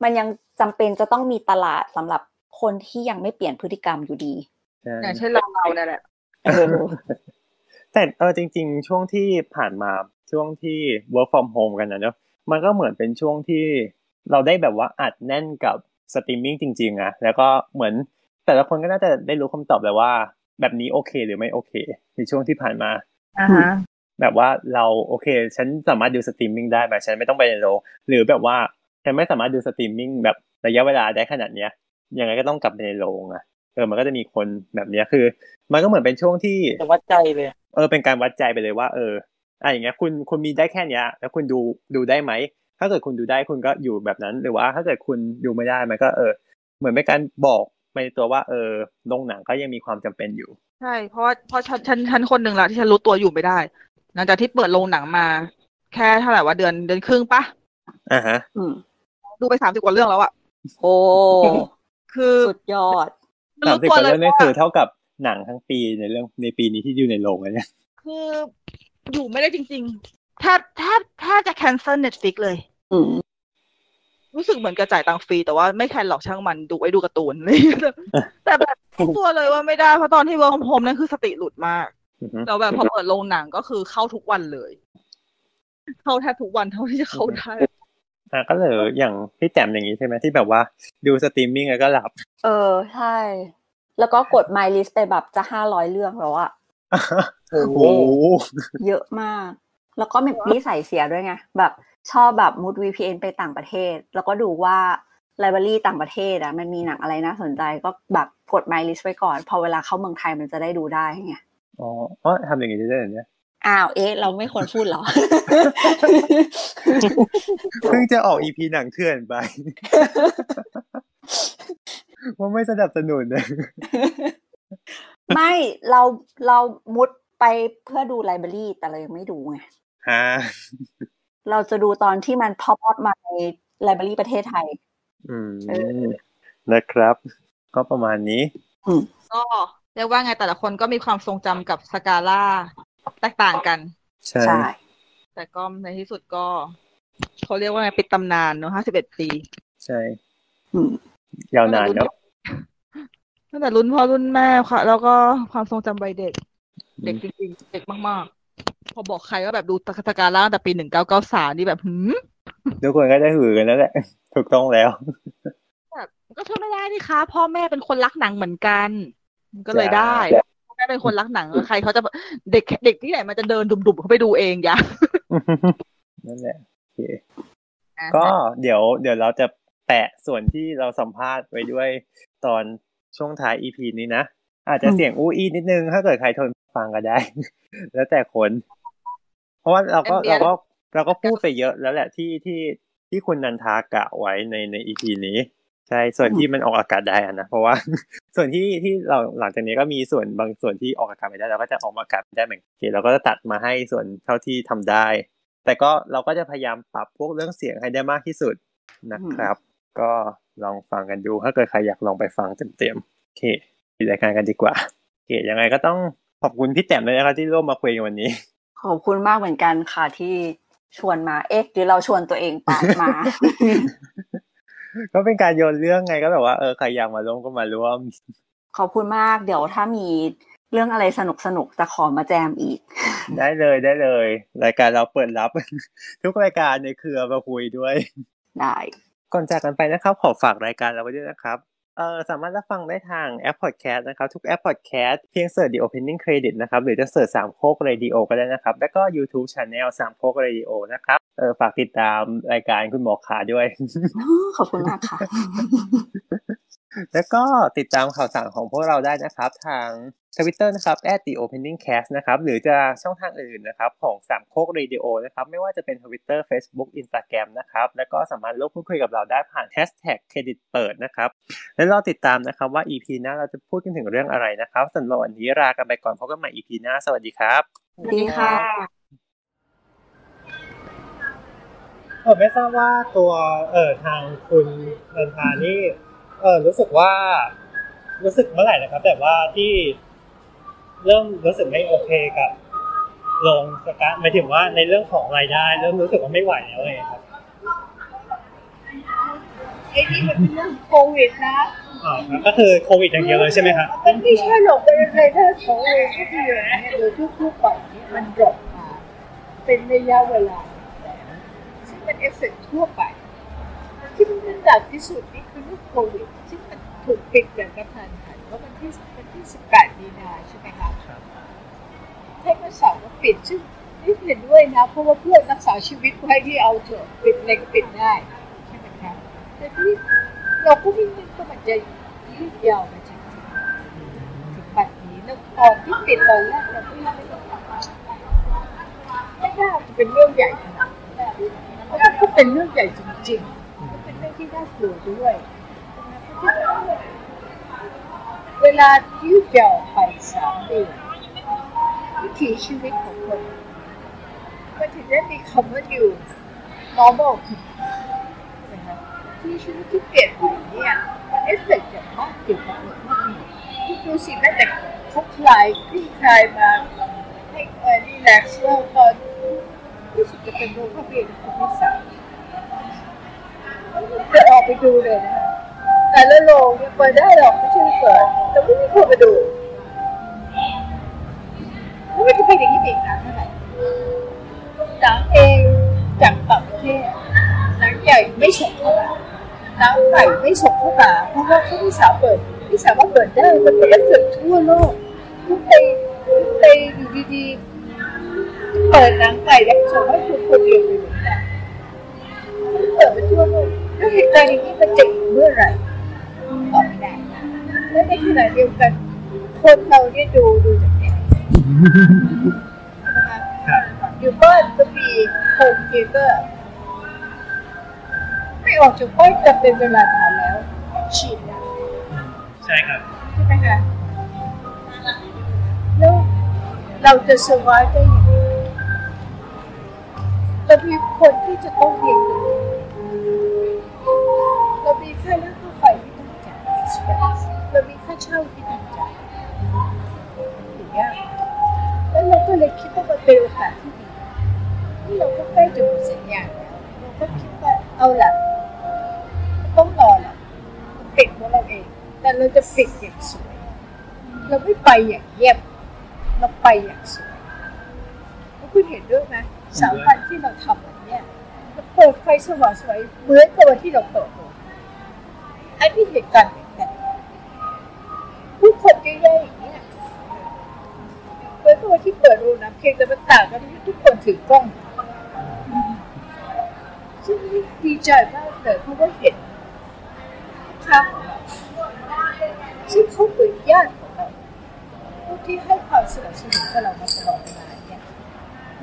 มันยังจำเป็นจะต้องมีตลาดสำหรับคนที่ยังไม่เปลี่ยนพฤติกรรมอยู่ดี ใช่ อย่างเช่นเราเราเนี่ยแหละ เออ แต่เออจริง ๆ ช่วงที่ผ่านมาช่วงที่ work from home กันนะเนอะมันก็เหมือนเป็นช่วงที่เราได้แบบว่าอัดแน่นกับสตรีมมิ่งจริง ๆอะแล้วก็เหมือนแต่ละคนก็น่าจะได้รู้คำตอบแล้วว่า แบบนี้โอเคหรือไม่โอเค ในช่วงที่ผ่านมา อ่าฮะ แบบว่าเราโอเค ฉันสามารถดูสตรีมมิ่งได้แบบฉันไม่ต้องไปในโรงหรือแบบว่าฉันไม่สามารถดูสตรีมมิ่งแบบระยะเวลาได้ขนาดเนี้ยยังไงก็ต้องกลับไปในโรงอะเออมันก็จะมีคนแบบเนี้ยคือ มันก็เหมือนเป็นช่วงที่ ๆ จะวัดใจเลยอะ เออเป็นการวัดใจไปเลยว่าเอออ่ะอย่างเงี้ยคุณคุณมีได้แค่เนี้ย แล้วคุณดูดูได้ไหม ถ้าเกิดคุณดูได้คุณก็อยู่แบบนั้น หรือว่าถ้าเกิดคุณดูไม่ได้มันก็เออ เหมือนเป็นการบอกไปในตัวว่าเออโรงหนังก็ยังมีความจำเป็นอยู่ ใช่ เพราะว่าเพราะฉันฉันฉันคนหนึ่งละที่ฉันรู้ตัวอยู่ไม่ได้ หลังจากที่เปิดโรงหนังมา แค่เท่าไหร่ว่าเดือนเดือนครึ่งปะ อ่าฮะ อืม ดูไปสามสิบกว่าเรื่องแล้วอะ โอ้ คือ สุดยอด ไม่ สาม รู้ สิบ ตัวกว่า เล เรื่ ย องนี่ ว่า คือเท่ากับหนังทั้งปีในเรื่องในปีนี้ที่อยู่ในโรงเลยเนี่ย คืออยู่ไม่ได้จริงๆ แทบแทบแทบจะ cancel Netflix เลย อืม รู้สึกเหมือนกระจ่ายตังค์ฟรี แต่ว่าไม่แคนหรอกช่างมันดูไว้ดูการ์ตูน เลยแต่แบบรู้ตัวเลยว่าไม่ได้ เพราะตอนที่เวิร์กโฮมนั่นคือสติหลุดมาก อือฮึ เราแบบพอเปิดโรงหนังก็คือเข้าทุกวันเลย เข้าแทบทุกวันเท่าที่จะเข้าได้ อ่ะก็เลยอย่างพี่แต้มอย่างงี้ใช่ไหมที่แบบว่าดูสตรีมมิ่งแล้วก็หลับ เออ ใช่ แล้วก็กด My List ไปแบบจะห้าร้อยเรื่องแล้วอะ โอ้โห เยอะมาก แล้วก็มีนิสัยเสียด้วยไง แบบชอบแบบมุด VPN ไปต่างประเทศ แล้วก็ดูว่า ไลบรารีต่างประเทศอะมันมีหนังอะไรน่าสนใจก็แบบกด My List ไว้ก่อน พอเวลาเข้าเมืองไทยมันจะได้ดูได้ไง อ๋ออ๋อทำอย่างงี้ได้ด้วยเหรอเนี่ย อ้าวเอ๊ะ เราไม่ควรพูดเหรอ เพิ่งจะออกอีพีหนังเถื่อน ไป ว่าไม่สนับสนุนนะ ไม่เราเรามุดไปเพื่อดูไลบรารีแต่เรายังไม่ดูไง อ่า เราจะดูตอนที่มันพอปออมาในไลบรารีประเทศไทย อืม เอ นะครับ ก็ประมาณนี้ ก็เรียกว่าไงแต่ละคนก็มีความทรงจำกับสกาล่าแตกต่างกัน ใช่ ใช่ แต่ก็ในที่สุดก็เขาเรียกว่าไงปิดตำนานเนอะห้าสิบเอ็ดปี ใช่ อืม ยาวนานเนาะ ตั้งแต่รุ่นพ่อรุ่นแม่ค่ะ แล้วก็ความทรงจำวัยเด็ก เด็กจริงๆ เด็กมากๆ พอบอกใครว่าแบบดูตะสกาล่าตั้งแต่ปีหนึ่งเก้าเก้าสามนี่แบบหืม ทุกคนก็ได้หือกันแล้วแหละ ถูกต้องแล้ว แบบก็ช่วยไม่ได้นี่คะพ่อแม่เป็นคนรักหนังเหมือนกัน มันก็เลยได้ ใช่ พ่อแม่เป็นคนรักหนังใครเขาจะเด็กเด็กที่ไหนมันจะเดินดุมๆเขาไปดูเองยะ นั่นแหละโอเคก็เดี๋ยว เดี๋ยวเราจะแปะส่วนที่เราสัมภาษณ์ไว้ด้วยตอนช่วงท้าย EP นี้นะ อาจจะเสียงอู้อี้นิดนึง ถ้าเกิดใครทนฟังก็ได้ แล้วแต่คน เพราะว่าเราก็ Ambient เราก็เราก็พูดไปเยอะแล้วแหละที่ที่ที่คุณนันทากะไว้ในใน EP นี้ ใช่ ส่วนที่มันออกอากาศได้อะนะ เพราะว่า ส่วนที่ที่เราหลังจากนี้ก็มีส่วนบางส่วนที่ออกอากาศไม่ได้เราก็จะออกอากาศไม่ได้เหมือนกันโอเคเราก็จะตัดมาให้ส่วนเท่าที่ทำได้ แต่ก็เราก็จะพยายามปรับพวกเรื่องเสียงให้ได้มากที่สุดนะครับ ก็ลองฟังกันดูถ้าเกิดใครอยากลองไปฟังเต็มๆโอเคปิดรายการกันดีกว่าโอเคยังไงก็ต้องขอบคุณพี่แต้มเลยนะครับที่ร่วมมาคุยกันวันนี้ ขอบคุณมากเหมือนกันค่ะที่ชวนมา เอ๊ะหรือเราชวนตัวเองเปล่ามา ก็เป็นการโยนเรื่องไงก็แบบว่าเออใครอยากมาร่วมก็มาร่วม ขอบคุณมาก เดี๋ยวถ้ามี เรื่องอะไรสนุกสนุกๆจะขอมาแจมอีก ได้เลยได้เลย รายการเราเปิดรับ ทุกรายการในเครือมาคุยด้วย ได้ ก่อนจากกันไปนะครับ ขอฝากรายการเราไว้ด้วยนะครับ เอ่อสามารถรับฟังได้ทางแอปพอดแคสต์นะครับ ทุกแอปพอดแคสต์เพียงเสิร์ช The Opening Credit นะครับ หรือจะเสิร์ชสามโคกเรดิโอก็ได้นะครับ แล้วก็ YouTube Channel สามโคกเรดิโอนะครับเออฝากติดตามรายการคุณหมอขาด้วย ขอบคุณมากค่ะ แล้วก็ติดตามข่าวสารของพวกเราได้นะครับ ทาง Twitter นะครับ @theopeningcast นะครับ หรือจะช่องทางอื่นนะครับ ของสามโคกเรดิโอนะครับ ไม่ว่าจะเป็น Twitter Facebook Instagram นะครับ แล้วก็สามารถร่วมพูดคุยกับเราได้ผ่าน Hashtag เครดิตเปิดนะครับ และรอติดตามนะครับว่า EP หน้าเราจะพูดกันถึงเรื่องอะไรนะครับสำหรับวันนี้ลากันไปก่อนพบกันใหม่ EP หน้า สวัสดีครับ ดีค่ะ เออไม่ทราบว่าตัวเออทางคุณเดินทานี่เออรู้สึกว่า รู้สึกเมื่อไหร่นะครับ แต่ว่าที่เริ่มรู้สึกไม่โอเคกับลงสกัดหมายถึงว่าในเรื่องของรายได้ เริ่มรู้สึกว่าไม่ไหวแล้วเลยครับ ไอ้นี่มันเป็นเรื่องโควิดนะ อ๋อครับก็คือโควิดอย่างเดียวเลยใช่ไหมครับ มันไม่ใช่หรอกเป็นรายได้ของเองก็คืออย่างนี้ยโดยทั่วๆไปเนี่ยมันดรอปมาเป็นระยะเวลาซึ่งมันเอฟเฟกต์ทั่วไป ที่มันหนักที่สุดนี่คือเรื่องโควิดซึ่งมันถูกปิดอย่างกระทันหันเพราะมันที่มันที่ 18 มีนาใช่ไหมคะเทคโนโลยีสาวก็ปิดซึ่งนี่เห็นด้วยนะ เพราะว่าเพื่อนรักษาชีวิตไว้ที่เอาเถอะปิดอะไรก็ปิดได้ใช่ไหมคะแต่ที่ เราก็ไม่นึกว่ามันจะยืดยาวมาจนถึงถึงบัดนี้แล้วตอนที่ปิดตอนแรกเราก็ยังไม่รู้ไม่น่าจะเป็นเรื่องใหญ่ขนาดนี้นะแล้วมันก็เป็นเรื่องใหญ่จริงๆก็เป็นเรื่องที่น่ากลัวด้วยเวลายืดยาวไปสามเดือนวิถีชีวิตของคนมันถึงได้มีคำว่า new normal ขึ้นนะคะ ที่ชีวิตที่เปลี่ยนไปเนี่ยมันเอฟเฟกต์อย่างมากเกี่ยวกับเรื่องพวกนี้คุณดูสิแม้แต่เขาคลายคลี่คลายมาให้เออรีแลกซ์แล้วตอนรู้สึกจะเป็นโรคพระเบียนคนที่สามจะออกไปดูเลยนะคะแต่ละโรงเนี่ยเปิดได้หรอกไม่ใช่ไม่เปิดแต่ไม่มีคนมาดูแล้วมันจะเป็นอย่างนี้อีกนานเท่าไหร่ หนังเองจากต่างประเทศหนังใหญ่ไม่ส่งเข้ามาหนังใหม่ไม่ส่งเข้ามาเพราะว่าเขาไม่สามารถเปิดไม่สามารถเปิดได้มันเป็นเอฟเฟกต์ทั่วโลกทุกไปทุกไปอยู่ดีๆเปิดหนังใหม่แล้วส่งให้คุณคนเดียวไปหมดแล้วเปิดไปทั่วโลกแล้วเหตุการณ์อย่างนี้มันจะอีกเมื่อไหร่ตอบไม่ได้และในขณะเดียวกัน คนเราเนี่ยดูดูจากเนี่ย อยู่บ้านก็มีโฮมเทเตอร์ไม่ออกจากบ้านจะเป็นเวลานานแล้วฉีดนะ ใช่ครับ ใช่ไหมคะแล้วเราจะสวายได้ยังไงเรามีคนที่จะต้องเรียนรู้เรามีค่าเลี้ยงค่าไฟที่ต้องจ่ายเรามีค่าเช่าที่ต้องจ่ายอย่างเงี้ยแล้วเราก็เลยคิดว่ามันเป็นโอกาสที่ดี ที่เราก็ใกล้จะหมดสัญญาแล้วเราก็คิดว่าเอาล่ะต้องรอล่ะมันปิดของเราเอง แต่เราจะปิดอย่างสวย เราไม่ไปอย่างเงียบ เราไปอย่างสวยแล้วคุณเห็นด้วยไหมสามวันที่เราทำแบบเนี้ยเราเปิดไฟสว่างสวยเหมือนกับวันที่เราเปิดโรงอันนี้เหตุการณ์เหมือนกันผู้คนเยอะๆอย่างเนี้ย เปิดตัวที่เปิดรูนะเพียงแต่มันต่างกันที่ทุกคนถือกล้องซึ่งดีใจมากเลยเพราะว่าเห็นครับซึ่งเขาเป็นญาติของเราผู้ที่ให้ความสนับสนุนกับเรามาตลอดเวลาเนี่ย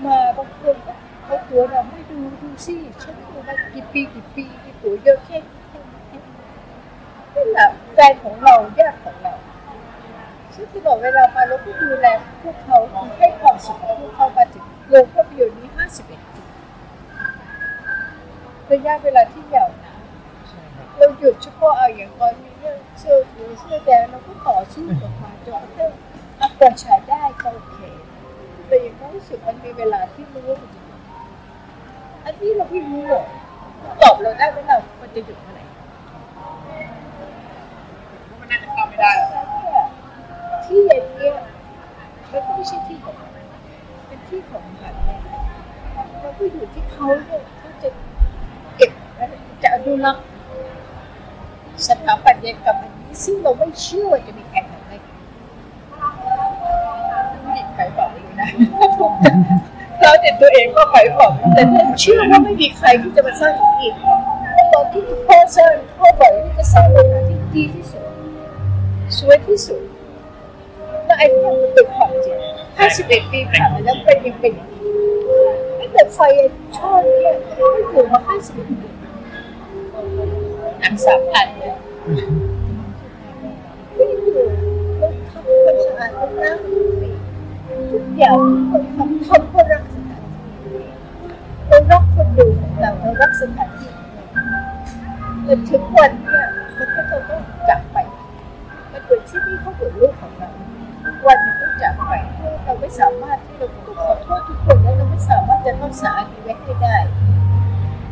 มาบางคนก็เขาตัวเราไม่ดูดูสิฉันดูมากี่ปีกี่ปีกี่ปุ๋ยเยอะแค่ไหนนั่นแหละแฟนของเราญาติของเรา ซึ่งตลอดเวลามาเราก็ดูแลพวกเขาให้ความสุขกับพวกเขามาถึงโรงภาพยนตร์นี้ 51ปีระยะเวลาที่ยาวนานเราหยุดเฉพาะเอาอย่างก่อนมีเรื่องเสื้อเหลืองเสื้อแดงเราก็ต่อสู้กับมาจนกระทั่งอัปฉายได้ก็โอเค แต่ยังรู้สึกมันมีเวลาที่รู้ว่ามันจะหยุดอันนี้เราไม่รู้หรอกมันตอบเราได้ไหมล่ะมันจะหยุดเมื่อไหร่มันน่าจะทำไม่ได้ ที่อย่างเนี้ย เขาเนี่ยเขาจะเก็บจะอนุรักษ์สถาปัตยกรรมอันนี้ซึ่งเราไม่เชื่อว่าจะมีแข่งขันได้ไม่ไปบอกเลยนะ เราเด็ดตัวเองก็ไปบอกแต่ผมเชื่อว่าไม่มีใครที่จะมาสร้างอย่างนี้อีกแต่ตอนที่คุณพ่อสร้างพ่อบอกว่าจะสร้างโรงงานที่ดีที่สุดสวยที่สุดแล้วไอ้พวกมันเป็นความจริง51 ปีผ่านมาแล้วเป็นยังเป็นอย่างนี้ไม่แต่ไฟช่อเนี่ยไม่ถูกมา51ปีอันสามพันเลยไม่อยู่มันทำความสะอาดมันล้างทุกปี ทุกอย่างที่คนทำทำเพื่อรักสถานที่เรารักคนดูของเราเรารักสถานที่ของเราแต่ถึงวันเนี่ยมันก็จะต้องจากไป มันเหมือนที่นี่เขาเหมือนลูกของเราวันหนึงต้องจากไปเราไม่สามารถที่เราต้องขอโทษทุกคนและเราไม่สามารถจะรักษาอันนี้ไว้ให้ได้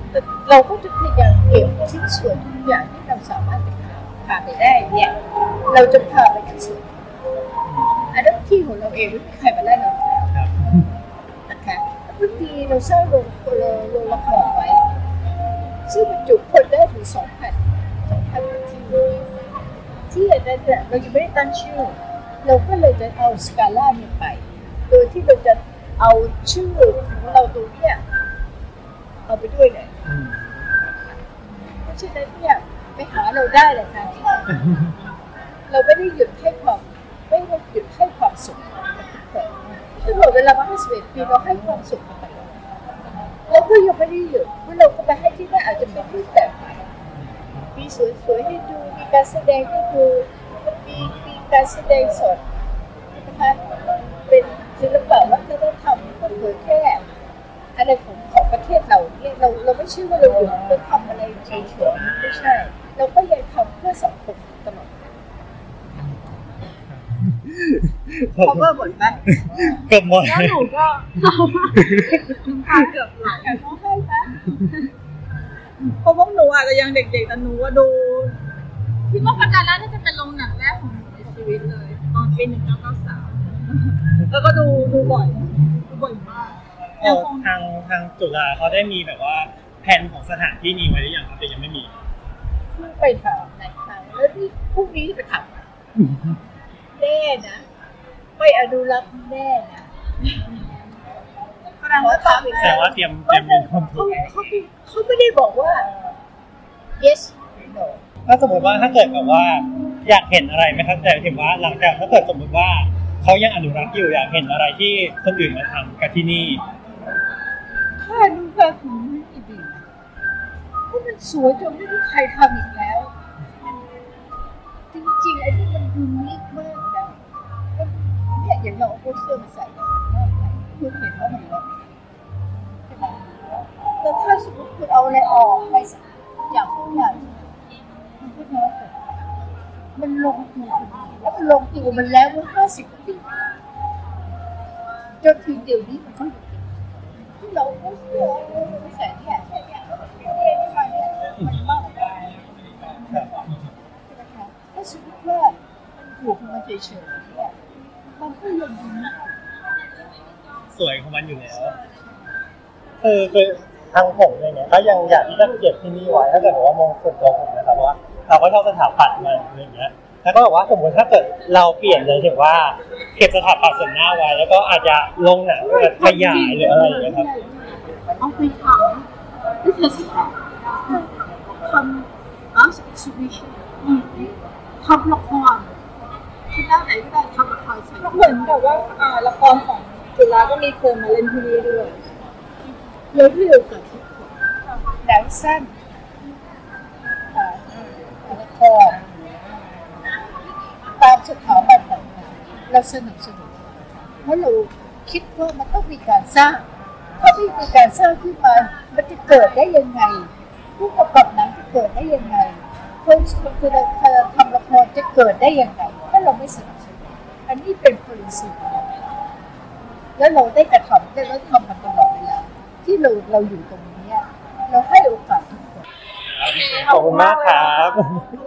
แต่เราก็จะพยายามเก็บชิ้นส่วนทุกอย่างที่เราสามารถจะพาพาไปได้เนี่ยเราจะพาไปที่สุด อันนั้นที่ของเราเองไม่มีใครมาไล่เราอยู่แล้วนะคะบางทีเราสร้างโรงโรงโรงละครไว้ ซึ่งบรรจุคนได้ถึงสองพันสองพันทีที่อันนั้นน่ะเรายังไม่ได้ตั้งชื่อ เราก็เลยจะเอาสกาล่านี้ไป โดยที่เราจะเอาชื่อของเราตรงเนี้ยเอาไปด้วยเลยเพราะฉะนั้นเนี่ยไปหาเราได้เลยค่ะที่นี่เราไม่ได้หยุดให้ความ ไม่ได้หยุดให้ความสุขกับทุกคนตลอดเวลามา51ปีเราให้ความสุขกับมันแล้วก็ยังไม่ได้หยุดเพราะเราก็ไปให้ที่นั่นอาจจะเป็นรูปแบบใหม่มีสวยๆให้ดู มีการแสดงให้ดู มีมีการแสดงสดนะคะเป็นศิลปะวัฒนธรรมก็เผยแพร่อะไรของของประเทศเราเนี่ยเราเราไม่เชื่อว่าเราหยุดเพื่อทำอะไรเฉยๆไม่ใช่ เราก็ยังทำเพื่อสังคมตลอด cover หมดไหม เกือบหมด แล้วหนูก็ ขาเกือบไหล อยากร้องไห้ไหม เพราะพวกหนูอาจจะยังเด็กๆแต่หนูว่าดู คิดว่าพัฒนาน่าจะเป็นโรงหนังแรกของหนูในชีวิตเลย ตอนปีหนึ่งเก้าเก้าสาม แล้วก็ดูดูบ่อยดูบ่อยมาก เออทางทางจุฬาเขาได้มีแบบว่าแผนของสถานที่นี้ไว้หรือยังครับแต่ยังไม่มี เพิ่งไปถามหลายครั้งแล้วนี่พรุ่งนี้จะไปถามแน่นะ ไม่อนุรักษ์แน่นะ แสดงว่าตอนนี้ แสดงว่าเตรียมเตรียมมีความพร้อ เขา ม เขาเขาไม่ได้บอกว่า yes or no ถ้าสมมติว่าถ้าเกิดแบบว่า อยากเห็นอะไรไหมครับแต่เห็นว่าหลังจากถ้าเกิดสมมติว่าเขายังอนุรักษ์อยู่อยากเห็นอะไรที่คนอื่นมาทำกับที่นี่ ถ้าดูแบบนี้ไม่ดีนะเพราะมันสวยจนไม่มีใครทำอีกแล้ว จริงๆไอ้นี่มันยูนิคมากนะมันเนี่ยอย่างเราเอาโปสเตอร์มาใส่เนี่ยมันมากไปคุณเห็นว่ามันลดใช่ไหมแต่ถ้าสมมติคุณเอาอะไรออกไปสักอย่างทุกอย่างมันก็น้อยกว่ามันลงตัวแล้วมันลงตัวมันแล้วเมื่อห้าสิบปีจนถึงเดี๋ยวนี้มันก็ เราก็เชื่อว่าเป็นแสนแค่แค่เนี่ยมันเป็นเรื่องที่มันเนี่ยมันมากกว่าใช่ไหมคะถ้าสมมติว่ามันถูกของมันเฉยๆเนี่ยมันก็ยังดีนะ สวยของมันอยู่แล้วคือคือทางผมเลยเนี่ยก็ยังอยากที่จะเก็บที่นี่ไว้ถ้าเกิดว่ามองส่วนตัวผมนะครับว่า เราก็ชอบสถาปัตย์มันอะไรอย่างเงี้ยแล้วก็แบบว่าสมมติถ้าเกิดเราเปลี่ยนเลยถึงว่าเก็บสถาปัตย์ส่วนหน้าไว้ แล้วก็อาจจะลงหนังแบบขยายหรืออะไรอย่างเงี้ยครับ เอาไปทำนี่คือสิบแปดทำ art exhibition ทำละครคือด้านไหนก็ได้ทำละครใส่ เหมือนกับว่าอ่าละครของจุฬาก็มีเคยมาเล่นที่นี่ด้วย เลยที่เราเกิดทุกคนหนังสั้นอ่าละครตามสถาบันต่างๆเราสนับสนุนเพราะเราคิดว่ามันต้องมีการสร้าง ถ้าไม่มีการสร้างขึ้นมา มันจะเกิดได้ยังไง ผู้กำกับหนังจะเกิดได้ยังไงคนคือเราทำละครจะเกิดได้ยังไง ถ้าเราไม่สนับสนุนอันนี้เป็น policy ของเราแล้วเราได้กระทำและเราทำมันตลอดเวลา ที่เราเราอยู่ตรงเนี้ยเราให้โอกาสทุกคน ขอบคุณมากครับ